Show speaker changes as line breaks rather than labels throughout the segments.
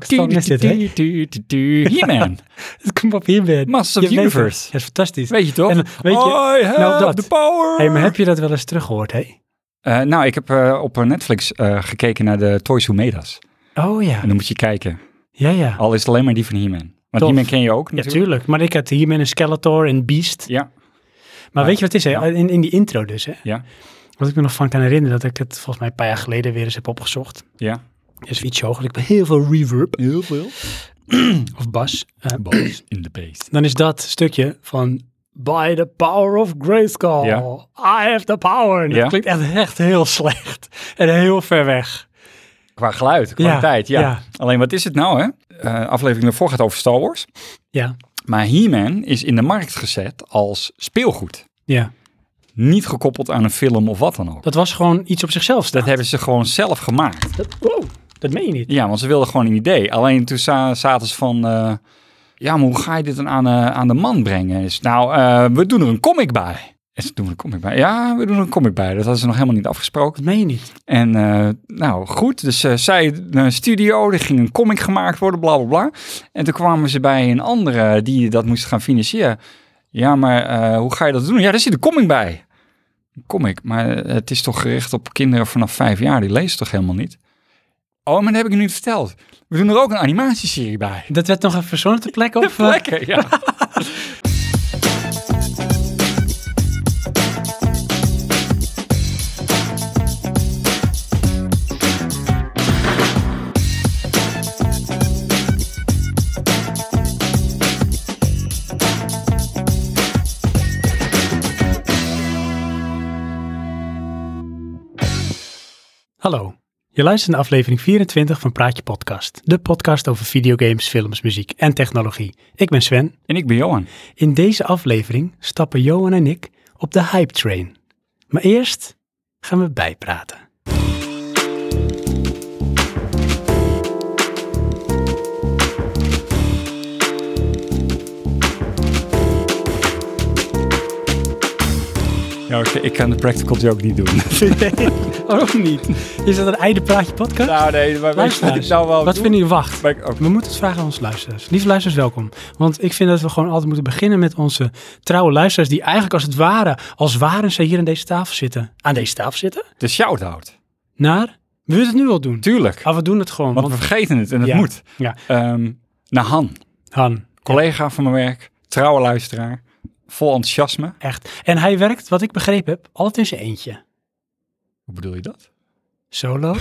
Stan is dit, hè?
He-Man.
Het komt op hierbij.
Masters of
Je
the
weet het.
Universe.
Dat is fantastisch.
Weet je toch?
En, weet je,
I have
nou dat.
the power.
Hey, maar heb je dat wel eens teruggehoord, hè?
Eh, nou, ik heb eh, op Netflix eh, gekeken naar de Toys Who Made Us.
Oh ja.
En dan moet je kijken.
Ja, ja.
Al is het alleen maar die van He-Man. Want
Tof.
He-Man ken je ook
Ja,
Oh, natuurlijk.
tuurlijk. Maar ik had hier met een Skeletor en Beast.
Ja,
Maar
Ja.
weet je wat het is, hè? In, in die intro dus, hè?
Ja.
Wat ik me nog van kan herinneren, dat ik het volgens mij een paar jaar geleden weer eens heb opgezocht.
ja.
Dus iets hoger. Ik ben heel veel reverb
Heel veel.
of bas. Eh,
Boys in the base.
dan is dat stukje van By the power of Grayskull,
Ja.
I have the power. En dat
Ja.
klinkt echt, echt heel slecht en heel ver weg.
Qua geluid, kwaliteit, ja,
ja.
Alleen wat is het nou, hè? Eh, aflevering daarvoor gaat over Star Wars.
Ja,
Maar He-Man is in de markt gezet als speelgoed.
ja.
Niet gekoppeld aan een film of wat dan ook. Dat,
Dat was gewoon iets op zichzelf staan.
hebben ze gewoon zelf gemaakt.
Dat, wow, dat meen je niet.
Ja, want ze wilden gewoon een idee. Alleen toen za- zaten ze van... eh, ja, maar hoe ga je dit dan aan, eh, aan de man brengen? Is, nou, eh, we doen er een comic bij. En ze doen er een comic bij. Ja, we doen er een comic bij. Dat hadden ze nog helemaal niet afgesproken.
Dat meen je niet.
En eh, nou, goed. Dus eh, zij naar een studio. Er ging een comic gemaakt worden, bla, bla, bla. En toen kwamen ze bij een andere die dat moest gaan financieren. Ja, maar eh, hoe ga je dat doen? Ja, daar zit een comic bij. Een comic. Maar eh, het is toch gericht op kinderen vanaf vijf jaar. Die lezen toch helemaal niet? Oh, maar dat heb ik je niet verteld. We doen er ook een animatieserie bij.
Dat werd nog even verzonnen ter plekke? of, eh,
Lekker, ja.
Hallo. Je luistert naar aflevering 24 van Praatje Podcast. De podcast over videogames, films, muziek en technologie. Ik ben Sven.
En ik ben Johan.
In deze aflevering stappen Johan en ik op de hype train. Maar eerst gaan we bijpraten.
Ja, oké, ik kan de practical joke niet doen.
Waarom niet? Is dat een einde praatje podcast?
nou, nee, maar
luisteraars, wat vinden jullie?
nou
Wacht,
Maar ik oh, ook-
we moeten het vragen aan onze luisteraars. Lieve luisteraars, welkom. Want ik vind dat we gewoon altijd moeten beginnen met onze trouwe luisteraars... die eigenlijk als het ware, als waren ze hier aan deze tafel zitten. Aan deze tafel zitten?
De shout-out.
Naar, we willen het nu al doen.
Tuurlijk.
Maar we doen het gewoon.
Want we vergeten het en het
Ja.
moet.
Ja.
Ehm, naar Han,
Han,
collega van mijn werk, trouwe luisteraar, vol enthousiasme.
echt. En hij werkt, wat ik begrepen heb, altijd in zijn eentje.
Hoe bedoel je dat?
Solo?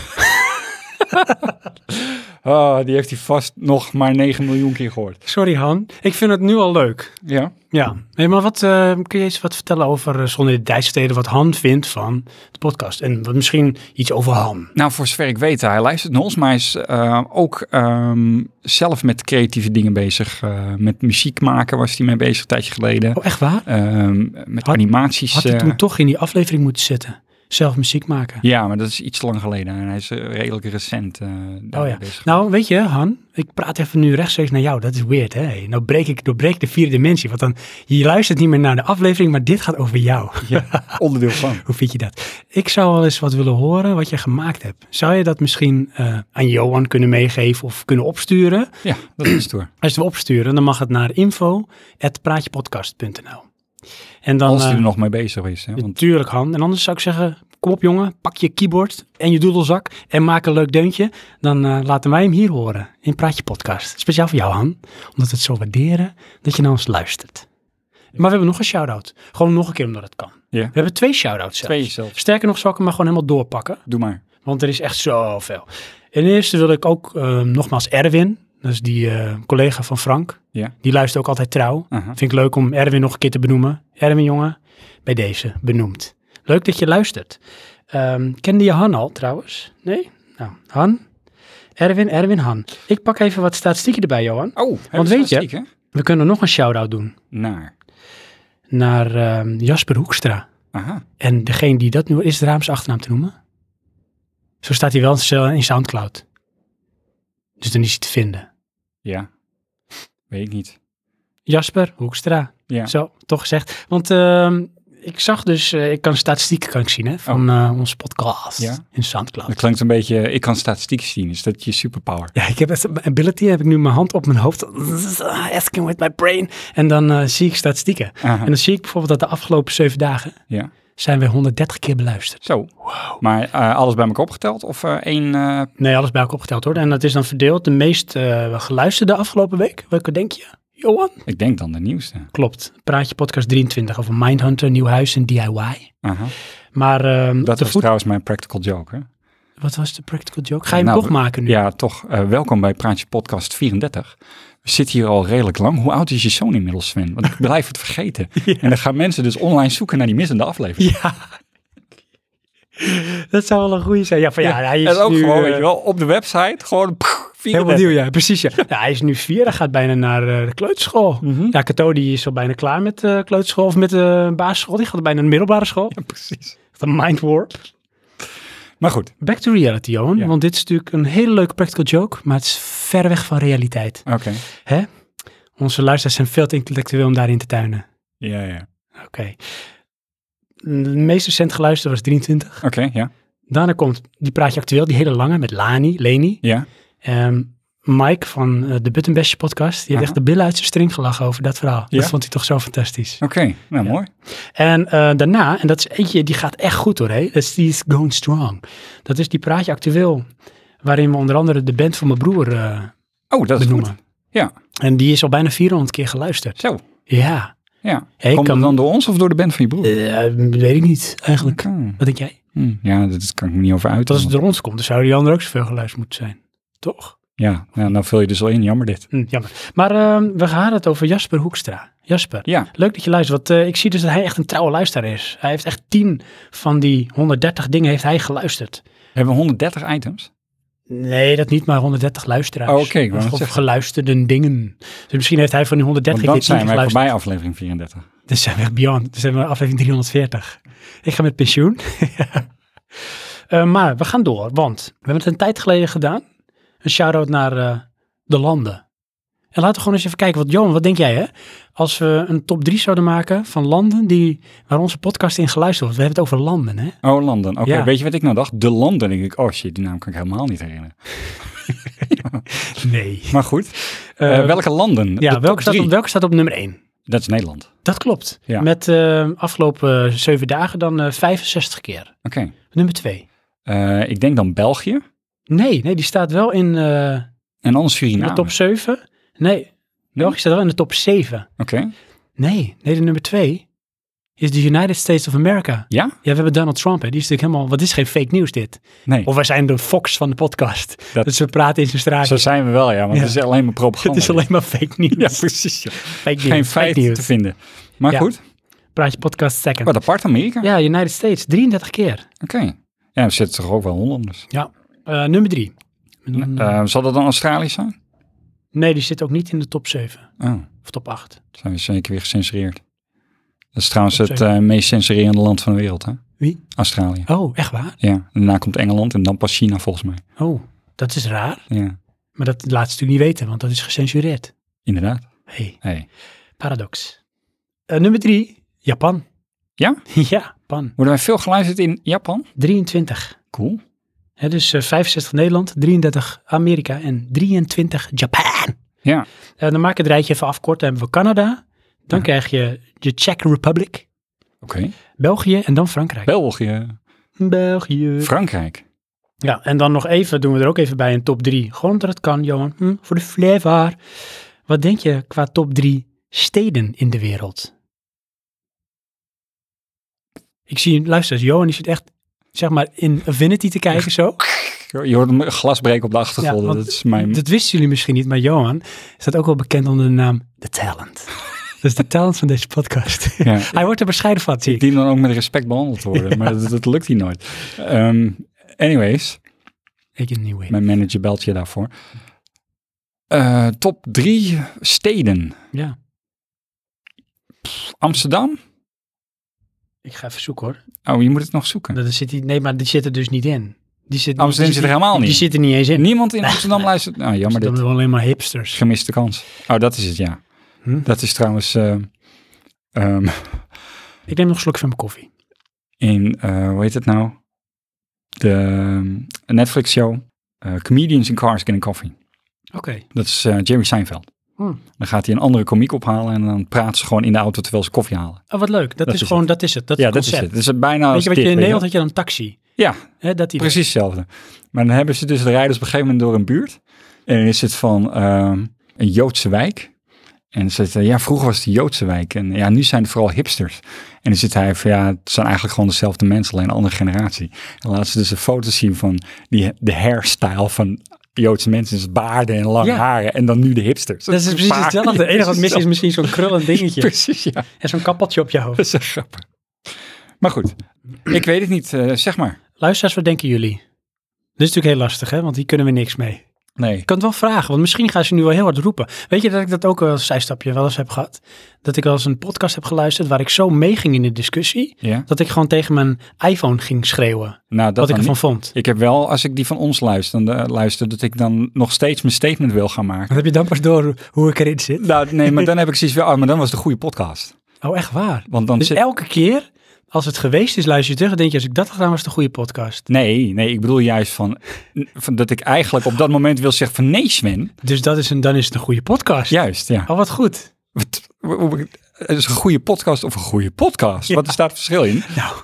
Oh, die heeft hij vast nog maar 9 miljoen keer gehoord.
Sorry Han, ik vind het nu al leuk.
Ja.
Ja, nee, maar wat, eh, kun je eens wat vertellen over eh, Zonder de Dijksteden, wat Han vindt van de podcast? En wat misschien iets over Han.
Nou, voor zover ik weet, hij luistert naar ons, maar hij is eh, ook ehm, zelf met creatieve dingen bezig. Eh, met muziek maken was hij mee bezig een tijdje geleden.
Oh, echt waar?
Ehm, met
Had-
animaties.
Had hij
eh,
toen toch in die aflevering moeten zitten? Zelf muziek maken.
ja, maar dat is iets lang geleden en hij is eh, redelijk recent eh daarmee
Oh ja.
bezig.
Nou, weet je, Han, ik praat even nu rechtstreeks naar jou. Dat is weird, hè? Nou breek ik, doorbreek de vierde dimensie. Want dan, je luistert niet meer naar de aflevering, maar dit gaat over jou.
Onderdeel van.
Hoe vind je dat? Ik zou wel eens wat willen horen wat je gemaakt hebt. Zou je dat misschien eh, aan Johan kunnen meegeven of kunnen opsturen?
Ja, dat is het hoor.
Als je het wil opsturen, dan mag het naar info.praatjepodcast.nl En dan...
Als hij
eh,
er nog mee bezig is. Hè, want
Natuurlijk, Han. En anders zou ik zeggen, kom op jongen, pak je keyboard en je doedelzak en maak een leuk deuntje. Dan eh, laten wij hem hier horen in Praatje Podcast. Speciaal voor jou, Han. Omdat we het zo waarderen dat je naar ons luistert. Maar we hebben nog een shout-out. Gewoon nog een keer, omdat het kan.
Ja.
We hebben twee shout-outs zelfs.
Twee zelfs.
Sterker nog, zal ik hem maar gewoon helemaal doorpakken.
Doe maar.
Want er is echt zoveel. En eerste wil ik ook eh, nogmaals Erwin, dat is die eh, collega van Frank.
Ja.
Die luistert ook altijd trouw.
Aha.
Vind ik leuk om Erwin nog een keer te benoemen. Erwin, jongen, bij deze benoemd. Leuk dat je luistert. Ehm, kende je Han al trouwens? Nee? Nou, Han. Erwin, Erwin, Han. Ik pak even wat statistieken erbij, Johan.
Oh,
Want weet je- We kunnen nog een shout-out doen
Naar.
naar ehm, Jasper Hoekstra.
Aha.
En degene die dat nu is, de raams achternaam te noemen. Zo staat hij wel in zijn- in Soundcloud. Dus dan is hij te vinden.
Ja. Weet ik niet.
Jasper Hoekstra.
Ja.
Zo, toch gezegd. Want ehm, ik zag dus, eh, ik kan statistieken kan ik zien hè, van eh, onze podcast
Oh. Ja.
in Soundcloud.
Dat klinkt een beetje, ik kan statistiek zien. Is dat je superpower?
Ja, ik heb echt mijn ability, heb ik nu mijn hand op mijn hoofd, asking with my brain. En dan eh, zie ik statistieken.
Aha,
En dan zie ik bijvoorbeeld dat de afgelopen zeven dagen
ja.
zijn we 130 keer beluisterd.
Zo. Maar eh, alles bij elkaar opgeteld? Of eh één... eh,
Nee, alles bij elkaar opgeteld hoor. En dat is dan verdeeld. De meest eh, geluisterde afgelopen week, welke denk je? Johan?
ik denk dan de nieuwste.
Klopt, Praatje Podcast 23 over Mindhunter, Nieuw Huis en DIY.
Aha.
Maar ehm,
Dat
de
was
voet-
trouwens mijn practical joke, hè?
wat was de practical joke? Ga je hem
Nou,
toch maken nu?
Ja, toch. Eh, welkom bij Praatje Podcast 34. We zitten hier al redelijk lang. Hoe oud is je zoon inmiddels, Sven? Want ik blijf het vergeten. En dan gaan mensen dus online zoeken naar die missende aflevering.
Ja. Dat zou wel een goede zijn. Ja, van ja, hij is
en ook
nu,
gewoon,
eh,
weet je wel, op de website gewoon... pff,
Helemaal
34.
nieuw, ja, precies. Ja. Ja, hij is nu vier, hij gaat bijna naar eh, de kleuterschool.
Mhm.
Ja, Cato die is al bijna klaar met de kleuterschool of met de basisschool. Die gaat bijna naar de middelbare school.
Ja, precies.
De mind warp.
Maar goed,
Back to reality, Johan.
Ja.
Want dit is natuurlijk een hele leuke practical joke, maar het is ver weg van realiteit.
oké.
Onze luisteraars zijn veel te intellectueel om daarin te tuinen.
Ja, ja.
Oké. De meest recent geluisterd was 23.
Oké, ja.
Daarna komt die praatje actueel, die hele lange met Lani, Leni.
Ja,
Ehm, Mike van eh, de Buttonbestje podcast, die heeft echt de billen uit zijn string gelachen over dat verhaal.
Ja?
Dat vond hij toch zo fantastisch.
oké. Nou, mooi.
En eh, daarna, en dat is eentje, die gaat echt goed hoor, hè? Dat is, die is going strong. Dat is die praatje actueel, waarin we onder andere de band van mijn broer eh,
Oh, dat is
benoemen.
goed. Ja,
En die is al bijna 400 keer geluisterd.
zo.
Ja,
Ja.
Ja, ik
Komt
kan-
het dan Mm. door ons of door de band van je broer?
Eh, weet ik niet eigenlijk.
Oké.
Wat denk jij?
Hm, Ja, dat kan ik me niet over uit.
Want als het door ons komt, dan zouden die anderen ook zoveel geluisterd moeten zijn. Toch?
Ja, nou, nou vul je dus al in. Jammer dit.
Hm, jammer. Maar ehm, we gaan het over Jasper Hoekstra. Jasper,
Ja,
Leuk dat je luistert, want eh, ik zie dus dat hij echt een trouwe luisteraar is. Hij heeft echt tien van die 130 dingen heeft hij geluisterd.
we hebben 130 items.
Nee, dat niet, maar 130 luisteraars.
Oh, oké, ik wou
Of-
net
Of
zeggen.
geluisterde dingen. Dus misschien heeft hij van die 130
Want
keer
dan
10
zijn wij
geluisterd.
voorbij aflevering 34.
Dus zijn we echt beyond. Dus zijn we aflevering 340. Ik ga met pensioen. Eh, maar we gaan door, want we hebben het een tijd geleden gedaan. Een shout-out naar eh, de landen. En laten we gewoon eens even kijken, want Johan, wat denk jij hè? Als we een top 3 zouden maken van landen die, waar onze podcast in geluisterd wordt. We hebben het over landen hè?
Oh, London. Oké,
Ja.
weet je wat ik nou dacht? De London. Ik denk, oh shit, die naam kan ik helemaal niet herinneren.
Nee.
Maar goed, Eh, welke landen? De
ja,
top
welke staat, op,
drie.
welke staat op nummer 1?
Dat is Nederland.
Dat klopt.
Ja.
Met eh, afgelopen zeven dagen dan eh, 65 keer.
Oké.
Nummer 2.
Eh, ik denk dan België.
Nee, nee, die staat wel in... eh,
En anders
In de
Suriname.
top
Oké.
7? Nee, België staat wel in de top 7. Nee, nee, de nummer 2 is de United States of America.
Ja?
Ja, we hebben Donald Trump, hè. die is natuurlijk helemaal... Wat is geen fake nieuws dit?
Nee.
Of wij zijn de Fox van de podcast. Dat,
Dat-
ze praten in zijn straatje.
Zo zijn we wel, ja. Want
Ja.
het is alleen maar
Het
propaganda.
is alleen maar fake nieuws.
Ja, precies. ja.
fake nieuws.
Geen
fake
feiten
nieuws.
te vinden. Maar
Ja.
goed,
Praat je podcast second.
wat apart Amerika.
Ja, United States, 33 keer.
Oké. Ja, we zitten toch ook wel Hollanders.
Ja. Eh, nummer 3.
Eh, zal dat dan Australië zijn?
Nee, die zit ook niet in de top 7
Oh,
of top 8.
zijn we zeker weer gecensureerd. Dat is trouwens
Op
het eh, meest censurerende land van de wereld, hè?
Wie?
Australië.
Oh, echt waar?
Ja, en daarna komt Engeland en dan pas China volgens mij.
Oh, dat is raar.
Ja,
Maar dat laat ze natuurlijk niet weten, want dat is gecensureerd.
inderdaad.
Hey.
Hey.
Paradox. Eh, nummer drie, Japan.
Ja?
ja, Japan.
Worden wij veel geluisterd in Japan?
23.
Cool.
Hè, dus eh, 65 Nederland, 33 Amerika en 23 Japan.
Ja,
Eh, dan maak ik het rijtje even afkort. Dan hebben we Canada. Dan
Mhm.
krijg je de Czech Republic,
oké.
België en dan Frankrijk.
België,
België.
Frankrijk.
ja, en dan nog even, doen we er ook even bij een top 3. Gewoon omdat het kan, Johan. Hm, voor de flavor. Wat denk je qua top 3 steden in de wereld? Ik zie, luister eens, Johan die zit echt, zeg maar, in Infinity te kijken zo.
Je hoort een glas breken op de achtergrond.
Ja, want
dat is mijn...
Dat wisten jullie misschien niet, maar Johan staat ook wel bekend onder de naam The Talent. Dat is de talent van deze podcast.
Ja.
Hij wordt er bescheiden van, zie ik.
Die dan ook met respect behandeld worden. Maar dat, dat lukt hier nooit. Ehm, anyways,
Ik in New
mijn manager belt je daarvoor. Eh, top drie steden.
Ja,
Amsterdam?
ik ga even zoeken hoor.
Oh, je moet het nog zoeken.
Dat zit die, nee, maar die zit er dus niet in. Die zit,
Amsterdam
die-
zit er helemaal niet
Die
in.
zit er niet eens in.
Niemand in Amsterdam luistert. Nou, jammer
Amsterdam
dit.
hebben Dus we alleen maar hipsters.
Gemiste kans. Oh, dat is het, ja.
Hm?
Dat is trouwens... eh, ehm,
Ik neem nog een slok van mijn koffie.
in, eh, hoe heet het nou? De Netflix-show eh, Comedians in Cars Getting Coffee.
Oké.
Dat is eh, Jerry Seinfeld.
Hmm.
Dan gaat hij een andere komiek ophalen en dan praten ze gewoon in de auto terwijl ze koffie halen.
Oh, wat leuk. Dat,
Dat
is,
is
gewoon, dat is het. Dat is
ja,
het
dat is
concept.
het. Dat is het bijna
Weet
als
je wat
dit,
je in
weet
Nederland
wel.
had je dan taxi?
Ja,
Hè, dat idee.
precies hetzelfde. Maar dan hebben ze dus, dan rijden ze op een gegeven moment door een buurt. En dan is het van ehm, een Joodse wijk. En ze zegt, eh, ja, vroeger was het de Joodse wijk. En ja, nu zijn het vooral hipsters. En dan zit hij van, ja, het zijn eigenlijk gewoon dezelfde mensen, alleen een andere generatie. En laten ze dus een foto zien van die, de hairstyle van Joodse mensen. Dus baarden en lange
Ja.
haren. En dan nu de hipsters.
Dat is precies
Baarden,
hetzelfde. Het enige wat mis is
hetzelfde.
misschien zo'n krullend dingetje.
Precies, ja.
en zo'n kappeltje op je hoofd.
Dat is echt grappig. Maar goed, ik weet het niet. eh, zeg maar.
Luisteraars, wat denken jullie? Dit is natuurlijk heel lastig, hè? Want hier kunnen we niks mee.
Nee.
Ik kan het wel vragen, want misschien gaan ze nu wel heel hard roepen. Weet je dat ik dat ook wel als zijstapje wel eens heb gehad? Dat ik wel eens een podcast heb geluisterd waar ik zo meeging in de discussie,
Ja?
dat ik gewoon tegen mijn iPhone ging schreeuwen
Nou, dat
wat ik
dan
ervan vond.
Ik heb wel, als ik die van ons luister, dan, eh, luister dat ik dan nog steeds mijn statement wil gaan maken.
Dan heb je dan pas door hoe ik erin zit.
Nou, nee, maar dan heb ik zoiets wel, oh, maar dan was de goede podcast.
Oh, echt waar?
Want dan
Dus
zit...
elke keer als het geweest is, luister je terug en denk je, als ik dat had gedaan, was het een goede podcast.
Nee, nee, ik bedoel juist van, van dat ik eigenlijk op dat moment wil zeggen van nee, Sven.
Dus dat is een, dan is het een goede podcast.
Juist, ja.
Oh, wat goed.
Wat- hoe- hoe- Het is een goede podcast of een goede podcast.
Ja.
Wat is daar het verschil in?
Nou,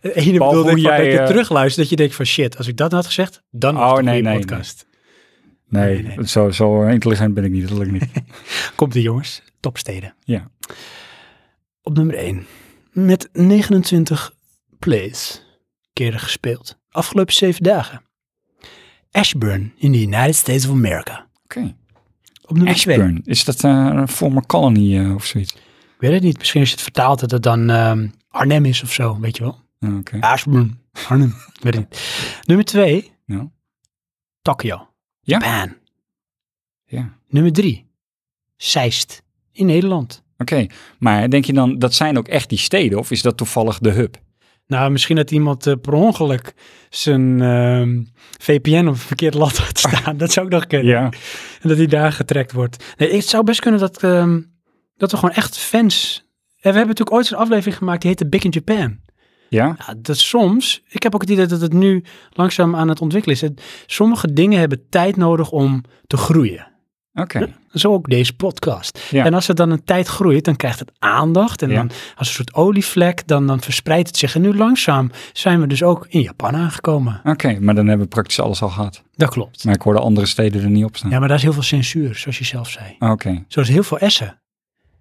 de ene
Behalve
bedoelde ik
hoe
van dat
jij,
je
eh,
terugluistert, dat je denkt van shit, als ik dat had gezegd, dan was
Oh,
het een
nee,
goede
nee,
podcast.
Nee, Zo, zo intelligent ben ik niet, dat lukt niet.
Komt de jongens, topsteden.
Ja.
Op nummer 1. Met 29 plays keren gespeeld. Afgelopen 7 dagen. Ashburn in the United States of America.
Oké.
Op nummer 2.
Ashburn, is dat eh, een former colony eh, of zoiets?
Ik weet het niet. Misschien als je het vertaalt dat het dan ehm, Arnhem is of zo. Weet je wel.
Ah, Oké.
Ashburn. Arnhem. Ik weet het niet. Nummer 2.
Ja.
Tokyo.
Ja.
Japan.
Ja.
Nummer 3. Zeist. In Nederland.
Oké, maar denk je dan, dat zijn ook echt die steden of is dat toevallig de hub?
Nou, misschien dat iemand eh, per ongeluk zijn ehm, VPN op een verkeerd lat had staan. Dat zou ook nog kunnen.
Ja.
En dat hij daar getrekt wordt. Nee, het zou best kunnen dat, ehm, dat we gewoon echt fans... En we hebben natuurlijk ooit zo'n aflevering gemaakt, die heette Big in Japan.
Ja?
Ja, dat soms, ik heb ook het idee dat het nu langzaam aan het ontwikkelen is. Het- sommige dingen hebben tijd nodig om te groeien.
Oké.
Zo ook deze podcast.
Ja.
En als het dan een tijd groeit, dan krijgt het aandacht. En
Ja.
dan als een soort olievlek, dan, dan verspreidt het zich. En nu langzaam zijn we dus ook in Japan aangekomen.
Oké, maar dan hebben we praktisch alles al gehad.
Dat klopt.
Maar ik hoorde andere steden er niet op staan.
Ja, maar daar is heel veel censuur, zoals je zelf zei.
Oké.
Zoals heel veel essen.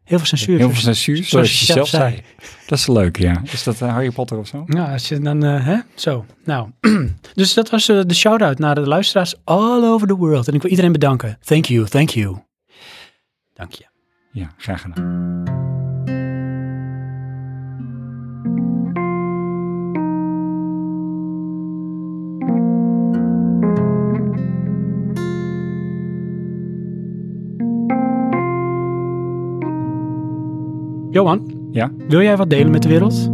Heel veel censuur.
Heel veel
zoals-
censuur, zoals je zelf zei. Dat is leuk, ja. Is dat eh, Harry Potter of zo?
Nou, als je dan, eh, hè? Zo, nou. dus dat was eh, de shout-out naar de luisteraars all over the world. En ik wil iedereen bedanken. Thank you, thank you. Dank je.
Ja, graag gedaan.
Johan,
Ja?
wil jij wat delen met de wereld?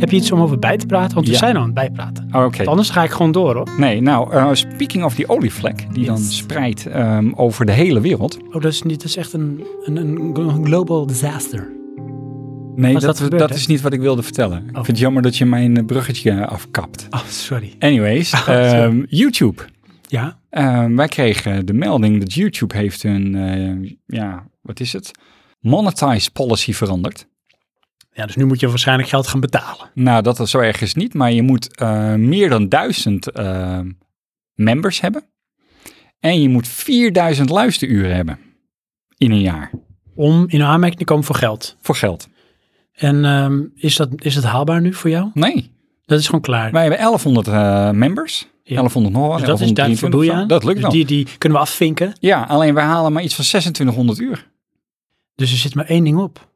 Heb je iets om over bij te praten? Want we
Ja.
zijn al aan het bijpraten.
Oh, Oké.
Want Anders ga ik gewoon door, hoor.
Nee, nou, eh, speaking of die olievlek, die dan
Yes.
spreidt ehm, over de hele wereld.
Oh, dat is, niet, dat is echt een, een, een een global disaster.
Nee, dat,
Als dat
dat,
gebeurt, hè?
is niet wat ik wilde vertellen. Ik
Oh.
vind het jammer dat je mijn eh, bruggetje afkapt.
Oh, sorry.
Anyways,
Oh, sorry.
ehm, YouTube.
Ja?
Eh, wij kregen de melding dat YouTube heeft hun, eh, ja, wat is het? Monetize policy veranderd.
Ja, dus nu moet je waarschijnlijk geld gaan betalen.
Nou, dat is zo erg is niet, maar je moet eh, meer dan duizend ehm, members hebben. En je moet 4000 luisteruren hebben in een jaar
Om in aanmerking te komen voor geld.
voor geld.
En ehm, is, dat, is dat haalbaar nu voor jou?
Nee,
Dat is gewoon klaar.
wij hebben 1100 eh, members. 1100 nog wel,
Dus dat is daar voor doel
1123
je
of zo.
aan.
Dat lukt
dus
nog.
Die, die kunnen we afvinken.
Ja, alleen wij halen maar iets van 2600 uur.
Dus er zit maar één ding op.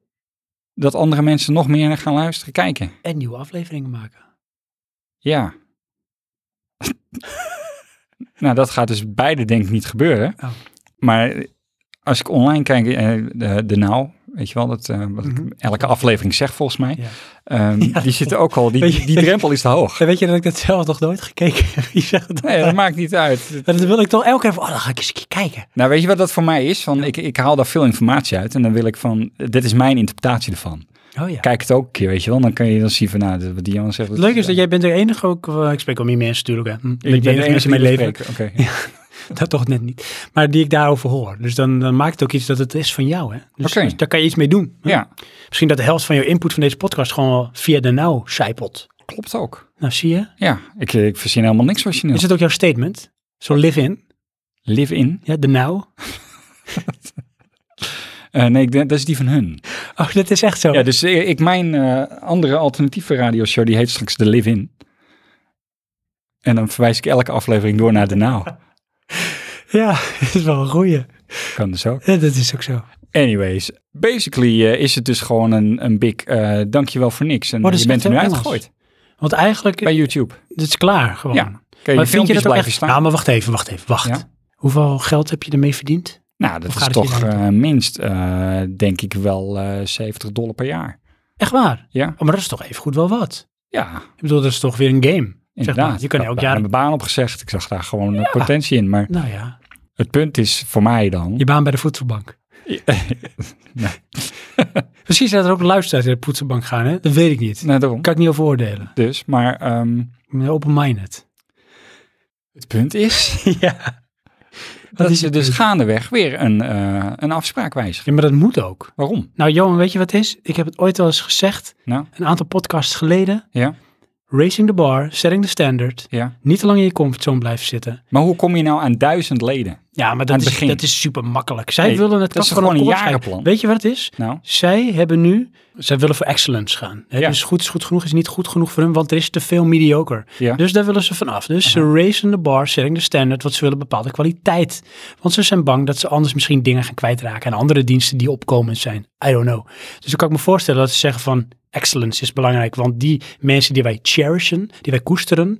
Dat andere mensen nog meer gaan luisteren, kijken.
En nieuwe afleveringen maken.
Ja. nou, dat gaat dus beide denk ik niet gebeuren.
Oh.
Maar als ik online kijk, eh, de, de nou, weet je wel, dat, eh, wat
Mhm.
ik elke aflevering zeg volgens mij,
Ja.
ehm, die zitten ook al,
Weet je-
die, die drempel is te hoog.
weet je dat ik dat zelf nog nooit gekeken heb? Je zegt het
Nee, dat maakt niet uit.
Dat wil ik toch elke keer van, oh, dan ga ik eens een keer kijken.
Nou, weet je wat dat voor mij is? Van, ik, ik haal daar veel informatie uit en dan wil ik van, dit is mijn interpretatie ervan.
Oh ja.
Kijk het ook een keer, weet je wel. Dan kun je dan zien van, nou, dit- wat die jongen zegt.
Het leuke is dat jij bent de enige ook, eh, ik spreek al meer mensen natuurlijk, hè. Hm, ik ben
Ik
de enige mensen in mijn
die
leven,
bespreken. Oké. ja.
dat toch net niet, maar die ik daarover hoor. Dus dan, dan maakt het ook iets dat het is van jou, hè. Dus,
Oké.
dus daar kan je iets mee doen. hè.
Ja,
Misschien dat de helft van jouw input van deze podcast gewoon wel via de nou zijpelt.
klopt ook.
Nou, zie je?
Ja, ik, ik verzin helemaal niks wat je nu
Is het ook jouw statement? Zo live in,
Live in.
ja, de nou.
Eh, nee, ik denk- dat is die van hun.
Oh, dat is echt zo.
Ja, dus eh, ik, mijn eh, andere alternatieve radioshow, die heet straks De Live In. En dan verwijs ik elke aflevering door naar de nou.
Ja, dat is wel een goeie.
Kan dus ook.
Ja, dat is ook zo.
Anyways, basically eh, is het dus gewoon een, een big eh, dankjewel voor niks. En
Oh, dat is
je bent
echt
er nu
heel Engels.
uitgegooid
Want eigenlijk,
bij YouTube.
het is klaar gewoon.
Ja, Kun je
Oh. maar vind je
filmpjes
dat ook
blijven
echt...
staan.
Nou, maar wacht even, wacht even, wacht.
Ja.
Hoeveel geld heb je ermee verdiend?
nou, dat
Of
is
gaat het je
toch
dan-
eh, minst, eh, denk ik wel, eh 70 dollar per jaar.
Echt waar?
Ja.
Oh, maar dat is toch even goed wel wat.
Ja,
Ik bedoel, dat is toch weer een game. Zeg
inderdaad.
maar. Je kan
Ik
elk
had daar
jaar...
mijn baan opgezegd. Ik zag daar gewoon eh, potentie in. Maar
Nou ja,
het punt is voor mij dan...
je baan bij de voedselbank. Misschien zijn er ook luisteraars die naar de voedselbank gaan, hè? Dat weet ik niet.
Nou, daarom.
Kan ik niet over oordelen.
Dus, maar ehm,
Ik ben open-minded.
het punt is
ja.
dat
is
is
het
dus
punt?
gaandeweg weer een, eh, een afspraak wijzigt.
ja, maar dat moet ook.
Waarom?
Nou, Johan, weet je wat het is? Ik heb het ooit wel eens gezegd,
Nou,
een aantal podcasts geleden.
ja,
Racing the bar, setting the standard.
ja.
Niet te lang in je comfortzone blijven zitten.
Maar hoe kom je nou aan duizend leden?
Ja, maar
Aan
dat,
het
is,
begin.
dat is super makkelijk. Zij
Nee,
willen het
dat is
kastje van
gewoon een
koord scheiden.
jarenplan.
Weet je wat het is?
Nou,
Zij hebben nu, zij willen voor excellence gaan. Hè?
Ja.
Dus goed is goed genoeg, is niet goed genoeg voor hun, want er is te veel mediocre.
Ja.
Dus daar willen ze vanaf. Dus ze racen de bar, setting de standard, want ze willen bepaalde kwaliteit. Want ze zijn bang dat ze anders misschien dingen gaan kwijtraken aan andere diensten die opkomend zijn. I don't know. Dus dan kan ik me voorstellen dat ze zeggen van excellence is belangrijk, want die mensen die wij cherishen, die wij koesteren,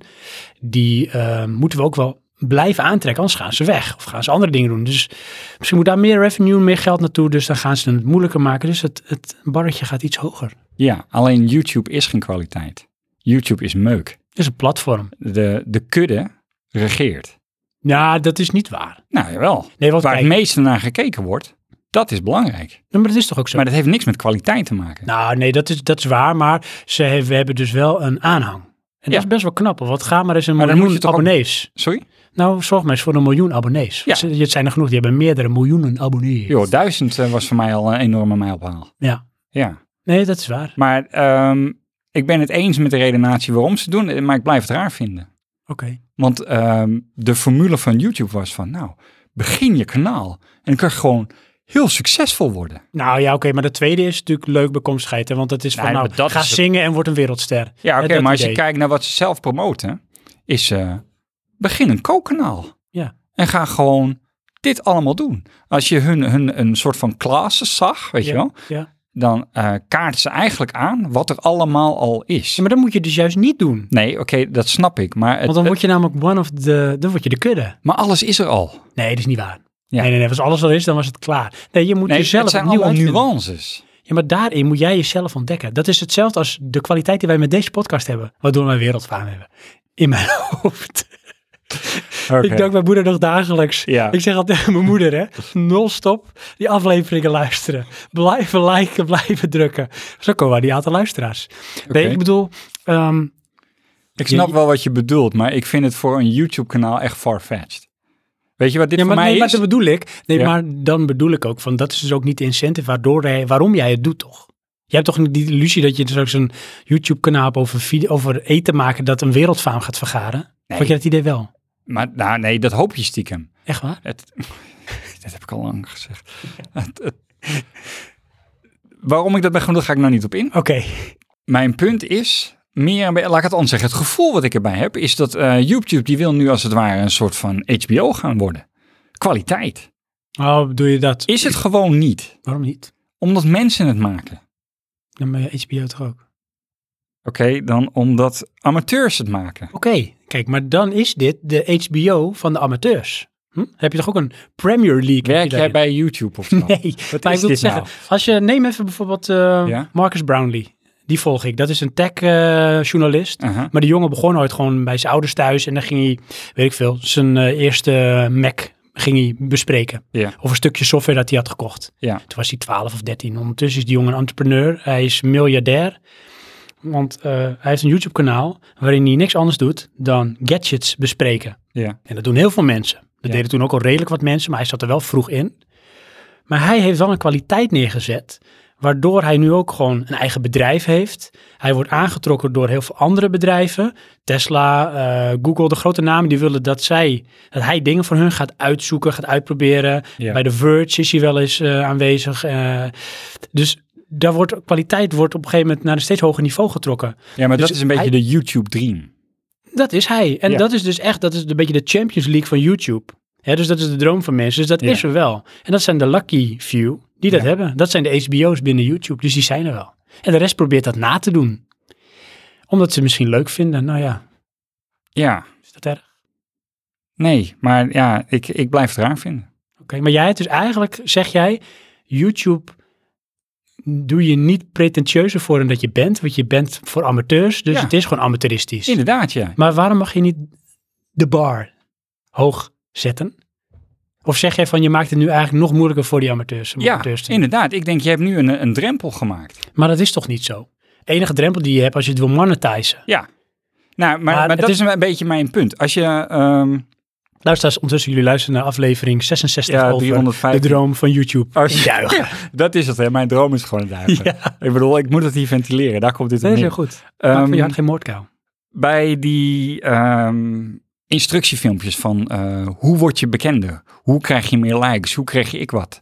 die eh, moeten we ook wel blijven aantrekken, anders gaan ze weg of gaan ze andere dingen doen. Dus misschien moet daar meer revenue, meer geld naartoe, dus dan gaan ze het moeilijker maken. Dus het, het barretje gaat iets hoger.
ja, alleen YouTube is geen kwaliteit. YouTube is meuk.
Dat is een platform.
De, de kudde regeert.
Ja, dat is niet waar.
Nou, jawel.
Nee, want
Waar
kijk,
het meeste naar gekeken wordt, dat is belangrijk.
maar dat is toch ook zo?
Maar dat heeft niks met kwaliteit te maken.
Nou, nee, dat is, dat is waar, maar ze hebben, we hebben dus wel een aanhang.
Ja.
En dat is best wel knap, want ga maar eens een
Maar dan
miljoen
moet je toch ook-
abonnees.
Sorry?
Nou, zorg maar eens voor een miljoen abonnees.
Ja.
Ze- Het zijn er genoeg, die hebben meerdere miljoenen abonnees.
Joh, duizend eh, was voor mij al een enorme mijlpaal.
Ja.
Ja.
Nee, dat is waar.
Maar ehm, ik ben het eens met de redenatie waarom ze het doen, eh, maar ik blijf het raar vinden.
Oké.
Want ehm, de formule van YouTube was van, nou, begin je kanaal en dan kan je gewoon heel succesvol worden.
Nou ja, oké, maar de tweede is natuurlijk leuk bekomstigheid. Hè, want dat is van,
Nee,
nou,
maar dat
ga
is het-
zingen en word een wereldster.
Ja, oké,
dat
maar als je
idee.
kijkt naar wat ze zelf promoten, is eh, begin een kookkanaal.
Ja.
En ga gewoon dit allemaal doen. Als je hun, hun een soort van classes zag, weet je
ja,
wel,
Ja.
dan eh kaarten ze eigenlijk aan wat er allemaal al is.
Ja, maar dat moet je dus juist niet doen.
Nee, oké, dat snap ik. Maar, het,
Want dan word je namelijk one of the... Dan word je de kudde.
maar alles is er al.
Nee, dat is niet waar.
Ja.
Nee, nee, nee. Als alles er is, dan was het klaar. Nee, je moet
Nee,
jezelf
het zijn
opnieuw
allemaal
uitvinden.
nuances.
Ja, maar daarin moet jij jezelf ontdekken. Dat is hetzelfde als de kwaliteit die wij met deze podcast hebben. Waardoor wij wereldfaam hebben. In mijn hoofd. Ik dank mijn moeder nog dagelijks.
Ja.
Ik zeg altijd tegen mijn moeder, hè. Non-stop die afleveringen luisteren. Blijven liken, blijven drukken. Zo komen wij die aantal luisteraars. Nee,
Oké.
ik bedoel... ehm,
Ik snap
Je-
wel wat je bedoelt, maar ik vind het voor een YouTube-kanaal echt far-fetched. Weet je wat dit
ja, maar,
voor mij
nee, maar
is?
dat bedoel ik. Nee,
Ja.
maar dan bedoel ik ook van... Dat is dus ook niet de incentive waardoor jij, waarom jij het doet, toch? Je hebt toch niet die illusie dat je straks een YouTube-kanaal hebt over, video, over eten maken... dat een wereldfaam gaat vergaren?
Nee.
Vond je dat idee wel?
Maar nou, nee, dat hoop je stiekem.
Echt waar?
Het, dat heb ik al lang gezegd. Het- het- waarom ik dat ben genoemd, daar ga ik nou niet op in.
Oké.
Mijn punt is, meer, en meer- laat ik het anders zeggen, het gevoel wat ik erbij heb, is dat eh, YouTube die wil nu als het ware een soort van HBO gaan worden. Kwaliteit.
Oh, doe je dat?
Is het gewoon niet.
Waarom niet?
Omdat mensen het maken.
Dan ben je HBO toch ook?
Oké, dan omdat amateurs het maken.
Oké, kijk, maar dan is dit de HBO van de amateurs. Hm? Heb je toch ook een Premier League?
Werk
Heb je
jij
daarin?
bij YouTube of zo?
Nee,
Wat
maar
is
ik
dit
wil het zeggen,
nou?
als je, neem even bijvoorbeeld eh,
Ja?
Marcus Brownlee. Die volg ik. Dat is een tech-journalist.
Aha.
Maar die jongen begon ooit gewoon bij zijn ouders thuis. En dan ging hij, weet ik veel, zijn eh, eerste Mac ging hij bespreken.
Ja.
Of een stukje software dat hij had gekocht.
Ja.
Toen was hij 12 of 13. Ondertussen is die jongen een entrepreneur. Hij is miljardair. Want eh, hij heeft een YouTube-kanaal waarin hij niks anders doet dan gadgets bespreken.
Ja.
En dat doen heel veel mensen.
Ja.
Dat deden toen ook al redelijk wat mensen, maar hij zat er wel vroeg in. Maar hij heeft wel een kwaliteit neergezet, waardoor hij nu ook gewoon een eigen bedrijf heeft. Hij wordt aangetrokken door heel veel andere bedrijven. Tesla, eh, Google, de grote namen die willen dat, zij, dat hij dingen voor hun gaat uitzoeken, gaat uitproberen.
Ja.
Bij de Verge is hij wel eens eh, aanwezig. eh. dus daar wordt, kwaliteit wordt op een gegeven moment naar een steeds hoger niveau getrokken.
ja, maar
Dus
dat is een beetje
hij-
de YouTube dream.
Dat is hij. En
Ja.
dat is dus echt, dat is een beetje de Champions League van YouTube. Hè, dus dat is de droom van mensen. Dus dat
Ja.
is er wel. En dat zijn de lucky few die dat
Ja.
hebben. Dat zijn de HBO's binnen YouTube. Dus die zijn er wel. En de rest probeert dat na te doen. Omdat ze het misschien leuk vinden. Nou ja,
Ja,
is dat erg?
nee, maar ja, ik, ik blijf het raar vinden.
Oké, maar jij het dus eigenlijk, zeg jij, YouTube doe je niet pretentieuzer voor dan dat je bent. Want je bent voor amateurs, dus
Ja.
het is gewoon amateuristisch.
Inderdaad, ja.
Maar waarom mag je niet de bar hoog zetten? Of zeg jij van je maakt het nu eigenlijk nog moeilijker voor die amateurs? om
Ja,
amateurs te doen?
inderdaad. Ik denk, je hebt nu een, een drempel gemaakt.
Maar dat is toch niet zo? De enige drempel die je hebt als je het wil monetizen.
Ja. Nou, maar,
Maar
maar,
het
dat
is-
is een beetje mijn punt. Als je... ehm
Luisteraars, ondertussen jullie luisteren naar aflevering 66
ja,
over
350.
de droom van YouTube.
Als-
In duigen.
Ja, dat is het, hè. Mijn droom is gewoon het duigen. Ik bedoel, ik moet het hier ventileren. Daar komt dit op
Nee,
neer.
heel goed. Maak
Ehm,
van je hart geen moordkuil.
bij die ehm, instructiefilmpjes van eh, hoe word je bekender? Hoe krijg je meer likes? Hoe krijg je ik wat?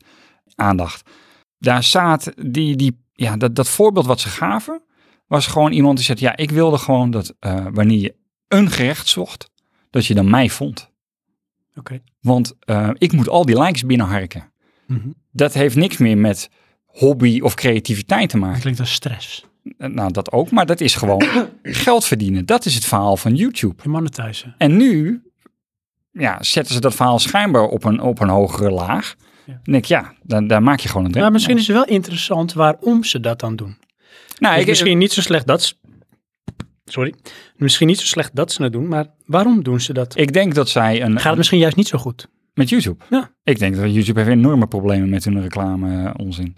Aandacht. Daar staat die, die, ja, dat, dat voorbeeld wat ze gaven, was gewoon iemand die zegt, ja, ik wilde gewoon dat eh, wanneer je een gerecht zocht, dat je dan mij vond.
Oké.
Want eh, ik moet al die likes binnenharken.
Mhm.
Dat heeft niks meer met hobby of creativiteit te
Dat
maken.
klinkt als stress.
Eh, Nou, dat ook, maar dat is gewoon geld verdienen. Dat is het verhaal van YouTube.
Je monetizen.
En nu ja, zetten ze dat verhaal schijnbaar op een, op een hogere laag.
Ja.
Dan denk ik, ja, dan, daar maak je gewoon een
Maar
drempel.
misschien is het wel interessant waarom ze dat dan doen.
nou,
Dus
ik,
misschien niet zo slecht dat ze... Sorry. Misschien niet zo slecht dat ze het doen, maar waarom doen ze dat?
ik denk dat zij een,
Gaat het misschien juist niet zo goed?
met YouTube.
Ja.
Ik denk dat YouTube heeft enorme problemen met hun reclame eh, onzin.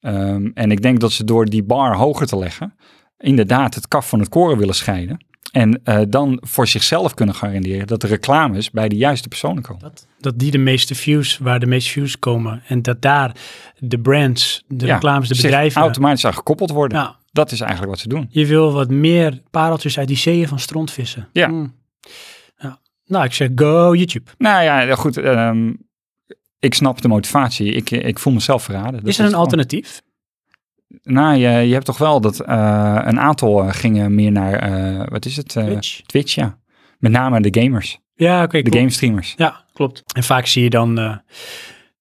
Ehm, en ik denk dat ze door die bar hoger te leggen, inderdaad het kaf van het koren willen scheiden. En eh, dan voor zichzelf kunnen garanderen dat de reclames bij de juiste personen komen.
Dat, die de meeste views, waar de meeste views komen. En dat daar de brands, de
Ja,
reclames, de
zich
bedrijven.
automatisch aan gekoppeld worden.
Nou,
Dat is eigenlijk wat ze doen.
je wil wat meer pareltjes uit die zeeën van strontvissen.
Ja.
Hmm. Ja. Nou, ik zeg go YouTube.
Nou ja, goed. ehm, ik snap de motivatie. Ik, eh, ik voel mezelf verraden. Dat
is er een
gewoon-
alternatief?
Nou, je, je hebt toch wel dat eh, een aantal eh, gingen meer naar, eh, wat is het? Eh,
Twitch?
Twitch, ja. Met name de gamers,
Ja, oké.
de
klopt.
gamestreamers.
Ja, klopt. En vaak zie je dan, eh,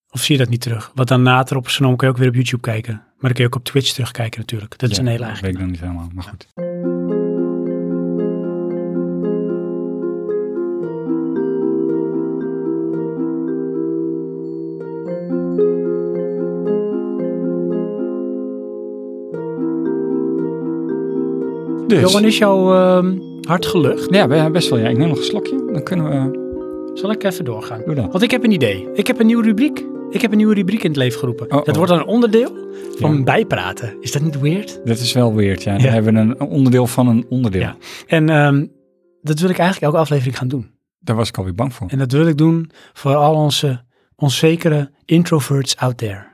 of zie je dat niet terug. Wat dan later op is genomen, kun je ook weer op YouTube kijken. Maar dan kun je ook op Twitch terugkijken natuurlijk. Dat is
Ja,
een hele
dat
eigen.
weet ik dan niet helemaal, maar goed. Dus,
Johan, is jouw ehm, hart gelucht?
ja, be- best wel. Ja, ik neem nog een slokje. Dan kunnen we...
Zal ik even doorgaan?
Doe dat.
Want ik heb een idee. Ik heb een nieuwe rubriek. Ik heb een nieuwe rubriek in het leven geroepen.
Oh, oh.
Dat wordt dan een onderdeel van
Ja.
bijpraten. Is dat niet weird?
Dat is wel weird, ja. Dan
Ja.
hebben we een een onderdeel van een onderdeel.
Ja. En ehm, dat wil ik eigenlijk elke aflevering gaan doen.
Daar was ik alweer bang voor.
En dat wil ik doen voor al onze onzekere introverts out there.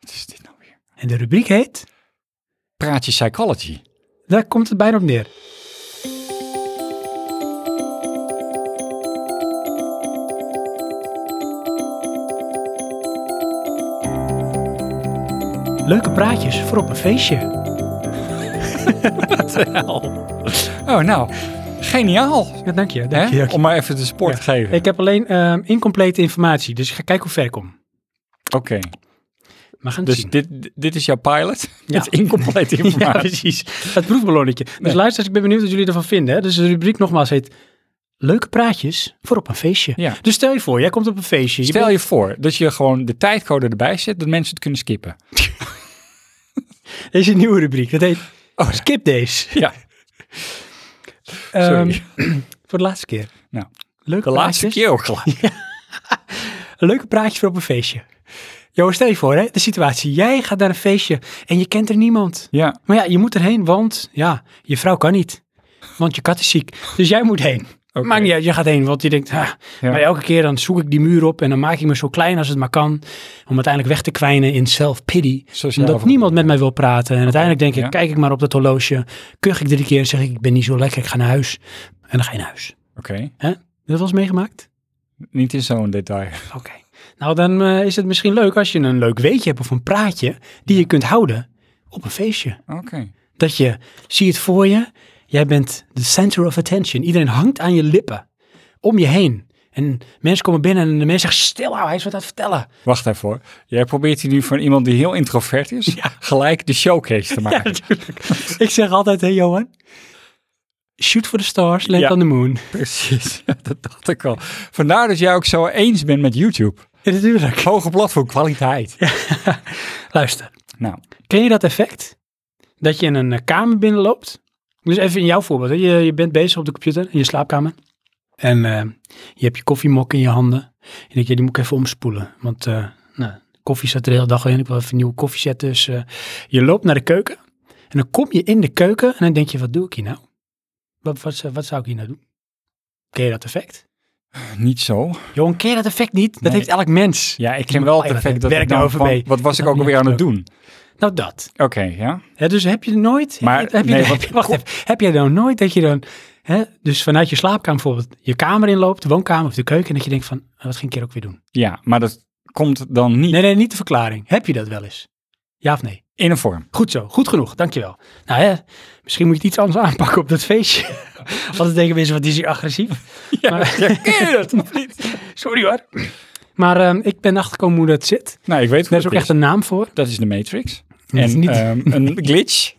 Wat is dit nou weer?
En de rubriek heet...
Praat je psychology?
Daar komt het bijna op neer. Leuke praatjes voor op een feestje.
Oh, nou. Geniaal.
Ja, dank je.
Hè?
Dank je, dank je.
Om maar even de sport te geven.
Ik heb alleen ehm, incomplete informatie, dus ik ga kijken hoe ver ik kom.
Oké.
We gaan het
Dus
zien.
dit, dit is jouw pilot?
Ja.
Met incomplete
ja,
informatie.
precies. Het proefballonnetje. Dus luister, ik ben benieuwd wat jullie ervan vinden. Hè? Dus de rubriek nogmaals heet Leuke praatjes voor op een feestje.
Ja.
Dus stel je voor, jij komt op een feestje. Je
Stel je voor dat je gewoon de tijdcode erbij zet, dat mensen het kunnen skippen.
bent- Deze nieuwe rubriek, dat heet
Oh,
Skip Days.
Ja,
Ehm,
sorry.
voor de laatste keer.
Ehm, Nou,
Leuke
de laatste
plaatjes.
keer ook gelijk.
Leuke praatjes voor op een feestje. Joost, stel je voor, hè, de situatie. Jij gaat naar een feestje en je kent er niemand.
Ja.
Maar ja, je moet erheen, want ja, je vrouw kan niet. Want je kat is ziek. Dus jij moet heen.
Oké.
Maakt niet uit, je gaat heen, want je denkt, ah,
Ja.
maar elke keer dan zoek ik die muur op en dan maak ik me zo klein als het maar kan. Om uiteindelijk weg te kwijnen in self-pity.
Sociaal
Omdat
vermogen.
niemand met mij wil praten. En uiteindelijk denk ik,
ja.
kijk ik maar op dat horloge. Kuch ik drie keer en zeg ik, ik ben niet zo lekker, ik ga naar huis. En dan ga je naar huis.
Oké.
Dat was meegemaakt?
Niet in zo'n detail.
Oké. Nou, dan eh, is het misschien leuk als je een leuk weetje hebt of een praatje die je kunt houden op een feestje.
Oké.
Dat je, zie het voor je, jij bent de center of attention. Iedereen hangt aan je lippen, om je heen. En mensen komen binnen en de mensen zeggen, stil hou, hij is wat aan het vertellen.
Wacht even hoor. Jij probeert hier nu van iemand die heel introvert is, gelijk de showcase te maken.
Ik zeg altijd, hé hey, Johan, shoot for the stars, land
Ja.
on the moon.
Precies, Ja, dat dacht ik al. Vandaar dat jij ook zo eens bent met YouTube.
Ja, natuurlijk.
Hoge platform, kwaliteit.
Luister,
Nou,
ken je dat effect? Dat je in een eh, kamer binnenloopt. Dus even in jouw voorbeeld. hè. Je, je bent bezig op de computer in je slaapkamer. En eh, je hebt je koffiemok in je handen. En denk je, die moet ik even omspoelen. Want eh, nou, koffie zat er de hele dag al in. Ik wil even een nieuwe koffie zetten. Dus eh, je loopt naar de keuken. En dan kom je in de keuken. En dan denk je, wat doe ik hier nou? Wat, wat, wat zou ik hier nou doen? Ken je dat effect?
niet zo.
Johan, ken je dat effect niet? Dat
Nee.
heeft elk mens.
Ja, ik ken wel het effect dat
Werk
ik dan
nou even
van-
mee.
Wat was ik
Dat
ook alweer
niet
aan het doen?
Nou, dat.
Oké, ja.
Hè, dus heb je nooit,
Maar-
heb, heb je,
nee,
heb
want-
je- wacht even, heb jij dan nooit dat je dan, hè, dus vanuit je slaapkamer bijvoorbeeld, je kamer inloopt, de woonkamer of de keuken, en dat je denkt van, ah, wat ging ik hier ook weer doen?
Ja, maar dat komt dan niet
Nee, nee, niet de verklaring. Heb je dat wel eens? Ja of nee?
in een vorm.
Goed zo, goed genoeg, dankjewel. Nou hè, misschien moet je het iets anders aanpakken op dat feestje. Want dan denken mensen, wat is hier agressief?
Ja,
Maar-
ken je dat of niet?
Sorry hoor. Maar ehm, ik ben achterkomen hoe dat zit.
Nou, ik weet
Daar
hoe
is ook
het
echt een naam voor.
Dat is de Matrix.
Dat is
En
niet-
ehm, een glitch.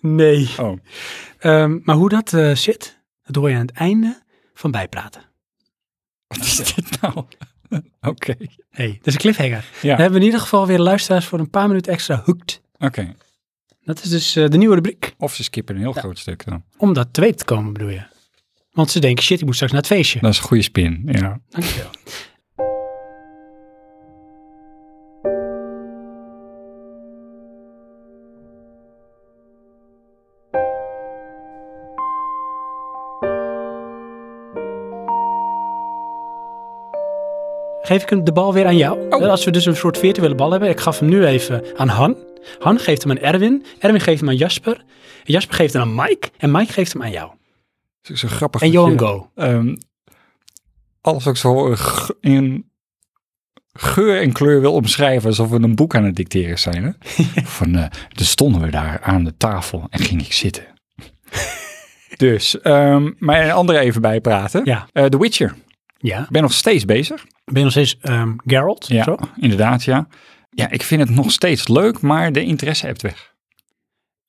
Nee.
Oh,
Ehm, maar hoe dat eh, zit, dat hoor je aan het einde van bijpraten.
wat is dit nou? Oké,
hey, dat is een cliffhanger.
Ja.
Dan hebben we in ieder geval weer luisteraars voor een paar minuten extra hooked.
oké.
Dat is dus eh, de nieuwe rubriek.
Of ze skippen een heel groot stuk dan.
Om dat te weten te komen, bedoel je. Want ze denken, shit, ik moet straks naar het feestje.
Dat is een goede spin, ja.
Dankjewel. Geef ik hem de bal weer aan jou.
Oh.
Als we dus een soort virtuele bal hebben. Ik gaf hem nu even aan Han. Han geeft hem aan Erwin. Erwin geeft hem aan Jasper. En Jasper geeft hem aan Mike. En Mike geeft hem aan jou.
Dat is zo grappig.
En
dat
Johan
je-
Go.
ehm, alles ook zo g- in geur en kleur wil omschrijven, alsof we een boek aan het dicteren zijn. Hè? Van, eh dus stonden we daar aan de tafel en ging ik zitten. dus, ehm, maar een andere even bijpraten.
Ja.
Eh, The Witcher.
Ja.
Ik ben nog steeds bezig.
Ben je nog steeds ehm, Geralt?
Ja,
Zo?
inderdaad, ja. Ja, ik vind het nog steeds leuk, maar de interesse hebt weg.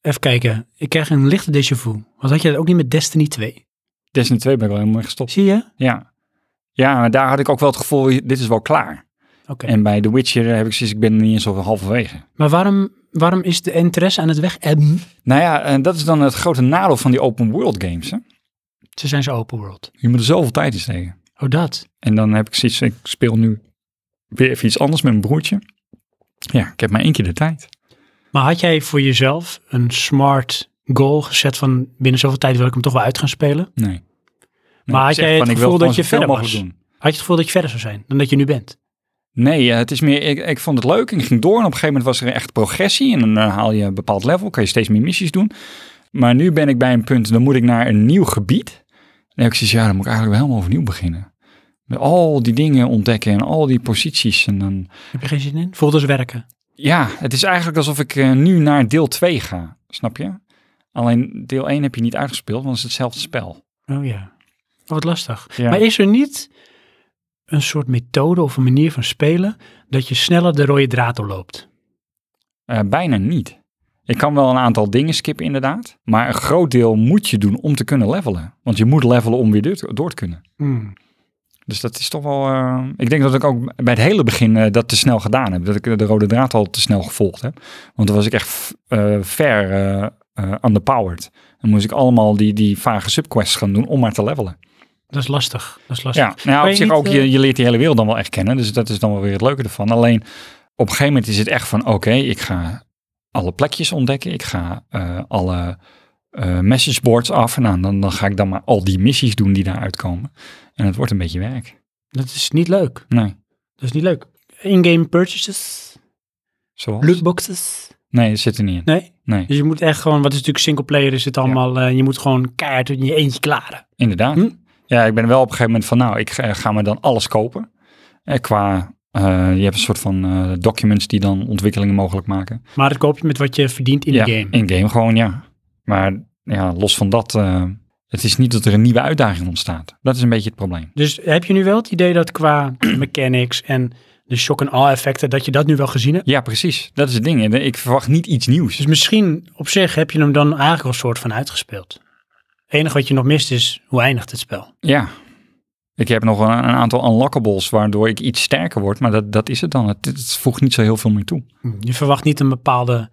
Even kijken. Ik krijg een lichte déjà vu. Want had je dat ook niet met Destiny 2?
Destiny 2 ben ik wel helemaal gestopt.
Zie je?
Ja. Ja, maar daar had ik ook wel het gevoel, dit is wel klaar.
Oké.
En bij The Witcher heb ik zoiets, ik ben er niet eens over halverwege.
Maar waarom, waarom is de interesse aan het weg? En
Nou ja, en dat is dan het grote nadeel van die open world games. Hè?
ze zijn zo open world.
Je moet er zoveel tijd in steken.
Oh, dat.
En dan heb ik zoiets, ik speel nu weer even iets anders met mijn broertje. Ja, ik heb maar één keer de tijd.
Maar had jij voor jezelf een smart goal gezet van binnen zoveel tijd wil ik hem toch wel uit gaan spelen?
Nee. Nee,
Maar had
ik zeg
jij het
van, ik wil
gevoel
gewoon
dat je
zoveel
verder
mogelijk
was? Had je het gevoel dat je verder zou zijn dan dat je nu bent?
Nee, eh, het is meer, ik, ik vond het leuk en ik ging door. En op een gegeven moment was er echt progressie. En dan eh, haal je een bepaald level, kan je steeds meer missies doen. Maar nu ben ik bij een punt, dan moet ik naar een nieuw gebied. En dan heb ik zoiets, ja, dan moet ik eigenlijk wel helemaal overnieuw beginnen. Met al die dingen ontdekken en al die posities. En dan,
Heb je geen zin in? Voelt als werken.
Ja, het is eigenlijk alsof ik eh, nu naar deel 2 ga, snap je? Alleen deel 1 heb je niet uitgespeeld, want het is hetzelfde spel.
Oh ja. Oh, wat lastig.
Ja.
Maar is er niet een soort methode of een manier van spelen dat je sneller de rode draad doorloopt?
Eh, bijna niet. Ik kan wel een aantal dingen skippen inderdaad, maar een groot deel moet je doen om te kunnen levelen. Want je moet levelen om weer door te, door te kunnen.
Hmm.
Dus dat is toch wel... eh, ik denk dat ik ook bij het hele begin eh, dat te snel gedaan heb. Dat ik de rode draad al te snel gevolgd heb. Want dan was ik echt f- eh, ver eh eh underpowered. Dan moest ik allemaal die, die vage subquests gaan doen om maar te levelen.
Dat is lastig. Dat is lastig.
Ja, nou,
Ben
ja, op
je
zich
niet,
ook,
eh,
je, je leert die hele wereld dan wel echt kennen. Dus dat is dan wel weer het leuke ervan. Alleen op een gegeven moment is het echt van, oké, ik ga alle plekjes ontdekken. Ik ga eh, alle eh messageboards af. Nou, dan, dan ga ik dan maar al die missies doen die daaruit komen. En het wordt een beetje werk.
Dat is niet leuk.
Nee,
Dat is niet leuk. In-game purchases,
zoals?
lootboxes.
Nee, dat zit er niet in.
Nee.
Nee,
Dus je moet echt gewoon, wat is natuurlijk singleplayer, is het allemaal, eh, je moet gewoon kaart in je eentje klaren.
inderdaad.
Hm?
Ja, ik ben wel op een gegeven moment van, nou, ik ga, ga me dan alles kopen. Eh, qua, eh, je hebt een soort van eh, documents die dan ontwikkelingen mogelijk maken.
Maar dat koop je met wat je verdient in
ja,
de game.
In game gewoon, ja. Maar ja, los van dat, eh, het is niet dat er een nieuwe uitdaging ontstaat. Dat is een beetje het probleem.
Dus heb je nu wel het idee dat qua mechanics en de shock en awe effecten, dat je dat nu wel gezien hebt?
Ja, precies. Dat is het ding. Ik verwacht niet iets nieuws.
Dus misschien op zich heb je hem dan eigenlijk al een soort van uitgespeeld. Het enige wat je nog mist is, hoe eindigt het spel?
Ja. Ik heb nog een, een aantal unlockables waardoor ik iets sterker word. Maar dat, dat is het dan. Het, het voegt niet zo heel veel meer toe.
Je verwacht niet een bepaalde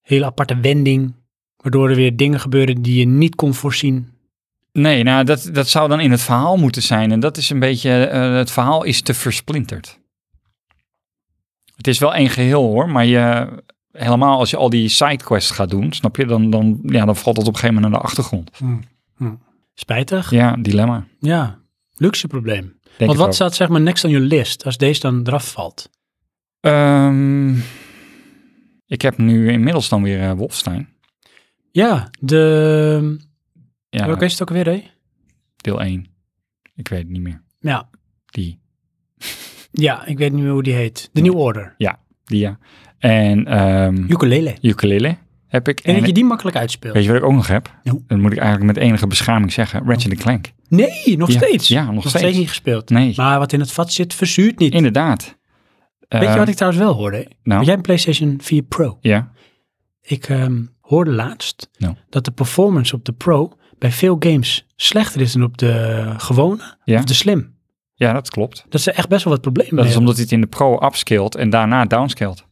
hele aparte wending, waardoor er weer dingen gebeuren die je niet kon voorzien.
Nee, nou, dat, dat zou dan in het verhaal moeten zijn. En dat is een beetje, eh, het verhaal is te versplinterd. Het is wel één geheel hoor, maar je, helemaal als je al die sidequests gaat doen, snap je, dan, dan, ja, dan valt dat op een gegeven moment naar de achtergrond.
Spijtig.
Ja, dilemma.
Ja, luxe probleem.
Denk
Want
ik
wat
ook.
staat zeg maar next on your list als deze dan eraf valt?
Ehm, ik heb nu inmiddels dan weer eh, Wolfenstein.
Ja, de...
Ja,
Welke is het ook weer, hè?
deel 1. Ik weet het niet meer.
Ja.
Die.
ja, ik weet niet meer hoe die heet. De New Order.
Die, ja. En ehm
Ukulele.
ukulele heb ik.
En dat je
ik-
die makkelijk uitspeelt.
weet je wat ik ook nog heb?
Nou.
Dat moet ik eigenlijk met enige beschaming zeggen. Ratchet Clank.
Nee, nog
Ja,
steeds.
ja, nog
steeds.
steeds.
niet gespeeld.
Nee,
Maar wat in het vat zit, verzuurt niet.
inderdaad.
Weet
Eh,
je wat ik trouwens wel hoorde? hè?
Nou,
Want
ja.
Jij hebt een PlayStation 4 Pro. Ik ehm, hoorde laatst
Nou.
dat de performance op de Pro bij veel games slechter is dan op de gewone
Ja.
of de slim.
ja, dat klopt.
Dat ze echt best wel wat problemen
Dat is
hebben.
omdat hij het in de pro upscaled en daarna downscaled.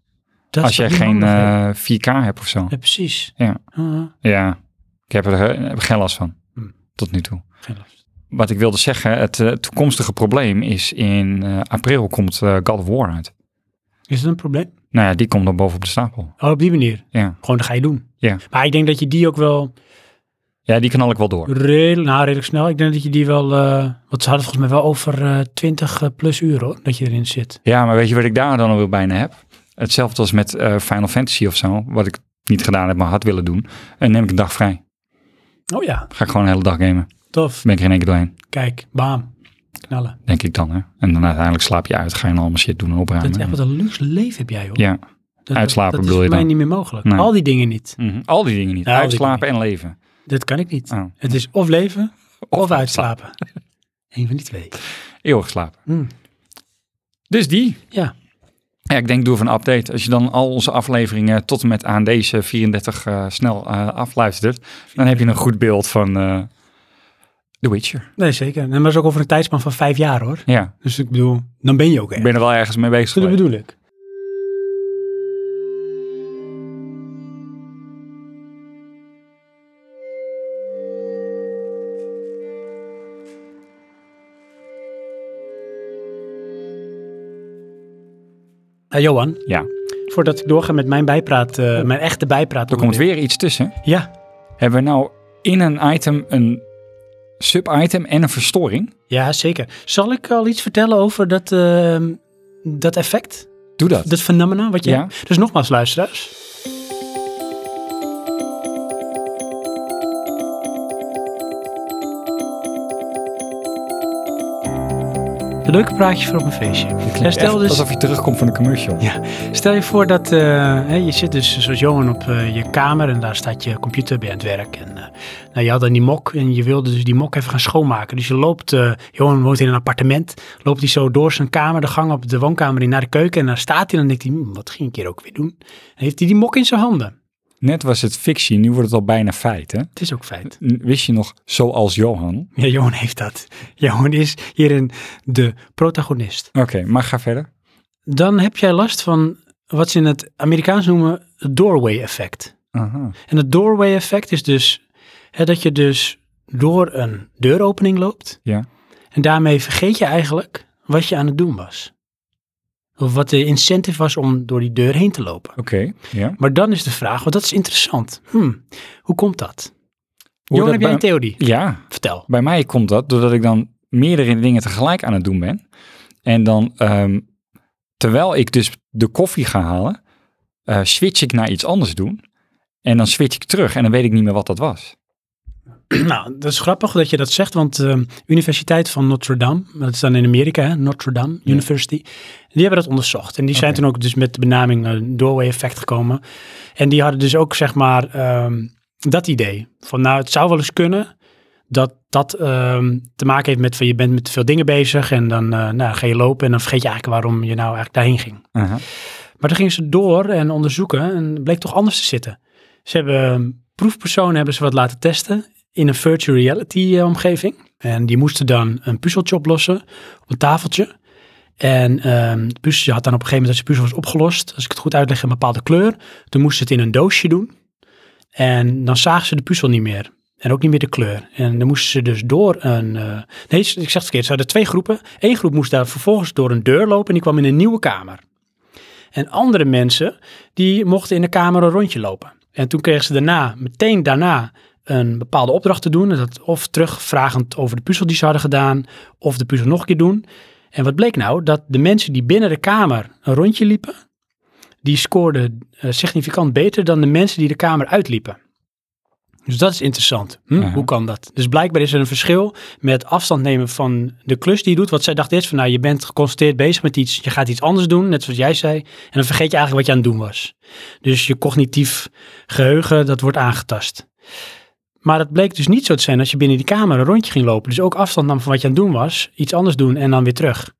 Dat
Als
is
jij
toch niet
geen
handig, hè?
eh, 4K hebt of zo.
Ja, precies.
Ja.
Ah,
Ja, ik heb er eh, heb er geen last van.
Hm.
Tot nu toe.
geen last.
Wat ik wilde zeggen, het eh, toekomstige probleem is in eh, april komt eh, God of War uit.
Is dat een probleem?
Nou ja, die komt dan bovenop de stapel.
Oh, op die manier.
Ja.
Gewoon, dat ga je doen.
Ja.
Maar ik denk dat je die ook wel
Ja, die knal ik wel door.
redelijk, nou, redelijk snel, ik denk dat je die wel, eh, want ze hadden het volgens mij wel over eh 20 eh, plus uur hoor, dat je erin zit.
Ja, maar weet je wat ik daar dan alweer bijna heb? Hetzelfde als met eh, Final Fantasy of zo, wat ik niet gedaan heb, maar had willen doen. En neem ik een dag vrij.
Oh ja,
Ga ik gewoon een hele dag gamen.
tof.
ben ik er in één keer doorheen.
Kijk, bam, knallen.
Denk ik dan, hè. En dan uiteindelijk slaap je uit, ga je dan allemaal shit doen en opruimen.
Dat is echt wat een luxe leven heb jij hoor.
Ja,
Dat-
Uitslapen
dat,
bedoel je
is voor mij
dan?
niet meer mogelijk.
Nee.
Al die dingen niet.
Mhm. al die dingen niet.
Ja, al die
Uitslapen en leven.
Dat kan ik niet.
Oh.
Het is of leven of, uitslapen. Eén van die twee.
Eeuwig slapen.
Hm.
Dus die.
Ja.
Ja, ik denk doe even een update. Als je dan al onze afleveringen tot en met aan deze 34 eh, snel eh, afluistert, dan heb je een goed beeld van eh, The Witcher.
Nee, zeker. En maar dat is ook over een tijdspan van vijf jaar hoor.
Ja,
Dus ik bedoel, dan ben je ook
ik
echt.
ben er wel ergens mee bezig
Dat
geweest.
bedoel ik. Eh, Johan,
Ja,
voordat ik doorga met mijn bijpraat, eh, mijn echte bijpraat.
er komt weer iets tussen.
Ja,
Hebben we nou in een item een sub-item en een verstoring?
ja, zeker. Zal ik al iets vertellen over dat, ehm, dat effect?
Doe dat.
Dat fenomena wat je
Ja.
hebt. Dus nogmaals, luisteraars. Een leuke praatje voor op een feestje. En Stel,
Echt
dus,
Alsof je terugkomt van de commercial.
ja, stel je voor dat eh, hè, je zit dus zoals Johan op eh, je kamer en daar staat je computer bij aan het werk. En, eh, nou, je had dan die mok en je wilde dus die mok even gaan schoonmaken. Dus je loopt, eh, Johan woont in een appartement, loopt hij zo door zijn kamer, de gang op de woonkamer in naar de keuken. En daar staat hij en dan denkt hij, "Hmm, wat ging ik hier ook weer doen? En heeft hij die mok in zijn handen.
Net was het fictie, nu wordt het al bijna feit. Hè?
Het is ook feit.
N- Wist je nog, zoals Johan?
Ja, Johan heeft dat. Johan is hierin de protagonist.
Oké, maar ga verder.
Dan heb jij last van wat ze in het Amerikaans noemen het doorway effect.
Aha.
En het doorway effect is dus hè, dat je dus door een deuropening loopt.
Ja.
En daarmee vergeet je eigenlijk wat je aan het doen was. Of wat de incentive was om door die deur heen te lopen.
Oké, ja.
Maar dan is de vraag, want dat is interessant. Hmm, hoe komt dat?
Hoe
Johan,
dat
heb jij
bij-
een theorie?
Ja,
Vertel.
bij mij komt dat doordat ik dan meerdere dingen tegelijk aan het doen ben. En dan, ehm, terwijl ik dus de koffie ga halen, eh, switch ik naar iets anders doen. En dan switch ik terug en dan weet ik niet meer wat dat was.
nou, dat is grappig dat je dat zegt, want de Universiteit van Notre Dame, dat is dan in Amerika, hè, Notre Dame
Ja.
University, die hebben dat onderzocht. En die zijn
Oké.
toen ook dus met de benaming eh, doorway effect gekomen. En die hadden dus ook, zeg maar, ehm, dat idee. Van nou, het zou wel eens kunnen dat dat ehm, te maken heeft met van je bent met te veel dingen bezig en dan eh, nou, ga je lopen en dan vergeet je eigenlijk waarom je nou eigenlijk daarheen ging.
Aha.
Maar toen gingen ze door en onderzoeken en het bleek toch anders te zitten. Ze hebben ehm, proefpersonen hebben ze wat laten testen in een virtual reality eh, omgeving. En die moesten dan een puzzeltje oplossen op een tafeltje. En ehm het puzzeltje had dan op een gegeven moment als de puzzel was opgelost, als ik het goed uitleg, een bepaalde kleur. Toen moesten ze het in een doosje doen. En dan zagen ze de puzzel niet meer. En ook niet meer de kleur. En dan moesten ze dus door een... eh, nee, ik zeg het verkeerd. Ze hadden twee groepen. Eén groep moest daar vervolgens door een deur lopen en die kwam in een nieuwe kamer. En andere mensen, die mochten in de kamer een rondje lopen. En toen kregen ze daarna, meteen daarna, een bepaalde opdracht te doen. En Dat of terugvragend over de puzzel die ze hadden gedaan, of de puzzel nog een keer doen. En wat bleek nou? Dat de mensen die binnen de kamer een rondje liepen, die scoorden eh, significant beter dan de mensen die de kamer uitliepen. Dus dat is interessant. Hm?
Aha.
Hoe kan dat? Dus blijkbaar is er een verschil met afstand nemen van de klus die je doet. Want zij dacht eerst van, nou, je bent geconcentreerd bezig met iets. Je gaat iets anders doen, net zoals jij zei. En dan vergeet je eigenlijk wat je aan het doen was. Dus je cognitief geheugen, dat wordt aangetast. Maar dat bleek dus niet zo te zijn als je binnen die kamer een rondje ging lopen. Dus ook afstand nam van wat je aan het doen was, iets anders doen en dan weer terug.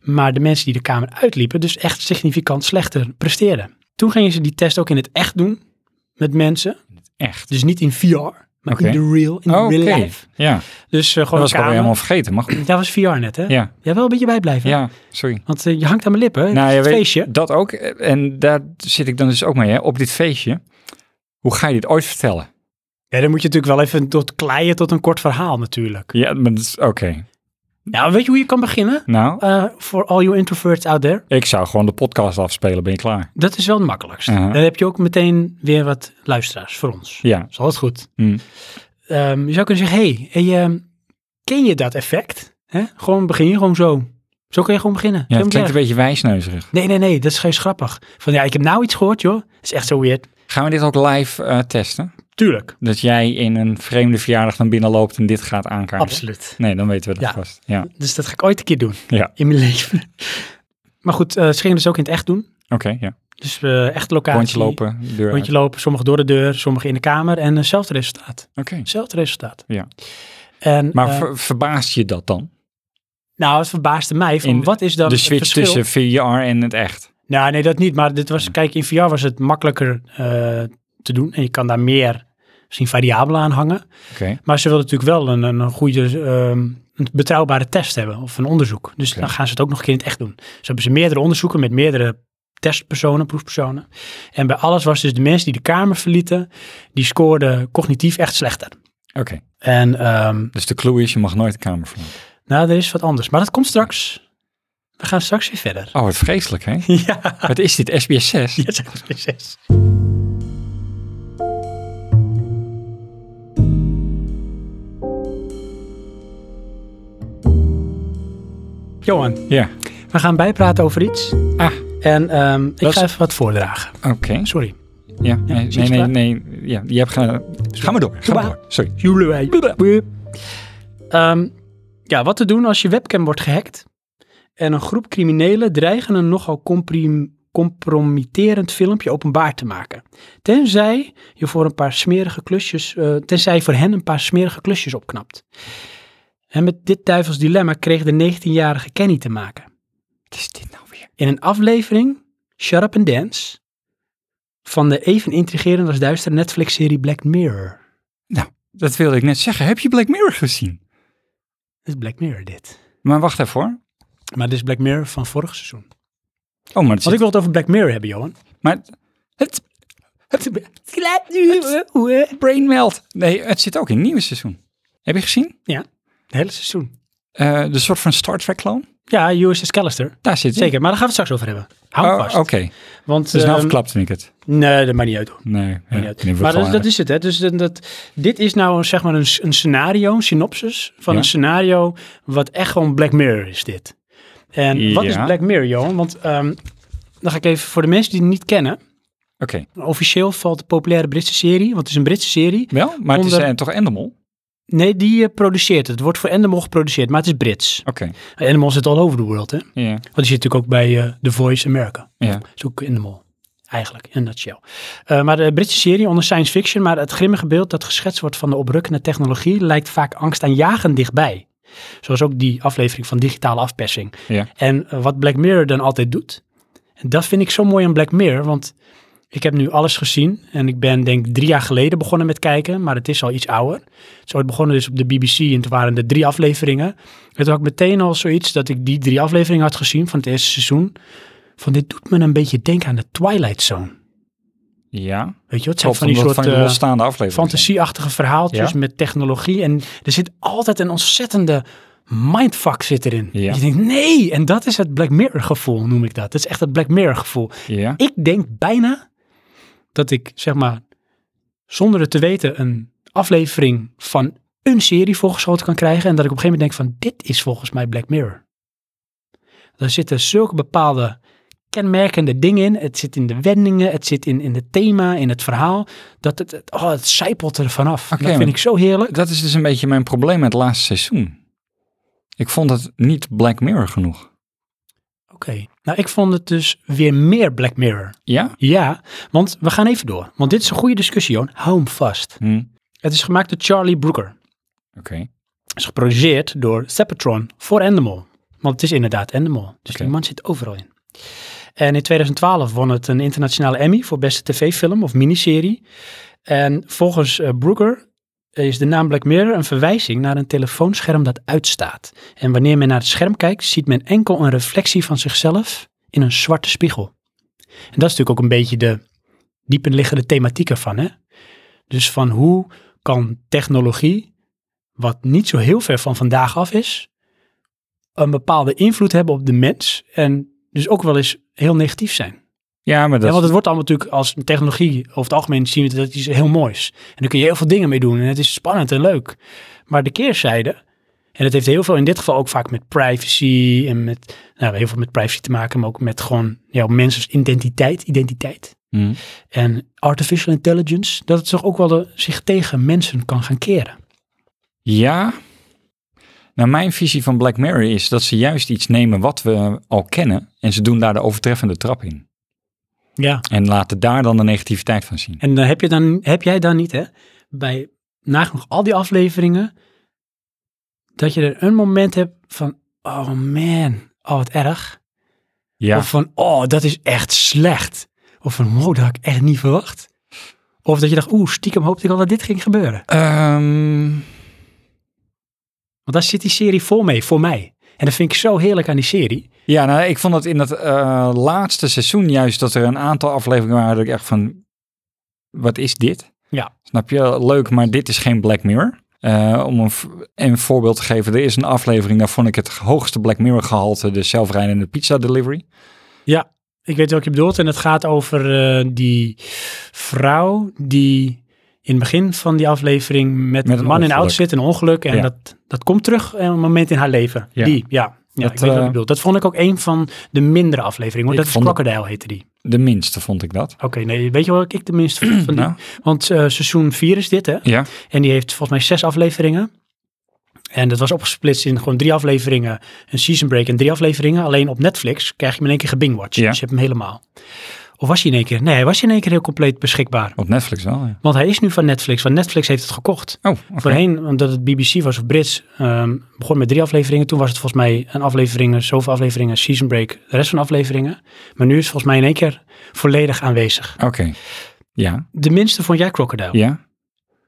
Maar de mensen die de kamer uitliepen, dus echt significant slechter presteerden. Toen gingen ze die test ook in het echt doen met mensen.
Echt.
Dus niet in VR, maar
Oké. Oh,
in de real, in de
Oké.
real life.
Ja,
Dus eh,
dat
gewoon
was ik
een
alweer
kamer.
helemaal vergeten. Maar goed,
Dat was VR net, hè?
ja,
Jij wel een beetje bijblijven.
ja, sorry.
Want eh, je hangt aan mijn lippen. het is
je
het
weet
feestje.
Dat ook. En daar zit ik dan dus ook mee, hè. Op dit feestje. Hoe ga je dit ooit vertellen?
Ja, dan moet je natuurlijk wel even tot kleien tot een kort verhaal natuurlijk.
Ja, maar dat is oké.
Nou, weet je hoe je kan beginnen?
Nou,
Eh, For all you introverts out there.
ik zou gewoon de podcast afspelen. Ben je klaar?
Dat is wel het makkelijkst.
Aha.
Dan heb je ook meteen weer wat luisteraars voor ons.
Ja.
Is altijd goed.
Hm.
Ehm, je zou kunnen zeggen, hey, hey, ehm, ken je dat effect? Hè? Gewoon begin je gewoon zo. Zo kun je gewoon beginnen.
Ja,
Zo
het klinkt een
meteen.
beetje wijsneuzerig.
Nee, nee, nee, dat is geen grappig. Van ja, ik heb nou iets gehoord, joh. Dat is echt zo weird.
Gaan we dit ook live eh, testen?
Tuurlijk,
Dat jij in een vreemde verjaardag dan binnenloopt en dit gaat aankaarten?
absoluut.
Nee, dan weten we dat
Ja.
vast. Ja, oké.
Dus dat ga ik ooit een keer doen
Ja.
in mijn leven. Maar goed, eh ze gingen dus ook in het echt doen.
ja.
Dus eh echt locatie.
Rondje lopen, deur uit.
Rondje lopen, sommigen door de deur, sommigen in de kamer. En hetzelfde resultaat.
Oké.
Hetzelfde resultaat.
Ja.
En,
Maar
eh,
ver- verbaast je dat dan?
nou, het verbaasde mij van
In
wat is dan
de
het
switch
verschil?
tussen VR en het echt?
Nou, nee, dat niet. Maar dit was, kijk, in VR was het makkelijker eh, te doen. En je kan daar meer, misschien variabelen aan hangen.
Oké.
Maar ze wilden natuurlijk wel een, een een goede, ehm, een betrouwbare test hebben of een onderzoek. Dus
Oké.
dan gaan ze het ook nog een keer in het echt doen. Ze hebben ze meerdere onderzoeken met meerdere testpersonen, proefpersonen. En bij alles was dus de mensen die de kamer verlieten, die scoorden cognitief echt slechter.
Oké.
En ehm,
Dus de clue is, je mag nooit de kamer verlaten.
nou, er is wat anders. Maar dat komt straks. We gaan straks weer verder.
Oh, wat vreselijk, hè?
Ja,
Wat is dit, SBS 6?
ja, zeg maar zes. Johan,
Ja.
we gaan bijpraten over iets.
Ah,
En ehm, ik
Dat is-
ga even wat voordragen.
oké.
Sorry.
Ja, nee,
zit
nee,
je
nee,
klaar?
nee. Ja, je hebt ge... Ga maar door, ga maar door. Sorry.
Jullie wij. Ehm, ja, wat te doen als je webcam wordt gehackt en een groep criminelen dreigen een nogal comprim- compromitterend filmpje openbaar te maken. Tenzij je voor een paar smerige klusjes, eh, tenzij je voor hen een paar smerige klusjes opknapt. En met dit duivels dilemma kreeg de 19-jarige Kenny te maken.
Wat is dit nou weer?
In een aflevering Shut Up and Dance van de even intrigerend als duistere Netflix-serie Black Mirror.
Dat wilde ik net zeggen. Heb je Black Mirror gezien?
Het is Black Mirror dit.
Maar wacht even hoor.
Maar dit is Black Mirror van vorig seizoen.
Oh, maar het
Want
zit...
ik wil het over Black Mirror hebben, Johan.
Maar het- het... Het... het- Brain melt. Nee, het zit ook in het nieuwe seizoen. Heb je gezien?
Het hele seizoen.
Eh, de soort van Star Trek clone?
Ja, USS Callister.
Daar zit hij.
Zeker, maar daar gaan we het straks over hebben. Hou hem
Hm. Oh,
vast.
Oké,
Want,
dus nou
ehm,
verklapte ik het.
Nee, dat maakt niet uit. hoor.
Nee, ja,
Maakt niet uit.
knippen we
Maar dat,
gewoon
dat is het, hè. Dus dat, dat- dit is nou een, zeg maar een, s- een scenario, een synopsis van
Ja.
een scenario wat echt gewoon Black Mirror is dit. En wat is
Ja.
Black Mirror, Johan? Want ehm, dan ga ik even, voor de mensen die het niet kennen,
aan. Oké,
officieel valt de populaire Britse serie, want het is een Britse serie.
wel, maar het is
Onder-
eh, toch Endemol? Oké,
Nee, die eh, produceert het. Het wordt voor Endemol geproduceerd, maar het is Brits. Endemol zit all over the world, hè.
ja.
Want die zit natuurlijk ook bij eh, The Voice America.
ja.
Dat is ook in de mol. Eigenlijk, in een nutshell. Eh, maar de Britse serie onder science fiction, maar het grimmige beeld dat geschetst wordt van de oprukkende technologie lijkt vaak angstaanjagend dichtbij. Zoals ook die aflevering van digitale afpersing.
Ja.
En eh, wat Black Mirror dan altijd doet, en dat vind ik zo mooi aan Black Mirror, want ik heb nu alles gezien en ik ben denk ik drie jaar geleden begonnen met kijken, maar het is al iets ouder. Het is ooit begonnen dus op de BBC en toen waren er drie afleveringen. En toen had ik meteen al zoiets dat ik die drie afleveringen had gezien van het eerste seizoen. Van dit doet me een beetje denken aan de Twilight Zone.
Ja,
Weet je, wat? het zijn
klopt,
van die
omdat
soort
van die
eh,
losstaande afleveringen.
fantasieachtige verhaaltjes
Ja.
met technologie. En er zit altijd een ontzettende mindfuck zit erin.
Ja.
Je denkt, nee, en dat is het Black Mirror gevoel, noem ik dat. Dat is echt het Black Mirror gevoel.
Ja,
Ik denk bijna dat ik, zeg maar, zonder het te weten, een aflevering van een serie voorgeschoten kan krijgen. En dat ik op een gegeven moment denk van, dit is volgens mij Black Mirror. Daar zitten zulke bepaalde kenmerkende dingen in. Het zit in de wendingen, het zit in, in het thema, in het verhaal. Dat het, het- oh, het zijpelt er vanaf.
Oké,
dat vind
maar-
ik zo heerlijk.
dat is dus een beetje mijn probleem met het laatste seizoen. Ik vond het niet Black Mirror genoeg.
Oké, nou ik vond het dus weer meer Black Mirror.
Ja?
Ja, want we gaan even door. Want dit is een goede discussie, Joon. Hou hem vast.
Hm, Oké.
Het is gemaakt door Charlie Brooker. is geproduceerd door Sepatron voor Endemol. Want het is inderdaad Endemol. Dus
Oké.
die man zit overal in. En in 2012 won het een internationale Emmy voor beste tv-film of miniserie. En volgens eh, Brooker is de naam Black Mirror een verwijzing naar een telefoonscherm dat uitstaat. En wanneer men naar het scherm kijkt, ziet men enkel een reflectie van zichzelf in een zwarte spiegel. En dat is natuurlijk ook een beetje de diepenliggende thematiek ervan. Hè? Dus van hoe kan technologie wat niet zo heel ver van vandaag af is, een bepaalde invloed hebben op de mens en dus ook wel eens heel negatief zijn.
Ja, maar
Ja,
dat...
want het wordt allemaal natuurlijk als een technologie, over het algemeen zien we dat het iets heel moois. En daar kun je heel veel dingen mee doen en het is spannend en leuk. Maar de keerzijde, en dat heeft heel veel in dit geval ook vaak met privacy en met, nou heel veel met privacy te maken, maar ook met gewoon jouw mensens identiteit, identiteit.
Hm,
En artificial intelligence, dat het toch ook wel de- zich tegen mensen kan gaan keren.
Ja. Nou, mijn visie van Black Mirror is dat ze juist iets nemen wat we al kennen en ze doen daar de overtreffende trap in.
Ja,
En laten daar dan de negativiteit van zien.
En dan heb, je dan, heb jij dan niet, hè, bij nagenoeg al die afleveringen, dat je er een moment hebt van, oh man, oh wat erg.
Ja,
Of van, oh dat is echt slecht. Of van, wow, dat had ik echt niet verwacht. Of dat je dacht, oeh, stiekem hoopte ik al dat dit ging gebeuren.
ehm,
Want daar zit die serie vol mee, voor mij. En dat vind ik zo heerlijk aan die serie.
ja nou, ik vond het in dat eh, laatste seizoen juist dat er een aantal afleveringen waren dat ik echt van, wat is dit?
Ja.
Snap je? Leuk, maar dit is geen Black Mirror. Eh, om een, v- een voorbeeld te geven, er is een aflevering, daar vond ik het hoogste Black Mirror gehalte, de zelfrijdende pizza delivery.
Ik weet wat je bedoelt. En het gaat over eh, die vrouw die in het begin van die aflevering
Met
met, een
een
man in
ongeluk.
oud zit, een ongeluk. En
Ja.
dat, dat komt terug eh, een moment in haar leven.
Ja.
Die, ja. ja
Dat,
ik weet wat je
eh,
bedoelt. Dat vond ik ook een van de mindere afleveringen. hoor.
Ik
Dat is
vond het-
Crocodile heette die.
De minste vond ik dat.
Oké, nee, weet je wat ik tenminste vond van die?
Nou,
Want eh, seizoen 4 is dit, hè?
ja.
En die heeft volgens mij zes afleveringen. En dat was opgesplitst in gewoon drie afleveringen, een season break en drie afleveringen. Alleen op Netflix krijg je hem in één keer gebingwatcht.
Ja.
Dus je hebt hem helemaal. Of was hij in één keer? Nee, hij was in één keer heel compleet beschikbaar.
Op Netflix wel, ja.
Want hij is nu van Netflix, want Netflix heeft het gekocht.
Oh, oké.
Voorheen, omdat het BBC was of Brits, ehm, begon met drie afleveringen. Toen was het volgens mij een aflevering, zoveel afleveringen, season break, de rest van de afleveringen. Maar nu is het volgens mij in één keer volledig aanwezig.
Oké. Ja,
De minste Oh. vond jij Crocodile.
ja.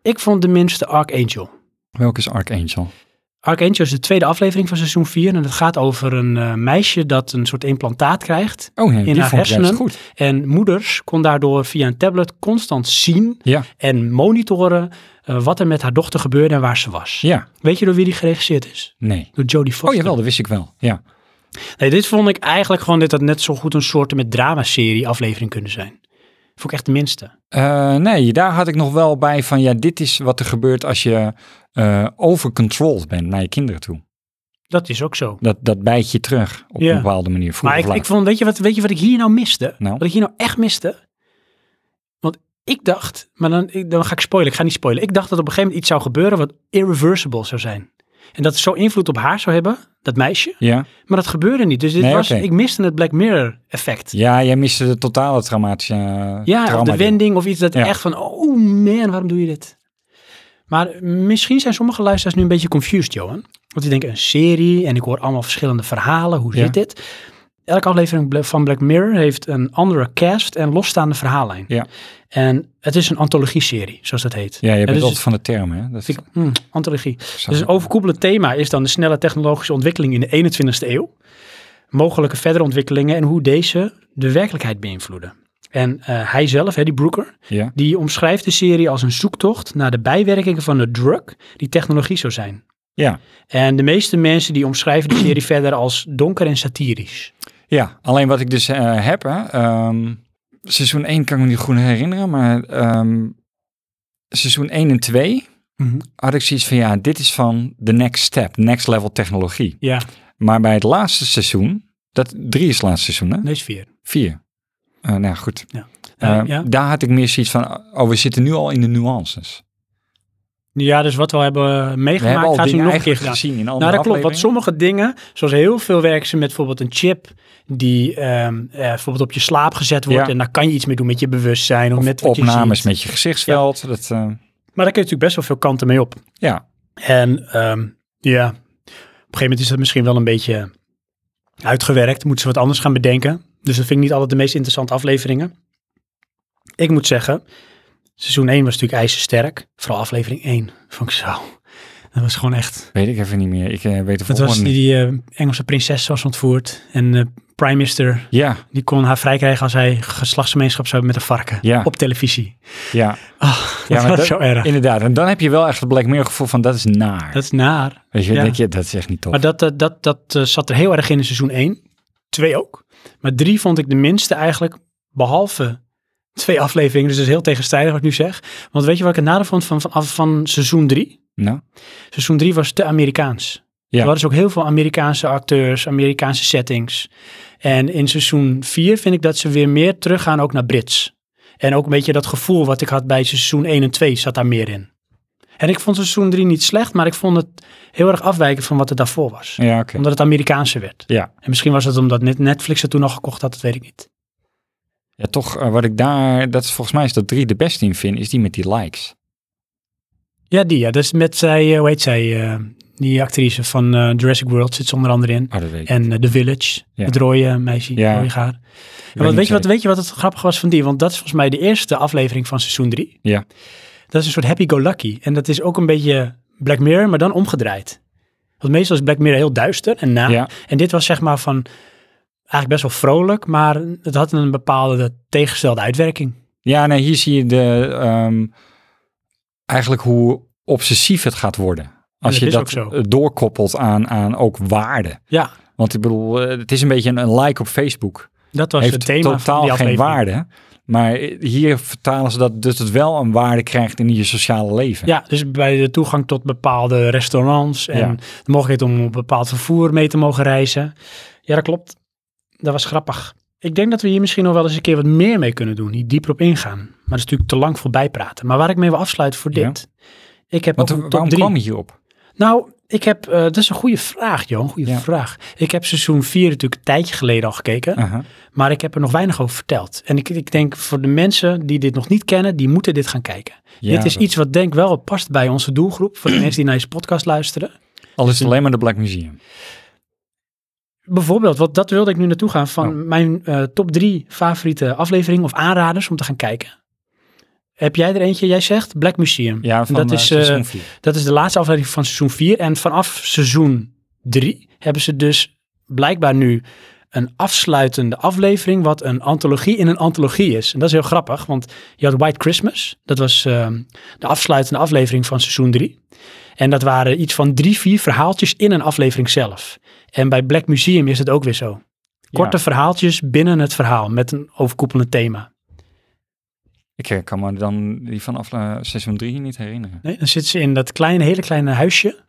Ik vond de minste Archangel.
Welke is Archangel?
Archangel is de tweede aflevering van seizoen 4. En het gaat over een eh, meisje dat een soort implantaat krijgt.
Oh ja, die
haar
vond ik juist
hersenen.
goed.
En moeders kon daardoor via een tablet constant zien
Ja,
en monitoren eh, wat er met haar dochter gebeurde en waar ze was.
ja,
Weet je door wie die geregisseerd is?
nee.
Door Jodie
Oh
Foster.
jawel, dat wist ik wel. Ja,
Nee, dit vond ik eigenlijk gewoon dit had net zo goed een soort met dramaserie aflevering kunnen zijn. Vond ik echt de minste.
Eh, nee, daar had ik nog wel bij van, ja, dit is wat er gebeurt als je eh overcontrolled bent naar je kinderen toe.
Dat is ook zo.
Dat, dat bijt je terug op
Ja.
een bepaalde manier. Vroeg
Maar
of
ik,
laat.
ik vond, weet je, wat, weet je wat ik hier nou miste?
Nou?
Wat ik hier nou echt miste? Want ik dacht, maar dan, ik- dan ga ik spoilen, ik ga niet spoilen. Ik dacht dat op een gegeven moment iets zou gebeuren wat irreversible zou zijn. En dat het zo invloed op haar zou hebben, dat meisje.
Ja?
Maar dat gebeurde niet. Dus dit
Nee,
was,
oké.
ik miste het Black Mirror effect.
ja, jij miste de totale traumatische eh,
Ja,
trauma
of de
die-
wending of iets dat
Ja.
echt van, oh man, waarom doe je dit? Maar misschien zijn sommige luisteraars nu een beetje confused, Johan. Want die denken, een serie en ik hoor allemaal verschillende verhalen, hoe
Ja.
zit dit? Elke aflevering bl- van Black Mirror heeft een andere cast en losstaande verhaallijn.
Ja.
En het is een antologie-serie, zoals dat heet.
Ja, je bent
dus
altijd van de term, hè? Dat
Ik- hmm, antologie.
zou-
Dus een overkoepelend thema is dan de snelle technologische ontwikkeling in de 21ste eeuw, mogelijke verdere ontwikkelingen en hoe deze de werkelijkheid beïnvloeden. En eh, hij zelf, hè, die Brooker,
ja.
die omschrijft de serie als een zoektocht naar de bijwerkingen van de drug die technologie zou zijn.
Ja.
En de meeste mensen die omschrijven de serie verder als donker en satirisch.
ja, alleen wat ik dus eh, heb, hè, ehm, seizoen 1 kan ik me niet goed herinneren, maar ehm, seizoen 1 en 2
Mhm.
had ik zoiets van, ja, dit is van de next step, next level technologie.
Ja,
Maar bij het laatste seizoen, dat drie is het laatste seizoen, hè?
nee, sfeer.
Vier. Eh, nou ja, goed.
Ja.
Eh,
Eh, ja.
Daar had ik meer zoiets van, oh, we zitten nu al in de nuances.
Ja, dus wat we hebben
We hebben
meegemaakt
al
gaat ze
dingen
nog een keer
eigenlijk gezien
gedaan.
in andere
Nou, dat klopt. Want
afleveringen.
sommige dingen, zoals heel veel werken ze met bijvoorbeeld een chip die ehm, eh, bijvoorbeeld op je slaap gezet wordt.
Ja.
En daar kan je iets mee doen met je bewustzijn of,
Of
met wat
opnames
je ziet.
met je gezichtsveld. Dat, eh,
Maar daar kun je natuurlijk best wel veel kanten mee op.
ja,
En ehm, ja, op een gegeven moment is dat misschien wel een beetje uitgewerkt. Moeten ze wat anders gaan bedenken. Dus dat vind ik niet altijd de meest interessante afleveringen. Ik moet zeggen, seizoen 1 was natuurlijk ijzersterk. Vooral aflevering 1 vond ik zo. Dat was gewoon echt...
weet ik even niet meer. Ik eh, weet de
Dat
volgorde
was die,
niet.
die eh, Engelse prinses was ontvoerd. En eh Prime Minister,
Ja,
die kon haar vrijkrijgen als hij geslachtsgemeenschap zou hebben met een varken.
Ja.
Op televisie.
ja,
Ah,
Ja,
dat
maar
was
dat-
zo erg.
inderdaad. En dan heb je wel echt het Black Mirror gevoel van, dat is naar.
Dat is naar.
weet je, dan
ja.
denk je, dat is echt niet tof.
Maar dat, eh, dat, dat eh, zat er heel erg in in seizoen 1. 2 ook. Maar 3 vond ik de minste eigenlijk, behalve twee afleveringen. Dus dat is heel tegenstrijdig wat ik nu zeg. Want weet je wat ik het nadeel vond van, van, af- van seizoen 3?
nou,
Seizoen 3 was te Amerikaans.
Ja.
Er waren dus ook heel veel Amerikaanse acteurs, Amerikaanse settings. En in seizoen 4 vind ik dat ze weer meer teruggaan ook naar Brits. En ook een beetje dat gevoel wat ik had bij seizoen 1 en 2 zat daar meer in. En ik vond seizoen 3 niet slecht, maar ik vond het heel erg afwijken van wat er daarvoor was.
ja, oké.
Omdat het Amerikaanse werd.
Ja.
En misschien was het omdat net Netflix het toen nog gekocht had, dat weet ik niet.
ja, toch eh, wat ik daar, dat is volgens mij is dat drie de beste in vind, is die met die likes.
Ja, die ja. Dat is met zij, eh, hoe heet zij, eh, die actrice van eh, Jurassic World zit ze onder andere in.
Oh, dat weet ik.
En eh, The Village,
Ja.
het rode meisje,
Ja.
rode haar.
Ik
En wat,
niet
weet, je wat,
zeker.
weet je wat het grappige was van die? Want dat is volgens mij de eerste aflevering van seizoen 3.
Ja.
Dat is een soort happy-go-lucky. En dat is ook een beetje Black Mirror, maar dan omgedraaid. Want meestal is Black Mirror heel duister en na.
Ja,
En dit was zeg maar van eigenlijk best wel vrolijk, maar het had een bepaalde tegengestelde uitwerking.
ja nee, hier zie je de, ehm, eigenlijk hoe obsessief het gaat worden. Als
dat
je
is
dat
ook zo.
eh, doorkoppelt aan, aan ook waarde.
Ja,
Want ik bedoel, eh, het is een beetje een, een like op Facebook.
dat was
heeft
het thema van
totaal
die
geen
aflevering.
waarde. Maar eh, hier vertalen ze dat dus het wel een waarde krijgt in je sociale leven.
Ja, dus bij de toegang tot bepaalde restaurants en
Ja.
de mogelijkheid om op bepaald vervoer mee te mogen reizen. Ja, dat klopt. Dat was grappig. Ik denk dat we hier misschien nog wel eens een keer wat meer mee kunnen doen, hier dieper op ingaan. Maar dat is natuurlijk te lang voorbij praten. Maar waar ik mee wil afsluiten voor
Ja.
dit. Ik heb
Want
ook
wa-
een top
waarom
drie.
kwam je hierop?
Nou, ik heb, eh, dat is een goede vraag, Johan. Goede
Ja.
vraag. Ik heb seizoen 4 natuurlijk een tijdje geleden al gekeken.
Aha.
Maar ik heb er nog weinig over verteld. En ik, ik denk voor de mensen die dit nog niet kennen, die moeten dit gaan kijken.
Ja,
dit is
dat-
iets wat denk ik wel past bij onze doelgroep. Voor de mensen die naar deze podcast luisteren.
Al is het alleen maar de Black Museum.
Bijvoorbeeld, want dat wilde ik nu naartoe
Oh.
gaan van mijn eh, top drie favoriete afleveringen of aanraders om te gaan kijken. Heb jij er eentje? Jij zegt Black Museum.
Ja, van
dat,
eh,
is, eh,
seizoen vier.
dat is de laatste aflevering van seizoen 4. En vanaf seizoen 3 hebben ze dus blijkbaar nu een afsluitende aflevering, wat een antologie in een antologie is. En dat is heel grappig, want je had White Christmas. Dat was ehm, de afsluitende aflevering van seizoen 3. En dat waren iets van drie, vier verhaaltjes in een aflevering zelf. En bij Black Museum is het ook weer zo. Korte
Ja.
verhaaltjes binnen het verhaal met een overkoepelend thema.
Ik eh, kan me dan die vanaf eh, seizoen 3 niet herinneren.
Nee, dan zitten ze in dat kleine, hele kleine huisje.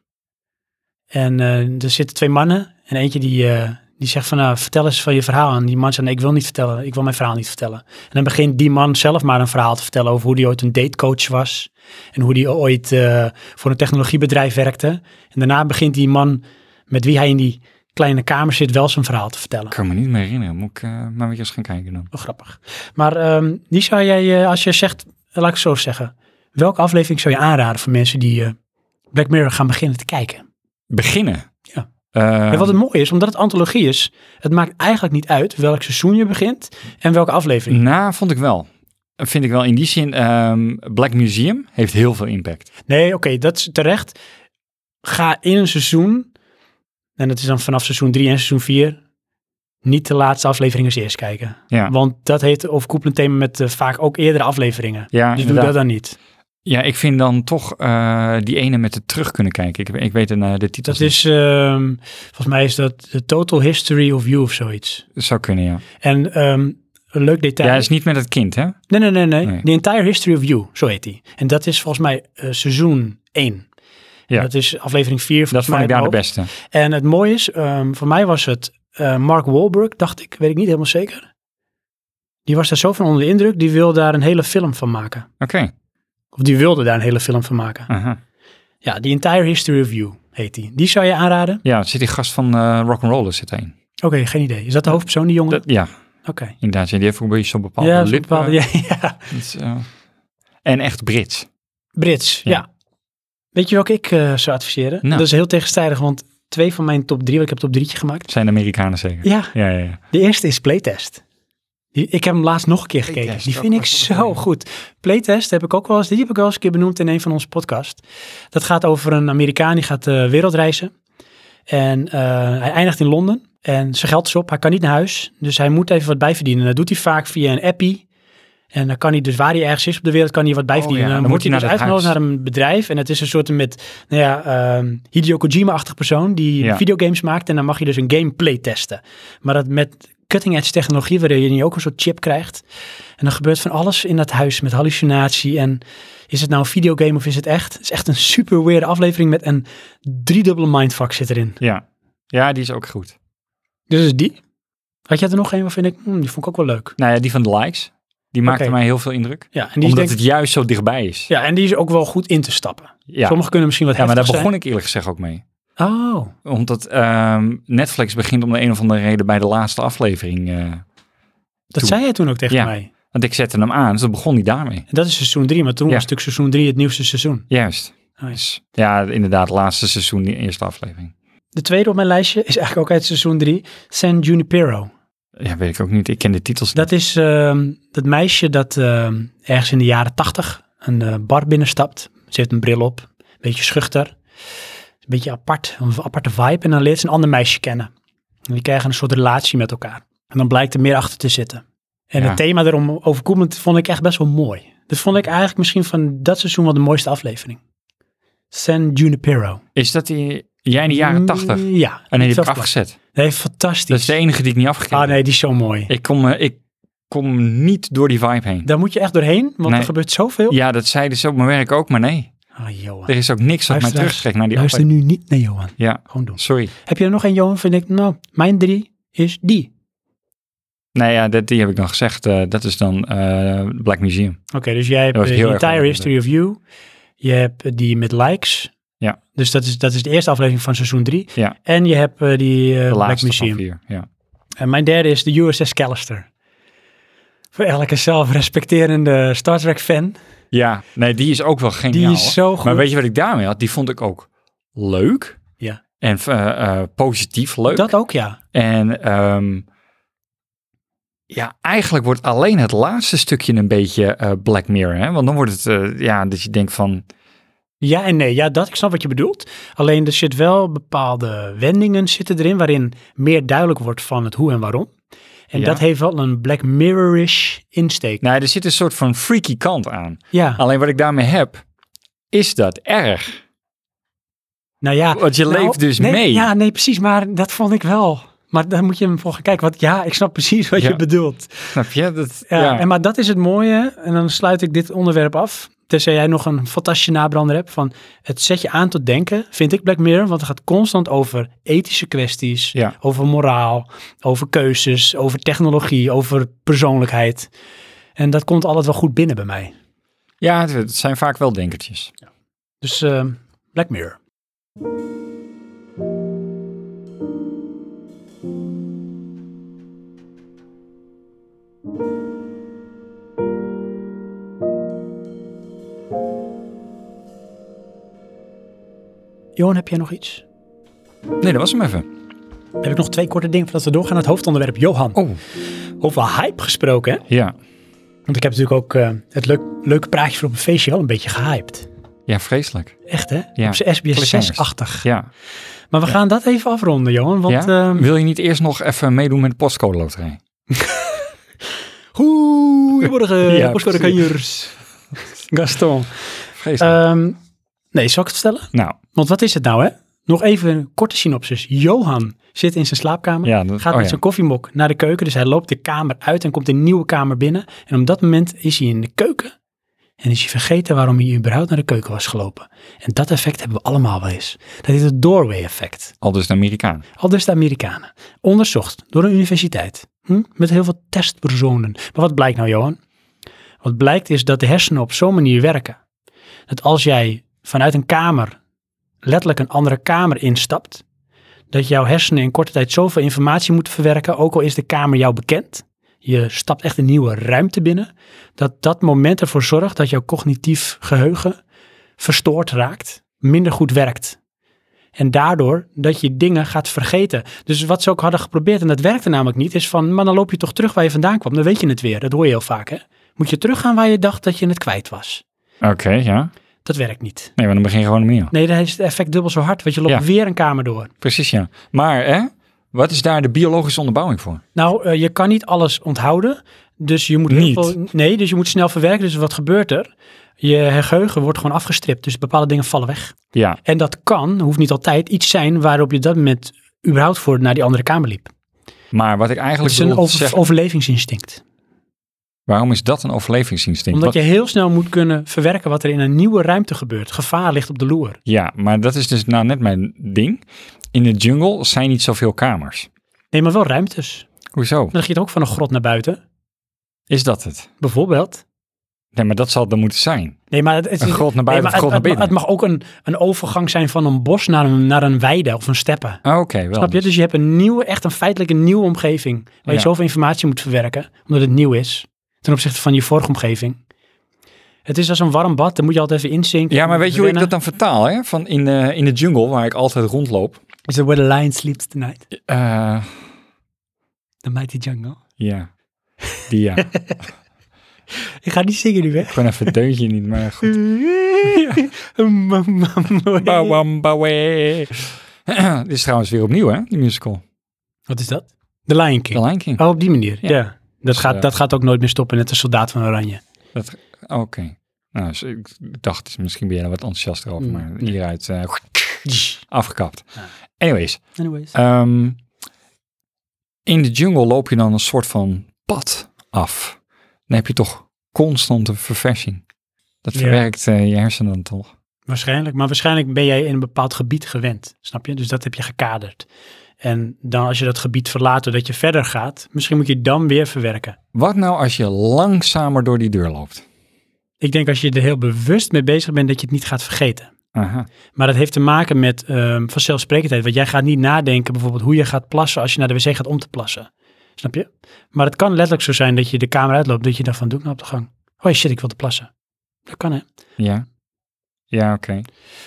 En eh, er zitten twee mannen. En eentje die, eh, die zegt van, nou, vertel eens van je verhaal. En die man zegt, nee, ik wil niet vertellen. Ik wil mijn verhaal niet vertellen. En dan begint die man zelf maar een verhaal te vertellen over hoe die ooit een datecoach was. En hoe die ooit eh, voor een technologiebedrijf werkte. En daarna begint die man met wie hij in die kleine kamer zit wel zijn verhaal te vertellen.
Ik kan me niet meer herinneren. Moet ik eh, maar weer eens gaan kijken dan.
Wel Oh, grappig. Maar ehm, die zou jij, eh, als je zegt, laat ik het zo zeggen. Welke aflevering zou je aanraden voor mensen die eh, Black Mirror gaan beginnen te kijken?
Beginnen.
Ja.
Eh,
en wat het mooie is, omdat het antologie is, het maakt eigenlijk niet uit welk seizoen je begint en welke aflevering.
Nou, vond ik wel. Vind ik wel in die zin, ehm, Black Museum heeft heel veel impact.
Nee, oké, dat is terecht. Ga in een seizoen, en dat is dan vanaf seizoen 3 en seizoen 4, niet de laatste aflevering als eerst kijken.
Ja,
Want dat heeft een overkoepelend thema met eh, vaak ook eerdere afleveringen.
ja,
dus doe
inderdaad.
dat dan niet.
ja ik vind dan toch eh, die ene met het terug kunnen kijken. Ik, ik weet een, eh, de titel
Dat is, ehm, volgens mij is dat de Total History of You of zoiets.
zou kunnen, ja.
En ehm, een leuk detail.
Ja, is niet met het kind, hè?
nee, nee, nee, nee,
Nee.
The Entire History of You, zo heet die. En dat is volgens mij eh, seizoen 1.
Ja.
Dat is aflevering 4 van
Dat vond ik daar de beste.
En het mooie is, ehm, voor mij was het eh, Mark Wahlberg, dacht ik, weet ik niet helemaal zeker. Die was daar zo van onder de indruk, die wil daar een hele film van maken.
Oké.
Of die wilde daar een hele film van maken.
aha.
Ja, The Entire History of You heet die. Die zou je aanraden?
Ja, zit die gast van eh Rock'n'Roller zit heen.
Oké, geen idee. Is dat de hoofdpersoon, die jongen?
Dat, ja,
Oké.
inderdaad. ja, Die heeft ook een beetje zo'n bepaalde
ja,
lip.
bepaalde-
eh,
ja, ja.
dat is, eh, en echt Brits.
Brits, ja.
Ja.
Weet je welke ik eh, zou adviseren?
Nou.
Dat is heel tegenstrijdig, want twee van mijn top drie, want ik heb top drietje gemaakt.
Zijn de Amerikanen zeker.
Ja,
Ja, ja, ja.
de eerste is Playtest. Die, ik heb hem laatst nog een keer gekeken.
Playtest,
die
ook
vind ik
wel goed.
zo goed. Playtest heb ik ook wel eens, die heb ik wel eens een keer benoemd in een van onze podcasts. Dat gaat over een Amerikaan die gaat eh, wereldreizen. En eh, hij eindigt in Londen. En zijn geld is op, hij kan niet naar huis. Dus hij moet even wat bijverdienen. Dat doet hij vaak via een appie. En dan kan hij dus waar hij ergens is op de wereld, kan hij wat bijverdienen.
Oh ja,
dan,
dan
wordt hij
moet
dus
hij naar dat
uitgenodigd naar een bedrijf. En het is een soort met, nou ja, ehm Hideo Kojima-achtig persoon die
Ja.
videogames maakt. En dan mag je dus een gameplay testen. Maar dat met cutting edge technologie, waarin je nu ook een soort chip krijgt. En dan gebeurt van alles in dat huis met hallucinatie. En is het nou een videogame of is het echt? Het is echt een super weird aflevering met een driedubbele mindfuck zit erin.
Ja. Ja, die is ook goed.
Dus is die. Had jij er nog een waarvan ik, hmm, die vond ik ook wel leuk.
Nou ja, die van de likes. Die maakte
Oké.
mij heel veel indruk.
Ja, en die, is
omdat
denk,
het juist zo dichtbij is.
ja, en die is ook wel goed in te stappen.
Ja,
Sommigen kunnen misschien wat
ja maar daar
heftig
begon ik eerlijk gezegd ook mee.
zijn. Oh,
Omdat ehm, Netflix begint om de een of andere reden bij de laatste aflevering. eh,
dat
Toen.
zei jij toen ook tegen
Ja.
mij.
want ik zette hem aan, dus dan begon hij daarmee.
En dat is seizoen 3, maar toen
Ja.
was natuurlijk seizoen 3 het nieuwste seizoen.
Juist.
Oh ja.
Dus, ja, inderdaad, laatste seizoen, die eerste aflevering.
De tweede op mijn lijstje is eigenlijk ook uit seizoen 3, San Junipero.
Ja, weet ik ook niet. Ik ken de titels niet.
Dat is ehm, dat meisje dat ehm, ergens in de jaren 80 een eh, bar binnenstapt. Ze heeft een bril op, een beetje schuchter. Een beetje apart, een aparte vibe. En dan leert ze een ander meisje kennen. En die krijgen een soort relatie met elkaar. En dan blijkt er meer achter te zitten. En
Ja.
het thema daarom overkoepelend vond ik echt best wel mooi. Dat vond ik eigenlijk misschien van dat seizoen wel de mooiste aflevering. San Junipero.
Is dat die, jij in de jaren tachtig?
Mm, Ja.
En die heb ik
Zelfs-
afgezet.
Nee,
Dat
fantastisch.
is de enige die ik niet afgekeken
ah
heb.
nee, die is zo mooi.
Ik kom, eh, ik kom niet door die vibe heen.
Daar moet je echt doorheen, want
Nee.
er gebeurt zoveel.
Ja, dat zeiden ze op mijn werk ook, maar nee.
Ah, Johan.
Er is ook niks wat mij
Luisteraars,
terugtrekt naar die
Luister
aflevering.
nu niet naar Johan.
Ja,
Gewoon doen.
sorry.
Heb je er nog een Johan? Vind ik, nou, mijn drie is die.
Nou ja, dat, die heb ik dan gezegd. eh, dat is dan eh, Black Museum.
Oké, dus jij hebt
Dat was
eh,
heel
The
erg
Entire
goed.
History of You. Je hebt eh, die met likes.
Ja.
Dus dat is, dat is de eerste aflevering van seizoen drie.
Ja.
En je hebt eh, die eh,
De
Black
laatste
Museum.
van vier. Ja.
En mijn derde is de USS Callister. Voor elke zelfrespecterende Star Trek fan.
ja, nee, die is ook wel geniaal.
Die is
hoor.
zo goed.
Maar weet je wat ik daarmee had? Die vond ik ook leuk.
Ja.
En eh, eh, positief leuk.
Dat ook, ja.
En ehm, Ja, eigenlijk wordt alleen het laatste stukje een beetje eh, Black Mirror. Hè? Want dan wordt het, eh, ja, dat je denkt van,
Ja en nee, ja, dat, ik snap wat je bedoelt. Alleen er zit wel bepaalde wendingen zitten erin, waarin meer duidelijk wordt van het hoe en waarom. En
Ja.
dat heeft wel een Black Mirror-ish insteek.
nou, er zit een soort van freaky kant aan.
Ja,
Alleen wat ik daarmee heb, is dat erg.
nou ja.
Want je
nou,
leeft dus
nee,
mee.
Ja, nee, precies, maar dat vond ik wel. Maar daar moet je hem voor gaan kijken, want ja, ik snap precies wat
Ja.
je bedoelt.
Snap je? Dat,
Ja,
ja,
En maar dat is het mooie. En dan sluit ik dit onderwerp af. Tenzij jij nog een fantastische nabrander hebt van het zet je aan tot denken, vind ik Black Mirror. Want het gaat constant over ethische kwesties,
Ja.
over moraal, over keuzes, over technologie, over persoonlijkheid. En dat komt altijd wel goed binnen bij mij.
Ja, het- het zijn vaak wel denkertjes.
Dus ehm, Black Mirror. Johan, heb jij nog iets?
Nee, dat was hem even.
Dan heb ik nog twee korte dingen voordat we doorgaan naar het hoofdonderwerp. Johan,
Oh,
over hype gesproken, hè?
ja.
Want ik heb natuurlijk ook eh, het leuk, leuke praatje voor op een feestje wel een beetje gehyped.
Ja, vreselijk.
Echt, hè?
Ja,
Op zijn SBS
cliffhangers.
6-achtig.
Ja.
Maar we gaan dat even afronden, Johan. Want
ja?
ehm,
Wil je niet eerst nog even meedoen met de postcode loterij?
Goedemorgen,
Ja,
postcode
precies.
kanjers. Gaston.
Vreselijk.
Ehm, nee, zal ik het stellen?
nou,
Want wat is het nou, hè? Nog even een korte synopsis. Johan zit in zijn slaapkamer,
Ja, dat-
gaat
oh
met
ja.
zijn koffiemok naar de keuken. Dus hij loopt de kamer uit en komt een nieuwe kamer binnen. En op dat moment is hij in de keuken en is hij vergeten waarom hij überhaupt naar de keuken was gelopen. En dat effect hebben we allemaal wel eens. Dat is het doorway effect.
al dus de Amerikaan.
Al dus de Amerikanen. Onderzocht door een universiteit. Hm? Met heel veel testpersonen. Maar wat blijkt nou, Johan? Wat blijkt is dat de hersenen op zo'n manier werken. Dat als jij vanuit een kamer letterlijk een andere kamer instapt. Dat jouw hersenen in korte tijd zoveel informatie moeten verwerken. Ook al is de kamer jou bekend. Je stapt echt een nieuwe ruimte binnen. Dat dat moment ervoor zorgt dat jouw cognitief geheugen verstoord raakt. Minder goed werkt. En daardoor dat je dingen gaat vergeten. Dus wat ze ook hadden geprobeerd, en dat werkte namelijk niet, is van, maar dan loop je toch terug waar je vandaan kwam. Dan weet je het weer. Dat hoor je heel vaak, hè? Moet je teruggaan waar je dacht dat je het kwijt was.
Oké, ja.
Dat werkt niet.
Nee, maar dan begin je gewoon opnieuw.
Nee, dan is het effect dubbel zo hard, want je loopt
Ja.
weer een kamer door.
Precies, ja. Maar, hè? Wat is daar de biologische onderbouwing voor?
Nou, eh, je kan niet alles onthouden. Dus je moet heel
Niet?
veel- nee, dus je moet snel verwerken. Dus wat gebeurt er? Je geheugen wordt gewoon afgestript. Dus bepaalde dingen vallen weg.
Ja.
En dat kan, hoeft niet altijd, iets zijn waarop je op dat moment überhaupt voor naar die andere kamer liep.
Maar wat ik
Het
eigenlijk
is een
wil
over-
zeggen,
overlevingsinstinct.
waarom is dat een overlevingsinstinct?
Omdat
Wat-
je heel snel moet kunnen verwerken wat er in een nieuwe ruimte gebeurt. Gevaar ligt op de loer.
Ja, maar dat is dus nou net mijn ding. In de jungle zijn niet zoveel kamers.
Nee, maar wel ruimtes.
Hoezo?
Dan giet ook van een grot naar buiten,
Is dat het?
bijvoorbeeld.
Nee, maar dat zal het dan moeten zijn.
Nee, maar het, het
Een
is-
grot naar
nee,
buiten
maar
of een grot
het,
naar
het, het
binnen.
mag ook een, een overgang zijn van een bos naar een, naar een weide of een steppen.
Ah, Oké, wel.
Snap je? Dus je hebt een nieuwe, echt een feitelijk een nieuwe omgeving. Waar je
Ja.
zoveel informatie moet verwerken, omdat het nieuw is. Ten opzichte van je vorige omgeving. Het is als een warm bad, daar moet je altijd even inzinken.
Ja, maar weet je hoe ik dat
wennen.
dan vertaal? Hè? Van in, eh, in de jungle, waar ik altijd rondloop.
Is it where the lion sleeps tonight?
Eh,
The mighty jungle.
ja. Die ja. ik
Ik ga niet zingen nu, hè?
kon even het deuntje niet, maar goed. Bam,
Wat
bam, bam, wee. Dit is trouwens weer opnieuw, hè? Die musical.
is dat? De
The
Lion King.
Lion King.
Oh, op die manier. Ja.
Ja.
Dat,
Dus,
gaat,
eh,
dat gaat ook nooit meer stoppen, net de Soldaat van Oranje.
Dat- Oké. Nou, dus ik dacht, misschien ben jij er wat enthousiaster over,
Mm.
maar hieruit eh, afgekapt.
Ja.
Anyways,
Anyways.
ehm, in de jungle loop je dan een soort van pad af. Dan heb je toch constante verversing. Dat
Ja.
verwerkt eh, je hersenen dan toch?
Waarschijnlijk, maar waarschijnlijk ben jij in een bepaald gebied gewend, snap je? Dus dat heb je gekaderd. En dan als je dat gebied verlaat, doordat je verder gaat, misschien moet je dan weer verwerken.
Wat nou als je langzamer door die deur loopt?
Ik denk als je er heel bewust mee bezig bent, dat je het niet gaat vergeten.
Aha.
Maar dat heeft te maken met ehm, vanzelfsprekendheid. Want jij gaat niet nadenken bijvoorbeeld hoe je gaat plassen als je naar de wc gaat om te plassen. Snap je? Maar het kan letterlijk zo zijn dat je de kamer uitloopt, dat je dan van doe ik nou op de gang. Oh shit, ik wil te plassen. Dat kan hè.
Ja. Ja, oké.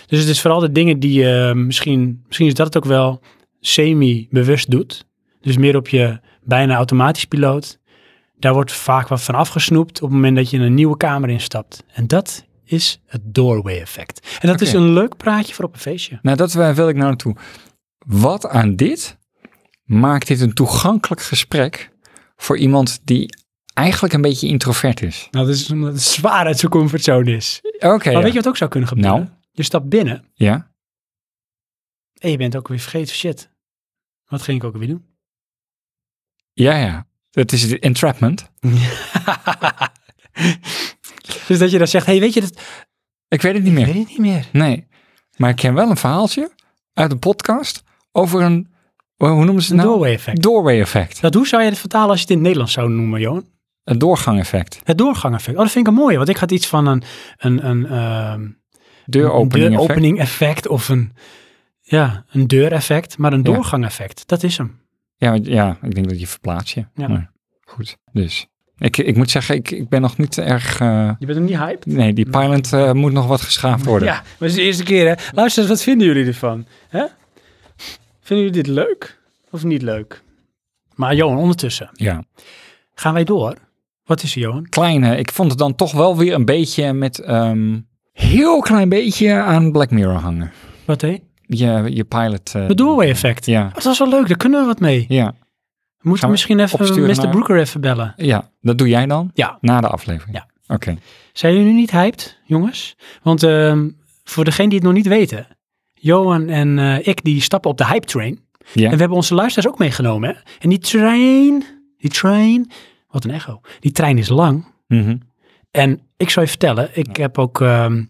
Dus het is vooral de dingen die je misschien, misschien is dat het ook wel semi-bewust doet. Dus meer op je bijna automatisch piloot. Daar wordt vaak wat van afgesnoept op het moment dat je een nieuwe kamer instapt. En dat is het doorway effect. En dat is
Oké.
een leuk praatje voor op een feestje.
Nou, dat eh, wil ik nou naartoe. Wat aan dit maakt dit een toegankelijk gesprek voor iemand die eigenlijk een beetje introvert is?
Nou, dat is omdat het zwaar uit zijn comfortzone is.
Oké.
maar
ja.
weet je wat ook zou kunnen gebeuren?
Nou?
Je stapt binnen
Ja.
en je bent ook weer vergeten. Shit, wat ging ik ook weer doen?
Ja, ja. Dat is het entrapment.
dus dat je dan zegt, hey, weet je, dat
Ik weet het niet
ik
meer.
weet het niet meer.
Nee. Maar ik ken wel een verhaaltje uit een podcast over een, hoe noemen ze
Een
het nou?
doorway effect.
Doorway effect.
Dat, hoe zou je het vertalen als je het in het Nederlands zou noemen, Johan?
Een doorgang effect.
Het doorgangeffect. Oh, dat vind ik een mooie, want ik had iets van een, een, een, ehm,
Deuropening
een
effect.
deuropening effect of een, ja, een deureffect, maar een
Ja.
doorgangeffect. Dat is hem.
Ja, maar- ja, ik denk dat je verplaatst je.
Ja.
Maar goed. Dus ik, ik moet zeggen, ik, ik ben nog niet erg... eh,
Je bent hem niet hyped?
Nee, die pilot eh, moet nog wat geschaafd worden.
Ja, maar het is de eerste keer hè. Luister eens, wat vinden jullie ervan? Hè? Vinden jullie dit leuk of niet leuk? Maar Johan, ondertussen
Ja.
gaan wij door. Wat is er, Johan?
Kleine, ik vond het dan toch wel weer een beetje met... ehm heel klein beetje aan Black Mirror hangen.
Wat hé?
Je, je pilot... eh,
Het doorway effect.
Ja,
Dat was wel leuk, daar kunnen we wat mee.
ja,
We moeten
Gaan we
misschien even
opsturen
Mr.
naar-
Brooker even bellen.
ja. Dat doe jij dan?
Ja.
Na de aflevering?
Ja.
Oké.
Zijn jullie nu niet hyped, jongens? Want ehm, voor degenen die het nog niet weten, Johan en eh, ik die stappen op de hype train.
Ja.
En we hebben onze luisteraars ook meegenomen. Hè? En die trein, die trein, wat een echo. Die trein is lang.
Mhm.
En ik zou je vertellen, ik heb ook ehm,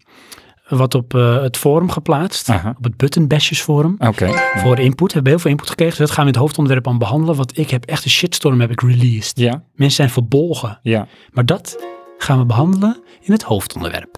wat op eh, het forum geplaatst.
Aha.
Op het Button Bashers forum.
Oké. Ja.
Voor input. We hebben heel veel input gekregen. Dus dat gaan we in het hoofdonderwerp aan behandelen. Want ik heb echt een shitstorm heb ik released.
ja,
Mensen zijn verbolgen.
ja.
Maar dat gaan we behandelen in het hoofdonderwerp.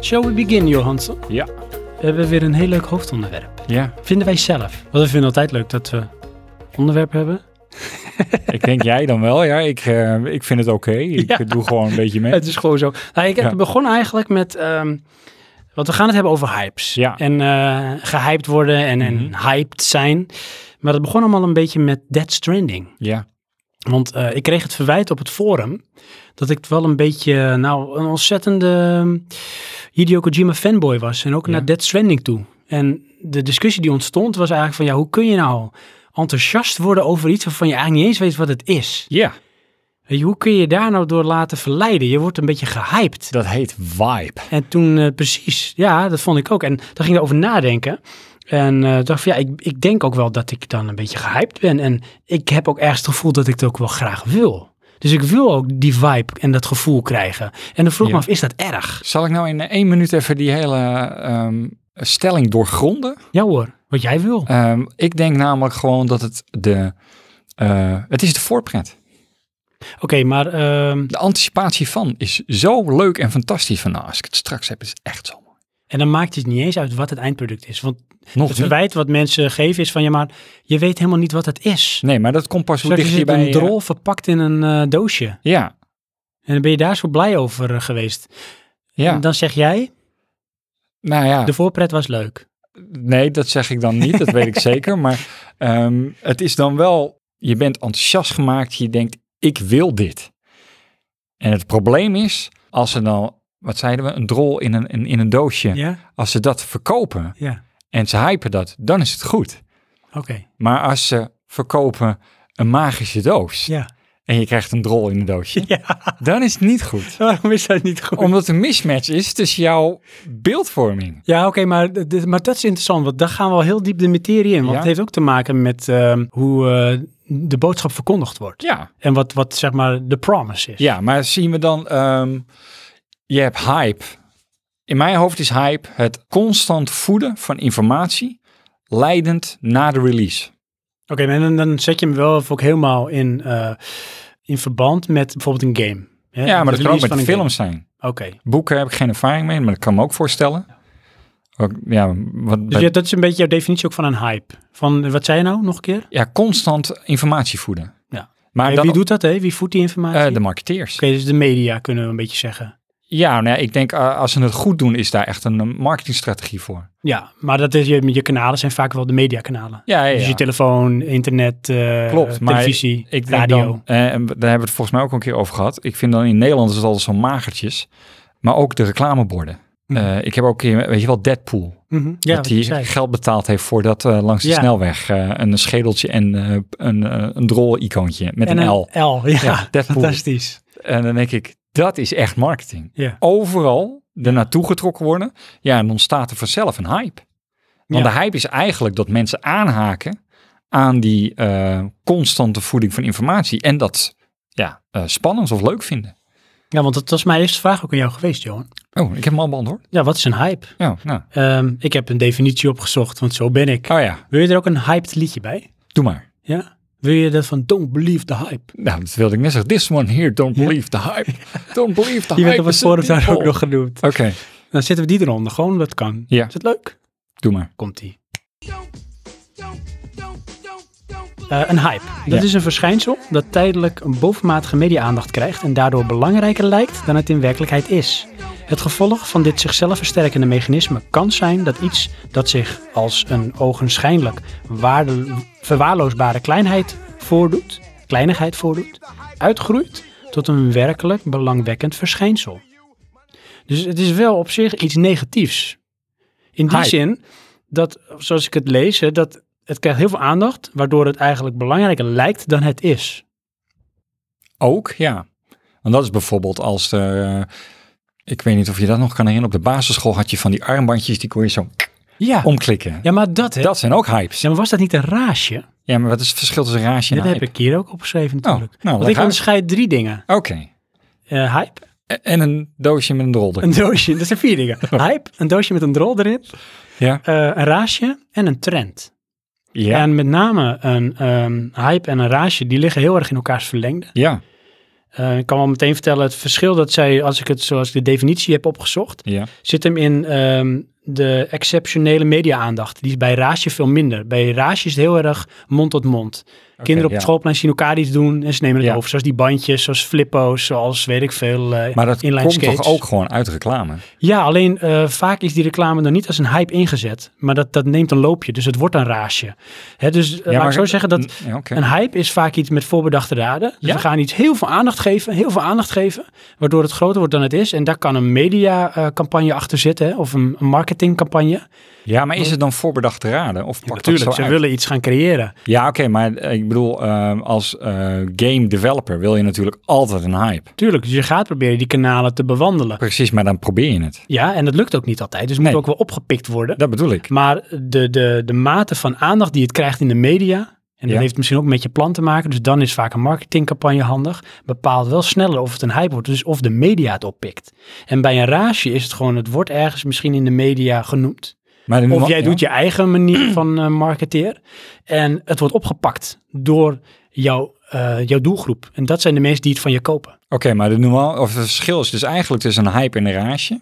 Shall we begin, Johansson?
Ja.
We hebben weer een heel leuk hoofdonderwerp.
Ja.
Vinden wij zelf. Want we vinden altijd leuk dat we onderwerpen hebben.
ik denk jij dan wel. Ja, ik, eh, ik vind het oké. Ik
Ja.
doe gewoon een beetje mee.
Het is gewoon zo. Nou, ik heb
Ja.
begon eigenlijk met... ehm, want we gaan het hebben over hypes.
Ja. Mhm.
En eh, gehyped worden en, en hyped zijn. Maar dat begon allemaal een beetje met Dead Stranding.
Ja.
Want eh, ik kreeg het verwijt op het forum dat ik wel een beetje, nou, een ontzettende um, Hideo Kojima fanboy was. En ook
Ja.
naar Death Stranding toe. En de discussie die ontstond was eigenlijk van, ja, hoe kun je nou enthousiast worden over iets waarvan je eigenlijk niet eens weet wat het is?
Ja.
Weet je, hoe kun je daar nou door laten verleiden? Je wordt een beetje gehyped.
Dat heet vibe.
En toen, eh, precies, ja, dat vond ik ook. En daar ging ik over nadenken. En eh, dacht van, ja, ik, ik denk ook wel dat ik dan een beetje gehyped ben. En ik heb ook ergens het gevoel dat ik het ook wel graag wil. Dus ik wil ook die vibe en dat gevoel krijgen. En dan vroeg ik
Ja.
me af, is dat erg?
Zal ik nou in eh, één minuut even die hele ehm, stelling doorgronden?
Ja hoor, wat jij wil.
Ehm, ik denk namelijk gewoon dat het de... eh, het is de voorpret.
Oké, maar ehm,
De anticipatie van is zo leuk en fantastisch. Van nou, als ik het straks heb, is het echt zo mooi.
en dan maakt het niet eens uit wat het eindproduct is. Want het
Nog niet.
verwijt wat mensen geven is van, ja, maar je weet helemaal niet wat het is.
Nee, maar dat komt pas hoe
Straks
dicht
is
je
het
bij...
een
eh,
drol verpakt in een eh, doosje.
ja,
En dan ben je daar zo blij over eh, geweest.
ja.
En dan zeg jij,
nou ja,
de voorpret was leuk.
nee, dat zeg ik dan niet. Dat weet ik zeker. Maar ehm, het is dan wel... Je bent enthousiast gemaakt. Je denkt, ik wil dit. En het probleem is, als er dan... Wat zeiden we? Een drol in een, in, in een doosje.
Ja,
Als ze dat verkopen
ja.
en ze hypen dat, dan is het goed.
Oké.
Maar als ze verkopen een magische doos
Ja.
en je krijgt een drol in een doosje,
ja.
dan is het niet goed.
Waarom is dat niet goed?
Omdat er een mismatch is tussen jouw beeldvorming.
Ja, oké, maar, d- d- maar dat is interessant, want daar gaan we al heel diep de materie in. Want
Ja.
het heeft ook te maken met ehm, hoe eh, de boodschap verkondigd wordt.
Ja,
En wat, wat zeg maar de promise is.
ja maar zien we dan, ehm, je hebt hype. In mijn hoofd is hype het constant voeden van informatie, leidend na de release.
Oké, maar dan, dan zet je hem wel even ook helemaal in, eh, in verband met bijvoorbeeld een game. Hè,
Ja, maar dat kan ook
release
met
van een game.
films zijn.
Oké.
Boeken heb ik geen ervaring mee, maar dat kan me ook voorstellen. Ook, ja, wat,
Dus
bij-
je- dat is een beetje jouw definitie ook van een hype. Van, eh, wat zei je nou, nog een keer?
ja, constant informatie voeden.
Ja.
Maar
Hey,
dan,
wie doet dat, hè? Wie voedt die informatie?
eh, de
Oké,
marketeers.
dus de media kunnen we een beetje zeggen.
Ja, nou ja, ik denk eh, als ze het goed doen, is daar echt een eh, marketingstrategie voor.
Ja, maar dat is, je, je kanalen zijn vaak wel de mediakanalen.
Ja, ja, ja.
Dus je telefoon, internet, eh,
Klopt, maar
televisie,
ik denk
radio.
Dan, eh, en daar hebben we het volgens mij ook al een keer over gehad. Ik vind dan in Nederland is het altijd zo magertjes. Maar ook de reclameborden.
Mhm.
Eh, ik heb ook een keer, weet je wel, Deadpool.
Mhm, Ja,
dat
wat je
hij
zei.
geld betaald heeft voor dat eh, langs de
Ja.
snelweg. eh, een schedeltje en eh, een, eh, een drol-icoontje met
En
een, L.
L, ja.
Ja, Deadpool.
Fantastisch.
En dan denk ik, dat is echt marketing.
Ja.
Overal er naartoe getrokken worden. Ja, en ontstaat er vanzelf een hype. Want
Ja.
de hype is eigenlijk dat mensen aanhaken aan die eh, constante voeding van informatie. En dat ja, eh, spannend of leuk vinden.
Ja, want dat was mijn eerste vraag ook aan jou geweest, Johan.
Oh, ik heb hem al beantwoord.
Ja, wat is een hype?
Ja, nou.
Ehm, ik heb een definitie opgezocht, want zo ben ik.
Oh ja,
Wil je er ook een hyped liedje bij?
doe maar.
Ja? Wil je dat van Don't Believe the Hype?
Nou, dat wilde ik net zeggen. This one here, don't believe the hype. Don't believe the
Die werd
hype.
op het
is
forum daar ook
people.
nog genoemd.
Oké,
Dan zetten we die eronder, gewoon dat kan.
Ja.
Is het leuk?
doe maar.
Komt die.
don't, don't, don't, don't believe
Eh, een hype. Dat
Ja.
is een verschijnsel dat tijdelijk een bovenmatige media-aandacht krijgt en daardoor belangrijker lijkt dan het in werkelijkheid is. Het gevolg van dit zichzelf versterkende mechanisme kan zijn dat iets dat zich als een ogenschijnlijk waarde, verwaarloosbare kleinheid voordoet, kleinigheid voordoet, uitgroeit tot een werkelijk belangwekkend verschijnsel. Dus het is wel op zich iets negatiefs. In die
Hype.
zin dat, zoals ik het lees, hè, dat het krijgt heel veel aandacht, waardoor het eigenlijk belangrijker lijkt dan het is.
Ook, ja. Want dat is bijvoorbeeld als er... eh, ik weet niet of je dat nog kan herinneren. Op de basisschool had je van die armbandjes, die kon je zo
Ja,
omklikken.
ja maar dat, hè?
Dat zijn ook hypes.
Ja, maar was dat niet een raasje?
Ja, maar wat is het verschil tussen rage en
dat heb
hype?
ik hier ook opgeschreven natuurlijk.
nou, leg
Want ik
uit.
onderscheid drie dingen.
Oké.
Eh, hype,
E- En een doosje met een rol erin.
een doosje, dat zijn vier dingen. Hype, een doosje met een drol erin,
Oh. Ja.
eh, een raasje en een trend.
Ja.
En met name een ehm, hype en een raasje, die liggen heel erg in elkaars verlengde.
ja.
Eh, ik kan wel meteen vertellen, het verschil dat zij, als ik het zoals ik de definitie heb opgezocht,
Ja.
zit hem in ehm, de exceptionele media-aandacht. Die is bij Raasje veel minder. Bij Raasje is het heel erg mond tot mond. Kinderen op
ja.
het schoolplein zien elkaar iets doen en ze nemen het
Ja.
over. Zoals die bandjes, zoals flippo's, zoals weet ik veel, eh
Maar dat
inline
komt
skates.
toch ook gewoon uit reclame?
Ja, alleen eh, vaak is die reclame dan niet als een hype ingezet. Maar dat, dat neemt een loopje, dus het wordt een Raasje. Hè, dus eh, laat
maar-
ik zo zeggen dat...
N- Ja, oké.
Een hype is vaak iets met voorbedachte raden. Dus
Ja.
we gaan iets heel veel aandacht geven, heel veel aandacht geven, waardoor het groter wordt dan het is. En daar kan een mediacampagne achter zitten, hè, of een, een marketingcampagne.
ja, maar is het dan voorbedacht te raden? Of pakt
Natuurlijk,
dat zo
ze
uit?
willen iets gaan creëren.
Ja, oké, maar eh, ik bedoel, eh, als eh, game developer wil je natuurlijk altijd een hype.
Tuurlijk, dus je gaat proberen die kanalen te bewandelen.
Precies, maar dan probeer je het.
Ja, en dat lukt ook niet altijd. Dus het
Nee.
moet ook wel opgepikt worden.
Dat bedoel ik.
Maar de, de, de mate van aandacht die het krijgt in de media, en dat
Ja.
heeft misschien ook met je plan te maken, dus dan is vaak een marketingcampagne handig, bepaalt wel sneller of het een hype wordt, dus of de media het oppikt. En bij een raasje is het gewoon, het wordt ergens misschien in de media genoemd.
Maar dan-
Of jij
ja.
doet je eigen manier van eh, marketeer en het wordt opgepakt door jouw, eh, jouw doelgroep. En dat zijn de mensen die het van je kopen.
Oké, maar de normaal, of het verschil is dus eigenlijk tussen een hype en een rage.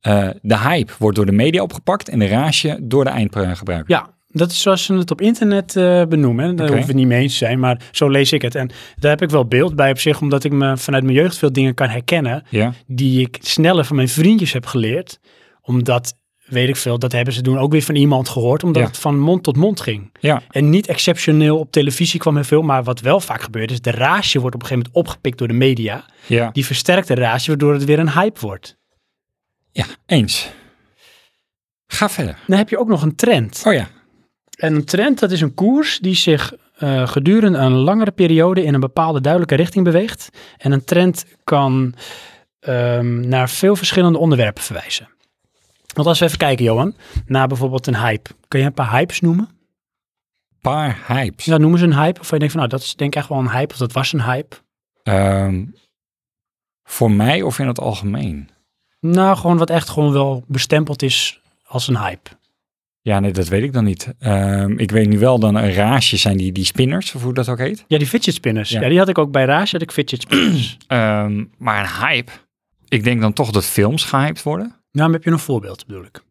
Eh, de hype wordt door de media opgepakt en de rage door de eindgebruiker.
Ja, dat is zoals ze het op internet eh, benoemen. Hè. Daar
Oké.
hoeven we niet mee eens te zijn, maar zo lees ik het. En daar heb ik wel beeld bij op zich, omdat ik me vanuit mijn jeugd veel dingen kan herkennen
Ja.
die ik sneller van mijn vriendjes heb geleerd. Omdat, weet ik veel, dat hebben ze toen ook weer van iemand gehoord, omdat
Ja.
het van mond tot mond ging.
Ja.
En niet exceptioneel op televisie kwam er veel, maar wat wel vaak gebeurt is, de raasje wordt op een gegeven moment opgepikt door de media.
Ja.
Die versterkt de raasje, waardoor het weer een hype wordt.
Ja, eens. Ga verder.
Dan heb je ook nog een trend.
Oh ja.
En een trend, dat is een koers die zich eh, gedurende een langere periode in een bepaalde duidelijke richting beweegt. En een trend kan ehm, naar veel verschillende onderwerpen verwijzen. Want als we even kijken, Johan, naar bijvoorbeeld een hype. Kun je een paar hypes noemen?
Paar hypes.
Ja, noemen ze een hype? Of je denkt van, nou, dat is denk ik echt wel een hype, of dat was een hype.
Ehm, voor mij of in het algemeen?
Nou, gewoon wat echt gewoon wel bestempeld is als een hype.
Ja, nee, dat weet ik dan niet. Ehm, ik weet nu wel dan een raasje zijn die, die spinners, of hoe dat ook heet.
Ja, die fidget spinners. Ja,
Ja.
die had ik ook bij Raas, had ik fidget spinners.
Ehm, maar een hype. Ik denk dan toch dat films gehyped worden.
nou, maar heb je een voorbeeld, bedoel ik.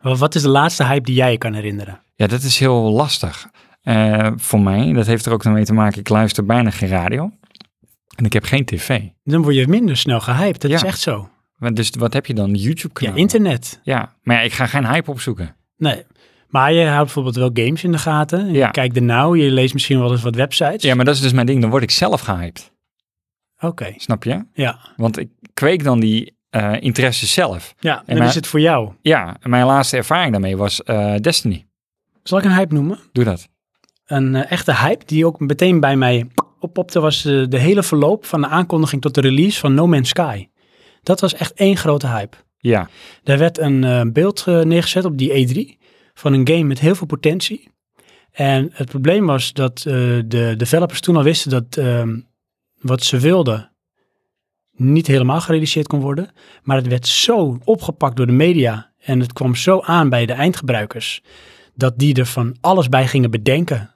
Wa- Wat is de laatste hype die jij je kan herinneren?
Ja, dat is heel lastig. Eh, voor mij, dat heeft er ook mee te maken, ik luister bijna geen radio. En ik heb geen tv.
Dan word je minder snel gehyped, dat
Ja.
is echt zo.
Maar Dus wat heb je dan?
Ja,
YouTube-kanaal?
internet.
Ja, maar ja, ik ga geen hype opzoeken.
Nee. Maar je houdt bijvoorbeeld wel games in de gaten. Je
Ja.
kijkt er nou, je leest misschien wel eens wat websites.
Ja, maar dat is dus mijn ding. Dan word ik zelf gehyped.
Oké,
Snap je?
ja.
Want ik kweek dan die eh, interesse zelf.
Ja, dan
maar-
is het voor jou.
Ja, en mijn laatste ervaring daarmee was eh, Destiny.
Zal ik een hype noemen?
Doe dat.
Een eh, echte hype die ook meteen bij mij oppopte was eh, de hele verloop van de aankondiging tot de release van No Man's Sky. Dat was echt één grote hype.
Ja.
Daar werd een eh, beeld eh, neergezet op die E3 van een game met heel veel potentie. En het probleem was dat eh, de developers toen al wisten dat ehm, wat ze wilden niet helemaal gerealiseerd kon worden. Maar het werd zo opgepakt door de media en het kwam zo aan bij de eindgebruikers dat die er van alles bij gingen bedenken.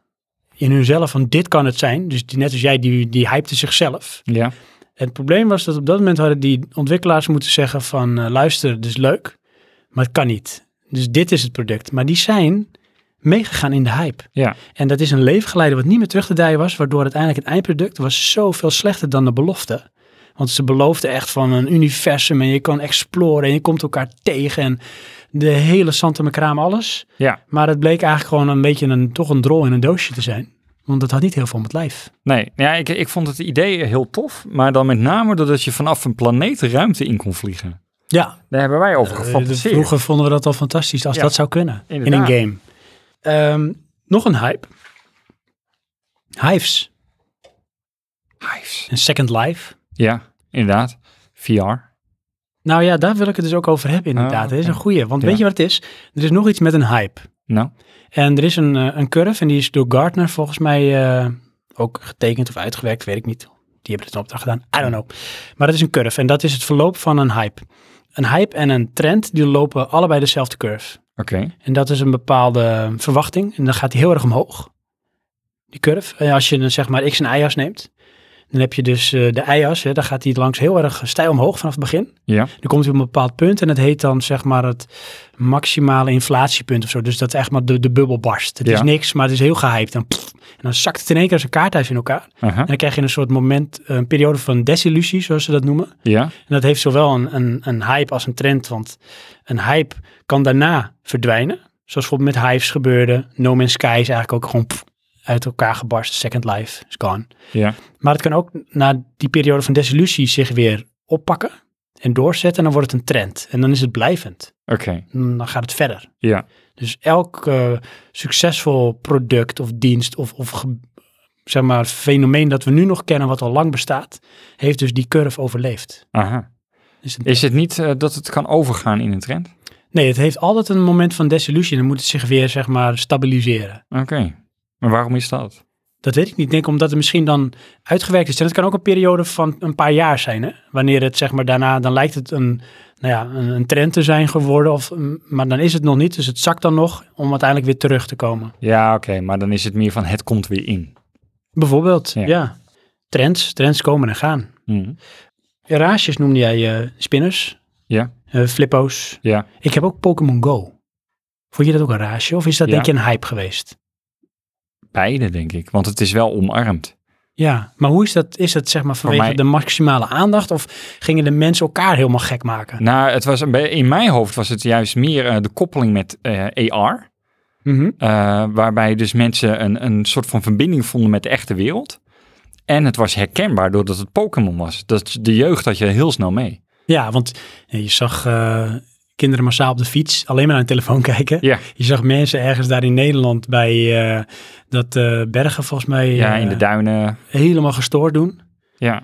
In hunzelf van dit kan het zijn. Dus die, net als jij, die, die hypte zichzelf.
Ja.
En Het probleem was dat op dat moment hadden die ontwikkelaars moeten zeggen van eh, luister, dit is leuk, maar het kan niet. Dus dit is het product. Maar die zijn meegegaan in de hype.
Ja.
En dat is een leven geleiden wat niet meer terug te draaien was, waardoor uiteindelijk het eindproduct was zoveel slechter dan de belofte. Want ze beloofden echt van een universum en je kan exploren en je komt elkaar tegen en de hele Santa Macraam alles.
Ja.
Maar het bleek eigenlijk gewoon een beetje een, toch een drol in een doosje te zijn. Want dat had niet heel veel om het lijf.
Nee. Ja, ik, ik vond het idee heel tof. Maar dan met name doordat je vanaf een planeet de ruimte in kon vliegen.
Ja,
Daar hebben wij over
Eh,
gefantaseerd.
Vroeger vonden we dat al fantastisch, als
Ja,
dat zou kunnen
inderdaad.
in een game. Ehm, nog een hype. Hives
Hives.
en Second Life.
Ja, inderdaad. VR.
Nou ja, daar wil ik het dus ook over hebben inderdaad.
Ah,
Dat is
oké.
een goeie, want
Ja.
weet je wat het is? Er is nog iets met een hype.
Nou.
En er is een, eh, een curve en die is door Gartner volgens mij eh, ook getekend of uitgewerkt, weet ik niet. Die hebben het een opdracht gedaan, I don't know. Maar dat is een curve en dat is het verloop van een hype. Een hype en een trend, die lopen allebei dezelfde curve.
Oké.
En dat is een bepaalde verwachting. En dan gaat die heel erg omhoog. Die curve. En als je dan zeg maar x en y-as neemt. Dan heb je dus eh, de y-as. hè, Dan gaat die langs heel erg stijl omhoog vanaf het begin.
Ja.
Dan komt hij op een bepaald punt. En dat heet dan zeg maar het maximale inflatiepunt of zo. Dus dat is echt maar de, de bubbel barst. Het
Ja.
is niks, maar het is heel gehyped. En, pff, en dan zakt het in één keer als een kaarthuis in elkaar.
Aha.
En dan krijg je een soort moment, een periode van desillusie, zoals ze dat noemen.
Ja.
En dat heeft zowel een, een, een hype als een trend, want een hype kan daarna verdwijnen. Zoals bijvoorbeeld met Hives gebeurde. No Man's Sky is eigenlijk ook gewoon pff, uit elkaar gebarsten. Second Life is gone.
Ja.
Maar het kan ook na die periode van desillusie zich weer oppakken en doorzetten. En dan wordt het een trend. En dan is het blijvend.
Oké.
En dan gaat het verder.
Ja.
Dus elk eh, succesvol product of dienst of, of ge- zeg maar fenomeen dat we nu nog kennen, wat al lang bestaat, heeft dus die curve overleefd.
Aha.
Dus een
Is het niet eh, dat het kan overgaan in een trend?
Nee, het heeft altijd een moment van desillusie. Dan moet het zich weer, zeg maar, stabiliseren.
Oké. Maar waarom is dat?
Dat weet ik niet. Ik denk omdat het misschien dan uitgewerkt is. En het kan ook een periode van een paar jaar zijn. Hè? Wanneer het, zeg maar, daarna, dan lijkt het een, nou ja, een, een trend te zijn geworden. Of, mm, maar dan is het nog niet. Dus het zakt dan nog om uiteindelijk weer terug te komen.
Ja, oké. maar dan is het meer van het komt weer in.
Bijvoorbeeld, ja.
Ja.
Trends, trends komen en gaan.
Mhm.
Raasjes noemde jij eh, spinners.
Ja.
eh, flippo's.
Ja.
Ik heb ook Pokémon Go. Vond je dat ook een raasje? Of is dat
Ja.
denk je een hype geweest?
Beide, denk ik. Want het is wel omarmd.
Ja, maar hoe is dat? Is dat zeg maar vanwege
mij-
de maximale aandacht of gingen de mensen elkaar helemaal gek maken?
Nou, het was een be- in mijn hoofd was het juist meer eh, de koppeling met eh, AR. eh, waarbij dus mensen een, een soort van verbinding vonden met de echte wereld. En het was herkenbaar doordat het Pokémon was. Dat is- de jeugd had je heel snel mee.
Ja, want eh, je zag eh, kinderen massaal op de fiets alleen maar naar hun telefoon kijken.
Ja,
Je zag mensen ergens daar in Nederland bij eh, dat eh, bergen volgens mij
ja
eh,
in de duinen.
helemaal gestoord doen
Ja,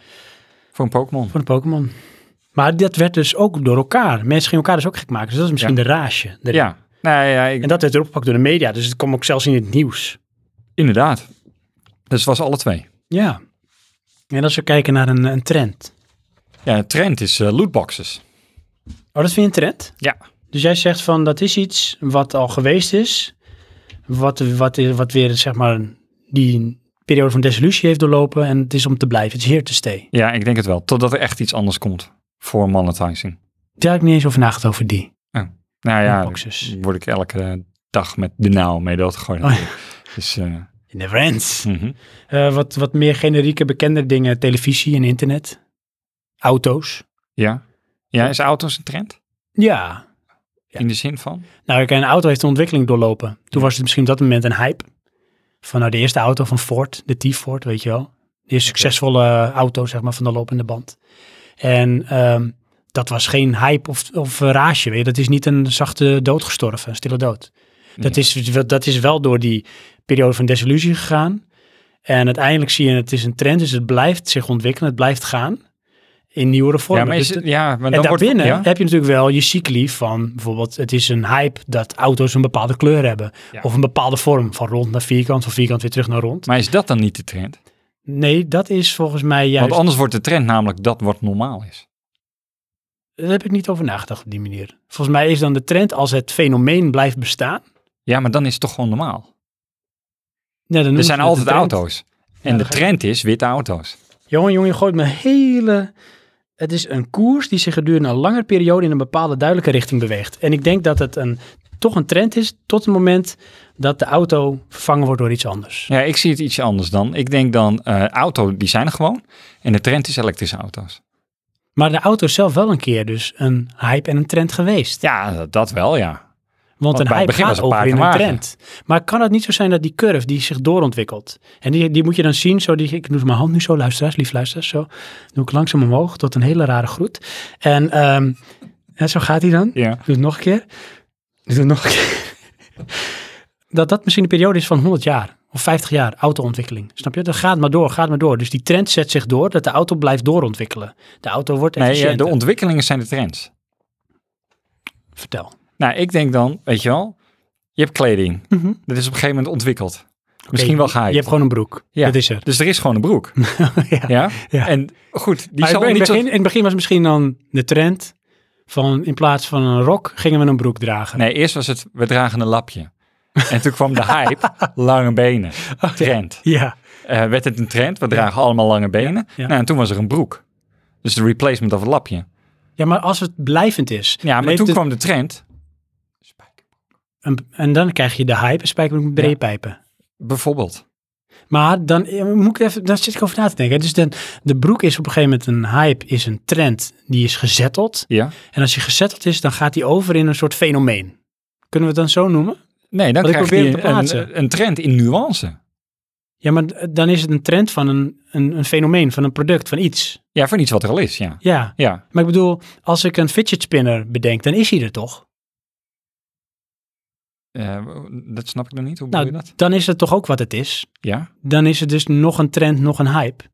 voor een Pokémon.
voor de Pokémon. Maar dat werd dus ook door elkaar. Mensen gingen elkaar dus ook gek maken. Dus dat is misschien de raasje. erin.
Ja, nou ja, ik,
En dat werd opgepakt door de media. Dus het kwam ook zelfs in het nieuws.
inderdaad. Dus het was alle twee.
Ja. En als we kijken naar een, een trend.
Ja, de trend is eh, lootboxes.
Oh, dat vind je een trend?
Ja.
Dus jij zegt van dat is iets wat al geweest is, wat, wat, wat weer zeg maar die periode van desillusie heeft doorlopen en het is om te blijven, het is here to stay.
Ja, ik denk het wel. Totdat er echt iets anders komt voor monetizing.
Daar heb ik niet eens over nagedacht over die.
Nou ja,
Inboxes.
daar word ik elke eh, dag met de nauw mee doodgegooid.
Oh, ja.
Dus, eh,
It never ends.
mhm.
Eh, wat, wat meer generieke, bekende dingen, televisie en internet. Auto's.
ja. ja, is auto's een trend?
Ja. Ja.
In de zin van?
Nou, kijk, een auto heeft een ontwikkeling doorlopen. Toen was het misschien op dat moment een hype. Van nou, de eerste auto van Ford, de T-Ford, weet je wel. De eerste succesvolle eh, auto, zeg maar, van de lopende band. En ehm, dat was geen hype of, of eh, rage, weet je. Dat is niet een zachte dood gestorven, een stille dood. Dat, is, dat is wel door die periode van desillusie gegaan. En uiteindelijk zie je, het is een trend, dus het blijft zich ontwikkelen, het blijft gaan in nieuwere vormen.
Ja, maar, is
Dus
het, ja, maar
en
dan wordt...
daarbinnen
ja?
heb je natuurlijk wel je cycli van bijvoorbeeld, het is een hype dat auto's een bepaalde kleur hebben.
Ja.
Of een bepaalde vorm, van rond naar vierkant, van vierkant weer terug naar rond.
Maar is dat dan niet de trend?
Nee, dat is volgens mij juist,
Want anders wordt de trend namelijk dat wat normaal is.
daar heb ik niet over nagedacht op die manier. Volgens mij is dan de trend, als het fenomeen blijft bestaan.
Ja, maar dan is het toch gewoon normaal.
Nee, dan
Er
noemen ze
zijn
het een
altijd
trend.
auto's. En
dan
de
ga je-
trend is witte auto's.
Jongen, jongen, je gooit me hele... Het is een koers die zich gedurende een langere periode in een bepaalde duidelijke richting beweegt. En ik denk dat het een, toch een trend is tot het moment dat de auto vervangen wordt door iets anders.
Ja, ik zie het iets anders dan. Ik denk dan, eh auto, die zijn er gewoon. En de trend is elektrische auto's.
Maar de auto is zelf wel een keer dus een hype en een trend geweest.
Ja, dat- dat wel, ja.
Want
bij
een
het
hype
begin was
gaat
het paard
over in
en
een
wagen.
trend. Maar kan het niet zo zijn dat die curve die zich doorontwikkelt. En die, die moet je dan zien, zo die, ik doe mijn hand nu zo, luisteraars, lief luisteraars, zo. Doe ik langzaam omhoog tot een hele rare groet. En ehm, hè, zo gaat hij dan.
Ja.
Doe het nog een keer. Doe het nog een keer. dat dat misschien een periode is van 100 jaar of 50 jaar autoontwikkeling. Snap je? Dat gaat maar door, gaat maar door. Dus die trend zet zich door dat de auto blijft doorontwikkelen. De auto wordt
Nee, ja,
efficiënter.
de ontwikkelingen zijn de trends.
Vertel.
Nou, ik denk dan, weet je wel, je hebt kleding.
Mhm.
Dat is op een gegeven moment ontwikkeld. Misschien wel
ga
gehyped.
Je hebt gewoon een broek.
Ja.
Dat is er.
Dus er is gewoon een broek.
ja.
ja?
Ja.
En goed, die
Maar
zal
in,
niet
het
zo...
begin, in het begin was misschien dan de trend van in plaats van een rok gingen we een broek dragen.
Nee, eerst was het, we dragen een lapje. En toen kwam de hype, lange benen, trend.
Oh, Ja,
Eh, werd het een trend, we dragen allemaal lange benen.
ja.
Nou, en toen was er een broek. Dus de replacement of het lapje.
ja, maar als het blijvend is.
Ja, maar
bleef
toen
het
kwam de trend.
een- en dan krijg je de hype en spijkerbroek met breedpijpen.
Bijvoorbeeld.
Maar dan eh, moet ik even, daar zit ik over na te denken. Dus dan, de broek is op een gegeven moment een hype, is een trend die is gezetteld.
Ja.
En als die gezetteld is, dan gaat die over in een soort fenomeen. Kunnen we het dan zo noemen?
Nee, dan
Wat ik
krijg
probeer te
je
plaatsen.
een, een trend in nuance.
Ja, maar d- dan is het een trend van een, een, een fenomeen, van een product, van iets.
Ja, van iets wat er al is, ja.
Ja,
Ja,
maar ik bedoel, als ik een fidget spinner bedenk, dan is hij er toch?
Eh, dat snap ik nog niet. Hoe bedoel
Nou,
je dat?
dan is het toch ook wat het is.
Ja.
Dan is het dus nog een trend, nog een hype.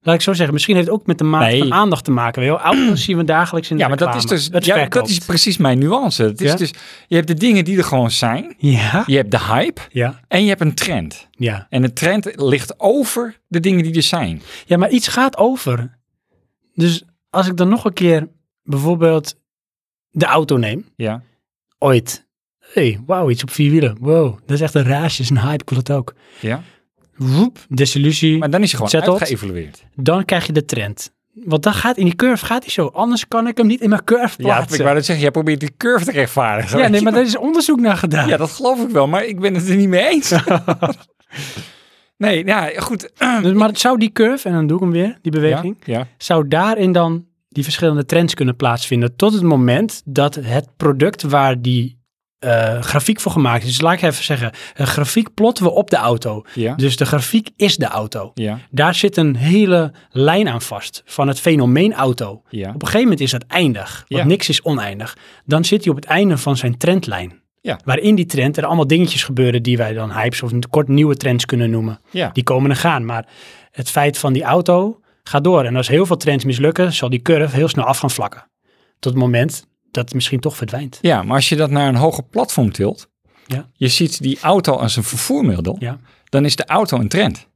Laat ik zo zeggen, misschien heeft het ook met de maat
Nee.
van aandacht te maken. Weet je wel. Auto's zien we dagelijks in de
Ja, maar dat is
reclame.
dus
Het
ja, dat
verkoopt.
is precies mijn nuance. Het is
Ja?
dus, je hebt de dingen die er gewoon zijn.
Ja,
Je hebt de hype
ja,
en je hebt een trend.
ja.
En de trend ligt over de dingen die er zijn.
Ja, maar iets gaat over. Dus als ik dan nog een keer bijvoorbeeld de auto neem.
Ja.
ooit. hey, wauw, iets op vier wielen. Wow, dat is echt een raasje, is een hype, ik wil het ook.
ja.
Woep, desillusie.
Maar dan is je gewoon
Zettled.
uitgeëvalueerd.
Dan krijg je de trend. Want dan gaat in die curve, gaat hij zo. Anders kan ik hem niet in mijn curve
Ja, ik
plaatsen.
wou dat zeggen. Jij probeert die curve te rechtvaardigen.
eh. Ja, nee, maar daar is onderzoek naar gedaan.
Ja, dat geloof ik wel, maar ik ben het er niet mee eens. nee, ja, goed.
Dus, maar het zou die curve, en dan doe ik hem weer, die beweging,
Ja, ja.
zou daarin dan die verschillende trends kunnen plaatsvinden tot het moment dat het product waar die eh, grafiek voor gemaakt is, dus laat ik even zeggen, een grafiek plotten we op de auto.
Ja.
Dus de grafiek is de auto.
ja.
daar zit een hele lijn aan vast van het fenomeen auto.
Ja.
Op een gegeven moment is dat eindig, want
Ja.
niks is oneindig. Dan zit hij op het einde van zijn trendlijn.
Ja.
Waarin die trend er allemaal dingetjes gebeuren die wij dan hypes of een kort nieuwe trends kunnen noemen.
Ja.
Die komen en gaan, maar het feit van die auto gaat door. En als heel veel trends mislukken, zal die curve heel snel af gaan vlakken. Tot het moment dat het misschien toch verdwijnt.
ja, maar als je dat naar een hoger platform tilt,
Ja.
je ziet die auto als een vervoermiddel,
Ja,
dan is de auto een trend.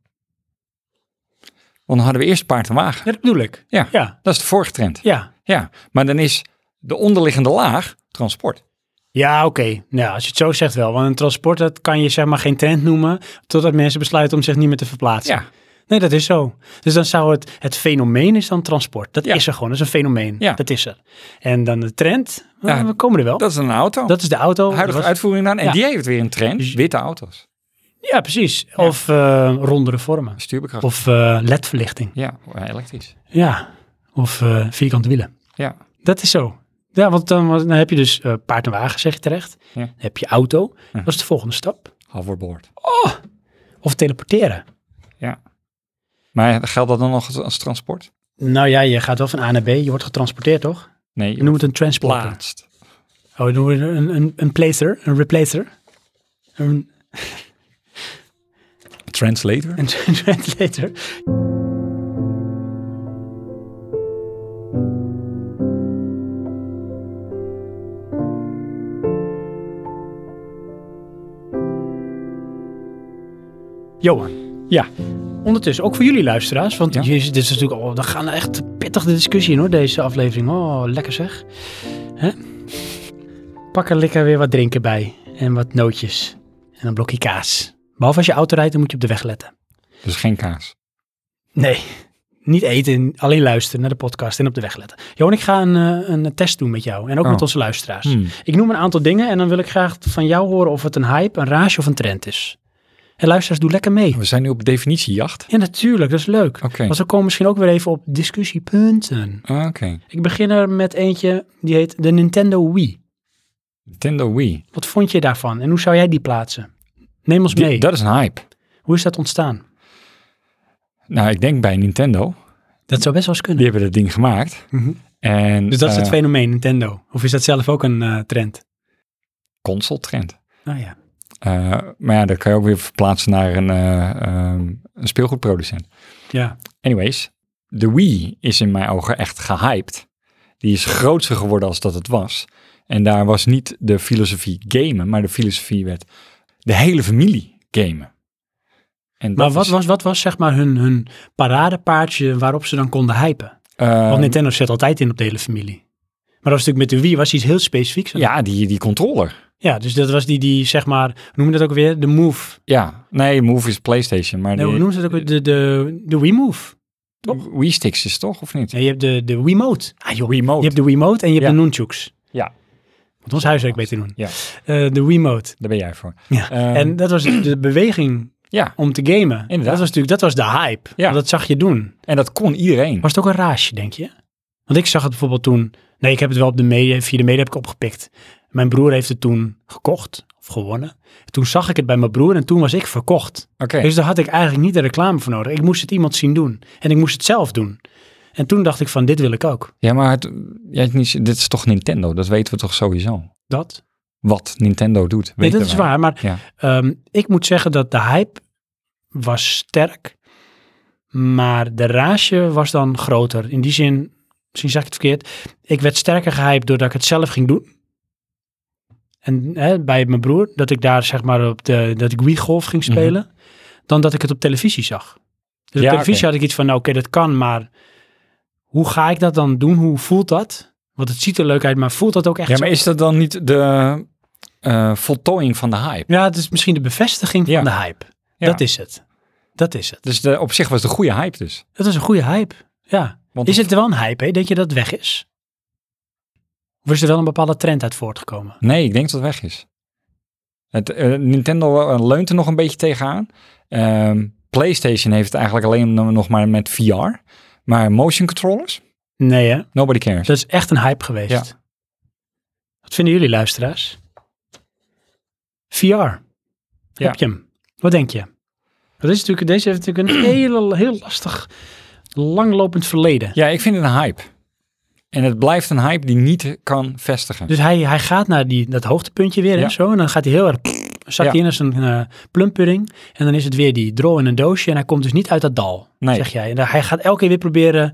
Want dan hadden we eerst paard en wagen.
Ja, dat bedoel ik.
Ja.
Ja,
Dat is de vorige trend.
ja.
Ja, maar dan is de onderliggende laag, transport.
Ja, oké. Nou, als je het zo zegt wel. Want een transport, dat kan je zeg maar geen trend noemen, totdat mensen besluiten om zich niet meer te verplaatsen.
Ja,
Nee, dat is zo. Dus dan zou het, het fenomeen is dan transport. Dat
Ja.
is er gewoon, dat is een fenomeen.
Ja.
Dat is er. En dan de trend,
Ja,
eh, we komen er wel. Dat,
dat is een auto.
is de
De
auto.
huidige
Dat was-
uitvoering dan. En
Ja.
die heeft weer een trend,
Dus-
witte auto's.
Ja, precies. Of eh, rondere vormen.
Stuurbekracht.
Of eh ledverlichting.
Ja, elektrisch.
Ja. Of eh vierkante wielen.
Ja.
Dat is zo. Ja, want dan, was- dan heb je dus eh, paard en wagen, zeg je terecht.
Ja.
Dan heb je auto. Dat is de volgende stap. Oh!
hoverboard.
Of teleporteren.
Maar geldt dat dan nog als, als transport?
Nou ja, je gaat wel van A naar B. Je wordt getransporteerd, toch?
Nee,
Je noemt het een transporter.
plaatst.
Oh, dan noemen we het een, een, een placer, een replacer. Een,
Translator?
een translator. Johan, ja. Ondertussen, ook voor jullie luisteraars, want
Ja.
jezus, dit is natuurlijk, oh, we gaan echt pittig de discussie in hoor, deze aflevering. Oh, lekker zeg. Hè? Pak er lekker weer wat drinken bij en wat nootjes en een blokje kaas. Behalve als je auto rijdt, dan moet je op de weg letten.
Dus geen kaas.
Nee, niet eten, alleen luisteren naar de podcast en op de weg letten. Johan, ik ga een, eh, een test doen met jou en ook
Oh.
met onze luisteraars.
Hmm.
Ik noem een aantal dingen en dan wil ik graag van jou horen of het een hype, een rage of een trend is. En luisteraars, doe lekker mee.
We zijn nu op definitiejacht.
Ja, natuurlijk, dat is leuk.
Oké.
Want we komen misschien ook weer even op discussiepunten.
Oké.
Ik begin er met eentje, die heet de Nintendo Wii.
Nintendo Wii.
Wat vond je daarvan en hoe zou jij die plaatsen? Neem ons
Die-
mee.
Dat is een hype.
Hoe is dat ontstaan?
Nou, ik denk bij Nintendo.
Dat zou best wel eens kunnen.
Die hebben dat ding gemaakt.
Mhm.
En,
Dus dat is het
eh,
fenomeen Nintendo. Of is dat zelf ook een eh, trend?
console trend.
Nou ja.
Eh, maar ja, dat kan je ook weer verplaatsen naar een, eh, ehm, een speelgoedproducent.
Ja.
Anyways, de Wii is in mijn ogen echt gehyped. Die is groter geworden als dat het was. En daar was niet de filosofie gamen, maar de filosofie werd de hele familie gamen. En
Maar
dat
wat
is,
was, wat was zeg maar hun, hun paradepaardje waarop ze dan konden hypen?
eh,
Want Nintendo zet altijd in op de hele familie. Maar dat was natuurlijk met de Wii was iets heel specifieks.
ja, die, die controller.
Ja, dus dat was die, die zeg maar, hoe noem je dat ook weer? De Move.
Ja, nee, Move is PlayStation, maar
Nee, hoe
de
noemen ze dat ook weer? De, de, de Wii Move.
Wii Sticks is toch, of niet?
Nee, je hebt de, de Wiimote. Ah joh,
Wiimote.
je hebt de Wiimote en je hebt
Ja.
de Nunchuks.
Ja.
Want ons huiswerk beter doen.
Ja.
Eh, de Wiimote.
Daar ben jij voor.
Ja.
Ehm,
en dat was de beweging
ja,
om te gamen. Dat was natuurlijk, dat was de hype.
Ja.
Want Dat zag je doen.
en dat kon iedereen.
Was het ook een raasje, denk je? Want ik zag het bijvoorbeeld toen. Nee, ik heb het wel op de media, via de media heb ik opgepikt. Mijn broer heeft het toen gekocht of gewonnen. Toen zag ik het bij mijn broer en toen was ik verkocht.
Oké,
Dus daar had ik eigenlijk niet de reclame voor nodig. Ik moest het iemand zien doen en ik moest het zelf doen. En toen dacht ik van, dit wil ik ook.
ja, maar het, ja, het is- dit is toch Nintendo? Dat weten we toch sowieso?
Dat?
Wat Nintendo doet,
Nee,
weten
dat is
wij.
waar. Maar
Ja.
ehm, ik moet zeggen dat de hype was sterk. Maar de rage was dan groter. In die zin, misschien zeg ik het verkeerd. Ik werd sterker gehyped doordat ik het zelf ging doen. En hè, bij mijn broer, dat ik daar zeg maar op de, dat ik Wii Golf ging
Mhm.
spelen. Dan dat ik het op televisie zag. Dus
Ja,
op televisie
oké.
had ik iets van, nou, oké, dat kan, maar hoe ga ik dat dan doen? Hoe voelt dat? Want het ziet er leuk uit, maar voelt dat ook echt
Ja,
zo?
maar is dat dan niet de eh, voltooiing van de hype?
Ja, het is misschien de bevestiging
Ja.
van de hype.
Ja.
Dat is het. Dat is het.
Dus de, op zich was de goede hype dus.
Dat is een goede hype. Ja.
Want
Is het wel een hype, hè? Denk je dat het weg is? Of is er wel een bepaalde trend uit voortgekomen?
Nee, ik denk dat het weg is. Het, eh, Nintendo eh, leunt er nog een beetje tegenaan. Ehm, PlayStation heeft het eigenlijk alleen no- nog maar met VR. Maar motion controllers?
Nee, hè?
Nobody cares.
Dat is echt een hype geweest.
Ja.
Wat vinden jullie, luisteraars? VR. Heb je hem? Wat denk je? Dat is natuurlijk, deze heeft natuurlijk een heel, heel lastig, langlopend verleden.
Ja, ik vind het een hype. En het blijft een hype die niet kan vestigen.
Dus hij, hij gaat naar die, dat hoogtepuntje weer
Ja.
en zo. En dan gaat hij heel erg... Zakt
Ja.
hij in als een eh, plumpudding. En dan is het weer die drol in een doosje. En hij komt dus niet uit dat dal,
Nee.
zeg jij. En dan- hij gaat elke keer weer proberen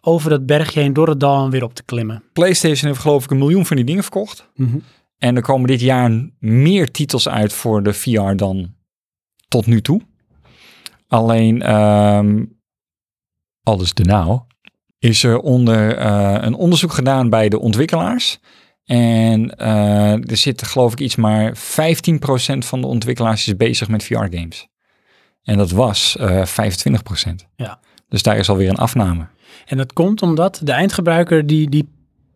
over dat bergje heen, door het dal en weer op te klimmen.
PlayStation heeft geloof ik een miljoen van die dingen verkocht.
Mhm.
En er komen dit jaar meer titels uit voor de VR dan tot nu toe. Alleen, ehm alles de nou, is er onder eh, een onderzoek gedaan bij de ontwikkelaars. En eh, er zit geloof ik iets maar 15% van de ontwikkelaars is bezig met VR-games. En dat was eh 25%.
Ja.
Dus daar is alweer een afname.
En dat komt omdat de eindgebruiker, die, die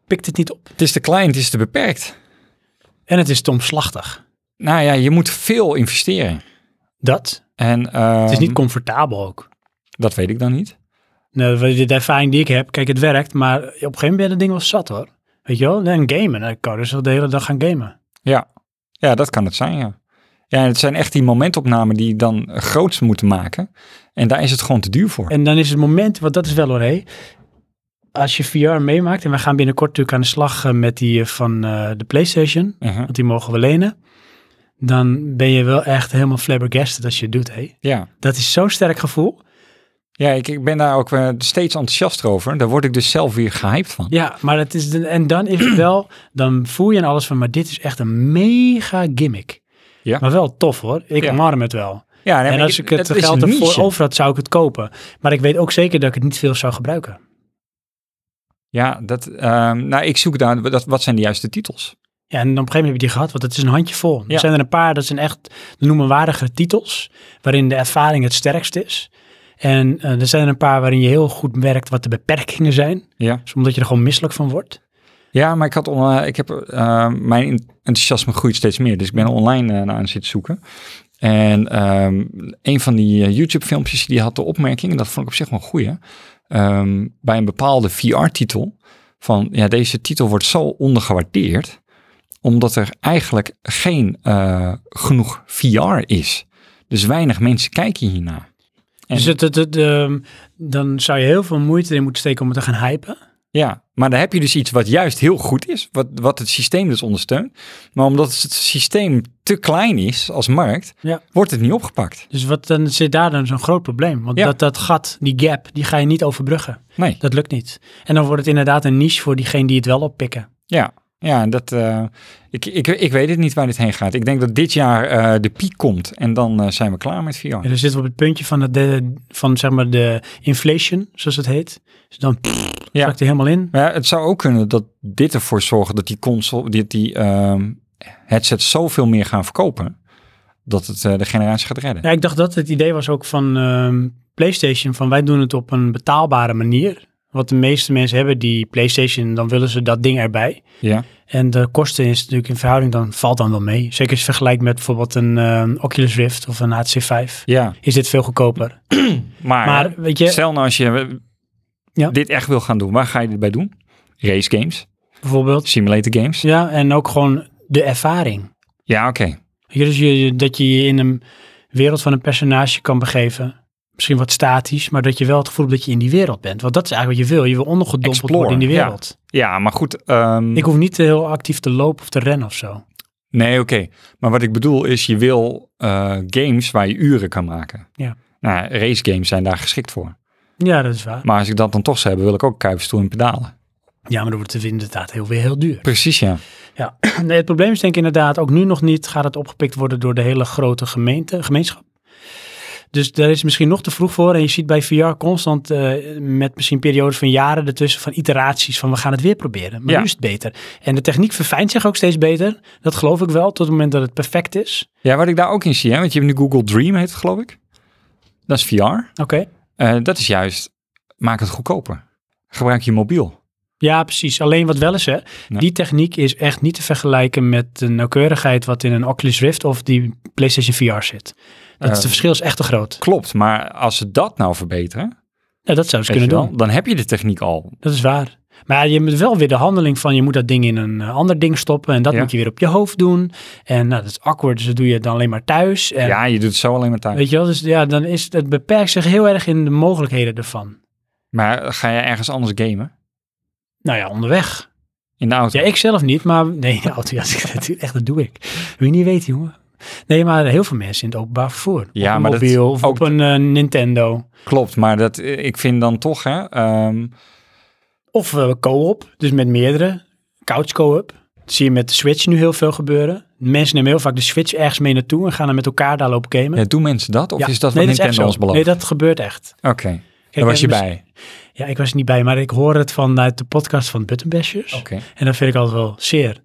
pikt het niet op.
Het is te klein, het is te beperkt.
En het is te omslachtig.
Nou ja, je moet veel investeren.
Dat.
En,
Het is
ehm,
niet comfortabel ook.
dat weet ik dan niet.
Nou, wat- de ervaring die ik heb, kijk, het werkt, maar op een gegeven moment ben je dat ding wel zat hoor. Weet je wel? En gamen, dan kan je dus wel de hele dag gaan gamen.
Ja. ja, dat kan het zijn, ja. Ja, het zijn echt die momentopnamen die je dan groots moeten maken. En daar is het gewoon te duur voor.
En dan is het moment, want dat is wel hoor, hé. Als je VR meemaakt, en we gaan binnenkort natuurlijk aan de slag eh, met die eh, van eh, de PlayStation,
Uh-huh.
want die mogen we lenen, dan ben je wel echt helemaal flabbergasted als je het doet, hé.
Ja.
Dat is zo'n sterk gevoel.
Ja, ik, ik ben daar ook eh, steeds enthousiast over. Daar word ik dus zelf weer gehyped van.
Ja, maar dat is, de- en dan is het wel, dan voel je en alles van, maar dit is echt een mega gimmick.
Ja.
Maar wel tof hoor, ik
Ja.
omarm het wel.
Ja, nee,
en
maar
als
ik-
ik het,
is
geld
een
ervoor
niche.
over had, zou ik het kopen. Maar ik weet ook zeker dat ik het niet veel zou gebruiken.
Ja, dat, ehm, nou, ik zoek daar, dat, wat zijn de juiste titels?
Ja, en op een gegeven moment heb je die gehad, want het is een handjevol.
Ja.
Er zijn er een paar, dat zijn echt noemenwaardige titels, waarin de ervaring het sterkst is. En eh, er zijn er een paar waarin je heel goed merkt wat de beperkingen zijn.
Ja,
Dus omdat je er gewoon misselijk van wordt.
ja maar ik, had on- eh, ik heb, eh, mijn en- enthousiasme groeit steeds meer. Dus ik ben online eh, naar aan zitten zoeken. En ehm, een van die eh, YouTube-filmpjes die had de opmerking, en dat vond ik op zich wel een goeie. ehm, bij een bepaalde VR-titel, van ja, deze titel wordt zo ondergewaardeerd, omdat er eigenlijk geen eh, genoeg VR is. Dus weinig mensen kijken hiernaar. En-
Dus het, het, het, ehm, dan zou je heel veel moeite in moeten steken om het te gaan hypen.
Ja, maar dan heb je dus iets wat juist heel goed is, wat, wat het systeem dus ondersteunt. Maar omdat het systeem te klein is als markt,
Ja.
wordt het niet opgepakt.
Dus wat, dan zit daar dan zo'n groot probleem. Want
Ja.
dat, dat gat, die gap, die ga je niet overbruggen.
Nee,
Dat lukt niet. En dan wordt het inderdaad een niche voor diegenen die het wel oppikken.
ja. Ja, dat, eh, ik, ik, ik weet het niet waar dit heen gaat. Ik denk dat dit jaar eh, de piek komt en dan eh, zijn we klaar met VR.
En dan zitten we op het puntje van, het, de, van zeg maar de inflation, zoals het heet. Dus dan pff,
Ja.
zakt hij helemaal in.
Maar ja, het zou ook kunnen dat dit ervoor zorgt dat die console, die, die ehm, headsets zoveel meer gaan verkopen, dat het eh, de generatie gaat redden.
Ja, ik dacht dat het idee was ook van ehm, PlayStation, van wij doen het op een betaalbare manier. Wat de meeste mensen hebben, die PlayStation, dan willen ze dat ding erbij.
Ja,
En de kosten is natuurlijk in verhouding, dan valt dan wel mee. Zeker als je vergelijkt met bijvoorbeeld een ehm, Oculus Rift of een HC5.
ja.
Is dit veel goedkoper. Maar weet je,
Ah, Stel nou als je
Ja.
dit echt wil gaan doen, waar ga je dit bij doen? Race games,
bijvoorbeeld.
simulator games. Ja,
Ja, en ook gewoon de ervaring.
oké.
Weet je, Dus je, dat je je in een wereld van een personage kan begeven. Misschien wat statisch, maar dat je wel het gevoel hebt dat je in die wereld bent. Want dat is eigenlijk wat je wil. Je wil ondergedompeld
Explore,
worden in die
ja.
wereld.
Ja, maar goed. ehm,
Ik hoef niet heel actief te lopen of te rennen of zo.
Nee, oké. Maar wat ik bedoel is, je wil eh, games waar je uren kan maken.
Ja.
Nou, race games zijn daar geschikt voor.
Ja, dat is waar.
Maar als ik dat dan toch zou hebben, wil ik ook kuipstoel en pedalen.
Ja, maar dan wordt het inderdaad heel, weer heel duur.
Precies, ja.
Ja. Nee, het probleem is denk ik inderdaad, ook nu nog niet gaat het opgepikt worden door de hele grote gemeente, gemeenschap. Dus daar is misschien nog te vroeg voor. En je ziet bij VR constant eh, met misschien periodes van jaren ertussen van iteraties van we gaan het weer proberen. Maar
Ja.
nu is het beter. En de techniek verfijnt zich ook steeds beter. Dat geloof ik wel, tot het moment dat het perfect is.
Ja, wat ik daar ook in zie, hè, want je hebt nu Google Dream, heet het geloof ik. Dat is VR.
Oké.
Eh, dat is juist, maak het goedkoper. Gebruik je mobiel.
Ja, precies. Alleen wat wel is, hè.
Ja.
Die techniek is echt niet te vergelijken met de nauwkeurigheid wat in een Oculus Rift of die PlayStation VR zit. Dat is,
Eh.
het verschil is echt te groot.
Klopt, maar als ze dat nou verbeteren,
Ja, dat zouden ze
Weet
kunnen
je
doen.
wel? Dan heb je de techniek al.
Dat is waar. Maar ja, je moet wel weer de handeling van je moet dat ding in een eh, ander ding stoppen en dat
Ja.
moet je weer op je hoofd doen. En nou, dat is awkward, dus dat doe je dan alleen maar thuis. En,
Ja, je doet het zo alleen maar thuis.
Weet je wel, dus ja, dan is het, het beperkt zich heel erg in de mogelijkheden ervan.
Maar ga je ergens anders gamen?
Nou ja, onderweg.
In de auto?
Ja, ik zelf niet, maar nee, in de auto, ja, natuurlijk, echt, dat doe ik. Wil je niet weten, jongen. Nee, maar heel veel mensen in het openbaar vervoer.
Ja,
op een
maar dat-
mobiel of
ook-
op een eh, Nintendo.
Klopt, maar dat, eh, ik vind dan toch, hè, ehm,
Of eh, co-op, dus met meerdere. Couch co-op. Dat zie je met de Switch nu heel veel gebeuren. Mensen nemen heel vaak de Switch ergens mee naartoe en gaan dan met elkaar daar lopen gamen.
ja, doen mensen dat? Of
Ja.
is dat
Nee,
wat
is echt
Nintendo
zo.
ons belooft?
Nee, dat eh, gebeurt echt.
Oké. Daar was je
en mis-
bij.
Ja, ik was er niet bij, maar ik hoor het vanuit de podcast van Buttonbashers.
Oké.
En dat vind ik altijd wel zeer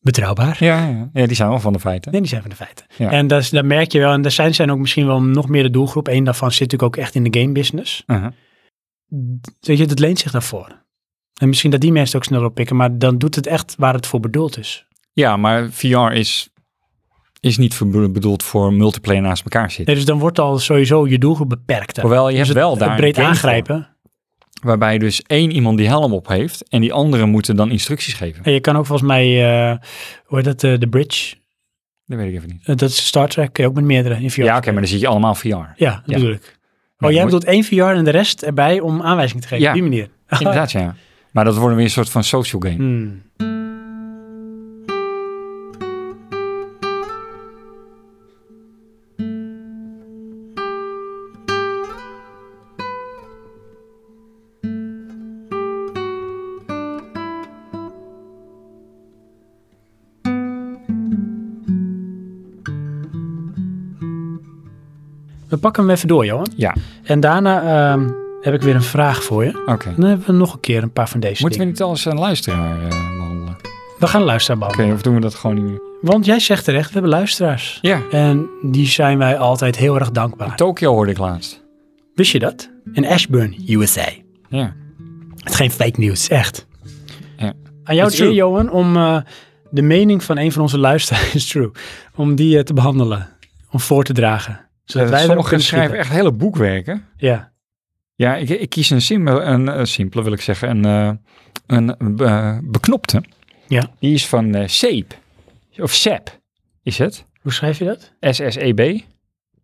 betrouwbaar.
Ja, ja. ja, die zijn wel van de feiten.
Nee, die zijn van de feiten.
Ja.
En dat, is- dat merk je wel. En er zijn, zijn ook misschien wel nog meer de doelgroep. Eén daarvan zit natuurlijk ook echt in de game business.
Uh-huh.
Weet je, dat leent zich daarvoor. En misschien dat die mensen het ook sneller oppikken, maar dan doet het echt waar het voor bedoeld is.
Ja, maar VR is, is niet verbe- bedoeld voor multiplayer naast elkaar zitten.
Nee, dus dan wordt al sowieso je doelgroep beperkter.
Hoewel, je
Dus
hebt
het-
wel
het
daar een
breed
game voor.
aangrijpen.
Waarbij dus één iemand die helm op heeft en die anderen moeten dan instructies geven.
En je kan ook volgens mij, eh, hoe heet dat, eh, The Bridge.
Dat weet ik even niet.
Eh, dat is Star Trek, kun je ook met meerdere in VR.
Ja, oké, maar dan zie je allemaal VR.
Ja, dat
Ja.
bedoel ik.
dan
Oh, jij
moet-
bedoelt één VR en de rest erbij om aanwijzing te geven,
Ja.
op die manier.
Inderdaad, ja. Maar dat wordt weer een soort van social game.
Hmm. We pakken hem even door, Johan.
Ja,
En daarna ehm, heb ik weer een vraag voor je.
oké.
Dan hebben we nog een keer een paar van deze
Moeten we
dingen.
niet als een luisteraar eh, behandelen? Oké,
We gaan luisteren behandelen.
of doen we dat gewoon niet meer?
Want jij zegt terecht, we hebben luisteraars.
Ja,
En die zijn wij altijd heel erg dankbaar.
Tokio hoorde ik laatst.
Wist je dat? In Ashburn, USA.
Ja.
Het is geen fake nieuws, echt.
Ja.
Aan jou
It's
het
true.
eer, Johan, om eh, de mening van een van onze luisteraars, is true, om die eh, te behandelen, om voor te dragen. Zodat wij erop
Sommigen
kunnen
schrijven
schrijven.
echt hele boekwerken.
Ja.
Ja, ik, ik kies een, sim, een, eh, simpele, wil ik zeggen, een, eh, een eh, beknopte.
Ja.
Die is van eh Sape. Of Sap is het.
Hoe schrijf je dat?
S-S-E-B.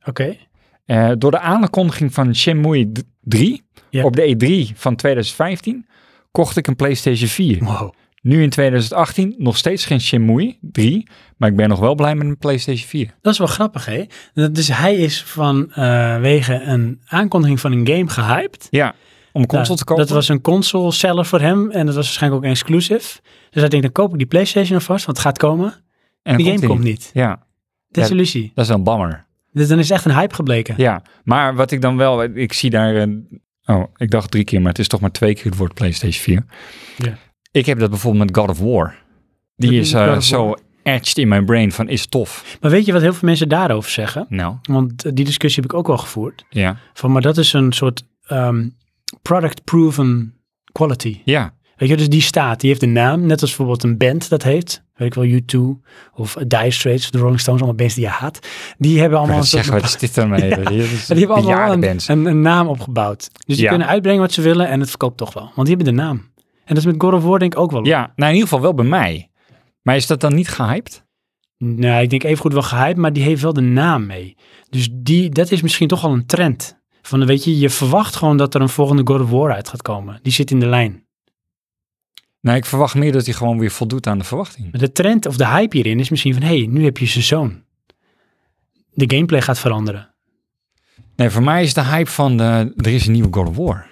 Oké.
Eh, door de aankondiging van Shenmue d- 3
Ja.
op de E3 van 2015 kocht ik een PlayStation 4.
Wow.
Nu in 2018 nog steeds geen Shenmue 3, maar ik ben nog wel blij met mijn PlayStation 4.
Dat is wel grappig, hè? Dat- Dus hij is vanwege een aankondiging van een game gehyped.
Ja, om een console
Nou,
te kopen.
Dat was een console seller voor hem en dat was waarschijnlijk ook exclusive. Dus hij denkt, dan koop ik die PlayStation alvast, want het gaat komen.
en
die
dan
game
hij
komt
niet.
niet.
Ja,
Desillusie.
dat is wel een bammer.
Dus dan is het echt een hype gebleken.
Ja, maar wat ik dan wel, ik zie daar, een- oh, ik dacht drie keer, maar het is toch maar twee keer het woord PlayStation 4.
Ja.
Ik heb dat bijvoorbeeld met God of War. Die
Heb je
is
met
eh,
God of
zo
War?
etched in mijn brain van is tof.
Maar weet je wat heel veel mensen daarover zeggen?
Nou,
Want eh, die discussie heb ik ook wel gevoerd.
ja.
Van, maar dat is een soort ehm, product-proven quality.
Ja,
Weet je, dus die staat, die heeft een naam. Net als bijvoorbeeld een band dat heeft. Weet ik wel, U2 of Dire Straits of de Rolling Stones. Allemaal bands die je haat. Die hebben allemaal...
maar
een soort
zeg, wat is dit dan mee? Dat is
Maar die hebben allemaal
bejaarde
wel een,
bands.
een, een naam opgebouwd. Dus die
Ja.
kunnen uitbrengen wat ze willen en het verkoopt toch wel. Want die hebben de naam. En dat is met God of War denk ik ook wel.
Ja, nou in ieder geval wel bij mij. Maar is dat dan niet gehyped?
Nou, ik denk even goed wel gehyped, maar die heeft wel de naam mee. Dus die, dat is misschien toch al een trend. Van, weet je, je verwacht gewoon dat er een volgende God of War uit gaat komen. Die zit in de lijn.
Nou, ik verwacht meer dat hij gewoon weer voldoet aan de verwachting.
Maar de trend of de hype hierin is misschien van, hé, hey, nu heb je seizoen. De gameplay gaat veranderen. Oké,
Nee, voor mij is de hype van de, er is een nieuwe God of War.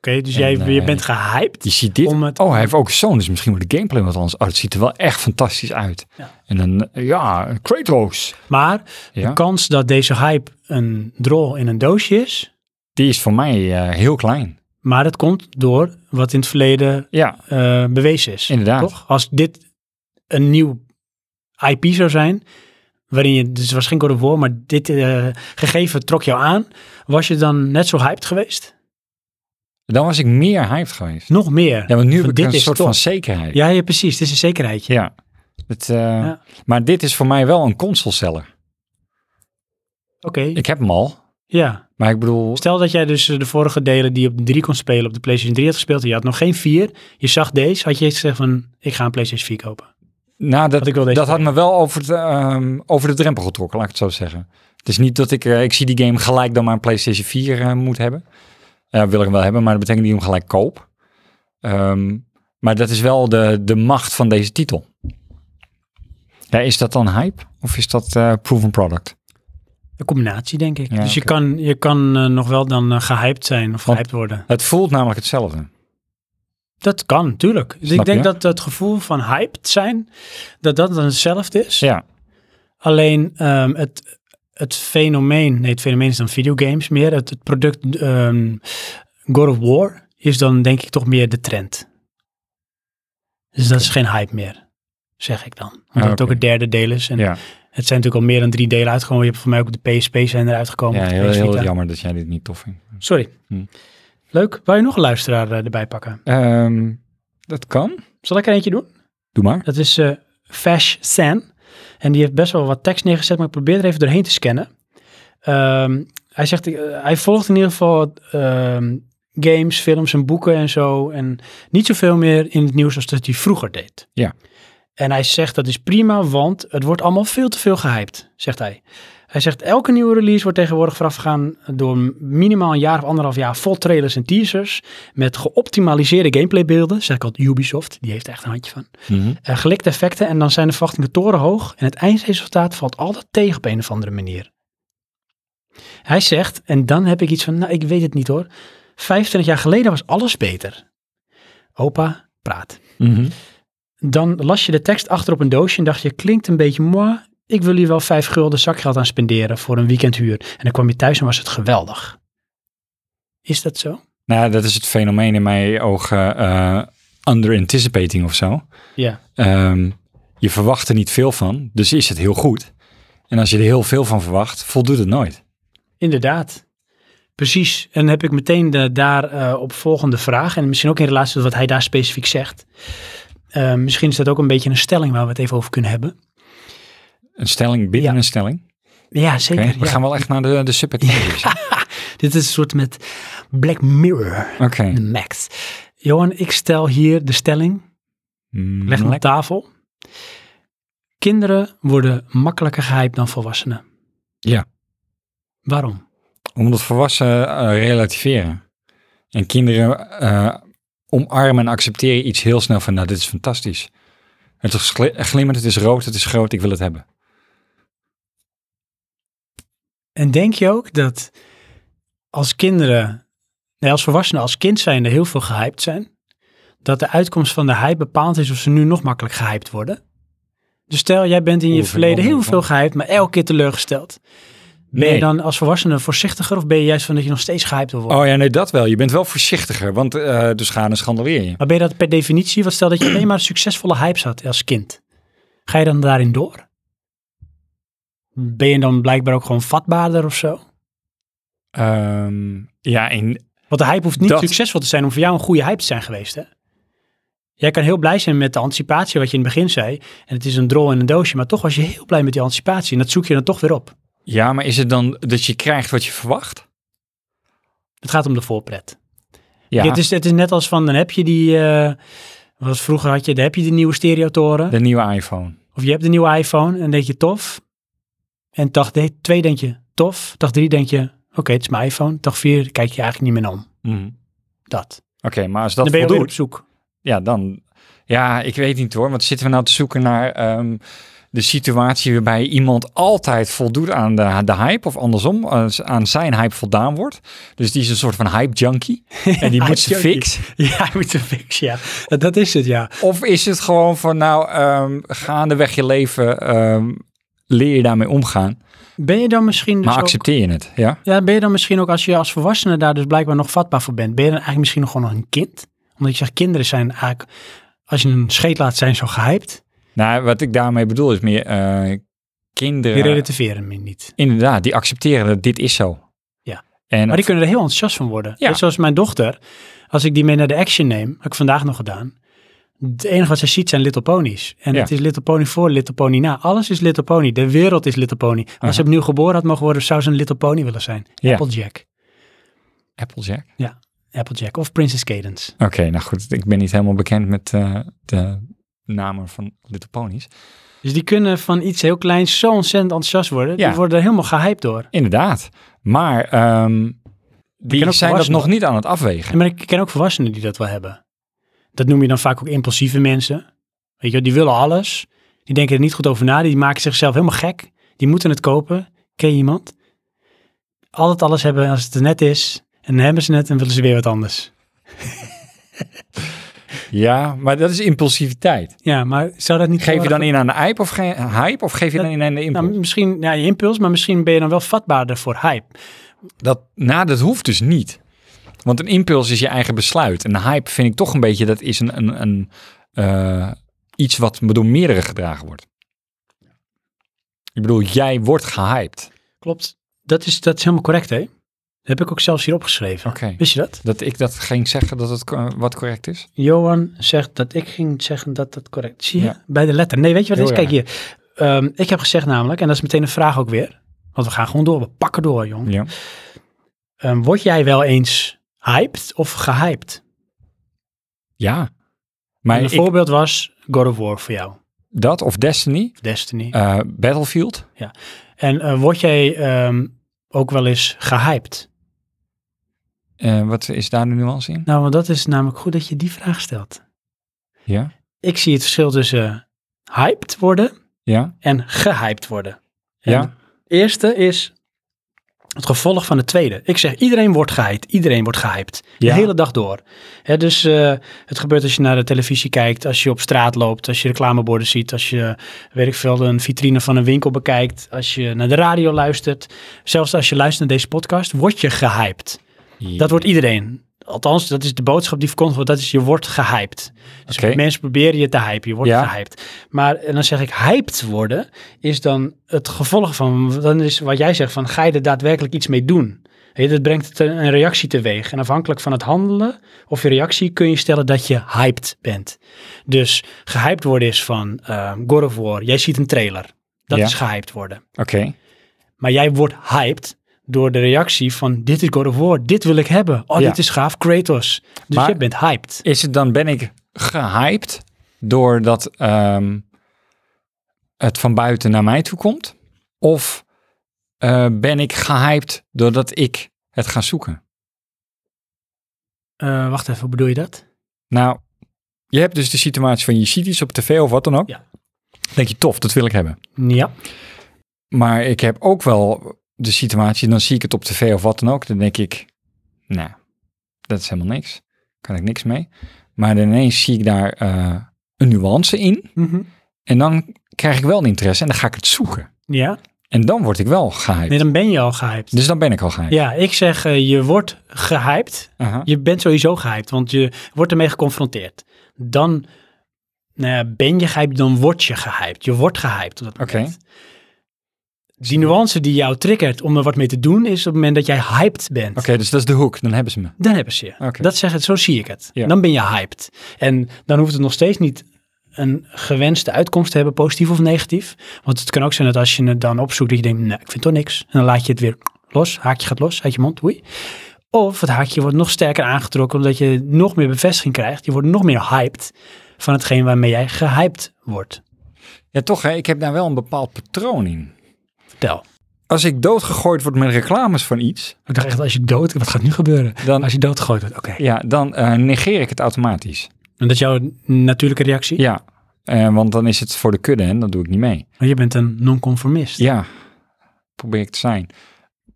dus
En,
jij
eh,
je bent gehyped.
Je ziet dit.
Om het-
Oh, hij heeft ook zo'n. Dus misschien wordt de gameplay wat anders. Oh, het ziet er wel echt fantastisch uit.
Ja.
En dan, eh, ja, Kratos.
Maar de
Ja.
kans dat deze hype een drol in een doosje is,
Die is voor mij eh, heel klein.
maar dat komt door wat in het verleden
Ja,
eh, bewezen is.
Inderdaad.
Toch? Als dit een nieuw IP zou zijn, waarin je, dus het was geen God of War, maar dit eh, gegeven trok jou aan, was je dan net zo hyped geweest?
dan was ik meer hyped geweest.
Nog meer.
Ja, want nu
Van,
heb ik
dit
een
is
soort
top.
van zekerheid.
Ja, ja, precies. Dit is een zekerheidje.
Ja. Het, eh,
Ja.
Maar dit is voor mij wel een consoleseller.
Oké,
Ik heb hem al.
ja.
Maar ik bedoel,
Stel dat jij dus eh, de vorige delen die je op de 3 kon spelen, op de PlayStation 3 had gespeeld en je had nog geen 4. Je zag deze, had je eens gezegd van, ik ga een PlayStation 4 kopen.
nou, dat,
Want ik wil deze
dat had me wel over de, ehm, over de drempel getrokken, laat ik het zo zeggen. Het is niet dat ik, eh, ik zie die game gelijk dan maar een PlayStation 4 eh, moet hebben. Eh, wil ik hem wel hebben, maar dat betekent niet dat ik hem gelijk koop. Ehm, maar dat is wel de, de macht van deze titel. Ja, is dat dan hype of is dat eh, proven product?
Een combinatie, denk ik.
Ja,
dus je
oké.
kan, je kan eh, nog wel dan eh, gehyped zijn of
Want-
gehyped worden.
Het voelt namelijk hetzelfde.
Dat kan, tuurlijk. Dus
Snap
ik denk
je?
dat het gevoel van hyped zijn, dat dat dan hetzelfde is.
Ja,
Alleen ehm, het, het fenomeen, nee het fenomeen is dan videogames meer, het, het product ehm, God of War is dan denk ik toch meer de trend. Dus dat is geen hype meer, zeg ik dan. Omdat
Ah,
het
oké.
ook het derde deel is. En
Ja,
Het zijn natuurlijk al meer dan drie delen uitgekomen. Je hebt voor mij ook op de PSP zijn eruit gekomen.
ja
op de
heel,
PS
heel
Vita.
jammer dat jij dit niet tof vindt.
Sorry.
Hm.
Leuk. Wou je nog een luisteraar eh, erbij pakken?
Ehm, dat kan.
Zal ik er eentje doen?
Doe maar.
Dat is eh Fash San. En die heeft best wel wat tekst neergezet, maar ik probeer er even doorheen te scannen. Ehm, hij zegt, eh, hij volgt in ieder geval ehm, games, films en boeken en zo. En niet zoveel meer in het nieuws als dat hij vroeger deed.
Ja.
En hij zegt, dat is prima, want het wordt allemaal veel te veel gehyped, zegt hij. Hij zegt, elke nieuwe release wordt tegenwoordig voorafgegaan door minimaal een jaar of anderhalf jaar vol trailers en teasers. Met geoptimaliseerde gameplaybeelden, zeg ik al, Ubisoft, die heeft er echt een handje van
Mhm.
eh gelikte effecten en dan zijn de verwachtingen torenhoog en het eindresultaat valt altijd tegen op een of andere manier. Hij zegt, en dan heb ik iets van, nou ik weet het niet hoor, 25 jaar geleden was alles beter. Opa, praat.
Mhm.
Dan las je de tekst achter op een doosje en dacht je, klinkt een beetje mooi. Ik wil hier wel vijf gulden zakgeld aan spenderen voor een weekendhuur. En dan kwam je thuis en was het geweldig. Is dat zo?
Nou, dat is het fenomeen in mijn ogen eh under anticipating of zo.
Ja.
Ehm, je verwacht er niet veel van, dus is het heel goed. En als je er heel veel van verwacht, voldoet het nooit.
Inderdaad. Precies. En dan heb ik meteen eh, de daarop volgende vraag. En misschien ook in relatie tot wat hij daar specifiek zegt. Eh, misschien is dat ook een beetje een stelling waar we het even over kunnen hebben.
Een stelling binnen
Ja.
een stelling.
Ja,
Oké,
zeker.
We
ja.
gaan wel echt naar de, de subcategories.
Dit is een soort met Black Mirror,
Oké.
de max. Johan, ik stel hier de stelling.
Mm,
Leg hem op
lekker.
tafel. Kinderen worden makkelijker gehyped dan volwassenen.
Ja.
Waarom?
Omdat volwassenen eh, relativeren. En kinderen eh, omarmen en accepteren iets heel snel van, nou, dit is fantastisch. Het is gl- glimmend, het is rood, het is groot, ik wil het hebben.
En denk je ook dat als kinderen, nee, als volwassenen, als kind zijnde heel veel gehyped zijn, dat de uitkomst van de hype bepaald is of ze nu nog makkelijk gehyped worden? Dus stel, jij bent in je
Oeh,
verleden heel
verdomd,
veel
man.
gehyped, maar elke keer teleurgesteld. Ben
Nee.
je dan als volwassene voorzichtiger of ben je juist van dat je nog steeds gehyped wil worden?
Oh ja, nee, dat wel. Je bent wel voorzichtiger, want eh dus gaan en schandaleer je.
Maar ben je dat per definitie? Want stel dat je alleen maar succesvolle hypes had als kind. Ga je dan daarin door? Ben je dan blijkbaar ook gewoon vatbaarder of zo?
Ehm, ja, in,
Want de hype hoeft niet
Dat-
succesvol te zijn om voor jou een goede hype te zijn geweest, hè? Jij kan heel blij zijn met de anticipatie wat je in het begin zei. En het is een drol in een doosje, maar toch was je heel blij met die anticipatie. En dat zoek je dan toch weer op.
ja, maar is het dan dat je krijgt wat je verwacht?
Het gaat om de voorpret.
Ja,
Het, is, het is net als van, dan heb je die... eh, wat vroeger had je, dan heb je de nieuwe stereotoren.
de nieuwe iPhone.
Of je hebt de nieuwe iPhone en denk je tof. En dag 2 denk je tof. Dag 3 denk je, oké, het is mijn iPhone. Dag 4 kijk je eigenlijk niet meer om.
Mhm.
Dat.
Oké, maar als dat
dan ben je weer op
voldoet,
zoek.
ja, dan... Ja, ik weet niet hoor, want zitten we nou te zoeken naar ehm, de situatie waarbij iemand altijd voldoet aan de, de hype of andersom, als aan zijn hype voldaan wordt. Dus die is een soort van hype junkie en die
Hype
moet ze
junkie.
fix.
Ja, je moet een fix, ja. Dat is het, ja.
Of is het gewoon van nou, ehm, gaandeweg je leven ehm, leer je daarmee omgaan,
Ben je dan misschien dus
maar
ook-
accepteer je het, ja?
ja, ben je dan misschien ook als je als volwassene daar dus blijkbaar nog vatbaar voor bent, ben je dan eigenlijk misschien nog gewoon nog een kind? Omdat je zegt, kinderen zijn eigenlijk, als je een scheet laat zijn, zo gehyped.
Nou, wat ik daarmee bedoel is meer eh, kinderen.
Die relativeren me niet.
Inderdaad, die accepteren dat dit is zo.
Ja.
En
Maar die kunnen er heel enthousiast van worden.
Ja.
Net zoals mijn dochter, als ik die mee naar de action neem, heb ik vandaag nog gedaan. Het enige wat ze ziet zijn Little Ponies. En
Ja.
het is Little Pony voor, Little Pony na. Alles is Little Pony. De wereld is Little Pony. Als
Aha.
ze opnieuw geboren had mogen worden, zou ze een Little Pony willen zijn.
Ja.
Applejack.
Applejack.
Applejack of Princess Cadence.
Oké, nou goed, ik ben niet helemaal bekend met eh, de namen van Little Ponies.
Dus die kunnen van iets heel kleins zo ontzettend enthousiast worden.
Ja.
Die worden er helemaal gehyped door.
Inderdaad. Maar ehm, die
ook
zijn dat
volwassenen.
nog niet aan het afwegen.
En maar ik ken ook volwassenen die dat wel hebben. Dat noem je dan vaak ook impulsieve mensen. Weet je, wel, die willen alles. Die denken er niet goed over na. Die maken zichzelf helemaal gek. Die moeten het kopen. Ken je iemand? Altijd alles hebben als het er net is. En dan hebben ze het en willen ze weer wat anders.
Ja, maar dat is impulsiviteit.
Ja, maar zou dat niet...
Geef je
heel
dan
erg-
in aan de hype of, ge- hype, of geef je dan in aan de impuls?
Nou, misschien, ja, je impuls, maar misschien ben je dan wel vatbaarder voor hype.
Dat, nou, dat hoeft dus niet. Want een impuls is je eigen besluit. En de hype vind ik toch een beetje, dat is een, een, een, eh, iets wat door meerdere gedragen wordt. Ik bedoel, jij wordt gehyped.
Klopt. Dat is, dat is helemaal correct, hè? Dat heb ik ook zelfs hier opgeschreven.
Oké.
Wist je dat?
Dat ik dat ging zeggen dat het eh, wat correct is.
Johan zegt dat ik ging zeggen dat dat correct Zie je?
Ja.
Bij de letter. Nee, weet je wat het is?
Heel
Kijk hier. Ehm, ik heb gezegd namelijk, en dat is meteen een vraag ook weer. Want we gaan gewoon door. We pakken door, jong.
Ja.
Ehm, word jij wel eens hyped of gehyped?
Ja. Maar
En een
ik-
voorbeeld was God of War voor jou.
dat of Destiny,
Destiny.
eh, Battlefield.
En eh, word jij ehm, ook wel eens gehyped?
Eh, wat is daar de nuance in?
Nou, want dat is namelijk goed dat je die vraag stelt.
Ja.
Ik zie het verschil tussen eh, hyped worden
Ja.
en gehyped worden. En
Ja.
het eerste is het gevolg van het tweede. Ik zeg, iedereen wordt gehyped. Iedereen wordt gehyped.
Ja.
De hele dag door. Hè, dus eh, het gebeurt als je naar de televisie kijkt, als je op straat loopt, als je reclameborden ziet, als je, weet ik veel, een vitrine van een winkel bekijkt, als je naar de radio luistert. Zelfs als je luistert naar deze podcast, word je gehyped. Dat wordt iedereen. Althans, dat is de boodschap die verkondigd wordt. Dat is je wordt gehyped. Dus
Oké.
mensen proberen je te hypen. Je wordt
Ja.
gehyped. Maar en dan zeg ik, hyped worden is dan het gevolg van... Dan is wat jij zegt van, ga je er daadwerkelijk iets mee doen? Hè, dat brengt het een een reactie teweeg. En afhankelijk van het handelen of je reactie kun je stellen dat je hyped bent. Dus gehyped worden is van eh God of War. Jij ziet een trailer. Dat
Ja.
is gehyped worden.
Oké.
Maar jij wordt hyped door de reactie van dit is God of War, dit wil ik hebben. Oh,
Ja.
dit is gaaf, Kratos. Dus
Maar-
jij bent hyped.
Is het dan ben ik gehyped doordat ehm, het van buiten naar mij toe komt? Of eh, ben ik gehyped doordat ik het ga zoeken?
Eh, wacht even, hoe bedoel je dat?
Nou, je hebt dus de situatie van je ziet iets op tv of wat dan ook.
Ja.
Denk je tof, dat wil ik hebben.
Ja,
Maar ik heb ook wel de situatie, dan zie ik het op tv of wat dan ook. Dan denk ik, nou, dat is helemaal niks. Kan ik niks mee. Maar dan ineens zie ik daar eh, een nuance in.
Mhm.
En dan krijg ik wel een interesse en dan ga ik het zoeken.
ja.
En dan word ik wel gehyped.
Nee, dan ben je al gehyped.
Dus dan ben ik al gehyped.
Ja, ik zeg eh, je wordt gehyped.
Aha.
Je bent sowieso gehyped, want je wordt ermee geconfronteerd. Dan nou ja, ben je gehyped, dan word je gehyped. Je wordt gehyped op dat
Oké.
moment. Die nuance die jou triggert om er wat mee te doen, is op het moment dat jij hyped bent.
Oké, dus dat is de hoek. Dan hebben ze me.
Dan hebben ze je.
Oké.
Dat zeg het, zo zie ik het.
Ja.
Dan ben je hyped. En dan hoeft het nog steeds niet een gewenste uitkomst te hebben, positief of negatief. Want het kan ook zijn dat als je het dan opzoekt, dat je denkt, nee, ik vind toch niks. En dan laat je het weer los, haakje gaat los uit je mond, oei. Of het haakje wordt nog sterker aangetrokken, omdat je nog meer bevestiging krijgt. Je wordt nog meer hyped van hetgeen waarmee jij gehyped wordt.
Ja, toch hè. Ik heb daar wel een bepaald patroon in.
Vertel.
Als ik doodgegooid word met reclames van iets,
Ik dacht echt, als je dood, wat gaat nu gebeuren?
Dan-
als je doodgegooid wordt, oké.
ja, dan eh, negeer ik het automatisch.
En dat is jouw natuurlijke reactie?
Ja, eh, want dan is het voor de kudde en dan doe ik niet mee.
Want je bent een nonconformist.
Ja, probeer ik te zijn.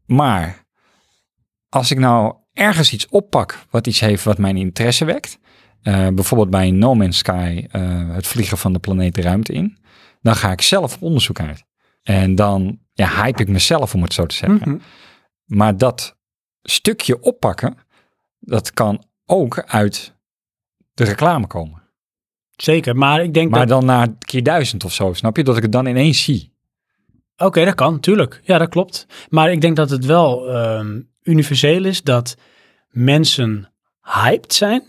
Maar als ik nou ergens iets oppak wat iets heeft wat mijn interesse wekt, eh, bijvoorbeeld bij No Man's Sky, eh, het vliegen van de planeet de ruimte in, dan ga ik zelf op onderzoek uit. En dan ja, hype ik mezelf, om het zo te zeggen.
Mhm.
Maar dat stukje oppakken, dat kan ook uit de reclame komen.
Zeker, maar ik denk
Maar
dat...
dan na keer duizend of zo, snap je? Dat ik het dan ineens zie.
Oké, dat kan, tuurlijk. Ja, dat klopt. Maar ik denk dat het wel ehm, universeel is dat mensen hyped zijn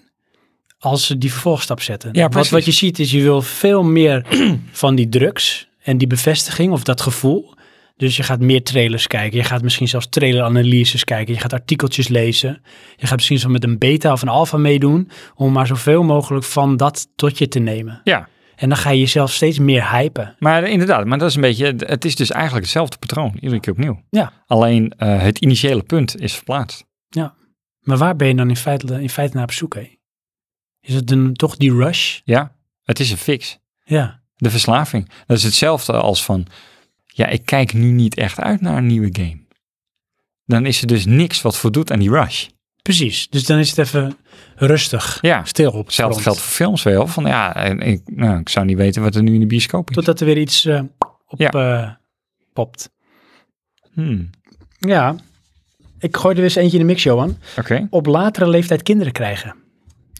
als ze die vervolgstap zetten.
Ja,
wat,
precies.
wat je ziet is, je wil veel meer van die drugs en die bevestiging of dat gevoel. Dus je gaat meer trailers kijken. Je gaat misschien zelfs traileranalyses kijken. Je gaat artikeltjes lezen. Je gaat misschien zo met een beta of een alfa meedoen. Om maar zoveel mogelijk van dat tot je te nemen.
Ja,
En dan ga je jezelf steeds meer hypen.
Maar inderdaad, maar dat is een beetje, het is dus eigenlijk hetzelfde patroon, iedere keer opnieuw.
Ja.
Alleen eh, het initiële punt is verplaatst.
Maar waar ben je dan in feite, in feite naar op zoek, hè? Is het dan toch die rush?
Ja, het is een fix.
Ja.
De verslaving. Dat is hetzelfde als van, ja, ik kijk nu niet echt uit naar een nieuwe game. Dan is er dus niks wat voldoet aan die rush.
Precies. Dus dan is het even rustig,
Ja.
stil op. de
Hetzelfde
grond.
geldt voor films wel. Van ja, en ik, nou, ik zou niet weten wat er nu in de bioscoop is.
Totdat er weer iets eh, op
Ja.
eh, popt.
Hmm,
Ja. Ik gooi er eens eentje in de mix, Johan.
Oké,
Op latere leeftijd kinderen krijgen.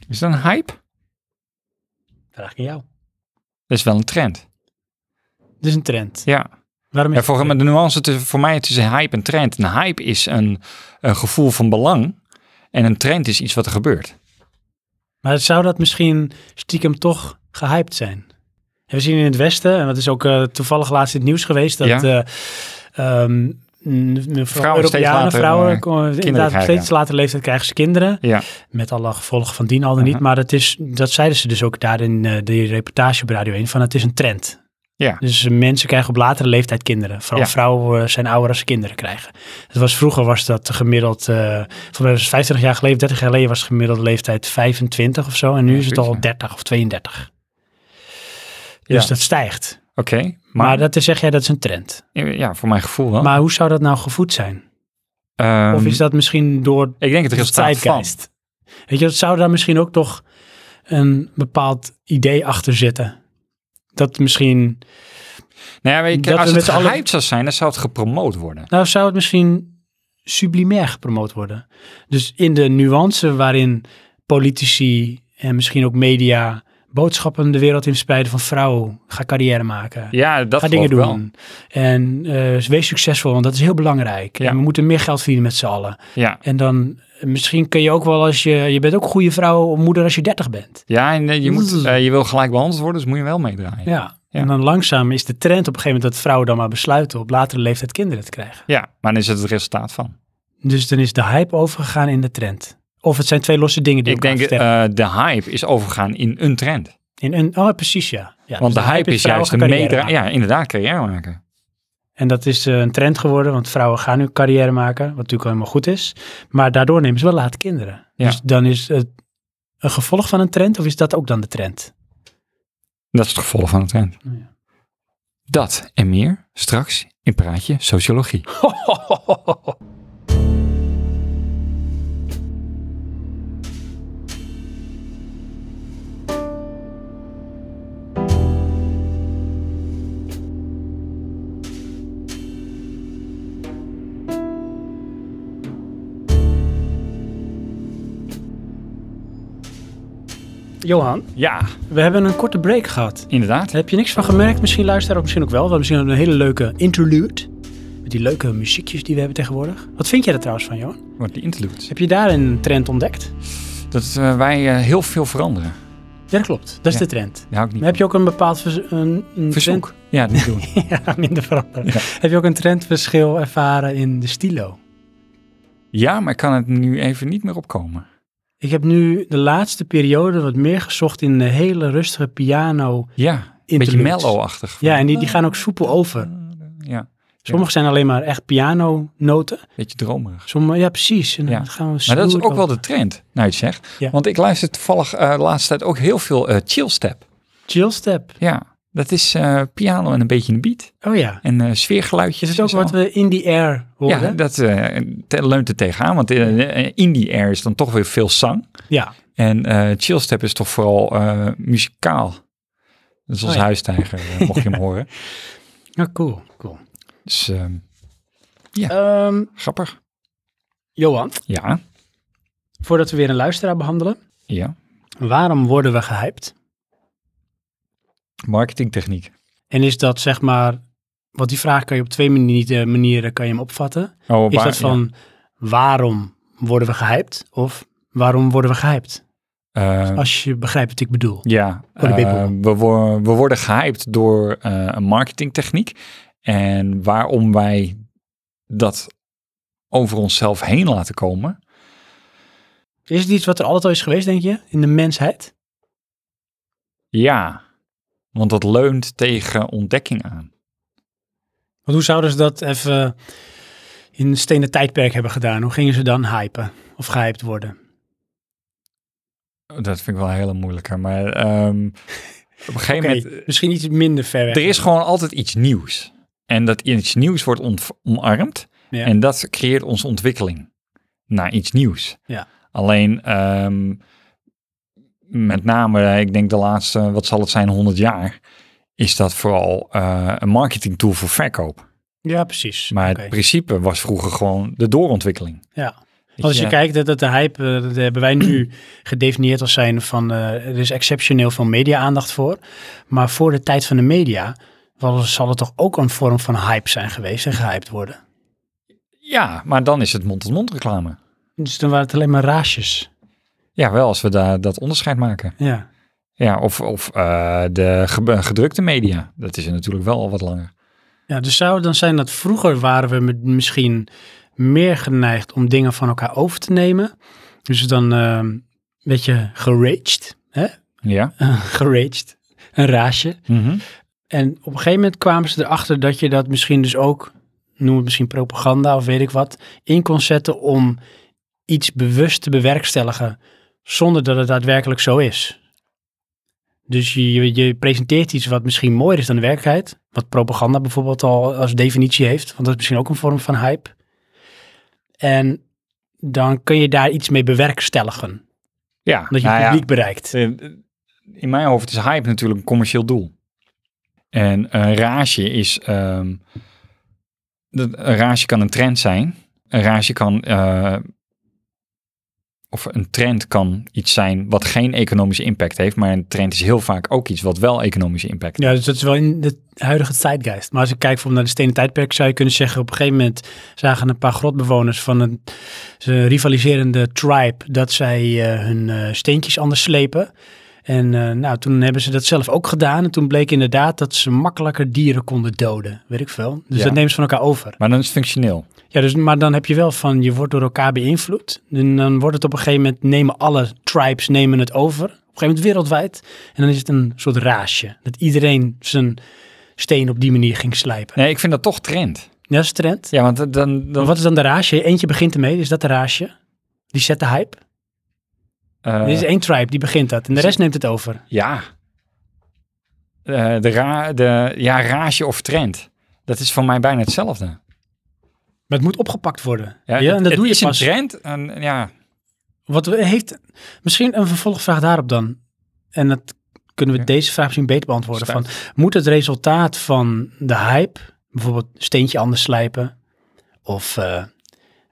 is dat een hype?
Vraag ik aan jou.
Dat is wel een trend.
Dit is een trend.
Ja.
Waarom is
Ja, voor, maar de nuance tussen, voor mij tussen hype en trend. Een hype is een, een gevoel van belang. En een trend is iets wat er gebeurt.
Maar zou dat misschien stiekem toch gehyped zijn? En we zien in het Westen, en dat is ook eh, toevallig laatst in het nieuws geweest, dat
Ja.
eh, ehm, mm, vooral
steeds
Europeanen,
later,
vrouwen,
eh,
ko- inderdaad,
krijgen,
op steeds later leeftijd krijgen ze kinderen.
Ja.
Met alle gevolgen van dien al dan niet.
Aha.
Maar het is, dat zeiden ze dus ook daar in eh, die reportage op Radio 1, van het is een trend.
Ja.
Dus eh, mensen krijgen op latere leeftijd kinderen. Vooral
Ja.
vrouwen eh, zijn ouder als ze kinderen krijgen. Het was, vroeger was dat gemiddeld, eh van was 50 jaar geleden, 30 jaar geleden was de gemiddelde leeftijd 25 of zo. En nu
Ja,
is het
zoiets,
al
ja.
30 of 32. Dus
Ja.
dat stijgt.
Oké,
Maar,
maar,
dat is, zeg jij, dat is een trend.
ja, voor mijn gevoel wel.
Maar hoe zou dat nou gevoed zijn?
Ehm,
Of is dat misschien door
ik denk het
de
resultaat van.
tijdgeest? Dus Weet je, dat zou daar misschien ook toch een bepaald idee achter zitten. Dat misschien,
Nou ja, weet je,
Dat
als
we
het
met z'n allen-
gehyped zou zijn, dan zou het gepromoot worden.
nou zou het misschien sublimair gepromoot worden. Dus in de nuance waarin politici en misschien ook media boodschappen de wereld in verspreiden van vrouw, ga carrière maken.
Ja, dat
Ga
geloof
dingen
ik wel.
doen. En eh, wees succesvol, want dat is heel belangrijk.
Ja.
En we moeten meer geld verdienen met z'n allen.
Ja.
En dan eh, misschien kun je ook wel als je... Je bent ook een goede vrouw of moeder als je dertig bent.
Ja, en eh, je, moet, eh, je wil gelijk behandeld worden, dus moet je wel meedraaien. Ja.
Ja. En dan langzaam is de trend op een gegeven moment dat vrouwen dan maar besluiten op latere leeftijd kinderen te krijgen.
maar dan is het het resultaat van.
Dus dan is de hype overgegaan in de trend. Of het zijn twee losse dingen die
ik
elkaar
denk,
versterken.
eh, de hype is overgegaan in een trend.
in een, oh, precies ja. ja
Want
dus
de hype is
vrouwen
juist een
gaan carrière
meedraaien.
maken.
Ja, inderdaad, carrière maken.
En dat is eh, een trend geworden, want vrouwen gaan nu carrière maken, wat natuurlijk helemaal goed is. Maar daardoor nemen ze wel laat kinderen.
Ja.
Dus dan is het een gevolg van een trend, of is dat ook dan de trend?
Dat is het gevolg van de trend.
Oh, Ja.
Dat en meer straks in Praatje Sociologie.
Johan,
Ja,
we hebben een korte break gehad.
inderdaad.
Heb je niks van gemerkt? Misschien luisteren ook misschien ook wel. We hebben misschien een hele leuke interlude. Met die leuke muziekjes die we hebben tegenwoordig. Wat vind jij er trouwens van, Johan?
Wordt die interludes.
Heb je daar een trend ontdekt?
Dat eh, wij eh, heel veel veranderen.
Ja, dat klopt. Dat
Ja.
is de trend.
Daar hou ik niet
Maar heb je ook een bepaald vers- een, een trend
Verzoek. Ja, niet doen.
Ja, minder veranderen. Heb je ook een trendverschil ervaren in de stilo?
ja, maar ik kan het nu even niet meer opkomen.
Ik heb nu de laatste periode wat meer gezocht in de hele rustige piano
Ja, een beetje
interludes.
mellow-achtig.
Ja, en die, die gaan ook soepel over.
Ja,
Sommige zijn alleen maar echt pianonoten.
een beetje dromerig.
Sommige, ja, precies. En dan
Ja.
gaan we
Maar dat is
smooth
ook wel
over.
de trend, nou je het zegt.
Ja.
Want ik luister toevallig eh, de laatste tijd ook heel veel eh, chill step.
chill step.
Ja, dat is eh, piano en een beetje een beat.
Oh ja.
En eh, sfeergeluidjes.
Is het ook
en zo.
wat we in the air horen?
Ja, dat eh, te- leunt er tegenaan. Want eh, eh, in die air is dan toch weer veel zang.
Ja.
En eh chillstep is toch vooral eh, muzikaal. Dat is als
Oh ja.
huistijger, eh, mocht je hem horen.
Ja, cool. cool.
Dus eh,
Ehm,
grappig.
Johan,
Ja,
voordat we weer een luisteraar behandelen.
ja.
Waarom worden we gehyped?
Marketingtechniek.
En is dat zeg maar, want die vraag kan je op twee mani- eh, manieren kan je hem opvatten.
Oh,
Is
waar-
dat van waarom worden we gehyped of waarom worden we gehyped?
ja. Eh,
Als je begrijpt wat ik bedoel.
Ja,
Voor de
eh,
Beatles.
we, wo- we worden gehyped door eh, een marketingtechniek. En waarom wij dat over onszelf heen laten komen.
Is het iets wat er altijd al is geweest, denk je, in de mensheid?
Ja, want dat leunt tegen ontdekking aan.
Want hoe zouden ze dat even in een stenen tijdperk hebben gedaan? Hoe gingen ze dan hypen of gehyped worden?
Dat vind ik wel een hele moeilijke. Maar ehm, op een gegeven
Oké,
moment, eh,
misschien iets minder ver weg.
er is gewoon altijd iets nieuws. En dat iets nieuws wordt ont- omarmd.
Ja.
En dat creëert onze ontwikkeling. naar iets nieuws.
Ja.
Alleen ehm, met name, eh, ik denk de laatste, wat zal het zijn, 100 jaar, is dat vooral eh, een marketing tool voor verkoop.
Ja, precies.
Maar
Oké.
het principe was vroeger gewoon de doorontwikkeling.
Ja.
Weet
Als je
ja,
kijkt, dat, dat de hype, eh, dat hebben wij nu gedefinieerd als zijn van, eh, er is exceptioneel veel media-aandacht voor. Maar voor de tijd van de media was, zal het toch ook een vorm van hype zijn geweest en gehyped worden.
ja, maar dan is het mond-tot-mond reclame.
Dus dan waren het alleen maar raasjes.
Ja, wel als we daar dat onderscheid maken.
Ja.
Ja, of, of eh, de ge- gedrukte media. Dat is er natuurlijk wel al wat langer.
ja, dus zou het dan zijn dat vroeger waren we met- misschien meer geneigd om dingen van elkaar over te nemen. Dus dan eh, een beetje geraged, hè?
Ja.
geraged, een raasje.
Mhm.
En op een gegeven moment kwamen ze erachter dat je dat misschien dus ook, noem het misschien propaganda of weet ik wat, in kon zetten om iets bewust te bewerkstelligen zonder dat het daadwerkelijk zo is. Dus je, je- je presenteert iets wat misschien mooier is dan de werkelijkheid, wat propaganda bijvoorbeeld al als definitie heeft, want dat is misschien ook een vorm van hype. En dan kun je daar iets mee bewerkstelligen,
Ja,
omdat je
nou ja.
publiek bereikt.
Eh, In mijn hoofd is hype natuurlijk een commercieel doel. En een rage is. ehm, dat- een rage kan een trend zijn. Een rage kan. eh, of een trend kan iets zijn wat geen economische impact heeft. Maar een trend is heel vaak ook iets wat wel economische impact
Ja, dus dat is wel in de huidige tijdgeest. Maar als ik kijk bijvoorbeeld naar de stenen tijdperk, zou je kunnen zeggen... op een gegeven moment zagen een paar grotbewoners van een ze- rivaliserende tribe... dat zij eh, hun eh, steentjes anders slepen. En eh, nou, toen hebben ze dat zelf ook gedaan. En toen bleek inderdaad dat ze makkelijker dieren konden doden. Weet ik veel. Dus
Ja.
dat nemen ze van elkaar over.
Maar dan is het functioneel.
Ja, dus, maar dan heb je wel van, je wordt door elkaar beïnvloed. En dan wordt het op een gegeven moment, nemen alle tribes nemen het over. Op een gegeven moment wereldwijd. En dan is het een soort raasje. Dat iedereen zijn steen op die manier ging slijpen.
Nee, ik vind dat toch trend.
Ja, dat is de trend.
Ja, want dan. dan,
Maar wat is dan de raasje? Eentje begint ermee, is dat de raasje? Die zet de hype.
eh,
er is één tribe, die begint dat. En de rest neemt het over.
Ja. Eh, de ra de, ja, rage of trend. Dat is voor mij bijna hetzelfde.
Maar het moet opgepakt worden. Ja,
het-
en dat
het
doe je
is
pas.
een trend. En, ja,
Wat we- heeft, misschien een vervolgvraag daarop dan. En dat kunnen we
Ja.
deze vraag misschien beter beantwoorden.
Staat.
Van, moet het resultaat van de hype, bijvoorbeeld steentje anders slijpen, of eh,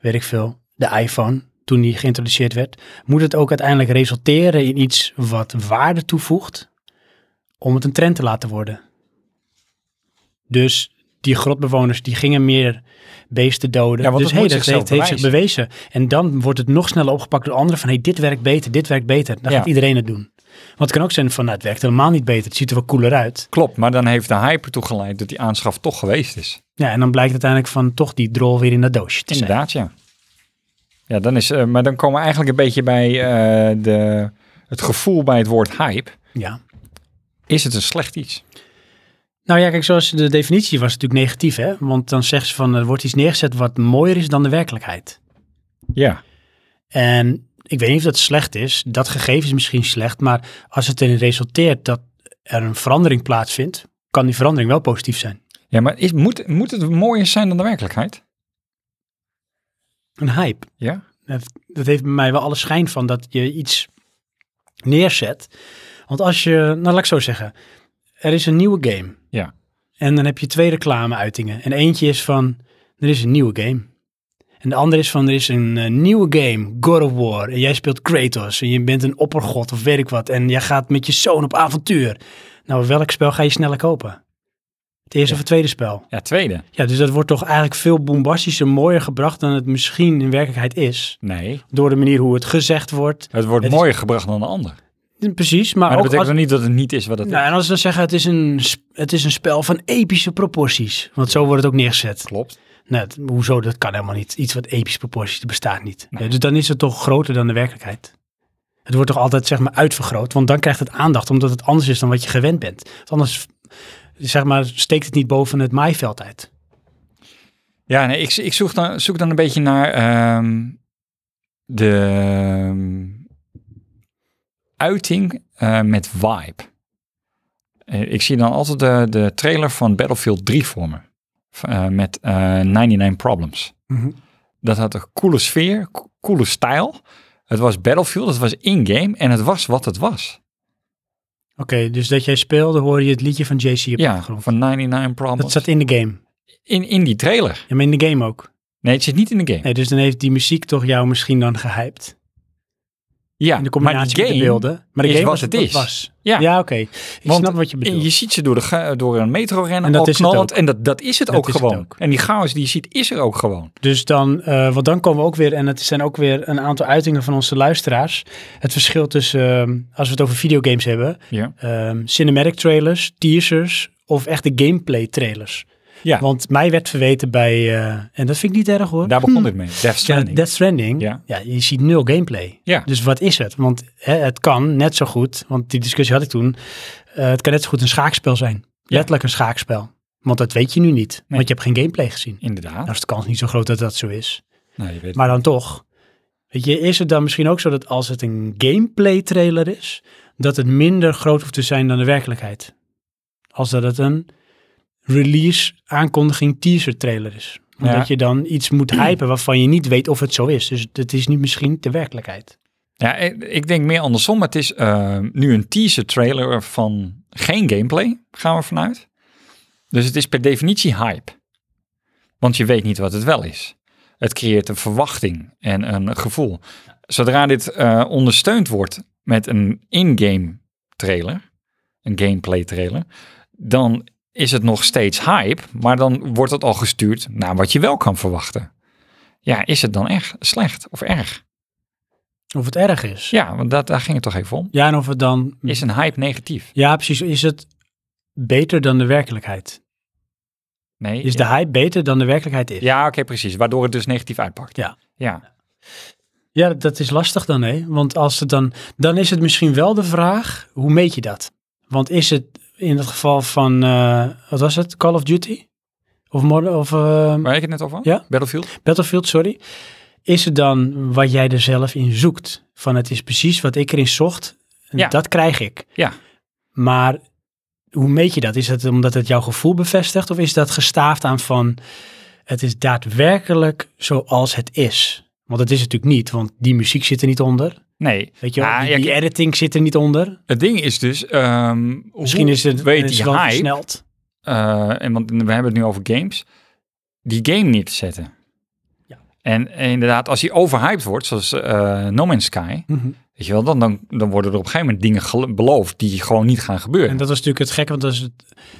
weet ik veel, de iPhone, toen die geïntroduceerd werd, moet het ook uiteindelijk resulteren in iets wat waarde toevoegt om het een trend te laten worden? Dus die grotbewoners die gingen meer beesten doden.
Ja, want dat
dus hey,
moet
dat
zichzelf
heeft, heeft zich bewezen. En dan wordt het nog sneller opgepakt door anderen van hey, dit werkt beter, dit werkt beter. Dan
Ja.
gaat iedereen het doen. Want het kan ook zijn van nou, het werkt helemaal niet beter. Het ziet er wel cooler uit.
klopt. Maar dan heeft de hype ertoe geleid dat die aanschaf toch geweest is.
Ja, en dan blijkt uiteindelijk van toch die drol weer in dat doosje te zijn.
Inderdaad, ja. Ja, dan is, eh, maar dan komen we eigenlijk een beetje bij eh, de, het gevoel bij het woord hype.
Ja.
Is het een slecht iets?
Nou ja, kijk, zoals de definitie was natuurlijk negatief, hè? Want dan zegt ze van er wordt iets neergezet wat mooier is dan de werkelijkheid.
Ja.
En ik weet niet of dat slecht is. Dat gegeven is misschien slecht, maar als het erin resulteert dat er een verandering plaatsvindt, kan die verandering wel positief zijn.
Ja, maar is, moet, moet het mooier zijn dan de werkelijkheid?
Een hype.
Ja.
Dat, dat heeft bij mij wel alle schijn van dat je iets neerzet. Want als je, nou laat ik het zo zeggen, er is een nieuwe game.
Ja.
En dan heb je twee reclameuitingen. En eentje is van, er is een nieuwe game. En de andere is van, er is een eh, nieuwe game, God of War. En jij speelt Kratos en je bent een oppergod of weet ik wat. En jij gaat met je zoon op avontuur. Nou, welk spel ga je sneller kopen? Het eerste of het tweede spel?
Ja, tweede.
Ja, dus dat wordt toch eigenlijk veel bombastischer, mooier gebracht dan het misschien in werkelijkheid is.
Nee.
Door de manier hoe het gezegd wordt.
Het wordt
Het is-
mooier gebracht dan de ander. Maar,
Precies, maar,
dat
ook
betekent
als,
nog niet dat het niet is wat het
nou,
is.
en als we dan zeggen het is, een, sp- het is een spel van epische proporties. Want zo wordt het ook neergezet.
Klopt.
Nou, het- hoezo, dat kan helemaal niet. Iets wat epische proporties, dat bestaat niet. Ja, dus dan is het toch groter dan de werkelijkheid. Het wordt toch altijd zeg maar uitvergroot, want dan krijgt het aandacht omdat het anders is dan wat je gewend bent. Want anders zeg maar, steekt het niet boven het maaiveld uit.
Ja, nee, ik, ik zoek, dan, zoek dan een beetje naar ehm, de ehm, uiting eh, met vibe. Eh, ik zie dan altijd de, de
Mhm.
trailer van Battlefield 3 voor me. V- eh, met eh, 99 Problems. Dat had een coole sfeer, co- coole stijl. Het was Battlefield, het was in-game en het was wat het was.
Oké, dus dat jij speelde, hoorde je het liedje van JC op de
Ja,
achtergrond.
van 99 Problems.
Dat zat in de game.
in, in die trailer.
Ja, maar in de game ook.
Nee, het zit niet in de game.
Nee, dus dan heeft die muziek toch jou misschien dan gehyped.
ja,
In de
maar
combinatie
die game,
met de beelden. Maar de
is
game
wat
was
het
wat
is.
was.
Ja.
oké. Ik
Want
snap wat je
En
bedoelt.
je ziet ze door, de, ga- door een metro rennen,
En dat
al
is het
knallend. En dat, dat is het
Dat
ook
is het
gewoon.
ook.
En die chaos die je ziet, is er ook gewoon.
Dus dan, eh, want dan komen we ook weer, en het zijn ook weer een aantal uitingen van onze luisteraars. Het verschil tussen, ehm, als we het over videogames hebben,
Ja.
ehm, cinematic trailers, teasers of echte gameplay trailers.
Ja.
Want mij werd verweten bij, eh, en dat vind ik niet erg hoor.
Daar begon dit mee. Death
Hm. Ja,
Stranding.
Death Stranding,
Ja.
ja. je ziet nul gameplay.
Ja.
Dus wat is het? Want hè, het kan net zo goed, want die discussie had ik toen, eh, het kan net zo goed een schaakspel zijn. Letterlijk een schaakspel. Want dat weet je nu niet, want je hebt geen gameplay gezien.
Inderdaad.
Nou is de kans niet zo groot dat dat zo is.
Nou, je weet
Maar dan toch. Weet je, is het dan misschien ook zo dat als het een gameplay trailer is, dat het minder groot hoeft te zijn dan de werkelijkheid? Als dat het een release aankondiging teaser trailer is. Omdat
Ja.
je dan iets moet hypen waarvan je niet weet of het zo is. Dus het is niet misschien de werkelijkheid.
Ja, ik ik denk meer andersom. Maar het is eh, nu een teaser trailer van geen gameplay, gaan we vanuit. Dus het is per definitie hype. Want je weet niet wat het wel is. Het creëert een verwachting en een gevoel. Zodra dit eh, ondersteund wordt met een in-game trailer, een gameplay trailer, dan is het nog steeds hype, maar dan wordt het al gestuurd naar wat je wel kan verwachten. Ja, is het dan echt slecht of erg?
Of het erg is.
Ja, want dat, daar ging het toch even om.
Ja, en of het dan.
Is een hype negatief?
Ja, precies. Is het beter dan de werkelijkheid?
Nee.
Is de hype beter dan de werkelijkheid is?
Ja, oké, precies. Waardoor het dus negatief uitpakt.
Ja.
Ja.
Ja, dat is lastig dan, hè? Want als het dan, dan is het misschien wel de vraag, hoe meet je dat? Want is het in het geval van, eh, wat was het, Call of Duty? Of, Modern, of eh,
Waar ik het net over had?
Ja.
Battlefield?
Battlefield, sorry. Is het dan wat jij er zelf in zoekt? Van het is precies wat ik erin zocht, en
Ja.
dat krijg ik.
Ja.
Maar hoe meet je dat? Is dat omdat het jouw gevoel bevestigt? Of is dat gestaafd aan van, het is daadwerkelijk zoals het is? Want dat is het natuurlijk niet, want die muziek zit er niet onder.
Nee.
Weet je wel,
Ah,
die,
ja,
die editing zit er niet onder.
Het ding is dus... ehm,
Misschien
hoe
is het,
weet
is
die
het wel
hype,
versneld.
eh, en want we hebben het nu over games, die game niet zetten.
Ja.
En, en inderdaad, als die overhyped wordt, zoals eh, No Man's Sky,
Mhm.
weet je wel, dan, dan, dan worden er op een gegeven moment dingen gel- beloofd die gewoon niet gaan gebeuren.
En dat was natuurlijk het gekke, want dat is het,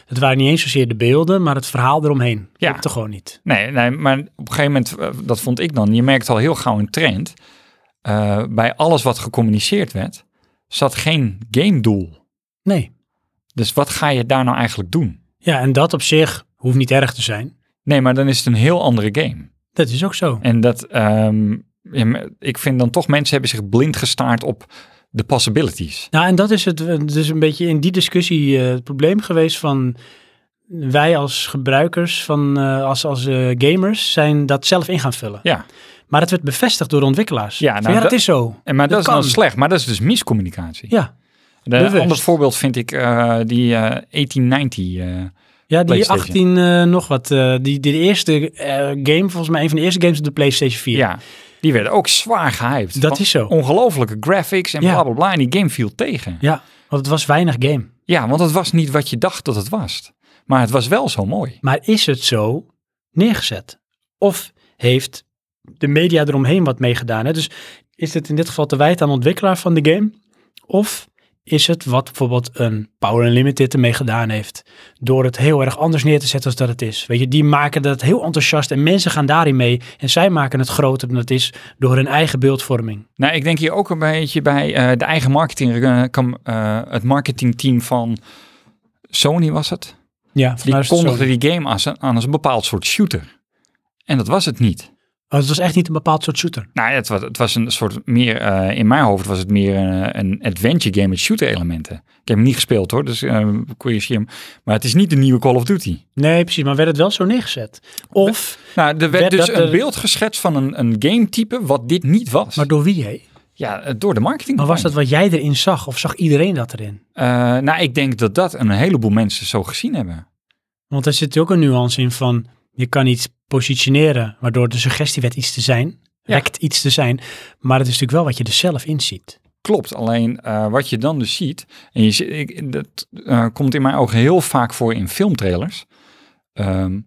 het waren niet eens zozeer de beelden, maar het verhaal eromheen.
Ja.
Klopte gewoon niet.
Nee, nee, maar op een gegeven moment, eh, dat vond ik dan, je merkt al heel gauw een trend. Eh, bij alles wat gecommuniceerd werd, zat geen game doel.
Nee.
Dus wat ga je daar nou eigenlijk doen?
Ja, en dat op zich hoeft niet erg te zijn.
Nee, maar dan is het een heel andere game.
Dat is ook zo.
En dat, ehm, ja, maar ik vind dan toch, mensen hebben zich blind gestaard op de possibilities.
Nou, en dat is het eh, dus een beetje in die discussie eh, het probleem geweest van wij als gebruikers, van, eh, als, als eh, gamers, zijn dat zelf in gaan vullen.
Ja,
Maar dat werd bevestigd door de ontwikkelaars.
Ja,
Van,
nou,
ja dat
dat-
is zo.
en, maar dat,
Dat
is dan
kan.
slecht, maar dat is dus miscommunicatie.
Ja,
Een
bewust.
ander voorbeeld vind ik eh, die eh, 1890. eh,
Ja, die
PlayStation.
18 eh, nog wat. eh, die, die de eerste eh, game, volgens mij een van de eerste games op de PlayStation 4.
Ja, die werden ook zwaar gehyped.
Dat
Van
is zo.
Ongelofelijke graphics en
Oh. Ja.
bla bla bla. En die game viel tegen.
Ja, want het was weinig game.
Ja, want het was niet wat je dacht dat het was. Maar het was wel zo mooi.
Maar is het zo neergezet? Of heeft de media eromheen wat meegedaan? Hè? Dus is het in dit geval te wijten aan de ontwikkelaar van de game? Of is het wat bijvoorbeeld een Power Unlimited ermee gedaan heeft? Door het heel erg anders neer te zetten als dat het is. Weet je, die maken dat heel enthousiast en mensen gaan daarin mee. En zij maken het groter dan het is door hun eigen beeldvorming.
Nou, ik denk hier ook een beetje bij eh, de eigen marketing, eh, kam- eh, het marketingteam van Sony was het.
Ja,
Die kondigde die game als een- aan als een bepaald soort shooter. En dat was het niet.
Oh, het was echt niet een bepaald soort shooter.
Nou, ja, het was, het was een soort meer, eh, in mijn hoofd was het meer eh, een adventure game met shooter elementen. Ik heb hem niet gespeeld hoor, dus eh corrigeer hem. Maar het is niet de nieuwe Call of Duty.
Nee, precies. Maar werd het wel zo neergezet? Of,
Nou, er werd
Werd
dus
dat
een
er-
beeld geschetst van een, een game-type wat dit niet was.
maar door wie hé?
ja, eh, door de marketing.
Maar was dat wat jij erin zag? Of zag iedereen dat erin?
Eh, nou, ik denk dat dat een heleboel mensen zo gezien hebben.
Want daar zit ook een nuance in van... Je kan iets positioneren, waardoor de suggestie werd iets te zijn,
Ja.
wekt iets te zijn. Maar het is natuurlijk wel wat je er zelf in ziet.
Klopt, alleen eh, wat je dan dus ziet, en je, zie- ik, dat eh, komt in mijn ogen heel vaak voor in filmtrailers. Ehm,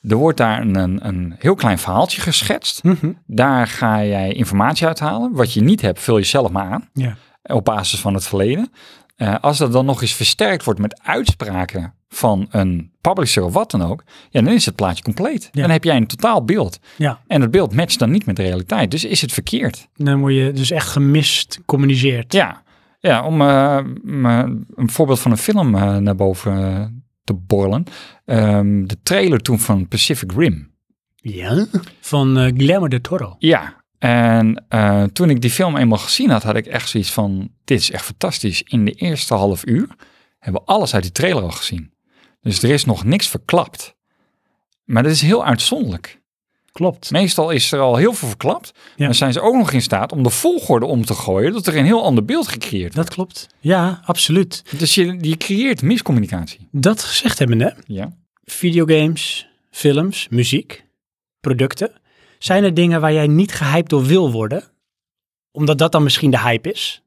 er wordt daar een, een, een heel klein verhaaltje geschetst.
Hm.
Daar ga jij informatie uithalen. Wat je niet hebt, vul je zelf maar aan
Ja.
op basis van het verleden. Eh, als dat dan nog eens versterkt wordt met uitspraken van een publisher of wat dan ook, ja, dan is het plaatje compleet.
Ja.
Dan heb jij een totaal beeld.
ja.
En het beeld matcht dan niet met de realiteit. Dus is het verkeerd.
Dan word je dus echt gemist communiceerd.
Ja, ja om eh, m, eh, een voorbeeld van een film eh, naar boven eh, te borrelen. Ehm, de trailer toen van Pacific Rim.
Ja. Van eh, Guillermo de Toro.
Ja, en eh, toen ik die film eenmaal gezien had, had ik echt zoiets van... Dit is echt fantastisch. In de eerste half uur hebben we alles uit die trailer al gezien. Dus er is nog niks verklapt. Maar dat is heel uitzonderlijk.
Klopt.
Meestal is er al heel veel verklapt.
Ja.
Dan zijn ze ook nog in staat om de volgorde om te gooien... dat er een heel ander beeld gecreëerd
Dat klopt. Ja, absoluut.
wordt. Dus je, je creëert miscommunicatie.
Dat gezegd hebben, hè?
Ja.
videogames, films, muziek, producten. Zijn er dingen waar jij niet gehyped door wil worden? Omdat dat dan misschien de hype is?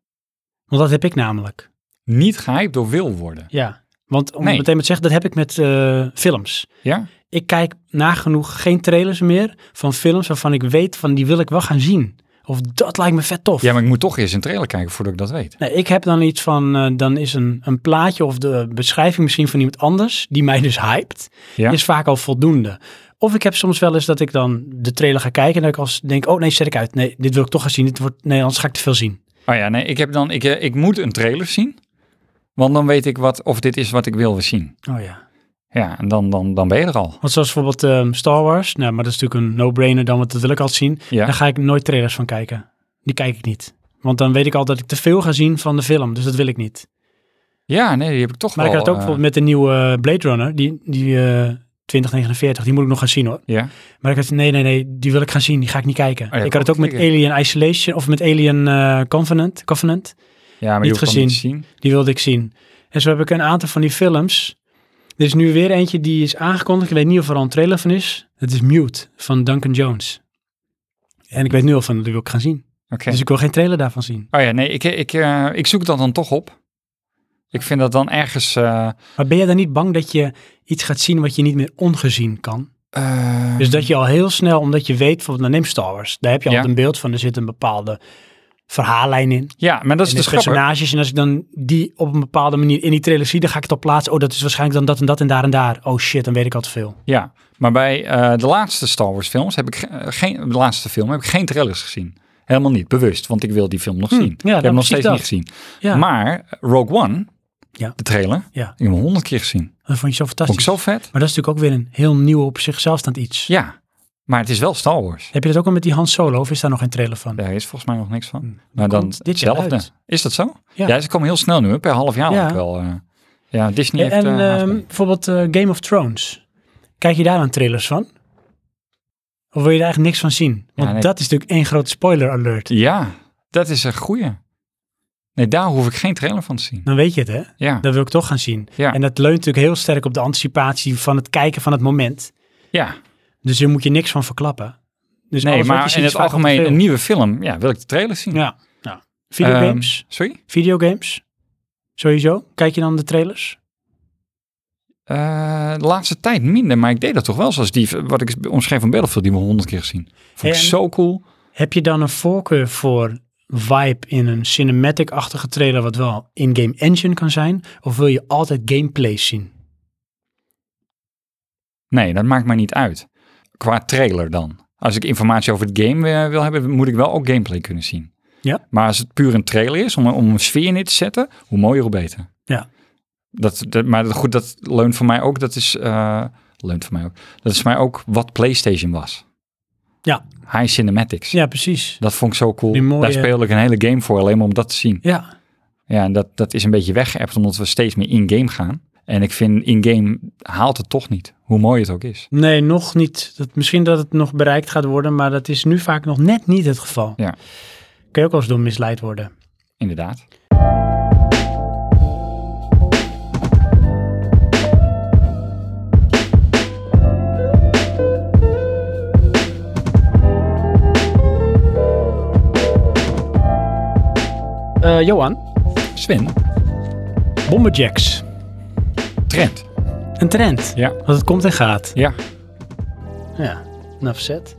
Want dat heb ik namelijk.
niet gehyped door wil worden.
Ja. Want om
Nee.
meteen maar te zeggen, dat heb ik met eh, films.
Ja?
Ik kijk nagenoeg geen trailers meer van films waarvan ik weet van die wil ik wel gaan zien. Of dat lijkt me vet tof.
Ja, maar ik moet toch eerst een trailer kijken voordat ik dat weet.
Nee, Nou, ik heb dan iets van, eh, dan is een, een plaatje of de beschrijving misschien van iemand anders, die mij dus hypt,
Ja.
is vaak al voldoende. Of ik heb soms wel eens dat ik dan de trailer ga kijken en dat ik als denk, oh nee, zet ik uit. Nee, dit wil ik toch gaan zien. Dit wordt, nee, anders ga ik te veel zien.
Oh ja, nee, ik, heb dan, ik, eh, ik moet een trailer zien. Want dan weet ik wat, of dit is wat ik wil zien.
Oh ja.
Ja, en dan, dan, dan ben je er al.
Want zoals bijvoorbeeld ehm, Star Wars, nou, maar dat is natuurlijk een no-brainer dan, want dat wil ik altijd zien.
Ja.
Daar ga ik nooit trailers van kijken. Die kijk ik niet. Want dan weet ik al dat ik te veel ga zien van de film, dus dat wil ik niet.
Ja, nee, die heb ik toch
Maar ik
wel.
had het ook
eh,
bijvoorbeeld met de nieuwe Blade Runner, die, die eh, 2049, die moet ik nog gaan zien hoor.
ja.
Maar ik had, nee, nee, nee, die wil ik gaan zien, die ga ik niet kijken.
Oh ja,
ik had het ook met
kijken.
Alien Isolation of met Alien eh, Covenant, Covenant.
ja, maar
niet
die hoef ik dan
gezien.
niet te zien.
Die wilde ik zien. En zo heb ik een aantal van die films. Er is nu weer eentje die is aangekondigd. Ik weet niet of er al een trailer van is. Het is Mute van Duncan Jones. En ik weet nu al van, die wil ik gaan zien.
Oké.
Dus ik wil geen trailer daarvan zien.
Oh ja, nee, ik, ik, eh, ik zoek dat dan toch op. Ik vind dat dan ergens. eh,
Maar ben je dan niet bang dat je iets gaat zien wat je niet meer ongezien kan?
eh,
Dus dat je al heel snel, omdat je weet, bijvoorbeeld, nou neem Star Wars. Daar heb je al
Ja.
een beeld van. Er zit een bepaalde verhaallijn in.
ja, maar dat is
en de
dus grappig.
personages. En als ik dan die op een bepaalde manier in die trailer zie, dan ga ik het op plaatsen. Oh, dat is waarschijnlijk dan dat en dat en daar en daar. Oh shit, dan weet ik al te veel.
Ja, maar bij eh, de laatste Star Wars films heb ik ge- eh, geen, de laatste film heb ik geen trailers gezien. Helemaal niet, bewust, want ik wil die film nog zien. ik heb
nou,
hem nog steeds
precies
niet gezien.
Ja.
Maar eh, Rogue One,
Ja.
de trailer,
Ja.
ik heb hem honderd keer gezien.
Dat vond je zo
Vond
fantastisch.
ik zo vet.
Maar dat is natuurlijk ook weer een heel nieuw op zichzelf staand iets.
Ja, maar het is wel Star Wars.
Heb je dat ook al met die Han Solo of is daar nog geen trailer van?
Daar is volgens mij nog niks van. Maar dan
Hm. komt dit jaar
hetzelfde.
uit.
Is dat zo?
Ja.
Ja. ze komen heel snel nu, hè, per half jaar
Ja.
ook wel. eh. ja, Disney heeft...
en
eh, haast
ehm,
mee.
bijvoorbeeld eh, Game of Thrones. Kijk je daar dan trailers van? Of wil je daar eigenlijk niks van zien? Want
nee.
dat is natuurlijk één groot spoiler alert.
ja, dat is een goeie. Nee, daar hoef ik geen trailer van te zien.
Dan weet je het, hè?
Ja,
Dat wil ik toch gaan zien.
Ja.
En dat leunt natuurlijk heel sterk op de anticipatie van het kijken van het moment.
ja.
Dus daar moet je niks van verklappen. Dus
Nee,
alles wat je
maar
ziet
in
is
het
vaak al te
algemeen,
veel.
een nieuwe film, ja, wil ik de trailer zien.
Ja, nou, videogames.
Ehm, sorry?
videogames. Sowieso. Kijk je dan de trailers?
Eh, de laatste tijd minder, maar ik deed dat toch wel zoals die, wat ik omschreef van Battlefield, die we honderd keer gezien. Vond ik
En-
zo cool.
Heb je dan een voorkeur voor vibe in een cinematic-achtige trailer, wat wel in-game engine kan zijn? Of wil je altijd gameplay zien?
Nee, dat maakt mij niet uit. Qua trailer dan. Als ik informatie over het game eh, wil hebben, moet ik wel ook gameplay kunnen zien.
Ja.
Maar als het puur een trailer is, om, om een sfeer in te zetten, hoe mooier, hoe beter.
Ja.
Dat, dat, maar goed, dat leunt voor mij ook, dat is, eh, leunt voor mij ook, dat is voor mij ook wat PlayStation was.
Ja.
High Cinematics.
Ja, precies.
Dat vond ik zo cool.
Die mooie-
Daar speel ik een hele game voor, alleen maar om dat te zien.
Ja,
Ja, en dat, dat is een beetje weggeëpt omdat we steeds meer in-game gaan. En ik vind in-game haalt het toch niet, hoe mooi het ook is.
nee, nog niet. Dat, misschien dat het nog bereikt gaat worden, maar dat is nu vaak nog net niet het geval.
Ja.
Kun je ook wel eens door misleid worden.
Inderdaad. Eh,
Johan,
Sven,
bomberjacks.
trend.
Een trend.
Ja.
Want het komt en gaat.
Ja.
Ja, een afzet.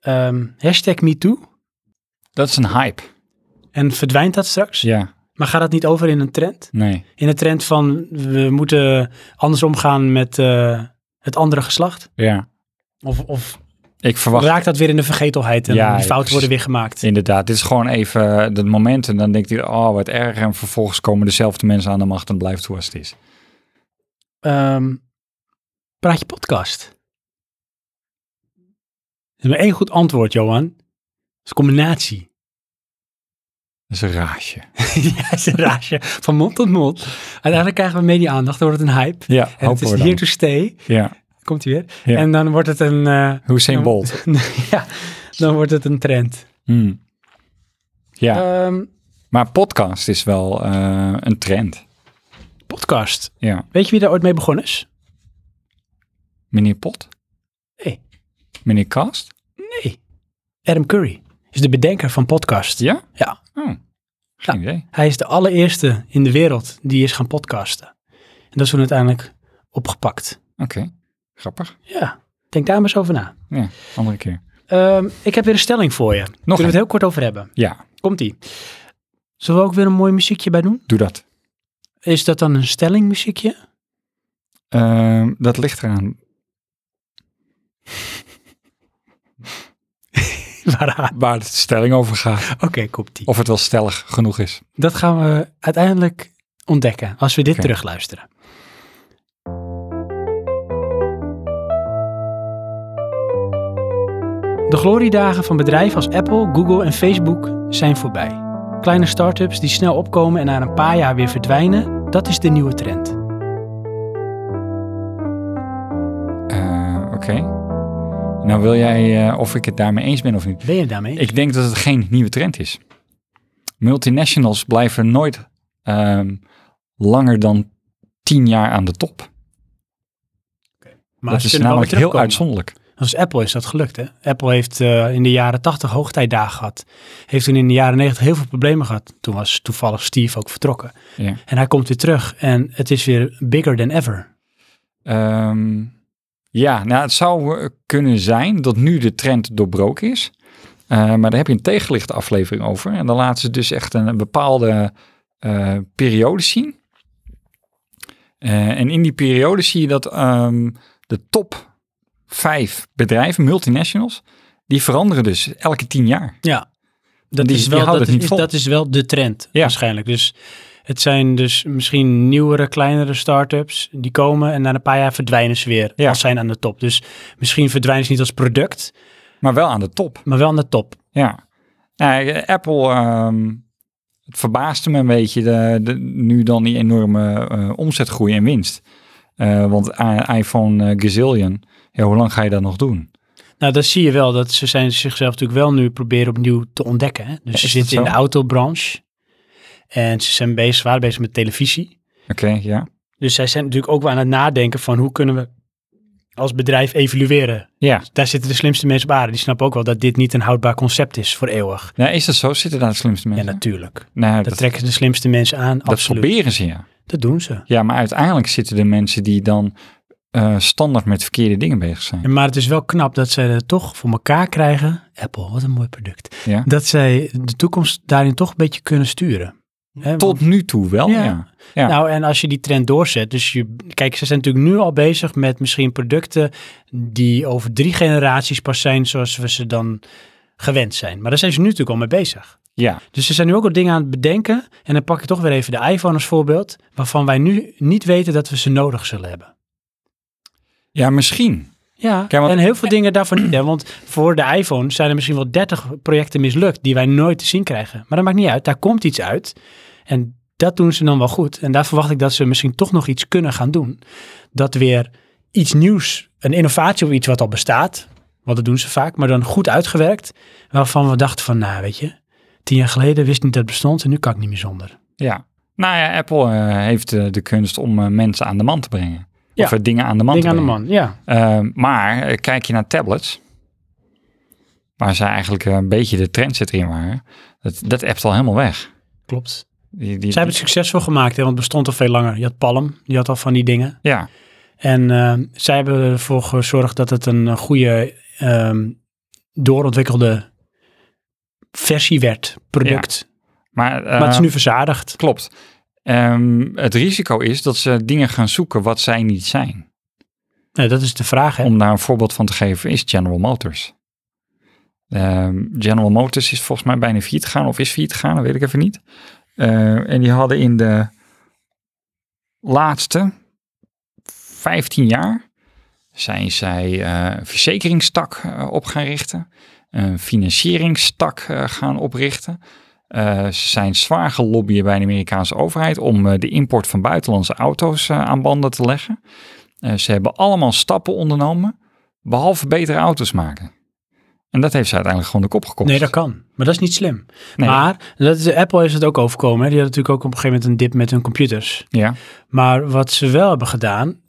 Ehm hashtag MeToo.
Dat is een hype.
En verdwijnt dat straks?
Ja.
Maar gaat dat niet over in een trend?
Nee.
In een trend van we moeten anders omgaan met eh, het andere geslacht?
Ja.
Of, of
Ik verwacht
raakt dat weer in de vergetelheid en
Ja,
die fouten
ja,
worden weer gemaakt?
inderdaad. Dit is gewoon even eh, dat moment. En dan denkt hij, oh wat erg. En vervolgens komen dezelfde mensen aan de macht. En blijft het zoals het is.
Ehm, praat je podcast? Er is maar één goed antwoord, Johan. Dat is combinatie.
Dat is een raasje.
ja, is een raasje. Van mond tot mond. Uiteindelijk krijgen we media-aandacht, dan wordt het een hype.
Ja,
En het
hopen
is
we
here
dan.
to stay.
Ja.
Komt hij weer.
Ja.
En dan wordt het een... eh,
Hussein Bolt.
ja, dan wordt het een trend.
Hmm. Ja.
Ehm,
Maar podcast is wel eh, een trend.
podcast.
Ja.
Weet je wie daar ooit mee begonnen is?
Meneer Pot?
Nee.
Meneer Kast?
Nee. Adam Curry is de bedenker van podcast.
Ja?
Ja.
Oh, geen
Ja.
idee.
Hij is de allereerste in de wereld die is gaan podcasten. En dat is toen uiteindelijk opgepakt.
Oké, grappig.
Ja, denk daar maar eens over na.
Ja, andere keer.
Ehm, ik heb weer een stelling voor je. Nog Kunnen we
een.
het heel kort over hebben.
Ja,
Komt-ie. Zullen we ook weer een mooi muziekje bij doen?
doe dat.
Is dat dan een stellingmuziekje?
Ehm, dat ligt eraan
Waaraan?
waar de stelling over gaat.
Oké, komt-ie.
Of het wel stellig genoeg is.
Dat gaan we uiteindelijk ontdekken als we dit
Oké.
terugluisteren. De gloriedagen van bedrijven als Apple, Google en Facebook zijn voorbij. Kleine start-ups die snel opkomen en na een paar jaar weer verdwijnen, dat is de nieuwe trend.
Eh, Oké. Nou wil jij eh, of ik het daarmee eens ben of niet.
Ben je het daarmee?
Ik denk dat het geen nieuwe trend is. Multinationals blijven nooit ehm, langer dan tien jaar aan de top.
maar
dat
ze
is
kunnen wel
namelijk
weer
heel
terugkomen.
uitzonderlijk.
Als Apple is dat gelukt, hè? Apple heeft eh, in de jaren 80 hoogtijdagen gehad. Heeft toen in de jaren 90 heel veel problemen gehad. Toen was toevallig Steve ook vertrokken.
Ja.
En hij komt weer terug en het is weer bigger than ever.
Ehm, ja, nou, het zou eh, kunnen zijn dat nu de trend doorbroken is. Eh, maar daar heb je een tegenlichte aflevering over. En dan laten ze dus echt een, een bepaalde eh, periode zien. Eh, en in die periode zie je dat ehm, de top vijf bedrijven, multinationals, die veranderen dus elke tien jaar.
Ja, dat,
Die-
is,
die
wel,
houden
dat,
het niet
is,
vol.
dat is wel de trend
Ja.
waarschijnlijk. Dus het zijn dus misschien nieuwere, kleinere start-ups die komen en na een paar jaar verdwijnen ze weer
Ja.
als zijn aan de top. Dus misschien verdwijnen ze niet als product,
Maar wel aan de top.
maar wel aan de top.
Ja. Nou, eh, Apple, ehm, het verbaasde me een beetje de, de- nu dan die enorme eh, omzetgroei en winst. Eh, want i- iPhone eh, Gazillion, ja, hoe lang ga je dat nog doen?
Nou, dat zie je wel. Dat ze zijn zichzelf natuurlijk wel nu proberen opnieuw te ontdekken. Hè? Dus ze
dat
zitten in
zo?
de autobranche en ze zijn bezig, waren bezig met televisie.
Oké, ja.
Dus zij zijn natuurlijk ook wel aan het nadenken van hoe kunnen we als bedrijf evolueren.
Ja,
Daar zitten de slimste mensen op aarde. Die snappen ook wel dat dit niet een houdbaar concept is voor eeuwig.
nou, is dat zo? Zitten daar de slimste
Ja,
mensen?
natuurlijk.
nou,
Dat
dat,
trekken de slimste mensen aan,
dat
absoluut.
proberen ze, ja.
Dat doen ze.
Ja, maar uiteindelijk zitten de mensen die dan eh, standaard met verkeerde dingen bezig zijn.
En Maar het is wel knap dat zij het toch voor elkaar krijgen. Apple, wat een mooi product.
Ja.
Dat zij de toekomst daarin toch een beetje kunnen sturen. Hè,
Tot nu toe wel,
Ja.
ja. Ja.
Nou, en als je die trend doorzet, dus je, kijk, ze zijn natuurlijk nu al bezig met misschien producten die over drie generaties pas zijn zoals we ze dan gewend zijn. Maar daar zijn ze nu natuurlijk al mee bezig.
ja.
Dus ze zijn nu ook al dingen aan het bedenken. En dan pak je toch weer even de iPhone als voorbeeld, waarvan wij nu niet weten dat we ze nodig zullen hebben.
Ja, misschien.
Ja,
Kijk, want-
en heel veel dingen daarvan niet. Hè? Want voor de iPhone zijn er misschien wel 30 projecten mislukt die wij nooit te zien krijgen. Maar dat maakt niet uit, daar komt iets uit. En dat doen ze dan wel goed. En daar verwacht ik dat ze misschien toch nog iets kunnen gaan doen. Dat weer iets nieuws, een innovatie of iets wat al bestaat, want dat doen ze vaak, maar dan goed uitgewerkt, waarvan we dachten van, nou weet je, tien jaar geleden wist ik niet dat het bestond en nu kan ik niet meer zonder.
Ja. Nou ja, Apple eh, heeft eh, de kunst om eh, mensen aan de man te brengen.
Ja.
Of eh, dingen aan de man
Ding
te
aan de
brengen.
man, ja.
Eh, maar eh, kijk je naar tablets, waar ze eigenlijk eh, een beetje de trendsetter in waren, dat, dat appt al helemaal weg.
Klopt.
Die, die,
Zij hebben het succesvol gemaakt, hè, want het bestond al veel langer. Je had Palm, die had al van die dingen.
ja,
En eh, zij hebben ervoor gezorgd dat het een eh, goede, ehm, doorontwikkelde versie werd, product.
maar, eh,
maar het is nu verzadigd.
klopt. Ehm, het risico is dat ze dingen gaan zoeken wat zij niet zijn.
Nou, dat is de vraag, hè.
Om daar een voorbeeld van te geven is General Motors. Ehm, General Motors is volgens mij bijna failliet gegaan of is failliet gegaan, dat weet ik even niet. Eh, en die hadden in de laatste 15 jaar zijn zij eh, een verzekeringstak eh, op gaan richten, een financieringstak eh, gaan oprichten. Eh, ze zijn zwaar gelobbyd bij de Amerikaanse overheid om eh, de import van buitenlandse auto's eh, aan banden te leggen. Eh, ze hebben allemaal stappen ondernomen, behalve betere auto's maken. En dat heeft ze uiteindelijk gewoon de kop gekost.
Nee, dat kan. Maar dat is niet slim.
Nee.
Maar dat is, Apple is het ook overkomen. Hè. Die hadden natuurlijk ook op een gegeven moment een dip met hun computers.
Ja,
Maar wat ze wel hebben gedaan,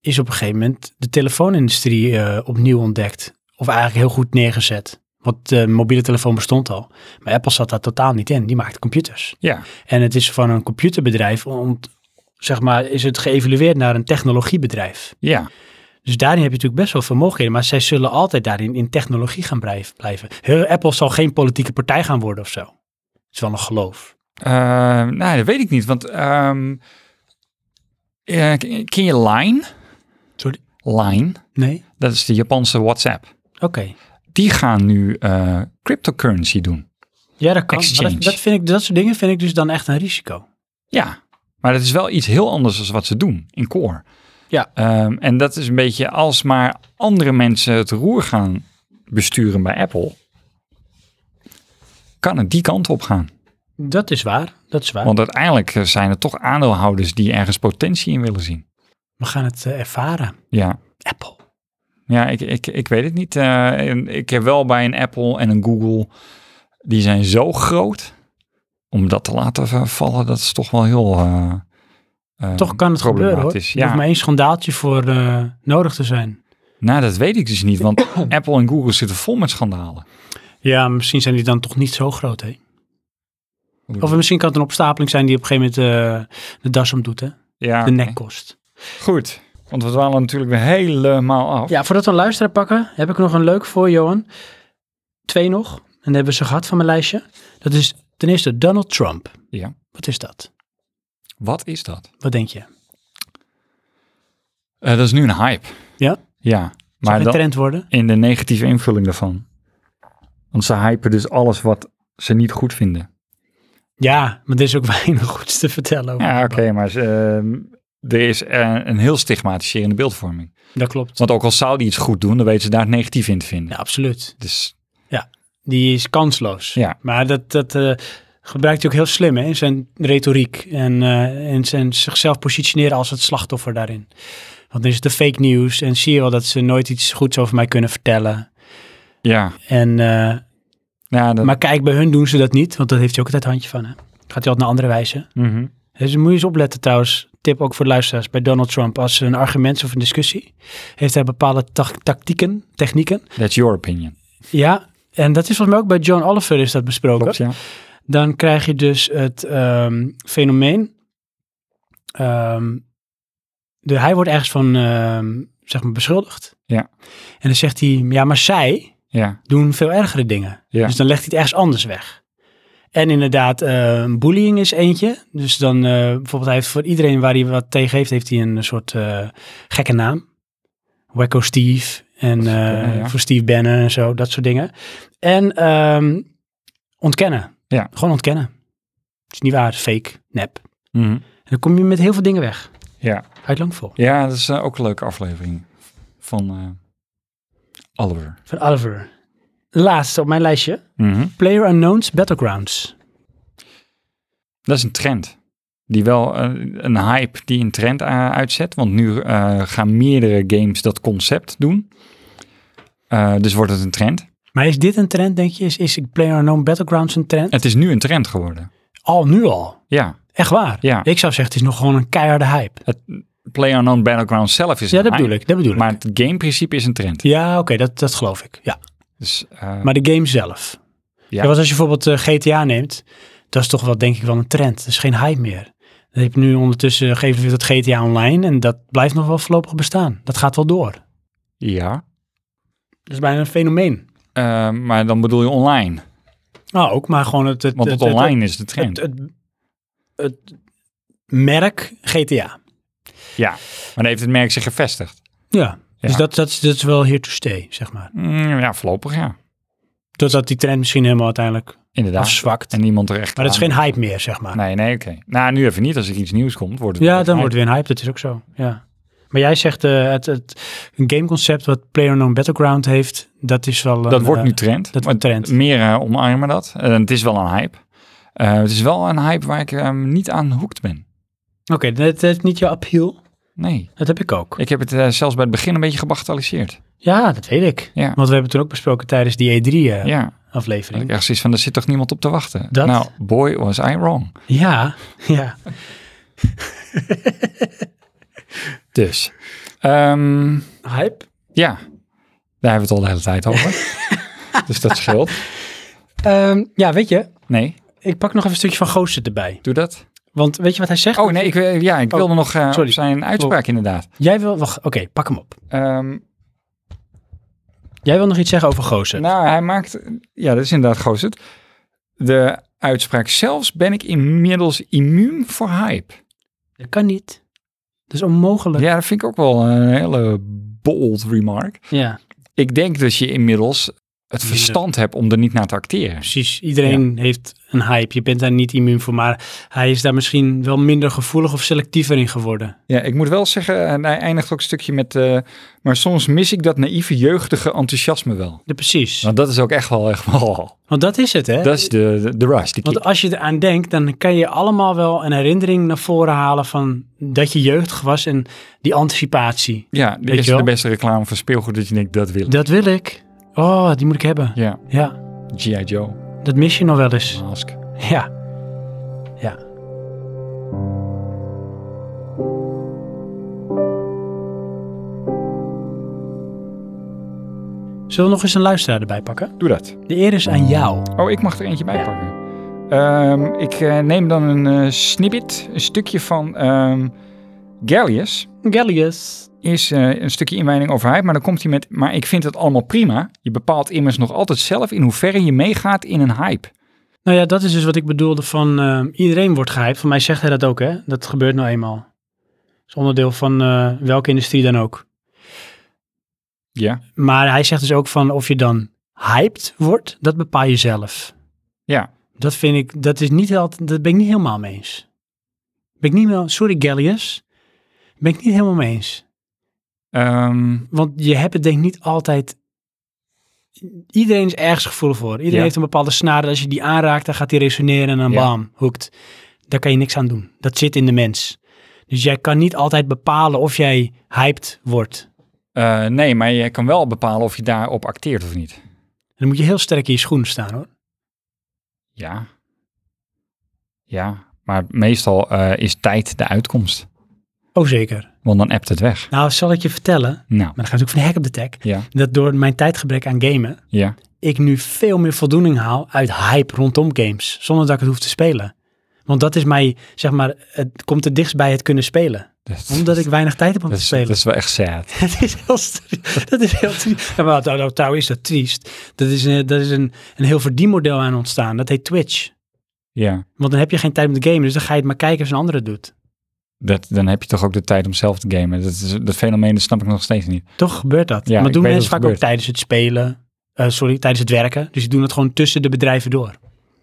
is op een gegeven moment de telefoonindustrie eh, opnieuw ontdekt. Of eigenlijk heel goed neergezet. Want de mobiele telefoon bestond al. Maar Apple zat daar totaal niet in. Die maakte computers.
ja.
En het is van een computerbedrijf, ont, zeg maar, is het geëvolueerd naar een technologiebedrijf.
Ja,
Dus daarin heb je natuurlijk best wel veel mogelijkheden. Maar zij zullen altijd daarin in technologie gaan blijf- blijven. Heel Apple zal geen politieke partij gaan worden of zo. Het is wel een geloof.
Eh, nou, dat weet ik niet. Want ehm, eh, k- ken je Line?
Sorry?
Line,
Nee?
dat is de Japanse WhatsApp.
Oké.
Die gaan nu eh, cryptocurrency doen.
Ja, dat kan. Maar
Exchange.
dat, dat, vind ik, dat soort dingen vind ik dus dan echt een risico.
Ja, maar dat is wel iets heel anders dan wat ze doen in core.
Ja.
Ehm, en dat is een beetje als maar andere mensen het roer gaan besturen bij Apple, kan het die kant op gaan.
Dat is waar. Dat is waar.
Want uiteindelijk eh, zijn er toch aandeelhouders die ergens potentie in willen zien.
We gaan het eh, ervaren.
Ja.
Apple.
Ja, ik, ik, ik weet het niet. Eh, en ik heb wel bij een Apple en een Google, die zijn zo groot. Om dat te laten v- vallen, dat is toch wel heel eh, eh,
Toch kan het gebeuren hoor. Er
problematisch.
hoeft maar één schandaaltje voor eh, nodig te zijn.
Nou, dat weet ik dus niet, want Apple en Google zitten vol met schandalen.
Ja, misschien zijn die dan toch niet zo groot, hè?
Hoe-
Of misschien kan het een opstapeling zijn die op een gegeven moment eh, de das om doet, hè?
Ja,
De nek kost.
Goed, want we dwalen natuurlijk weer helemaal af.
Ja, voordat we een luisteraar pakken, heb ik nog een leuk voor, Johan. Twee nog. En dan hebben we ze gehad van mijn lijstje. Dat is ten eerste Donald Trump.
Ja.
Wat is dat?
Wat is dat?
Wat denk je?
Eh, dat is nu een hype.
Ja?
Ja,
Zou
maar
een
dan
trend worden?
in de negatieve invulling daarvan. Want ze hypen dus alles wat ze niet goed vinden.
Ja, maar er is ook weinig goeds te vertellen over.
Ja, oké, maar ze, ehm, er is eh, een heel stigmatiserende beeldvorming.
Dat klopt.
Want ook al zou die iets goed doen, dan weten ze daar het negatief in te vinden.
Ja, absoluut.
Dus
Die is kansloos.
Ja.
Maar dat, dat eh, gebruikt hij ook heel slim hè, in zijn retoriek. En eh, in zijn zichzelf positioneren als het slachtoffer daarin. Want dan is het de fake news. En zie je wel dat ze nooit iets goeds over mij kunnen vertellen.
ja,
En, eh,
ja dat,
maar kijk, bij hun doen ze dat niet. Want dat heeft hij ook altijd handje van. Hè. Gaat hij altijd naar andere wijze.
Mhm.
Dus moet je eens opletten trouwens. Tip ook voor de luisteraars bij Donald Trump. Als een argument is of een discussie. Heeft hij bepaalde tac- tactieken, technieken.
that's your opinion.
Ja, en dat is volgens mij ook bij John Oliver is dat besproken.
Klopt, ja.
Dan krijg je dus het ehm, fenomeen. ehm, de, hij wordt ergens van ehm, zeg maar beschuldigd.
Ja.
En dan zegt hij, ja, maar zij
Ja,
doen veel ergere dingen.
Ja.
Dus dan legt hij het ergens anders weg. En inderdaad, ehm, bullying is eentje. Dus dan eh, bijvoorbeeld, hij heeft voor iedereen waar hij wat tegen heeft, heeft hij een soort eh, gekke naam. Wacko Steve en eh,
Bannon, ja.
voor Steve Bannon en zo, dat soort dingen. En ehm, ontkennen.
Ja.
Gewoon ontkennen. Het is niet waar, het is fake, nep.
Mhm.
En dan kom je met heel veel dingen weg.
ja.
Uit lang vol.
ja dat is eh, ook een leuke aflevering van eh, Oliver.
Van Oliver. Laatste op mijn lijstje.
Mhm.
Player Unknown's Battlegrounds.
Dat is een trend. Die wel eh, een hype die een trend eh, uitzet. Want nu eh, gaan meerdere games dat concept doen. Eh, dus wordt het een trend.
Maar is dit een trend, denk je? Is, is Player Unknown Battlegrounds een trend?
Het is nu een trend geworden.
Al nu al.
Ja.
Echt waar?
Ja.
Ik zou zeggen, het is nog gewoon een keiharde hype.
PlayerUnknown Battleground zelf is
Ja,
een
dat bedoel
hype,
ik. Dat bedoel ik.
Maar het gameprincipe is een trend.
ja, oké, dat, dat geloof ik. Ja.
Dus, eh,
Maar de game zelf.
Ja.
Ja. want als je bijvoorbeeld eh, GTA neemt, Dat is toch wel, denk ik, wel een trend. Dat is geen hype meer. Dan heb je nu ondertussen geven we dat GTA Online en dat blijft nog wel voorlopig bestaan. Dat gaat wel door.
Ja.
Dat is bijna een fenomeen.
Eh, maar dan bedoel je online.
Nou, ook, maar gewoon het... het
Want het,
het- het-
online is de
het,
trend.
het, het merk GTA.
maar dan heeft het merk zich gevestigd.
Ja. Dus
Ja.
dat, dat, is, dat is wel here to stay, zeg maar.
Mm, ja, voorlopig ja.
Totdat die trend misschien helemaal uiteindelijk
Inderdaad.
afzwakt.
En niemand er echt
Maar dat is
aan-
geen hype meer, zeg maar.
Nee, nee, oké. Nou, nu even niet. Als er iets nieuws komt, wordt het...
Ja, dan wordt het weer een hype. Dat is ook zo. Ja. Maar jij zegt eh, het, het een gameconcept wat PlayerUnknown Battleground heeft, dat is wel.
Dat
een,
wordt
eh,
nu trend.
dat
Maar
wordt trend.
Meer eh, omarmen dat. En het is wel een hype. Eh, het is wel een hype waar ik eh, niet aan hoekt ben.
eh, Oké, dat heeft niet jouw appeal.
Nee.
Dat heb ik ook.
Ik heb het eh, zelfs bij het begin een beetje gebagatelliseerd.
Ja, dat weet ik.
Ja.
Want we hebben toen ook besproken tijdens die E eh,
Ja.
E3-aflevering.
Dat ik echt zoiets van, er zit toch niemand op te wachten?
Dat?
Nou, boy was I wrong.
ja, ja.
Dus. ehm,
Hype?
ja. Daar hebben we het al de hele tijd over. dus dat scheelt.
Ehm, ja, weet je,
Nee,
ik pak nog even een stukje van Gooster erbij.
doe dat.
Want weet je wat hij zegt?
Oh nee, ik, wil- ja, ik
Oh,
wilde nog eh, op
sorry.
zijn uitspraak inderdaad.
Jij wil, wacht, oké, pak hem op.
Ehm,
Jij wil nog iets zeggen over Gooster?
nou, hij maakt... Ja, dat is inderdaad Gozet. De uitspraak zelfs ben ik inmiddels immuun voor hype.
dat kan niet. Dat is onmogelijk.
Ja, dat vind ik ook wel een hele bold remark.
ja.
Ik denk dat je inmiddels het
Minder.
verstand hebt om er niet naar te acteren.
Precies, iedereen heeft een hype. Je bent daar niet immuun voor, maar hij is daar misschien wel minder gevoelig of selectiever in geworden.
Ja, ik moet wel zeggen, eh, en hij eindigt ook een stukje met... eh, maar soms mis ik dat naïeve jeugdige enthousiasme wel.
Ja, precies.
Want dat is ook echt wel echt wel...
Want dat is het, hè?
Dat is de, de, de rush, de kick.
Eh, Want als je eraan denkt, dan kan je allemaal wel een herinnering naar voren halen van dat je jeugdig was en die anticipatie.
Ja,
je
dit is
wel?
de beste reclame voor speelgoed dat je denkt, dat wil ik.
Dat wil ik. Oh, die moet ik hebben.
Ja,
Ja,
G.I. Joe,
dat mis je nog wel eens.
Mask.
Ja. Ja. Zullen we nog eens een luisteraar erbij pakken?
Doe dat.
De eer is aan jou.
Oh, ik mag er eentje bij pakken. Ehm, ik eh, neem dan een eh, snippet, een stukje van ehm Gallius.
Gallius.
Is eh, een stukje inwijding over hype, maar dan komt hij met... Maar ik vind het allemaal prima. Je bepaalt immers nog altijd zelf in hoeverre je meegaat in een hype.
Nou ja, dat is dus wat ik bedoelde van eh, iedereen wordt gehyped. Van mij zegt hij dat ook, hè? Dat gebeurt nou eenmaal. Dat is onderdeel van eh, welke industrie dan ook.
Ja.
Maar hij zegt dus ook van of je dan hyped wordt, dat bepaal je zelf.
Ja.
Dat vind ik, dat is niet altijd, dat ben ik niet helemaal mee eens. Ben ik niet wel, sorry Gallius, ben ik niet helemaal mee eens.
Ehm,
Want je hebt het denk ik niet altijd, iedereen is ergens gevoelig voor. Iedereen
Ja.
heeft een bepaalde snaren, als je die aanraakt, dan gaat die resoneren en dan
Ja.
bam, hoekt. Daar kan je niks aan doen. Dat zit in de mens. Dus jij kan niet altijd bepalen of jij hyped wordt.
eh, nee, maar je kan wel bepalen of je daarop acteert of niet.
Dan moet je heel sterk in je schoenen staan hoor.
Ja. Ja, maar meestal eh, is tijd de uitkomst.
Oh zeker.
Want dan appt het weg.
Nou, zal ik je vertellen, maar
Nou,
dan gaat ook van de hek op de tech,
ja,
dat door mijn tijdgebrek aan gamen,
ja.
ik nu veel meer voldoening haal uit hype rondom games, zonder dat ik het hoef te spelen. Want dat is mij, zeg maar, het komt het dichtst bij het kunnen spelen.
Dat,
Omdat ik weinig tijd heb om
dat,
te
is, dat
spelen.
is wel echt sad.
Dat is heel triest. Dat is heel triest. Ja, maar nou, nou, trouwens is dat triest. Dat is, een, dat is een, een heel verdienmodel aan ontstaan. Dat heet Twitch.
Ja,
Want dan heb je geen tijd om te gamen, dus dan ga je het maar kijken als een andere het doet.
dat, dan heb je toch ook de tijd om zelf te gamen. Dat, is, dat fenomeen dat snap ik nog steeds niet.
Toch gebeurt dat.
Ja,
maar
ik
doen
weet
mensen
dat het
vaak ook
gebeurt.
tijdens het spelen, eh, sorry, tijdens het werken. Dus die doen het gewoon tussen de bedrijven door.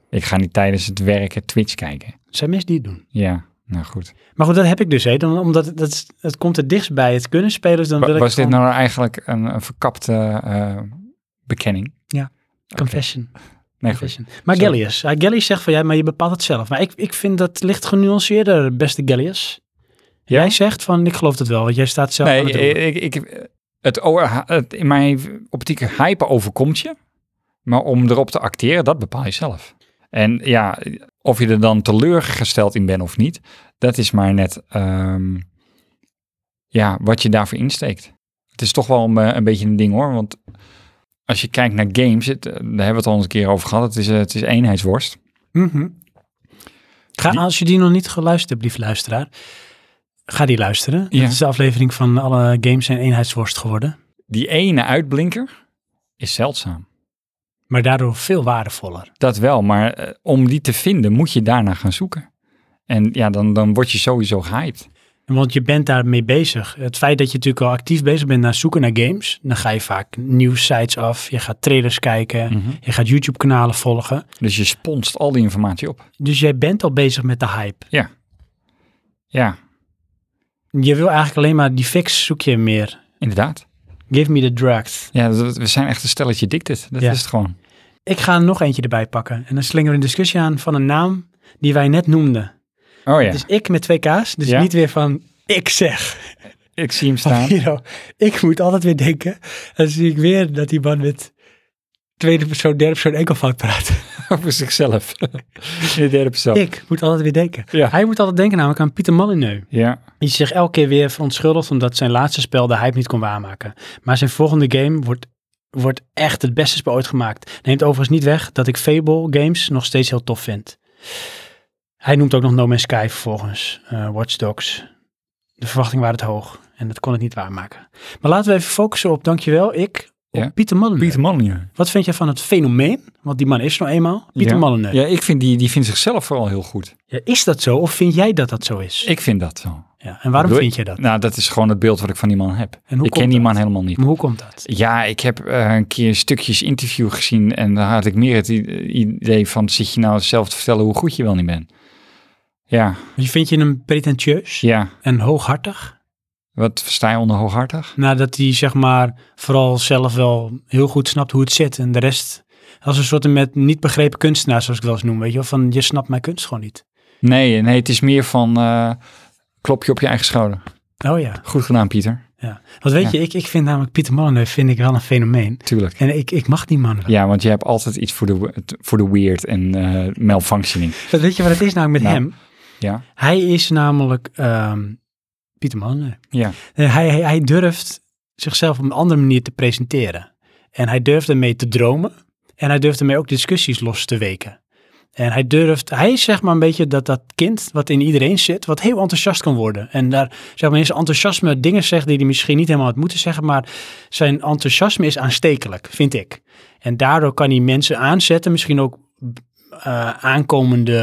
Ik ga niet tijdens het werken Twitch kijken.
Er zijn mensen die het doen.
Ja, nou goed.
Maar goed, dat heb ik dus, hè. Dan, omdat dat, is- het komt het dichtst bij het kunnen spelen, dus dan
Wa-
wil ik
was dit
gewoon-
nou eigenlijk een, een verkapte eh, bekenning? nou-
Confession.
Nee, goed.
confession. Maar
Sorry.
Gallius. Ah, Gallius zegt van, ja, maar je bepaalt het zelf. Maar ik, ik vind dat licht genuanceerder, beste Gallius.
Ja?
Jij zegt van, ik geloof dat wel, want jij staat zelf aan
Nee, eh,
het roer.
ik, ik, ik- het, o- het, in mijn optiek hype overkomt je. Maar om erop te acteren, dat bepaal je zelf. En ja, of je er dan teleurgesteld in bent of niet, dat is maar net ehm, ja, wat je daarvoor insteekt. Het is toch wel een, eh, een beetje een ding hoor, want als je kijkt naar games, het, eh, daar hebben we het al eens een keer over gehad, het is, eh, het is eenheidsworst.
Mhm. Ga,
Die-
Als je die nog niet geluisterd hebt, lieve luisteraar, ga die luisteren.
Ja.
Dat is de aflevering van alle games en eenheidsworst geworden.
Die ene uitblinker is zeldzaam.
Maar daardoor veel waardevoller.
Dat wel, maar eh, om die te vinden moet je daarna gaan zoeken. En ja, dan, dan word je sowieso hyped.
En Want je bent daarmee bezig. Het feit dat je natuurlijk al actief bezig bent naar zoeken naar games, dan ga je vaak nieuwssites af, je gaat trailers kijken,
Mhm.
je gaat YouTube-kanalen volgen.
Dus je sponst al die informatie op.
Dus jij bent al bezig met de hype.
Ja,
Je wil eigenlijk alleen maar die fix zoek je meer.
inderdaad.
Give me the drugs.
Ja, dat- we zijn echt een stelletje addicted. Dat
Ja.
is het gewoon.
Ik ga er nog eentje erbij pakken. En dan slingen we een discussie aan van een naam die wij net noemden.
Oh ja,
Dus ik met twee K's. Dus
Ja.
niet weer van ik zeg.
ik zie hem
Van
staan.
Hero. Ik moet altijd weer denken. Dan zie ik weer dat die man met tweede persoon, derde persoon enkelvoud praat.
Over zichzelf. In de derde persoon.
Ik moet altijd weer denken.
Ja.
Hij moet altijd denken namelijk aan Pieter Molyneux.
Ja,
Die zich elke keer weer verontschuldigt omdat zijn laatste spel de hype niet kon waarmaken. Maar zijn volgende game wordt, wordt echt het beste spel ooit gemaakt. Neemt overigens niet weg dat ik Fable games nog steeds heel tof vind. Hij noemt ook nog No Man's Sky vervolgens, eh, Watch Dogs. De verwachtingen waren het hoog en dat kon het niet waarmaken. Maar laten we even focussen op, dankjewel, ik, op
Ja.
Pieter Molyneux.
Pieter Molyneux.
Wat vind je van het fenomeen? Want die man is nou eenmaal, Pieter
ja.
Molyneux.
Ja, ik vind die, die vindt zichzelf vooral heel goed.
Ja, is dat zo of vind jij dat dat zo is?
Ik vind dat zo.
ja, en waarom
Doe-
vind je dat?
Nou, dat is gewoon het beeld wat ik van die man heb.
En hoe
ik ken die
komt dat?
man helemaal niet.
Maar hoe komt dat?
Ja, ik heb eh, een keer stukjes interview gezien en daar had ik meer het i- idee van, zit je nou zelf te vertellen hoe goed je wel niet bent? Ja,
Want je vindt je hem pretentieus
ja.
en hooghartig?
Wat versta je onder hooghartig?
Nadat hij zeg maar vooral zelf wel heel goed snapt hoe het zit en de rest als een soort met niet begrepen kunstenaar, zoals ik het wel eens noem, weet je wel, van je snapt mijn kunst gewoon niet.
Nee, nee, het is meer van, eh, klop je op je eigen schouder.
Oh ja,
Goed gedaan, Pieter.
ja. Want weet
Ja.
je, ik, ik vind namelijk Pieter Molyneux vind ik wel een fenomeen.
Tuurlijk.
En ik, ik mag die man wel.
Ja, want je hebt altijd iets voor de, we- voor de weird en eh, malfunctioning.
Want Weet je wat het is namelijk met
Nou.
hem?
Ja,
Hij is namelijk ehm, Pieter Molyneux.
ja.
Eh, Hij, hij, hij durft zichzelf op een andere manier te presenteren. En hij durft ermee te dromen. En hij durft ermee ook discussies los te weken. En hij durft, hij is zeg maar een beetje dat, dat kind wat in iedereen zit, wat heel enthousiast kan worden. En daar zeg maar in zijn enthousiasme dingen zegt die hij misschien niet helemaal had moeten zeggen, maar zijn enthousiasme is aanstekelijk, vind ik. En daardoor kan hij mensen aanzetten, misschien ook eh, aankomende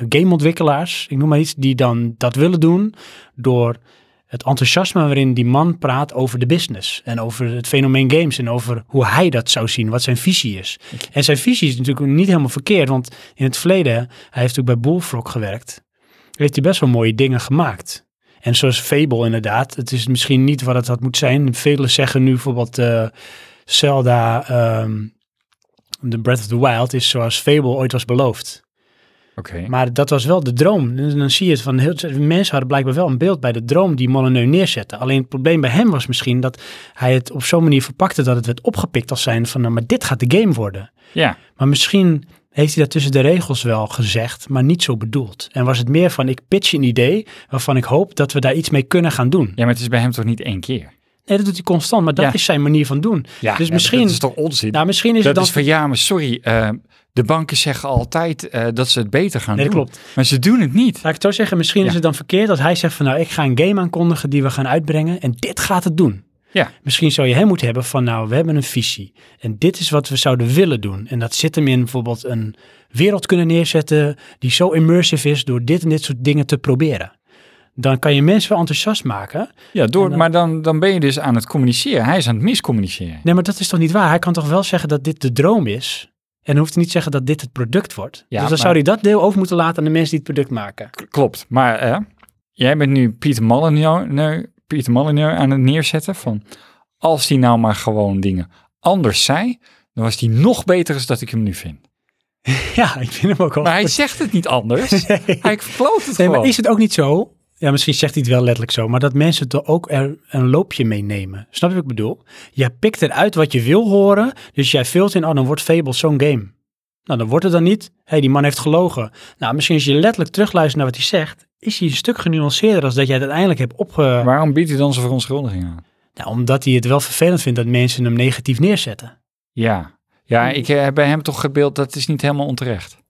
eh, gameontwikkelaars, ik noem maar iets, die dan dat willen doen door het enthousiasme waarin die man praat over de business en over het fenomeen games en over hoe hij dat zou zien, wat zijn visie is. En zijn visie is natuurlijk niet helemaal verkeerd, want in het verleden, hij heeft natuurlijk bij Bullfrog gewerkt, heeft hij best wel mooie dingen gemaakt. En zoals Fable inderdaad, het is misschien niet wat het had moeten zijn. Velen zeggen nu bijvoorbeeld eh, Zelda, ehm, The Breath of the Wild is zoals Fable ooit was beloofd.
Oké.
Maar dat was wel de droom. En dan zie je het van heel mensen hadden blijkbaar wel een beeld bij de droom die Molyneux neerzette. Alleen het probleem bij hem was misschien dat hij het op zo'n manier verpakte dat het werd opgepikt als zijn van nou, maar dit gaat de game worden.
Ja,
Maar misschien heeft hij dat tussen de regels wel gezegd, maar niet zo bedoeld. En was het meer van ik pitch een idee waarvan ik hoop dat we daar iets mee kunnen gaan doen.
ja, maar het is bij hem toch niet één keer?
Nee, dat doet hij constant, maar dat
Ja.
is zijn manier van doen.
Ja,
dus
ja,
misschien,
Dat is toch onzin?
nou, misschien is
dat
het dan...
is van ja, maar sorry. eh, de banken zeggen altijd eh, dat ze het beter gaan
Nee, dat
doen.
klopt.
Maar ze doen het niet.
Laat ik het zo zeggen, misschien
Ja.
is het dan verkeerd dat hij zegt van nou, ik ga een game aankondigen die we gaan uitbrengen en dit gaat het doen.
Ja.
Misschien zou je hem moeten hebben van nou, we hebben een visie en dit is wat we zouden willen doen. En dat zit hem in bijvoorbeeld een wereld kunnen neerzetten die zo immersive is door dit en dit soort dingen te proberen. Dan kan je mensen wel enthousiast maken.
Ja, door,
En dan-
maar dan, dan ben je dus aan het communiceren. Hij is aan het miscommuniceren.
Nee, maar dat is toch niet waar? Hij kan toch wel zeggen dat dit de droom is? En dan hoeft hij niet te zeggen dat dit het product wordt. dus dan
maar-
zou hij dat deel over moeten laten aan de mensen die het product maken.
K- Klopt. Maar eh, jij bent nu Pieter Molyneux, Pieter Molyneux aan het neerzetten van... Als hij nou maar gewoon dingen anders zei, dan was hij nog beter dan dat ik hem nu vind.
Ja, ik vind hem ook wel.
Maar hij zegt het niet anders. Hij verkloot het
Nee,
gewoon.
maar is het ook niet zo? Ja, misschien zegt hij het wel letterlijk zo, maar dat mensen er ook er een loopje mee nemen. Snap je wat ik bedoel? Jij pikt eruit wat je wil horen, dus jij vult in, oh, dan wordt Fable zo'n game. Nou, dan wordt het dan niet. Hé, hey, die man heeft gelogen. Nou, misschien als je letterlijk terugluistert naar wat hij zegt, is hij een stuk genuanceerder als dat jij het uiteindelijk hebt opge...
Waarom biedt hij dan zijn verontschuldiging aan?
Nou, omdat hij het wel vervelend vindt dat mensen hem negatief neerzetten.
Hmm. eh, Ja, ja ik heb bij hem toch gebeeld, dat is niet helemaal onterecht.
En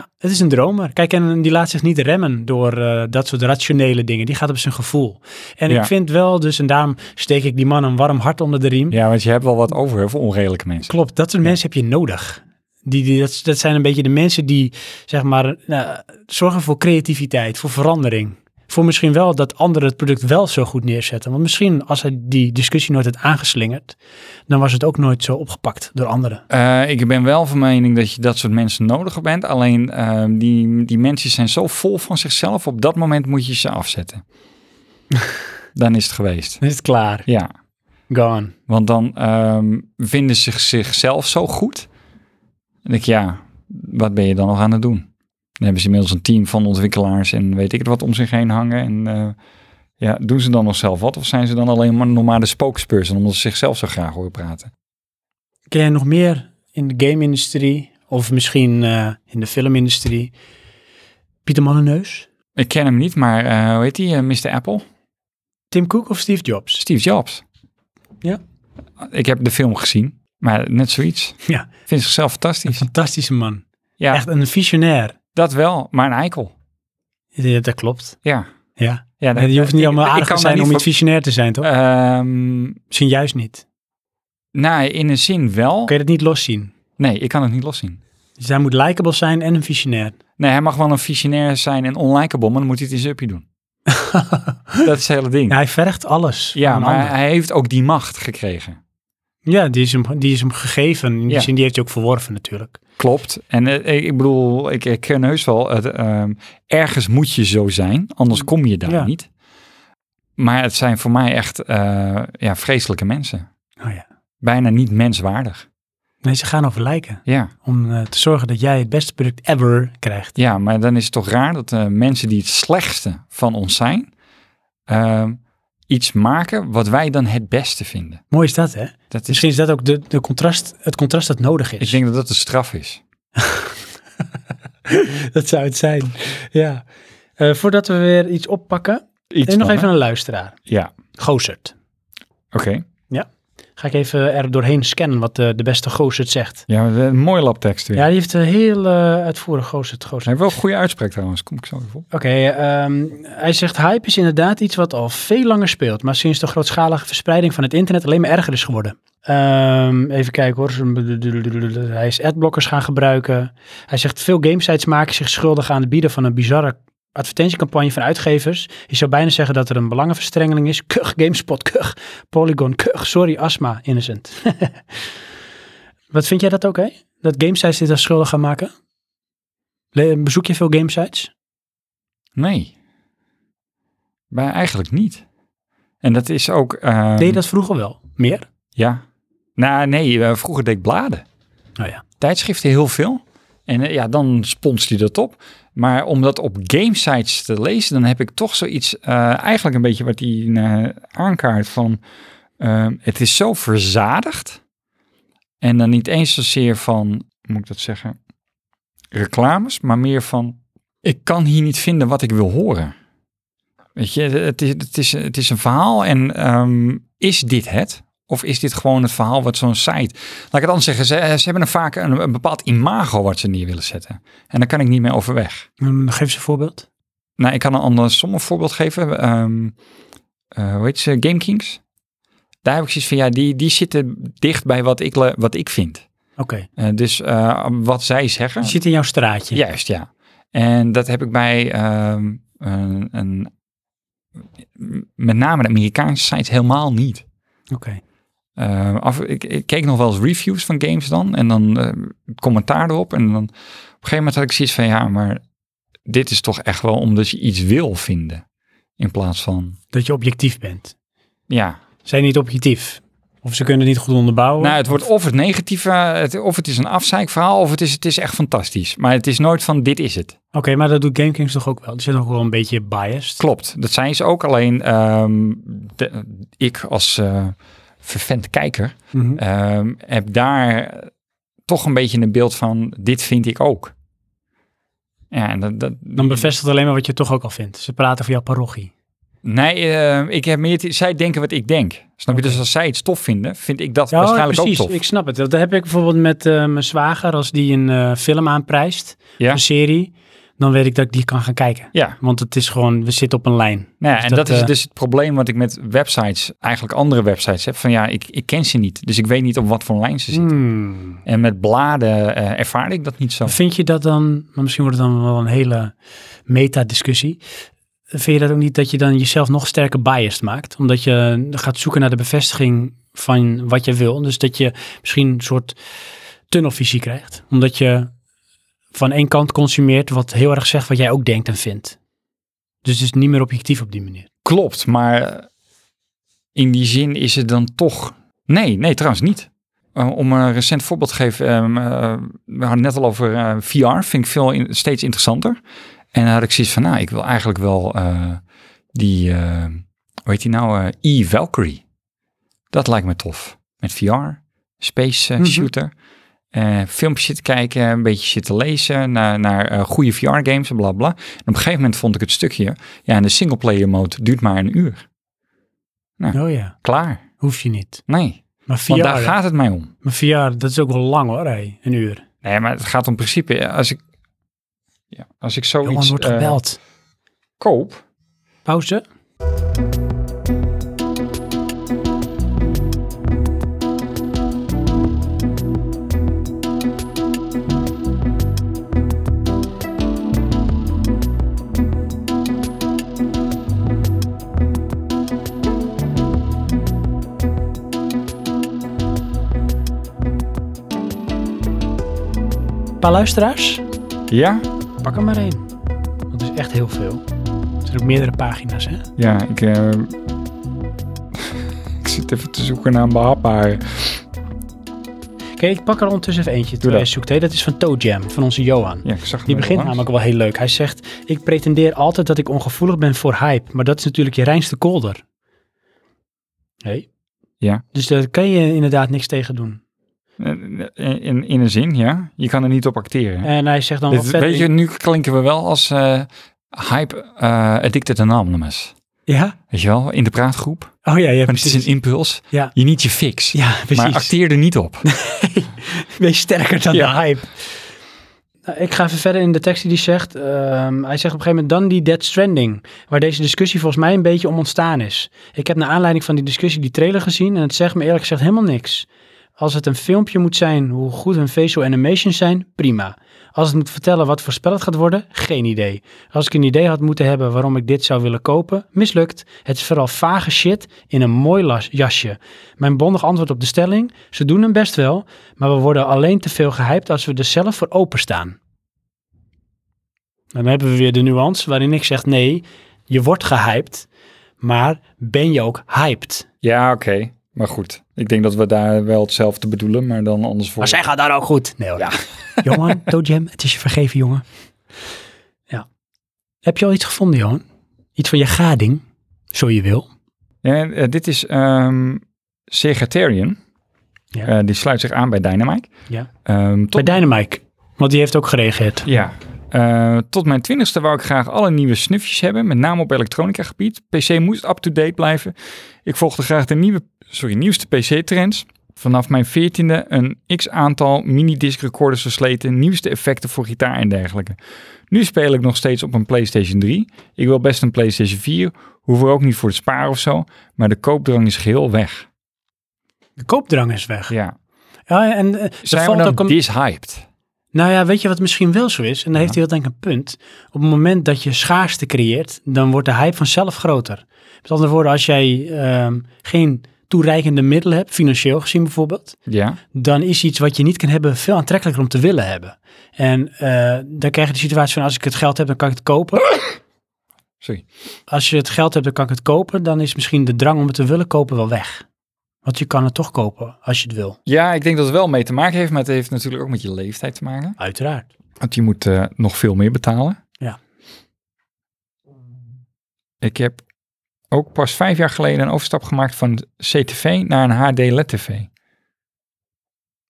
Ja, het is een dromer. Kijk, en die laat zich niet remmen door eh, dat soort rationele dingen. Die gaat op zijn gevoel. En
Ja.
ik vind wel, dus, en daarom steek ik die man een warm hart onder de riem.
Ja, want je hebt wel wat over hè, voor onredelijke mensen.
Klopt, dat soort mensen heb je nodig. Die, die, dat, dat zijn een beetje de mensen die, zeg maar, nou, zorgen voor creativiteit, voor verandering. Voor misschien wel dat anderen het product wel zo goed neerzetten. Want misschien als hij die discussie nooit had aangeslingerd, dan was het ook nooit zo opgepakt door anderen.
Eh, ik ben wel van mening dat je dat soort mensen nodig bent. Alleen eh, die, die mensen zijn zo vol van zichzelf. Op dat moment moet je ze afzetten. Dan is het geweest.
Dan is het klaar.
Ja,
Gone.
want dan ehm, vinden ze zichzelf zo goed. Dan denk ik, ja, wat ben je dan nog aan het doen? Dan hebben ze inmiddels een team van ontwikkelaars en weet ik het wat om zich heen hangen. En eh, ja, doen ze dan nog zelf wat? Of zijn ze dan alleen maar een normale spokesperson omdat ze zichzelf zo graag horen praten?
Ken jij nog meer in de game-industrie of misschien eh, in de filmindustrie? Pieter Mannenneus,
Ik ken hem niet, maar eh, hoe heet hij? Mr. Apple?
Tim Cook of Steve Jobs?
Steve Jobs.
Ja.
Ik heb de film gezien, maar net zoiets.
Ja.
Vindt zichzelf
Een
fantastisch.
fantastische man.
Ja,
Echt een visionair.
dat wel, maar een eikel.
Ja, dat klopt.
Ja.
Ja.
ja
Nee, je hoeft niet
ik-
allemaal
ik
aardig
kan
te zijn
daar
om
niet
iets visionair te zijn, toch?
van- Ehm,
Misschien juist niet.
nou, in een zin wel.
Kun je dat niet loszien?
Nee, ik kan het niet loszien.
Dus hij moet likable zijn en een visionair.
Nee, hij mag wel een visionair zijn en onlikable, maar dan moet hij het in zijn uppie doen. dat is het hele ding.
Ja,
Ja,
hij vergt alles. van een
maar
ander.
hij heeft ook die macht gekregen.
ja die, is hem, die is hem gegeven. In die
Ja.
zin, die heeft hij ook verworven natuurlijk.
Klopt. En eh, ik bedoel, ik herken heus wel, het, ehm, ergens moet je zo zijn, anders kom je daar
Ja.
niet. Maar het zijn voor mij echt eh, ja, vreselijke mensen.
Oh ja.
Bijna niet menswaardig.
Nee, ze gaan over lijken.
Ja,
Om eh, te zorgen dat jij het beste product ever krijgt.
ja maar dan is het toch raar dat eh, mensen die het slechtste van ons zijn, ehm, iets maken wat wij dan het beste vinden.
Mooi is dat, hè?
Dat is,
Misschien is dat ook de, de contrast, het contrast dat nodig is.
ik denk dat dat de straf is.
Dat zou het zijn. Ja. Eh, voordat we weer iets oppakken,
Iets
neem nog
dan,
even
hè?
een luisteraar.
Ja,
Gozert.
oké.
Ga ik even er doorheen scannen wat eh, de beste Gozert zegt.
Ja, maar een mooie laptekst weer.
Ja, die heeft een heel eh, uitvoerig Gozert. Gozert.
Hij heeft wel een goede uitspraak trouwens, kom ik zo even op.
Oké, ehm, hij zegt hype is inderdaad iets wat al veel langer speelt, maar sinds de grootschalige verspreiding van het internet alleen maar erger is geworden. Ehm, even kijken hoor. Hij is adblockers gaan gebruiken. Hij zegt veel gamesites maken zich schuldig aan het bieden van een bizarre advertentiecampagne van uitgevers. Je zou bijna zeggen dat er een belangenverstrengeling is. Kuch, GameSpot, kuch, Polygon, kuch, sorry, astma, innocent. wat vind jij dat ook, hè? Dat gamesites dit als schuldig gaan maken? Le- Bezoek je veel gamesites?
Nee. Maar eigenlijk niet. En dat is ook... ehm,
Deed je dat vroeger wel? Meer?
Ja. Nou, nee, eh, vroeger deed ik bladen.
Oh ja.
Tijdschriften heel veel. En eh, ja, dan sponst hij dat op. Maar om dat op gamesites te lezen, dan heb ik toch zoiets... eh, eigenlijk een beetje wat hij eh, aankaart van... ehm, het is zo verzadigd. En dan niet eens zozeer van, hoe moet ik dat zeggen... reclames, maar meer van... ik kan hier niet vinden wat ik wil horen. Weet je, het is, het is, het is een verhaal en ehm, is dit het? Of is dit gewoon het verhaal wat zo'n site... Laat ik het anders zeggen, ze, ze hebben dan vaak een, een bepaald imago wat ze neer willen zetten. En daar kan ik niet meer overweg.
Hmm, Geef eens een voorbeeld.
Nou, ik kan een ander sommig voorbeeld geven. Ehm eh, hoe heet ze? GameKings. Daar heb ik zoiets van, ja, die, die zitten dicht bij wat ik, le- wat ik vind.
Oké.
Eh, dus eh, wat zij zeggen...
Je zit in jouw straatje.
Juist, ja. En dat heb ik bij ehm, een, een, met name de Amerikaanse sites helemaal niet.
Oké.
Eh, af, ik, ik keek nog wel eens reviews van games dan en dan eh, commentaar erop. En dan op een gegeven moment had ik zoiets van ja, maar dit is toch echt wel omdat je iets wil vinden. In plaats van
Dat je objectief bent.
ja.
Zijn niet objectief? Of ze kunnen het niet goed onderbouwen?
Nou, het wordt of het negatieve, het, of het is een afzeikverhaal, of het is, het is echt fantastisch. Maar het is nooit van dit is het.
Oké, maar dat doet GameKings toch ook wel? Die zijn ook wel een beetje biased.
Klopt, dat zijn ze ook. Alleen ehm, de- ik als eh vervent kijker
Mhm.
ehm, heb daar toch een beetje een beeld van dit vind ik ook. Ja, en dat, dat,
Dan bevestigt alleen maar wat je toch ook al vindt. Ze praten voor jouw parochie.
Nee, eh, ik heb meer... te- Zij denken wat ik denk. Snap je? Dus als zij het stof vinden, vind ik dat
Ja,
waarschijnlijk
Oh, precies.
ook tof.
Ik snap het. Dat heb ik bijvoorbeeld met eh, mijn zwager. Als die een eh, film aanprijst,
Ja.
een serie, dan weet ik dat ik die kan gaan kijken.
Ja,
Want het is gewoon, we zitten op een lijn.
nou ja,
Dus
en
dat,
dat, is
eh,
dus het probleem wat ik met websites, eigenlijk andere websites heb. Van ja, ik, ik ken ze niet. Dus ik weet niet op wat voor lijn ze zitten.
Hmm.
En met bladen eh, ervaar ik dat niet zo.
Vind je dat dan, maar misschien wordt het dan wel een hele meta-discussie. Vind je dat ook niet dat je dan jezelf nog sterker biased maakt? Omdat je gaat zoeken naar de bevestiging van wat je wil. Dus dat je misschien een soort tunnelvisie krijgt. Omdat je van één kant consumeert wat heel erg zegt wat jij ook denkt en vindt. Dus het is niet meer objectief op die manier.
Klopt, maar in die zin is het dan toch... Nee, nee, trouwens niet. Eh, om een recent voorbeeld te geven. ehm, eh, we hadden het net al over eh, VR. Vind ik veel in- steeds interessanter. En dan had ik zoiets van, nou, ik wil eigenlijk wel eh, die... eh, hoe heet die nou? eh E-Valkyrie. Dat lijkt me tof. Met VR, space eh,
Mhm.
shooter. eh, filmpjes zitten kijken, een beetje zitten lezen naar, naar eh, goede VR-games en bla bla. En op een gegeven moment vond ik het stukje, ja, en de singleplayer mode duurt maar een uur.
Oh ja,
Klaar.
hoef je niet.
Nee,
Maar
want
VR,
daar gaat het mij om.
maar VR dat is ook wel lang hoor, hé, een uur.
Nee, maar het gaat om principe. Als ik, ja, als ik zoiets
Johan wordt
eh,
gebeld.
koop,
Pauze. Paar luisteraars,
ja,
pak er maar één. Want het is echt heel veel. Er zijn ook meerdere pagina's, hè?
ja, ik, eh, ik zit even te zoeken naar een behapbaar.
Oké, ik pak er ondertussen even eentje. Doe
dat.
dat. Zoekt, hè? dat is van Toe Jam, van onze Johan.
Ja, ik zag hem
Die
er
begint
langs.
namelijk wel heel leuk. Hij zegt, ik pretendeer altijd dat ik ongevoelig ben voor hype. Maar dat is natuurlijk je reinste kolder. Hé?
Ja.
Dus daar kan je inderdaad niks tegen doen.
In, Eh, in, in een zin, ja. Je kan er niet op acteren.
En hij zegt dan
Dit
wel
is-
vet-
weet je, nu klinken we wel als eh, hype eh addicted anonymous.
Ja?
Weet je wel, in de praatgroep.
Oh ja, ja
Maar het is
precies.
een impuls.
Ja.
Je niet je fix.
Ja, precies.
maar acteer er niet op.
Wees sterker dan
Ja.
de hype. Nou, ik ga even verder in de tekst die hij zegt. Ehm, hij zegt op een gegeven moment dan die Dead Stranding. Waar deze discussie volgens mij een beetje om ontstaan is. Ik heb naar aanleiding van die discussie die trailer gezien. En het zegt me eerlijk gezegd helemaal niks. Als het een filmpje moet zijn hoe goed hun facial animations zijn, prima. Als het moet vertellen wat voorspeld gaat worden, geen idee. Als ik een idee had moeten hebben waarom ik dit zou willen kopen, mislukt. Het is vooral vage shit in een mooi las- jasje. Mijn bondig antwoord op de stelling, ze doen hem best wel, maar we worden alleen te veel gehyped als we er zelf voor openstaan. En dan hebben we weer de nuance waarin ik zeg, nee, je wordt gehyped, maar ben je ook hyped?
Ja, oké. Maar goed, ik denk dat we daar wel hetzelfde bedoelen, maar dan anders voor.
Maar zij gaat daar ook goed. Nee hoor. Ja. Johan, Dojem, het is je vergeven, jongen. Ja. Heb je al iets gevonden, Johan? Iets van je gading, zo je wil.
Ja, eh, dit is ehm Secretarian.
Ja.
Eh, die sluit zich aan bij Dynamite.
Ja.
Ehm, tot,
Bij Dynamite, want die heeft ook gereageerd.
ja. Eh, tot mijn twintigste wou ik graag alle nieuwe snufjes hebben, met name op elektronica gebied. PC moest up-to-date blijven. Ik volgde graag de nieuwe, sorry, nieuwste PC-trends. Vanaf mijn veertiende een x-aantal minidisc recorders versleten, nieuwste effecten voor gitaar en dergelijke. Nu speel ik nog steeds op een PlayStation 3. Ik wil best een PlayStation 4, hoef er ook niet voor te sparen of zo, maar de koopdrang is geheel weg.
De koopdrang is weg. Ja,
Ja,
en eh, er
Zijn we
valt
dan
ook een...
dishyped?
Nou ja, weet je wat misschien wel zo is? En daar heeft hij wel denk ik een punt. Op het moment dat je schaarste creëert, dan wordt de hype vanzelf groter. Met andere woorden, als jij ehm, geen toereikende middelen hebt, financieel gezien bijvoorbeeld,
Ja.
dan is iets wat je niet kan hebben veel aantrekkelijker om te willen hebben. En eh, dan krijg je de situatie van als ik het geld heb, dan kan ik het kopen.
Sorry.
Als je het geld hebt, dan kan ik het kopen. Dan is misschien de drang om het te willen kopen wel weg. Want je kan het toch kopen als je het wil.
Ja, ik denk dat het wel mee te maken heeft, maar het heeft natuurlijk ook met je leeftijd te maken.
Uiteraard.
Want je moet eh, nog veel meer betalen.
Ja.
Ik heb ook pas vijf jaar geleden een overstap gemaakt van CTV naar een HD LED-TV.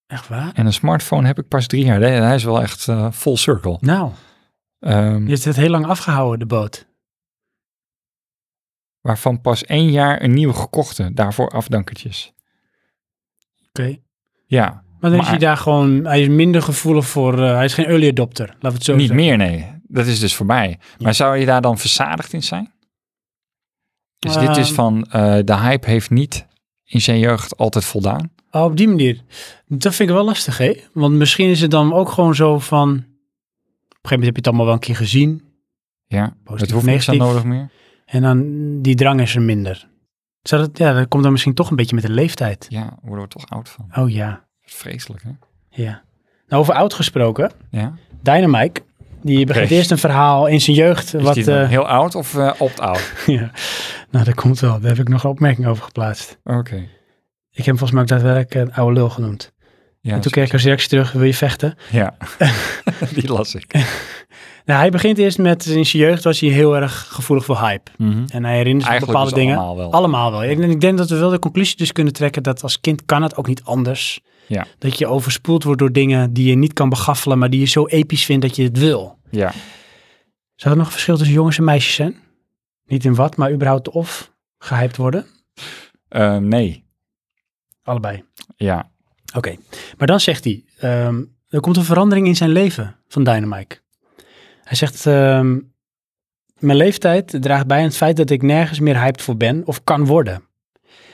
Echt waar?
En een smartphone heb ik pas drie jaar. Nee, Hij is wel echt vol full circle.
Nou,
Ehm,
je hebt het heel lang afgehouden, de boot.
Waarvan pas één jaar een nieuwe gekochte. Daarvoor afdankertjes. Ja,
Maar dan is
Maar-
hij daar gewoon, hij is minder gevoelig voor, eh, hij is geen early adopter, laten we het zo
niet
zeggen.
meer, nee. Dat is dus voorbij. Maar zou je daar dan verzadigd in zijn? Dus dit is
Ehm.
van, eh, de hype heeft niet in zijn jeugd altijd voldaan.
Oh, op die manier. Dat vind ik wel lastig, hè? Want misschien is het dan ook gewoon zo van, op een gegeven moment heb je het allemaal wel een keer gezien.
Ja,
Positief,
het hoeft niks aan
negatief.
nodig meer.
En dan, die drang is er minder. Zou dat, ja, dat komt dan misschien toch een beetje met de leeftijd.
Ja, daar worden we toch oud van.
Oh ja,
Vreselijk, hè?
ja. Nou, over oud gesproken.
Ja.
Dynamite, die begint
Oké.
eerst een verhaal in zijn jeugd.
Is
wat,
die dan
eh,
heel oud of eh, opt-out?
ja. Nou, dat komt wel. Daar heb ik nog een opmerking over geplaatst.
Oké.
Ik heb hem volgens mij ook daadwerkelijk een oude lul genoemd.
Ja,
en toen kreeg ik als reactie terug, wil je vechten?
ja. die las ik.
Nou, hij begint eerst met, in zijn jeugd was hij heel erg gevoelig voor hype.
Mhm.
En hij herinnert zich aan
Eigenlijk
bepaalde
dus
dingen.
allemaal wel.
Allemaal wel. Ik, ik denk dat we wel de conclusie dus kunnen trekken dat als kind kan het ook niet anders.
Ja.
Dat je overspoeld wordt door dingen die je niet kan begaffelen, maar die je zo episch vindt dat je het wil.
Ja.
Zou er nog een verschil tussen jongens en meisjes zijn? Niet in wat, maar überhaupt of gehyped worden?
Eh, nee.
Allebei.
Ja.
Oké. Maar dan zegt hij, ehm, er komt een verandering in zijn leven van Dynamite. Hij zegt, ehm, mijn leeftijd draagt bij aan het feit dat ik nergens meer hyped voor ben of kan worden.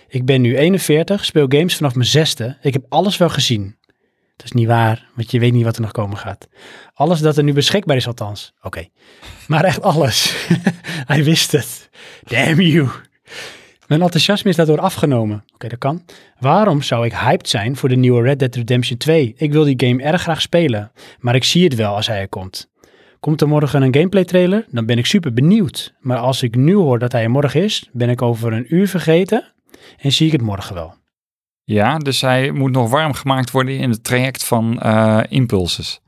Ik ben nu 41, speel games vanaf mijn zesde. Ik heb alles wel gezien. Dat is niet waar, want je weet niet wat er nog komen gaat. Alles dat er nu beschikbaar is althans. Oké. Maar echt alles. Hij wist het. Damn you. Mijn enthousiasme is daardoor afgenomen. Oké, dat kan. Waarom zou ik hyped zijn voor de nieuwe Red Dead Redemption 2? Ik wil die game erg graag spelen, maar ik zie het wel als hij er komt. Komt er morgen een gameplay trailer? Dan ben ik super benieuwd. Maar als ik nu hoor dat hij er morgen is, ben ik over een uur vergeten en zie ik het morgen wel.
Ja, dus hij moet nog warm gemaakt worden in het traject van eh, impulses.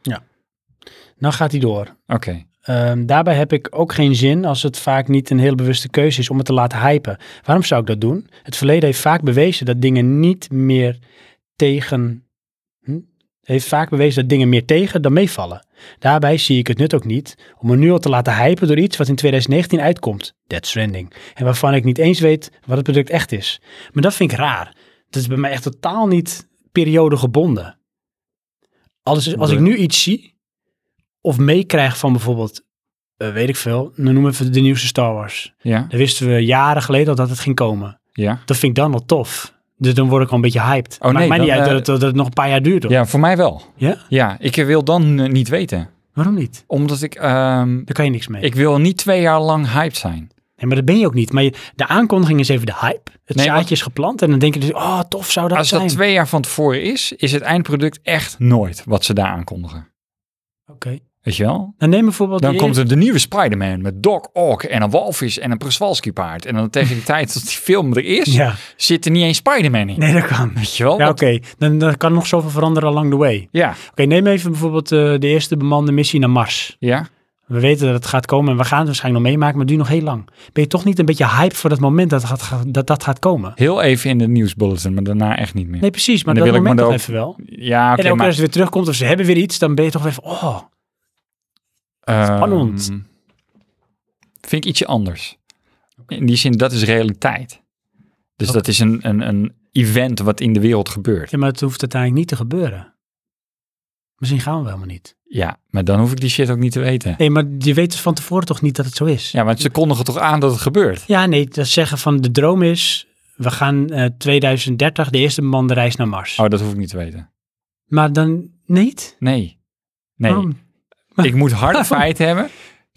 Dan gaat hij door.
Oké.
Ehm, daarbij heb ik ook geen zin als het vaak niet een heel bewuste keuze is om het te laten hypen. Waarom zou ik dat doen? Het verleden heeft vaak bewezen dat dingen niet meer tegen. Hm? Heeft vaak bewezen dat dingen meer tegen dan meevallen. Daarbij zie ik het nut ook niet om me nu al te laten hypen door iets wat in 2019 uitkomt. Dead Stranding. En waarvan ik niet eens weet wat het product echt is. Maar dat vind ik raar. Dat is bij mij echt totaal niet periode gebonden. Als, als ik nu iets zie, of meekrijg van bijvoorbeeld, eh, weet ik veel, nou noem even de nieuwste Star Wars.
Ja.
Daar wisten we jaren geleden al dat het ging komen.
Ja.
Dat vind ik dan al tof. Dus dan word ik al een beetje hyped.
Oh,
Maakt
nee,
mij niet
dan,
uit dat
eh,
het, dat het nog een paar jaar duurt. hoor.
Ja, voor mij wel.
Ja?
Ja, ik wil dan eh, niet weten.
Waarom niet?
Omdat ik, ehm,
Daar kan je niks mee.
ik wil niet twee jaar lang hyped zijn.
Nee, maar dat ben je ook niet. Maar je- de aankondiging is even de hype. Het
Nee,
zaadje
want-
is geplant en dan denk je dus, oh tof zou dat
Als
zijn.
dat twee jaar van tevoren is, is het eindproduct echt nooit wat ze daar aankondigen.
Oké.
Weet je wel?
Dan neem bijvoorbeeld...
Dan
die
komt
eerste-
er de nieuwe Spider-Man met Doc Ock en een walvis en een Przewalski paard. En dan tegen die tijd dat die film er is,
Ja,
zit er niet eens Spider-Man in.
nee dat kan.
Weet je wel?
Ja,
Want-
oké. Dan, dan kan nog zoveel veranderen along the way. Oké,
ja,
neem even bijvoorbeeld eh, de eerste bemande missie naar Mars.
ja.
We weten dat het gaat komen en we gaan het waarschijnlijk nog meemaken, maar het duurt nog heel lang. Ben je toch niet een beetje hyped voor dat moment dat gaat- gaat, dat, dat gaat komen?
Heel even in de nieuwsbulletin, maar daarna echt niet meer.
Nee, precies, maar
En
dat
dan wil ik
moment
me
toch
er ook-
even wel.
Ja, oké,
en elke keer
maar...
als het weer terugkomt of ze hebben weer iets, dan ben je toch even, oh,
ehm,
spannend.
vind ik ietsje anders. In die zin, dat is realiteit. Dus
Oké.
dat is een, een, een event wat in de wereld gebeurt.
ja, maar het hoeft uiteindelijk niet te gebeuren. Misschien gaan we wel maar niet.
Ja, maar dan hoef ik die shit ook niet te weten.
Nee, maar je weet dus van tevoren toch niet dat het zo is?
Ja, want ze kondigen toch aan dat het gebeurt.
Ja, nee, dat zeggen van de droom is, we gaan eh 2030 de eerste bemande reis naar Mars.
Oh, dat hoef ik niet te weten.
Maar dan niet?
Nee. Nee.
Waarom?
Ik moet harde feiten hebben.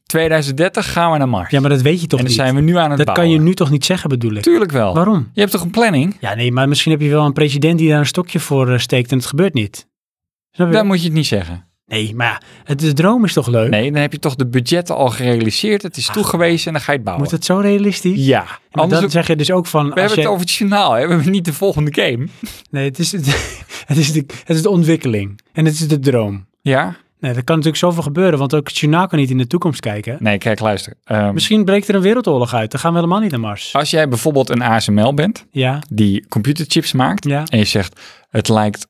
2030 gaan we naar Mars.
Ja, maar dat weet je toch
en dan
niet?
zijn we nu aan het
dat kan je
bouwen.
nu toch niet zeggen, bedoel ik?
Tuurlijk wel.
Waarom?
Je hebt toch een planning?
Ja, nee, maar misschien heb je wel een president die daar een stokje voor eh, steekt en het gebeurt niet. Snap je?
Dan moet je het niet zeggen.
Nee, maar ja, het, de droom is toch leuk?
Nee, dan heb je toch de budgetten al gerealiseerd. Het is toegewezen en dan ga je het bouwen.
Moet het zo realistisch?
Ja.
Maar
Anders
dan zeg je dus ook van...
we
als
hebben het
je-
over het journaal. Hè? We hebben niet de volgende game.
Nee, het is, het, is de, het is de ontwikkeling. En het is de droom.
Ja?
Nee, er kan natuurlijk zoveel gebeuren, want ook het journaal kan niet in de toekomst kijken.
Nee, kijk, luister. Ehm,
Misschien breekt er een wereldoorlog uit. Dan gaan we helemaal niet naar Mars.
als jij bijvoorbeeld een ASML bent,
Ja,
die computerchips maakt.
Ja.
En je zegt, het lijkt,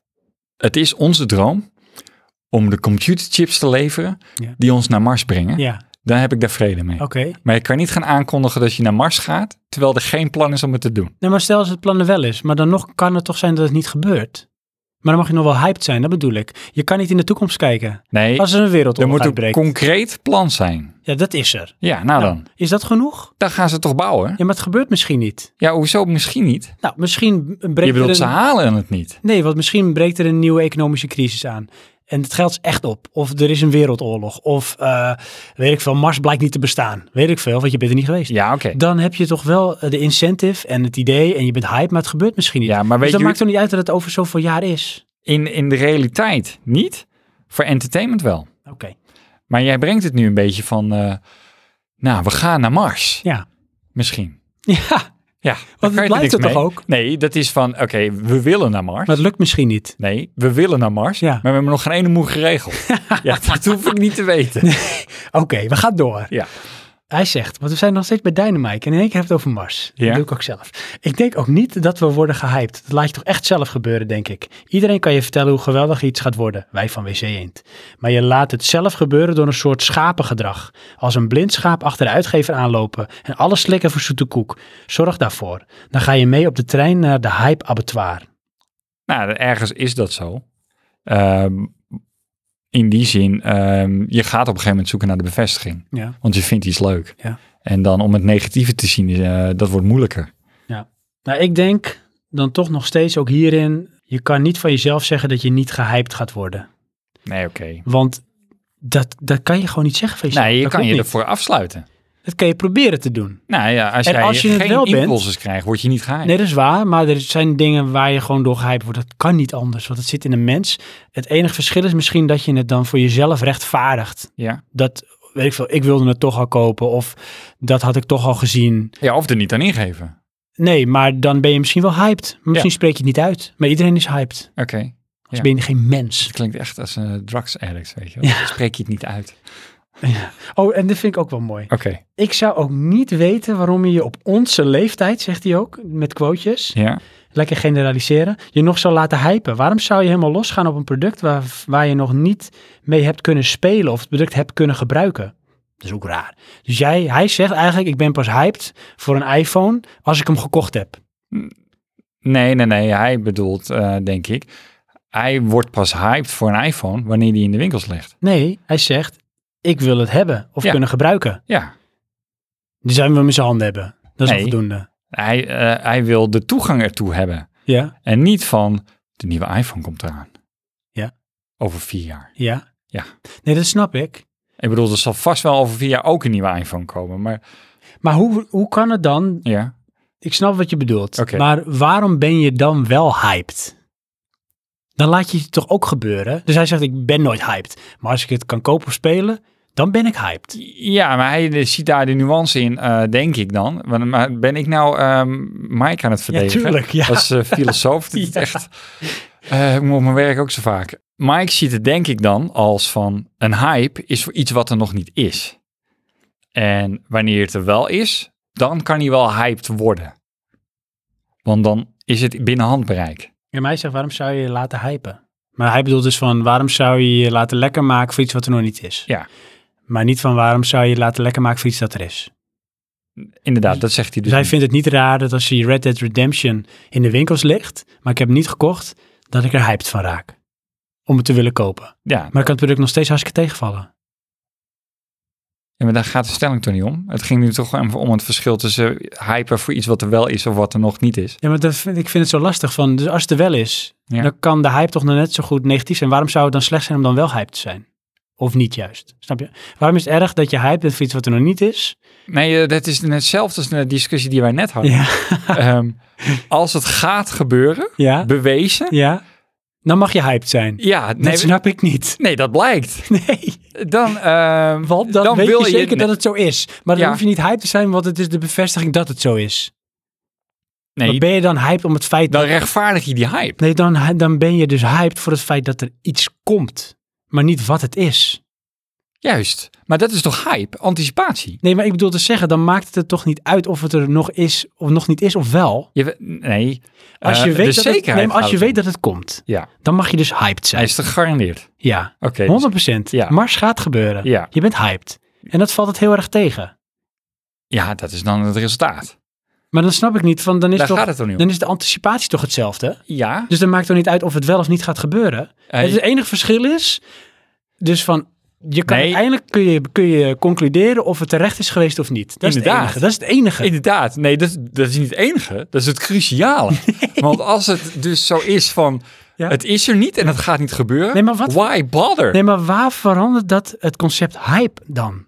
het is onze droom om de computerchips te leveren
Ja.
die ons naar Mars brengen.
ja,
Dan heb ik daar vrede mee.
oké.
Maar je kan niet gaan aankondigen dat je naar Mars gaat terwijl er geen plan is om het te doen.
Nee, maar stel als het plan er wel is, maar dan nog kan het toch zijn dat het niet gebeurt. Maar dan mag je nog wel hyped zijn, dat bedoel ik. Je kan niet in de toekomst kijken.
Nee,
Als er een
er
wereldoorlog
moet een
uitbreekt.
concreet plan zijn.
Ja, dat is er.
Ja, nou
Nou,
dan.
Is dat genoeg?
Dan gaan ze toch bouwen?
Ja, maar het gebeurt misschien niet.
Ja, hoezo misschien niet?
Nou, misschien
Je
breekt er
bedoelt, ze
een...
halen het niet.
Nee, want misschien breekt er een nieuwe economische crisis aan. En het geld is echt op. Of er is een wereldoorlog. Of, eh, weet ik veel, Mars blijkt niet te bestaan. Weet ik veel, want je bent er niet geweest.
Ja, oké.
Dan heb je toch wel eh, de incentive en het idee en je bent hype, maar het gebeurt misschien niet.
Ja, maar
dus
weet
dat
je,
maakt toch niet uit dat het over zoveel jaar is?
in, in de realiteit niet. Voor entertainment wel.
Oké,
Maar jij brengt het nu een beetje van, eh, nou, we gaan naar Mars.
ja.
Misschien.
Ja,
Ja,
want het blijft
er
er toch ook?
Nee, dat is van, oké, we willen naar Mars.
Maar het lukt misschien niet.
Nee, we willen naar Mars,
Ja.
maar we hebben nog geen ene moe geregeld. ja, dat hoef ik niet te weten.
Oké, we gaan door.
Ja.
Hij zegt, want we zijn nog steeds bij Dynamite en in één keer heb je het over Mars.
Ja.
Dat doe ik ook zelf. Ik denk ook niet dat we worden gehyped. Dat laat je toch echt zelf gebeuren, denk ik. Iedereen kan je vertellen hoe geweldig iets gaat worden. Wij van WC Eend. Maar je laat het zelf gebeuren door een soort schapengedrag. Als een blind schaap achter de uitgever aanlopen en alles slikken voor zoete koek. Zorg daarvoor. Dan ga je mee op de trein naar de hype abattoir.
Nou, ergens is dat zo. Ehm, in die zin, ehm, je gaat op een gegeven moment zoeken naar de bevestiging.
Ja.
Want je vindt iets leuk.
Ja.
En dan om het negatieve te zien, eh, dat wordt moeilijker.
Nou, ik denk dan toch nog steeds ook hierin. Je kan niet van jezelf zeggen dat je niet gehyped gaat worden.
Nee, oké.
Want dat, dat kan je gewoon niet zeggen van jezelf.
Nee, Nou, je kan
Dat klopt
je
niet.
ervoor afsluiten.
Dat kan je proberen te doen.
Nou ja, als
En
jij
als je het
geen
wel bent-
impulses krijgt, word je niet geheim.
Nee, dat is waar. Maar er zijn dingen waar je gewoon door gehyped wordt. Dat kan niet anders, want het zit in een mens. Het enige verschil is misschien dat je het dan voor jezelf rechtvaardigt.
Ja.
Dat, weet ik veel, ik wilde het toch al kopen of dat had ik toch al gezien.
ja, of er niet aan ingeven.
Nee, maar dan ben je misschien wel hyped. Maar Misschien spreek je het niet uit. Maar iedereen is hyped. Anders
Oké. Ja.
ben je geen mens.
Het klinkt echt als een drugs addict, weet je wel. Dan Spreek je het niet uit.
Oh, en dat vind ik ook wel mooi.
Oké.
Ik zou ook niet weten waarom je je op onze leeftijd, zegt hij ook, met quotejes,
Ja.
lekker generaliseren, je nog zou laten hypen. Waarom zou je helemaal losgaan op een product waar, waar je nog niet mee hebt kunnen spelen of het product hebt kunnen gebruiken? Dat is ook raar. Dus jij, hij zegt eigenlijk, ik ben pas hyped voor een iPhone als ik hem gekocht heb.
Nee, nee, nee. Hij bedoelt, eh, denk ik, hij wordt pas hyped voor een iPhone wanneer die in de winkels ligt.
Nee, hij zegt, ik wil het hebben of
Ja.
kunnen gebruiken.
Ja.
Dus zijn we hem in zijn handen hebben. Dat is
Nee.
onvoldoende.
Hij, eh, hij wil de toegang ertoe hebben.
Ja,
En niet van, de nieuwe iPhone komt eraan.
Ja.
Over vier jaar.
ja.
Ja.
Nee, dat snap ik.
Ik bedoel, er zal vast wel over vier jaar ook een nieuwe iPhone komen. Maar
Maar hoe, hoe kan het dan
ja,
Ik snap wat je bedoelt.
Oké.
Maar waarom ben je dan wel hyped? Dan laat je het toch ook gebeuren? Dus hij zegt, ik ben nooit hyped. Maar als ik het kan kopen of spelen, dan ben ik hyped.
ja maar hij eh, ziet daar de nuance in, eh, denk ik dan. Want, maar ben ik nou ehm Mike aan het verdedigen?
tuurlijk, ja.
Als eh, filosoof, dit is
Ja.
echt... eh, ik moet op mijn werk ook zo vaak. Mike ziet het denk ik dan als van, een hype is voor iets wat er nog niet is. En wanneer het er wel is, dan kan hij wel hyped worden. Want dan is het binnen handbereik.
En mij zegt, waarom zou je je laten hypen? Maar hij bedoelt dus van, waarom zou je je laten lekker maken voor iets wat er nog niet is?
Ja.
Maar niet van, waarom zou je je laten lekker maken voor iets dat er
Dus
is?
Inderdaad, dat zegt hij dus.
Dus hij
niet.
vindt het niet raar dat als die Red Dead Redemption in de winkels ligt, maar ik heb hem niet gekocht, dat ik er hyped van raak. Om het te willen kopen.
Ja,
Maar ik kan het product nog steeds hartstikke tegenvallen.
Ja, maar daar gaat de stelling toch niet om. Het ging nu toch om, om het verschil tussen hyper voor iets wat er wel is of wat er nog niet is.
Ja, maar dat vind, ik vind het zo lastig van, dus als het er wel is,
Ja.
dan kan de hype toch nog net zo goed negatief zijn. Waarom zou het dan slecht zijn om dan wel hype te zijn? Of niet juist, snap je? Waarom is het erg dat je hype bent voor iets wat er nog niet is?
Nee, eh, dat is net hetzelfde als de discussie die wij net hadden.
Ja,
Ehm, als het gaat gebeuren,
ja,
bewezen.
ja. Dan mag je hyped zijn.
Ja,
Dat nou-
nee,
snap ik niet.
nee dat blijkt.
Nee,
Dan, ehm,
want dan, weet
wil
je zeker dat het zo is. Maar dan
Ja.
hoef je niet hyped te zijn, want het is de bevestiging dat het zo is. Maar
Nee,
ben je nou? dan hyped om het feit...
dan rechtvaardig je die hype.
Nee, dan, hy- dan ben je dus hyped voor het feit dat er iets komt. Maar niet wat het is.
Juist. Maar dat is toch hype? Anticipatie.
Nee, maar ik bedoel te zeggen, dan maakt het er toch niet uit of het er nog is of nog niet is of wel.
Je, we- nee.
Als
Eh,
je, weet,
de
dat het,
zekerheid
nee, maar als je
houdt
weet
in.
dat het komt,
Ja,
dan mag je dus hyped
hij
zijn.
is toch gegarandeerd?
Ja,
Oké. dus
100%.
Ja.
Mars gaat gebeuren.
Ja.
Je bent hyped. En dat valt het heel erg tegen.
ja, dat is dan het resultaat.
Maar dan snap ik niet, van dan is,
Daar
toch,
gaat het toch niet om?
dan is de anticipatie toch hetzelfde?
Ja,
Dus dan maakt het niet uit of het wel of niet gaat gebeuren.
Hey.
Het enige verschil is, dus van, je kan
Nee.
uiteindelijk kun je, kun je concluderen of het terecht is geweest of niet. Dat is
Inderdaad.
het enige. Dat is het enige.
inderdaad. Nee, dat, dat is niet het enige. Dat is het cruciale. Want als het dus zo is van,
Ja.
het is er niet en het gaat niet gebeuren.
Nee, maar wat-
Why bother?
Nee, maar waar verandert dat het concept hype dan?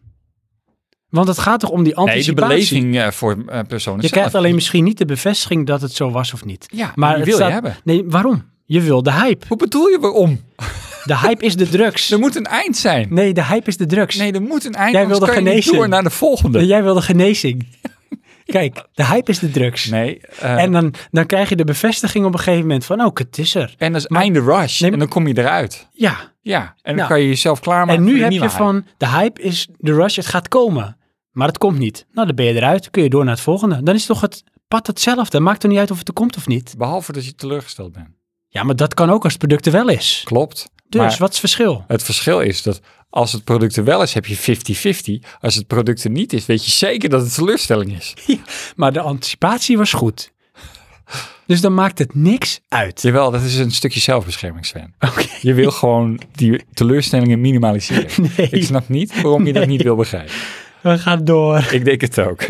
Want het gaat toch om die
Nee, de
anticipatie?
beleving eh, voor eh, personen
je
zelf.
krijgt alleen misschien niet de bevestiging dat het zo was of niet.
Ja, maar
maar
die
het
wil je
staat-
hebben.
Nee, waarom? Je wil de hype.
Hoe bedoel je waarom?
De hype is de drugs.
Er moet een eind zijn.
Nee, de hype is de drugs.
Nee, er moet een eind.
Jij
anders
wilde
kan je niet
genezen.
door naar de volgende.
Nee, Jij wil de genezing. Kijk, de hype is de drugs.
Nee. eh,
En
en,
dan, dan krijg je de bevestiging op een gegeven moment van, oh, het is er.
dat is einde rush.
Nee,
en dan kom je eruit.
Ja,
Ja. En dan
Nou,
kan je jezelf klaarmaken.
en
voor
nu
de
heb
nieuwe
je van, de hype is de rush, het gaat komen. Maar het komt niet. Nou, dan ben je eruit, kun je door naar het volgende. Dan is toch het pad hetzelfde. Maakt er niet uit of het er komt of niet.
hype. Behalve dat je teleurgesteld bent.
Ja, maar dat kan ook als het product er wel is.
Klopt.
Dus,
maar
wat is het verschil?
het verschil is dat als het product er wel is, heb je 50-50. Als het product er niet is, weet je zeker dat het teleurstelling is.
Maar de anticipatie was goed. Dus dan maakt het niks uit.
Jawel, dat is een stukje zelfbescherming, Sven.
Oké.
Je wil gewoon die teleurstellingen minimaliseren.
Nee.
Ik snap niet waarom je dat niet wil begrijpen.
We gaan door.
Ik denk het ook.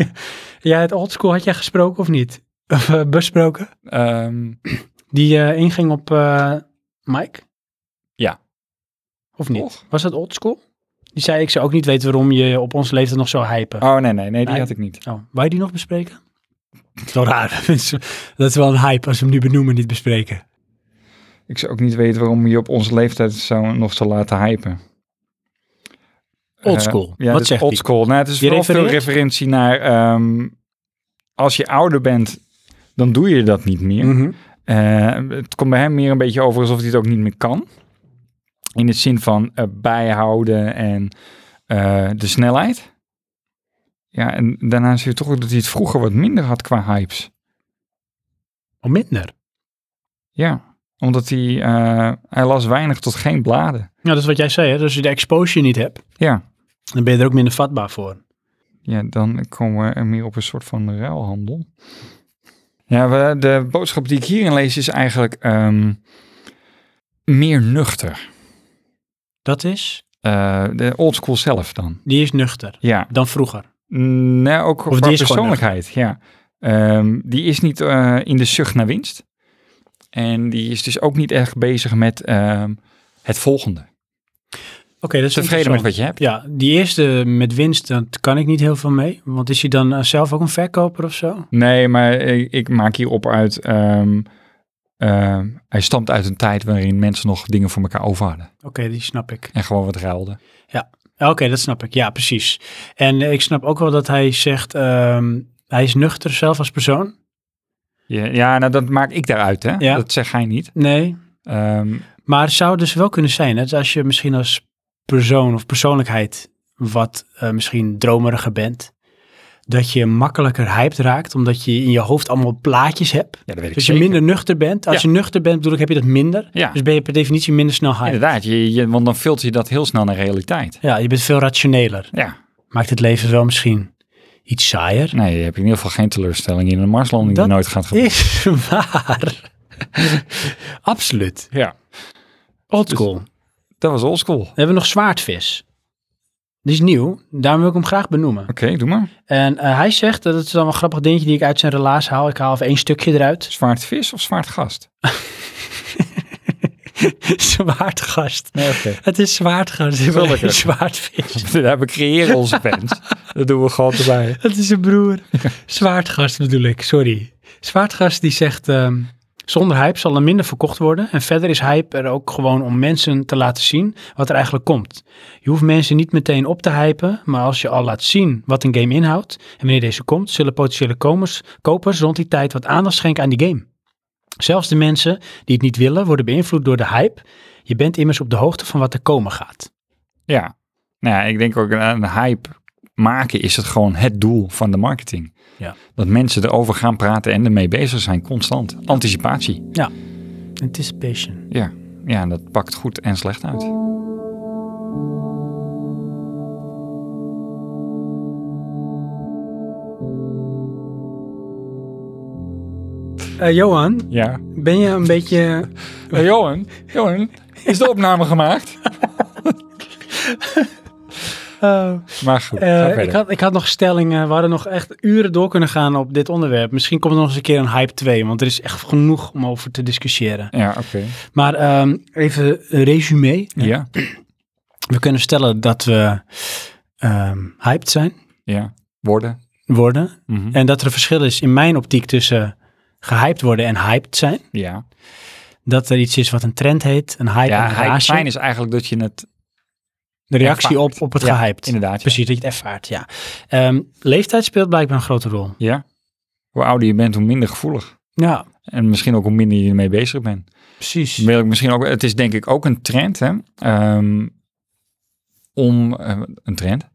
Ja, het oldschool had jij gesproken of niet? Of eh, besproken?
Ehm,
Die eh, inging op eh, Mike?
Ja.
Of niet?
Och.
Was dat oldschool? Die zei, ik zou ook niet weten waarom je op onze leeftijd nog zo hypen.
oh nee, nee, nee, die
Nee.
had ik niet.
Oh, wou je die nog bespreken? Zo raar. dat is wel een hype als we hem nu benoemen, niet bespreken.
Ik zou ook niet weten waarom je op onze leeftijd zo, nog zo laten hypen.
Oldschool.
Eh, ja,
Wat
dus
zegt die?
oldschool. Nou, het is
Die
vooral veel
refereert?
referentie naar ehm, als je ouder bent, dan doe je dat niet meer.
Mhm.
Eh, het komt bij hem meer een beetje over alsof hij het ook niet meer kan. In de zin van eh, bijhouden en eh, de snelheid. Ja, en daarna zie je toch ook dat hij het vroeger wat minder had qua hypes.
Of Oh, minder.
Ja, omdat hij, eh, hij las weinig tot geen bladen.
Ja, dat is wat jij zei. Hè? Dus als je de exposure niet hebt,
Ja,
dan ben je er ook minder vatbaar voor.
ja dan komen we er meer op een soort van ruilhandel. Ja, we, de boodschap die ik hierin lees is eigenlijk ehm, meer nuchter.
Dat is,
Eh, de oldschool zelf dan.
die is nuchter
Ja,
dan vroeger.
Mm, Nee, ook
Of
qua
die is gewoon
persoonlijkheid, ja. Ehm, die is niet eh, in de zucht naar winst. En die is dus ook niet echt bezig met ehm, het volgende.
Oké, dat is
Tevreden met wat je hebt.
Ja, die eerste met winst, dat kan ik niet heel veel mee. Want is hij dan eh, zelf ook een verkoper of zo?
Nee, maar ik, ik maak hierop uit... ehm, ehm, hij stamt uit een tijd waarin mensen nog dingen voor elkaar over hadden.
Oké, die snap ik. Ah,
En gewoon wat ruilden.
Oké, dat snap ik. Ja, precies. En eh, ik snap ook wel dat hij zegt, ehm, hij is nuchter zelf als persoon.
Ja, ja, nou dat maak ik daaruit, hè.
Ja.
Dat zegt hij niet.
Nee,
Ehm,
maar het zou dus wel kunnen zijn, hè, dat als je misschien als persoon of persoonlijkheid wat eh, misschien dromeriger bent, dat je makkelijker hyped raakt, omdat je in je hoofd allemaal plaatjes hebt.
ja, dat weet ik
Dus je
zeker.
minder nuchter bent. Als
Ja.
je nuchter bent, bedoel ik, heb je dat minder.
Ja,
Dus ben je per definitie minder snel hyped.
inderdaad. Je, je, want dan filter je dat heel snel naar realiteit.
Ja, je bent veel rationeler.
Ja.
Maakt het leven wel misschien iets saaier.
Nee, je hebt in ieder geval geen teleurstelling in een Marslanding
Dat
die nooit gaat gebeuren.
Is waar. Absoluut.
Ja,
Oldschool. We
dat was oldschool. Oké,
hebben nog zwaardvis. Die is nieuw, daarom wil ik hem graag benoemen.
doe maar.
En eh, hij zegt, dat is dan wel een grappig dingetje die ik uit zijn relaas haal. Ik haal even één stukje eruit.
Zwaard vis of zwaard gast?
Zwaardgast.
Nee, oké.
Het is zwaardgast.
Wel lekker.
Zwaardvis.
we creëren onze fans. dat doen we gewoon erbij.
Het is een broer. Zwaardgast bedoel ik, sorry. Zwaardgast die zegt, ehm, zonder hype zal er minder verkocht worden. En verder is hype er ook gewoon om mensen te laten zien wat er eigenlijk komt. Je hoeft mensen niet meteen op te hypen, maar als je al laat zien wat een game inhoudt en wanneer deze komt, zullen potentiële komers, kopers rond die tijd wat aandacht schenken aan die game. Zelfs de mensen die het niet willen worden beïnvloed door de hype. Je bent immers op de hoogte van wat er komen gaat.
Ja. Nou ja, ik denk ook aan een hype maken is het gewoon het doel van de marketing.
Ja.
Dat mensen erover gaan praten en ermee bezig zijn, constant. Anticipatie.
Anticipation.
Ja. Ja, en dat pakt goed en slecht uit.
Eh, Johan,
Ja.
ben je een beetje...
Hey, Johan, Johan, is de opname gemaakt?
Oh.
Maar goed,
Eh,
ga verder.
ik, had, ik had nog stellingen, we hadden nog echt uren door kunnen gaan op dit onderwerp. Misschien komt er nog eens een keer een hype 2, want er is echt genoeg om over te discussiëren.
Ja, oké.
Maar ehm, even een resume.
Ja,
We kunnen stellen dat we ehm, hyped zijn,
ja. Worden.
worden.
Mhm.
En dat er een verschil is in mijn optiek tussen gehyped worden en hyped zijn.
Ja.
Dat er iets is wat een trend heet, een hype,
Ja,
een
hij
rage.
zijn is eigenlijk dat je het...
de reactie
ervaart.
op, op het
Ja,
gehyped.
Inderdaad. ja.
Precies, dat je het ervaart, ja. Ehm, leeftijd speelt blijkbaar een grote rol.
Ja. Hoe ouder je bent, hoe minder gevoelig.
Ja,
En misschien ook hoe minder je ermee bezig bent.
precies.
Wil ik misschien ook, het is denk ik ook een trend, hè? ehm, om, eh, een trend,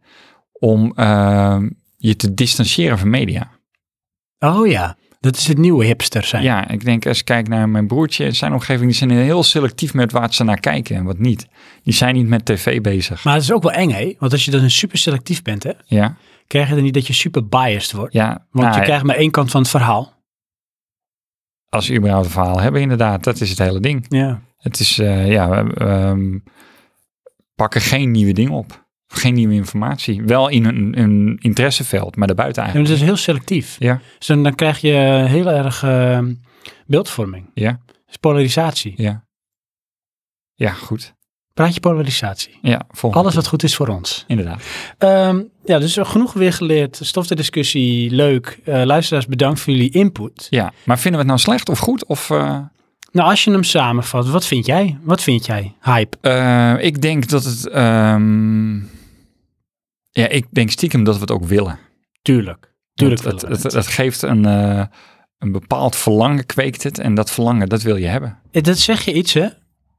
om ehm, je te distancieren van media.
Oh ja, dat is het nieuwe hipster zijn.
Ja, ik denk als ik kijk naar mijn broertje en zijn omgeving, die zijn heel selectief met waar ze naar kijken en wat niet. Die zijn niet met tv bezig.
Maar het is ook wel eng, hè? Want als je dan super selectief bent, hè,
Ja,
krijg je dan niet dat je super biased wordt.
ja.
Want
nou,
je krijgt maar één kant van het verhaal.
Als we überhaupt een verhaal hebben, inderdaad, dat is het hele ding.
Ja.
Het is, eh, ja, we ehm, pakken geen nieuwe dingen op. Geen nieuwe informatie. Wel in een, een interesseveld, maar daarbuiten
En
eigenlijk.
het is heel selectief.
Ja.
Dus dan, dan krijg je heel erg eh, beeldvorming.
Ja.
Dus polarisatie.
Ja. Ja, goed.
Praat je polarisatie.
Ja, volgende.
Alles wat goed is voor ons.
Inderdaad.
Ehm, ja, dus genoeg weer geleerd. Stof de discussie. Leuk. Eh, luisteraars, bedankt voor jullie input.
Ja, maar vinden we het nou slecht of goed? Of, eh,
Nou, als je hem samenvat, wat vind jij? Wat vind jij? Hype.
eh, ik denk dat het... ehm, ja, ik denk stiekem dat we het ook willen.
Tuurlijk. Tuurlijk.
het,
willen
het,
we
het, het geeft een, eh, een bepaald verlangen, kweekt het. En dat verlangen, dat wil je hebben.
Eh, Dat zeg je iets, hè?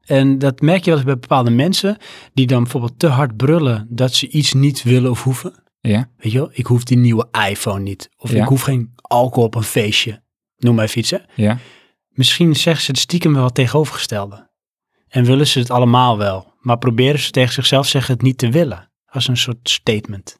En dat merk je wel eens bij bepaalde mensen die dan bijvoorbeeld te hard brullen dat ze iets niet willen of hoeven.
Ja,
Weet je wel, ik hoef die nieuwe iPhone niet. Of
Ja.
ik hoef geen alcohol op een feestje. Noem maar even iets, hè?
ja,
Misschien zeggen ze het stiekem wel het tegenovergestelde. En willen ze het allemaal wel. Maar proberen ze tegen zichzelf zeggen het niet te willen. Als een soort statement.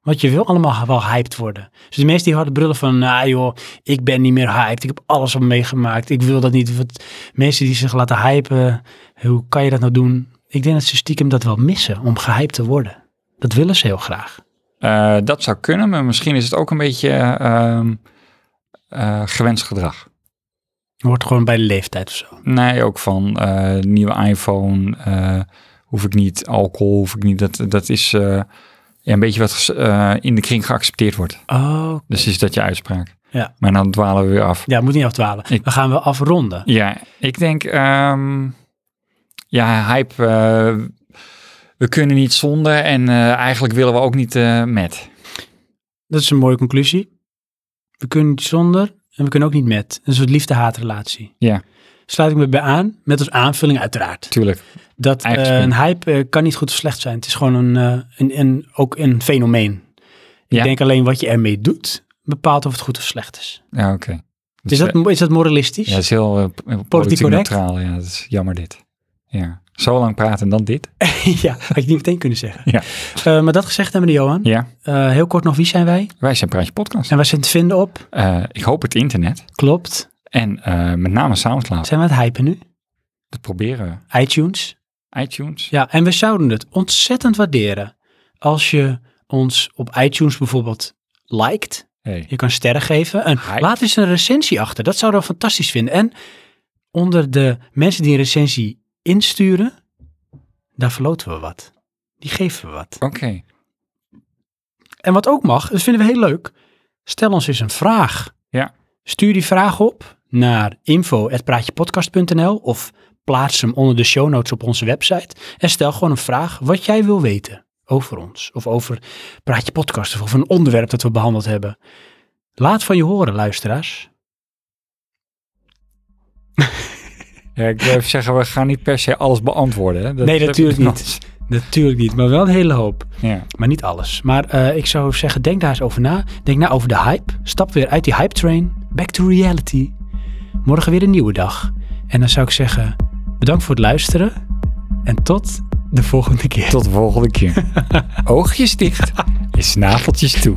Want je wil allemaal wel hyped worden. Dus de mensen die hard brullen van, nou joh, ik ben niet meer hyped. Ik heb alles al meegemaakt. Ik wil dat niet. Wat, mensen die zich laten hypen, hoe kan je dat nou doen? Ik denk dat ze stiekem dat wel missen om gehyped te worden. Dat willen ze heel graag.
Eh, dat zou kunnen, maar misschien is het ook een beetje ehm, eh, gewenst gedrag.
Hoort gewoon bij de leeftijd of zo.
Nee, ook van eh, nieuwe iPhone, eh, hoef ik niet, alcohol hoef ik niet. Dat, dat is eh, ja, een beetje wat ges- eh, in de kring geaccepteerd wordt.
Oh.
Dus is dat je uitspraak.
Ja.
Maar dan dwalen we weer af.
Ja, moet niet afdwalen.
Ik-
We gaan wel afronden.
Ja, ik denk, ehm, ja, hype, eh, we kunnen niet zonder en eh, eigenlijk willen we ook niet eh, met.
Dat is een mooie conclusie. We kunnen niet zonder en we kunnen ook niet met. Een soort liefde-haatrelatie.
Ja.
Sluit ik me bij aan, met als aanvulling uiteraard.
Tuurlijk.
Dat
Eigen
eh,
spin.
een hype eh, kan niet goed of slecht zijn. Het is gewoon een, eh, een, een, ook een fenomeen. Ik
Ja.
denk alleen wat je ermee doet, bepaalt of het goed of slecht is.
Ja, oké.
Is
Dus, eh,
dat, is dat moralistisch?
Ja, het is heel eh, p- politiek
correct?
neutraal. Ja, dat is jammer dit. Ja. Zo lang praten en dan dit.
ja, had ik niet meteen kunnen zeggen.
Ja.
Eh, maar dat gezegd hebben we, Johan.
Ja.
Eh, heel kort nog, wie zijn wij?
Wij zijn Praatje Podcast.
En waar zijn te vinden op?
Eh, ik hoop het internet.
Klopt.
En eh, met name Soundcloud.
Zijn we aan het hypen nu?
Dat proberen we.
iTunes?
iTunes.
Ja, en we zouden het ontzettend waarderen als je ons op iTunes bijvoorbeeld liked.
Hey.
Je kan sterren geven. En
Hi.
laat eens een recensie achter. Dat zouden we fantastisch vinden. En onder de mensen die een recensie insturen, daar verloten we wat. Die geven we wat.
Oké.
En wat ook mag, dat vinden we heel leuk. Stel ons eens een vraag.
Ja.
Stuur die vraag op naar info.praatjepodcast.nl of plaats hem onder de show notes op onze website. En stel gewoon een vraag wat jij wil weten over ons. Of over Praatje Podcast of over een onderwerp dat we behandeld hebben. Laat van je horen, luisteraars.
Ja, ik wil even zeggen, we gaan niet per se alles beantwoorden. Hè. Dat-
Nee,
dat-
natuurlijk niet. Natuurlijk niet, maar wel een hele hoop.
Ja.
Maar niet alles. Maar eh, ik zou zeggen, denk daar eens over na. Denk na over de hype. Stap weer uit die hype train. Back to reality. Morgen weer een nieuwe dag. En dan zou ik zeggen, bedankt voor het luisteren. En tot de volgende keer.
Tot de volgende keer. Oogjes dicht en snaveltjes toe.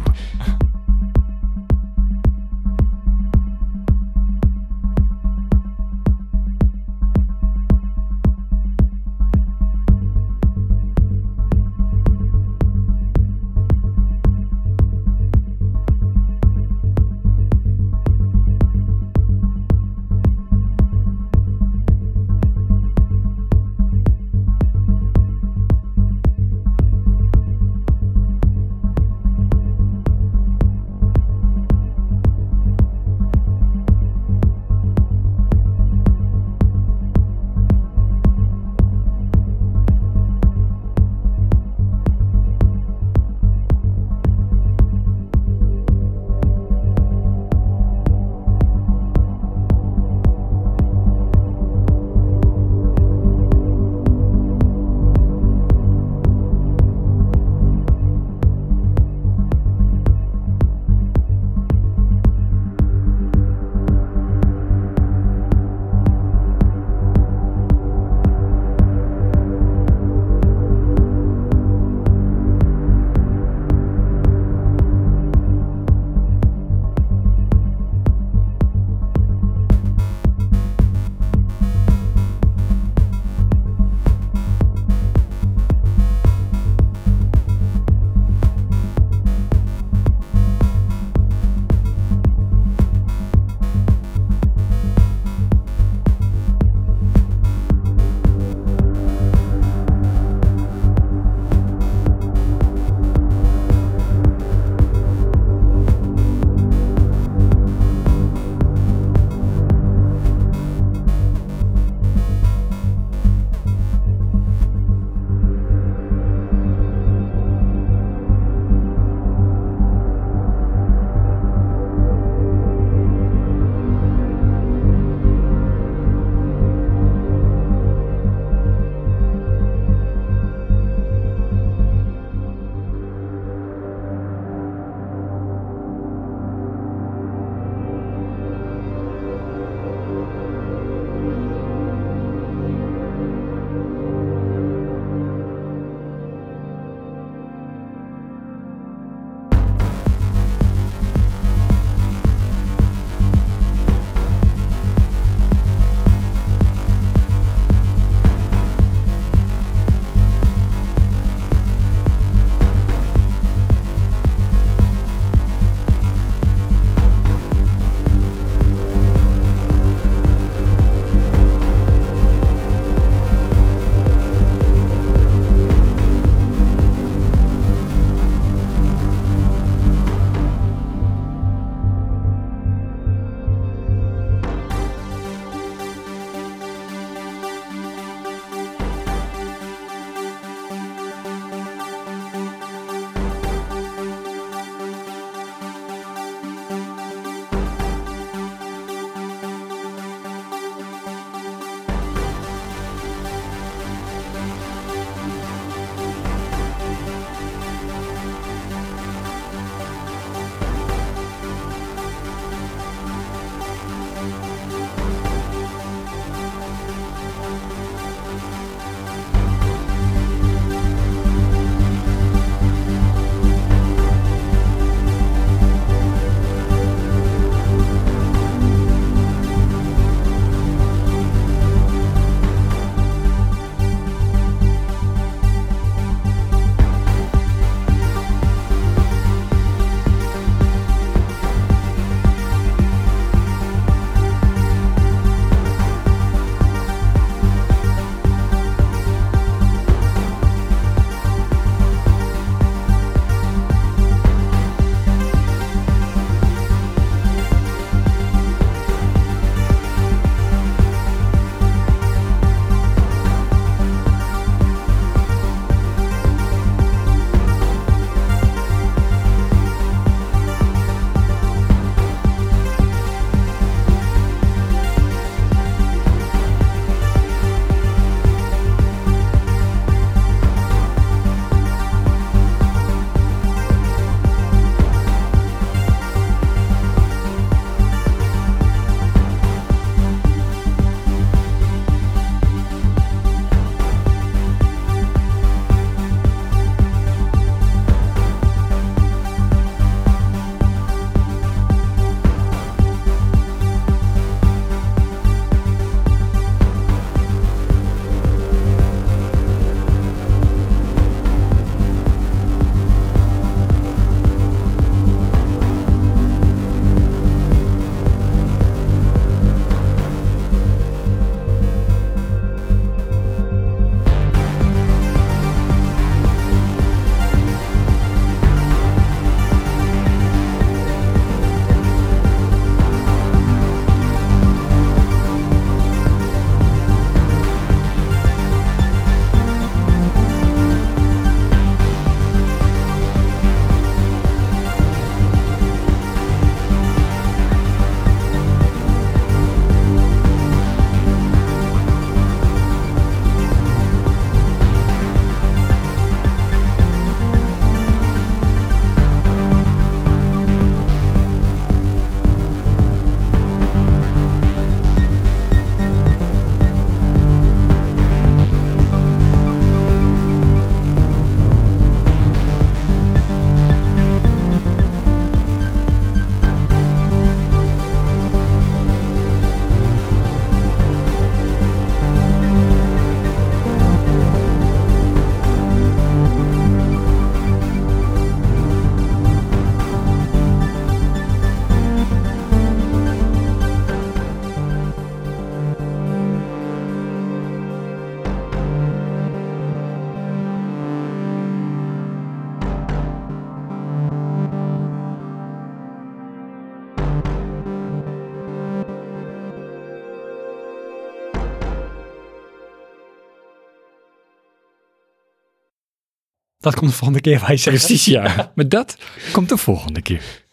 Dat komt de volgende keer bij je
Precies, ja. maar dat komt de volgende keer.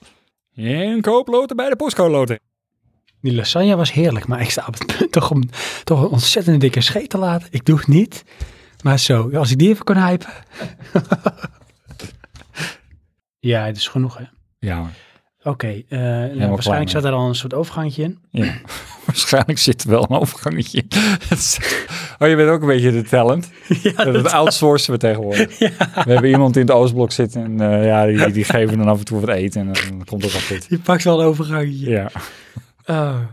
En koop loten bij de postcode loten.
Die lasagne was heerlijk, maar ik sta op het punt toch om toch een ontzettend dikke scheet te laten. Ik doe het niet. Maar zo, als ik die even kon hypen. ja, het is genoeg hè.
Ja, hoor.
Oké, eh, nou,
klaar
waarschijnlijk
mee.
zat er al een soort overgangje in.
ja. waarschijnlijk zit er wel een overgangetje. in. Dat is- oh, je bent ook een beetje de talent. dat het outsourcen we tegenwoordig. We hebben iemand in het Oostblok zitten en eh, ja, die, die geven dan af en toe wat eten en dan komt het wel Ah. goed.
Je pakt wel een overgangje.
Ja.
Oh.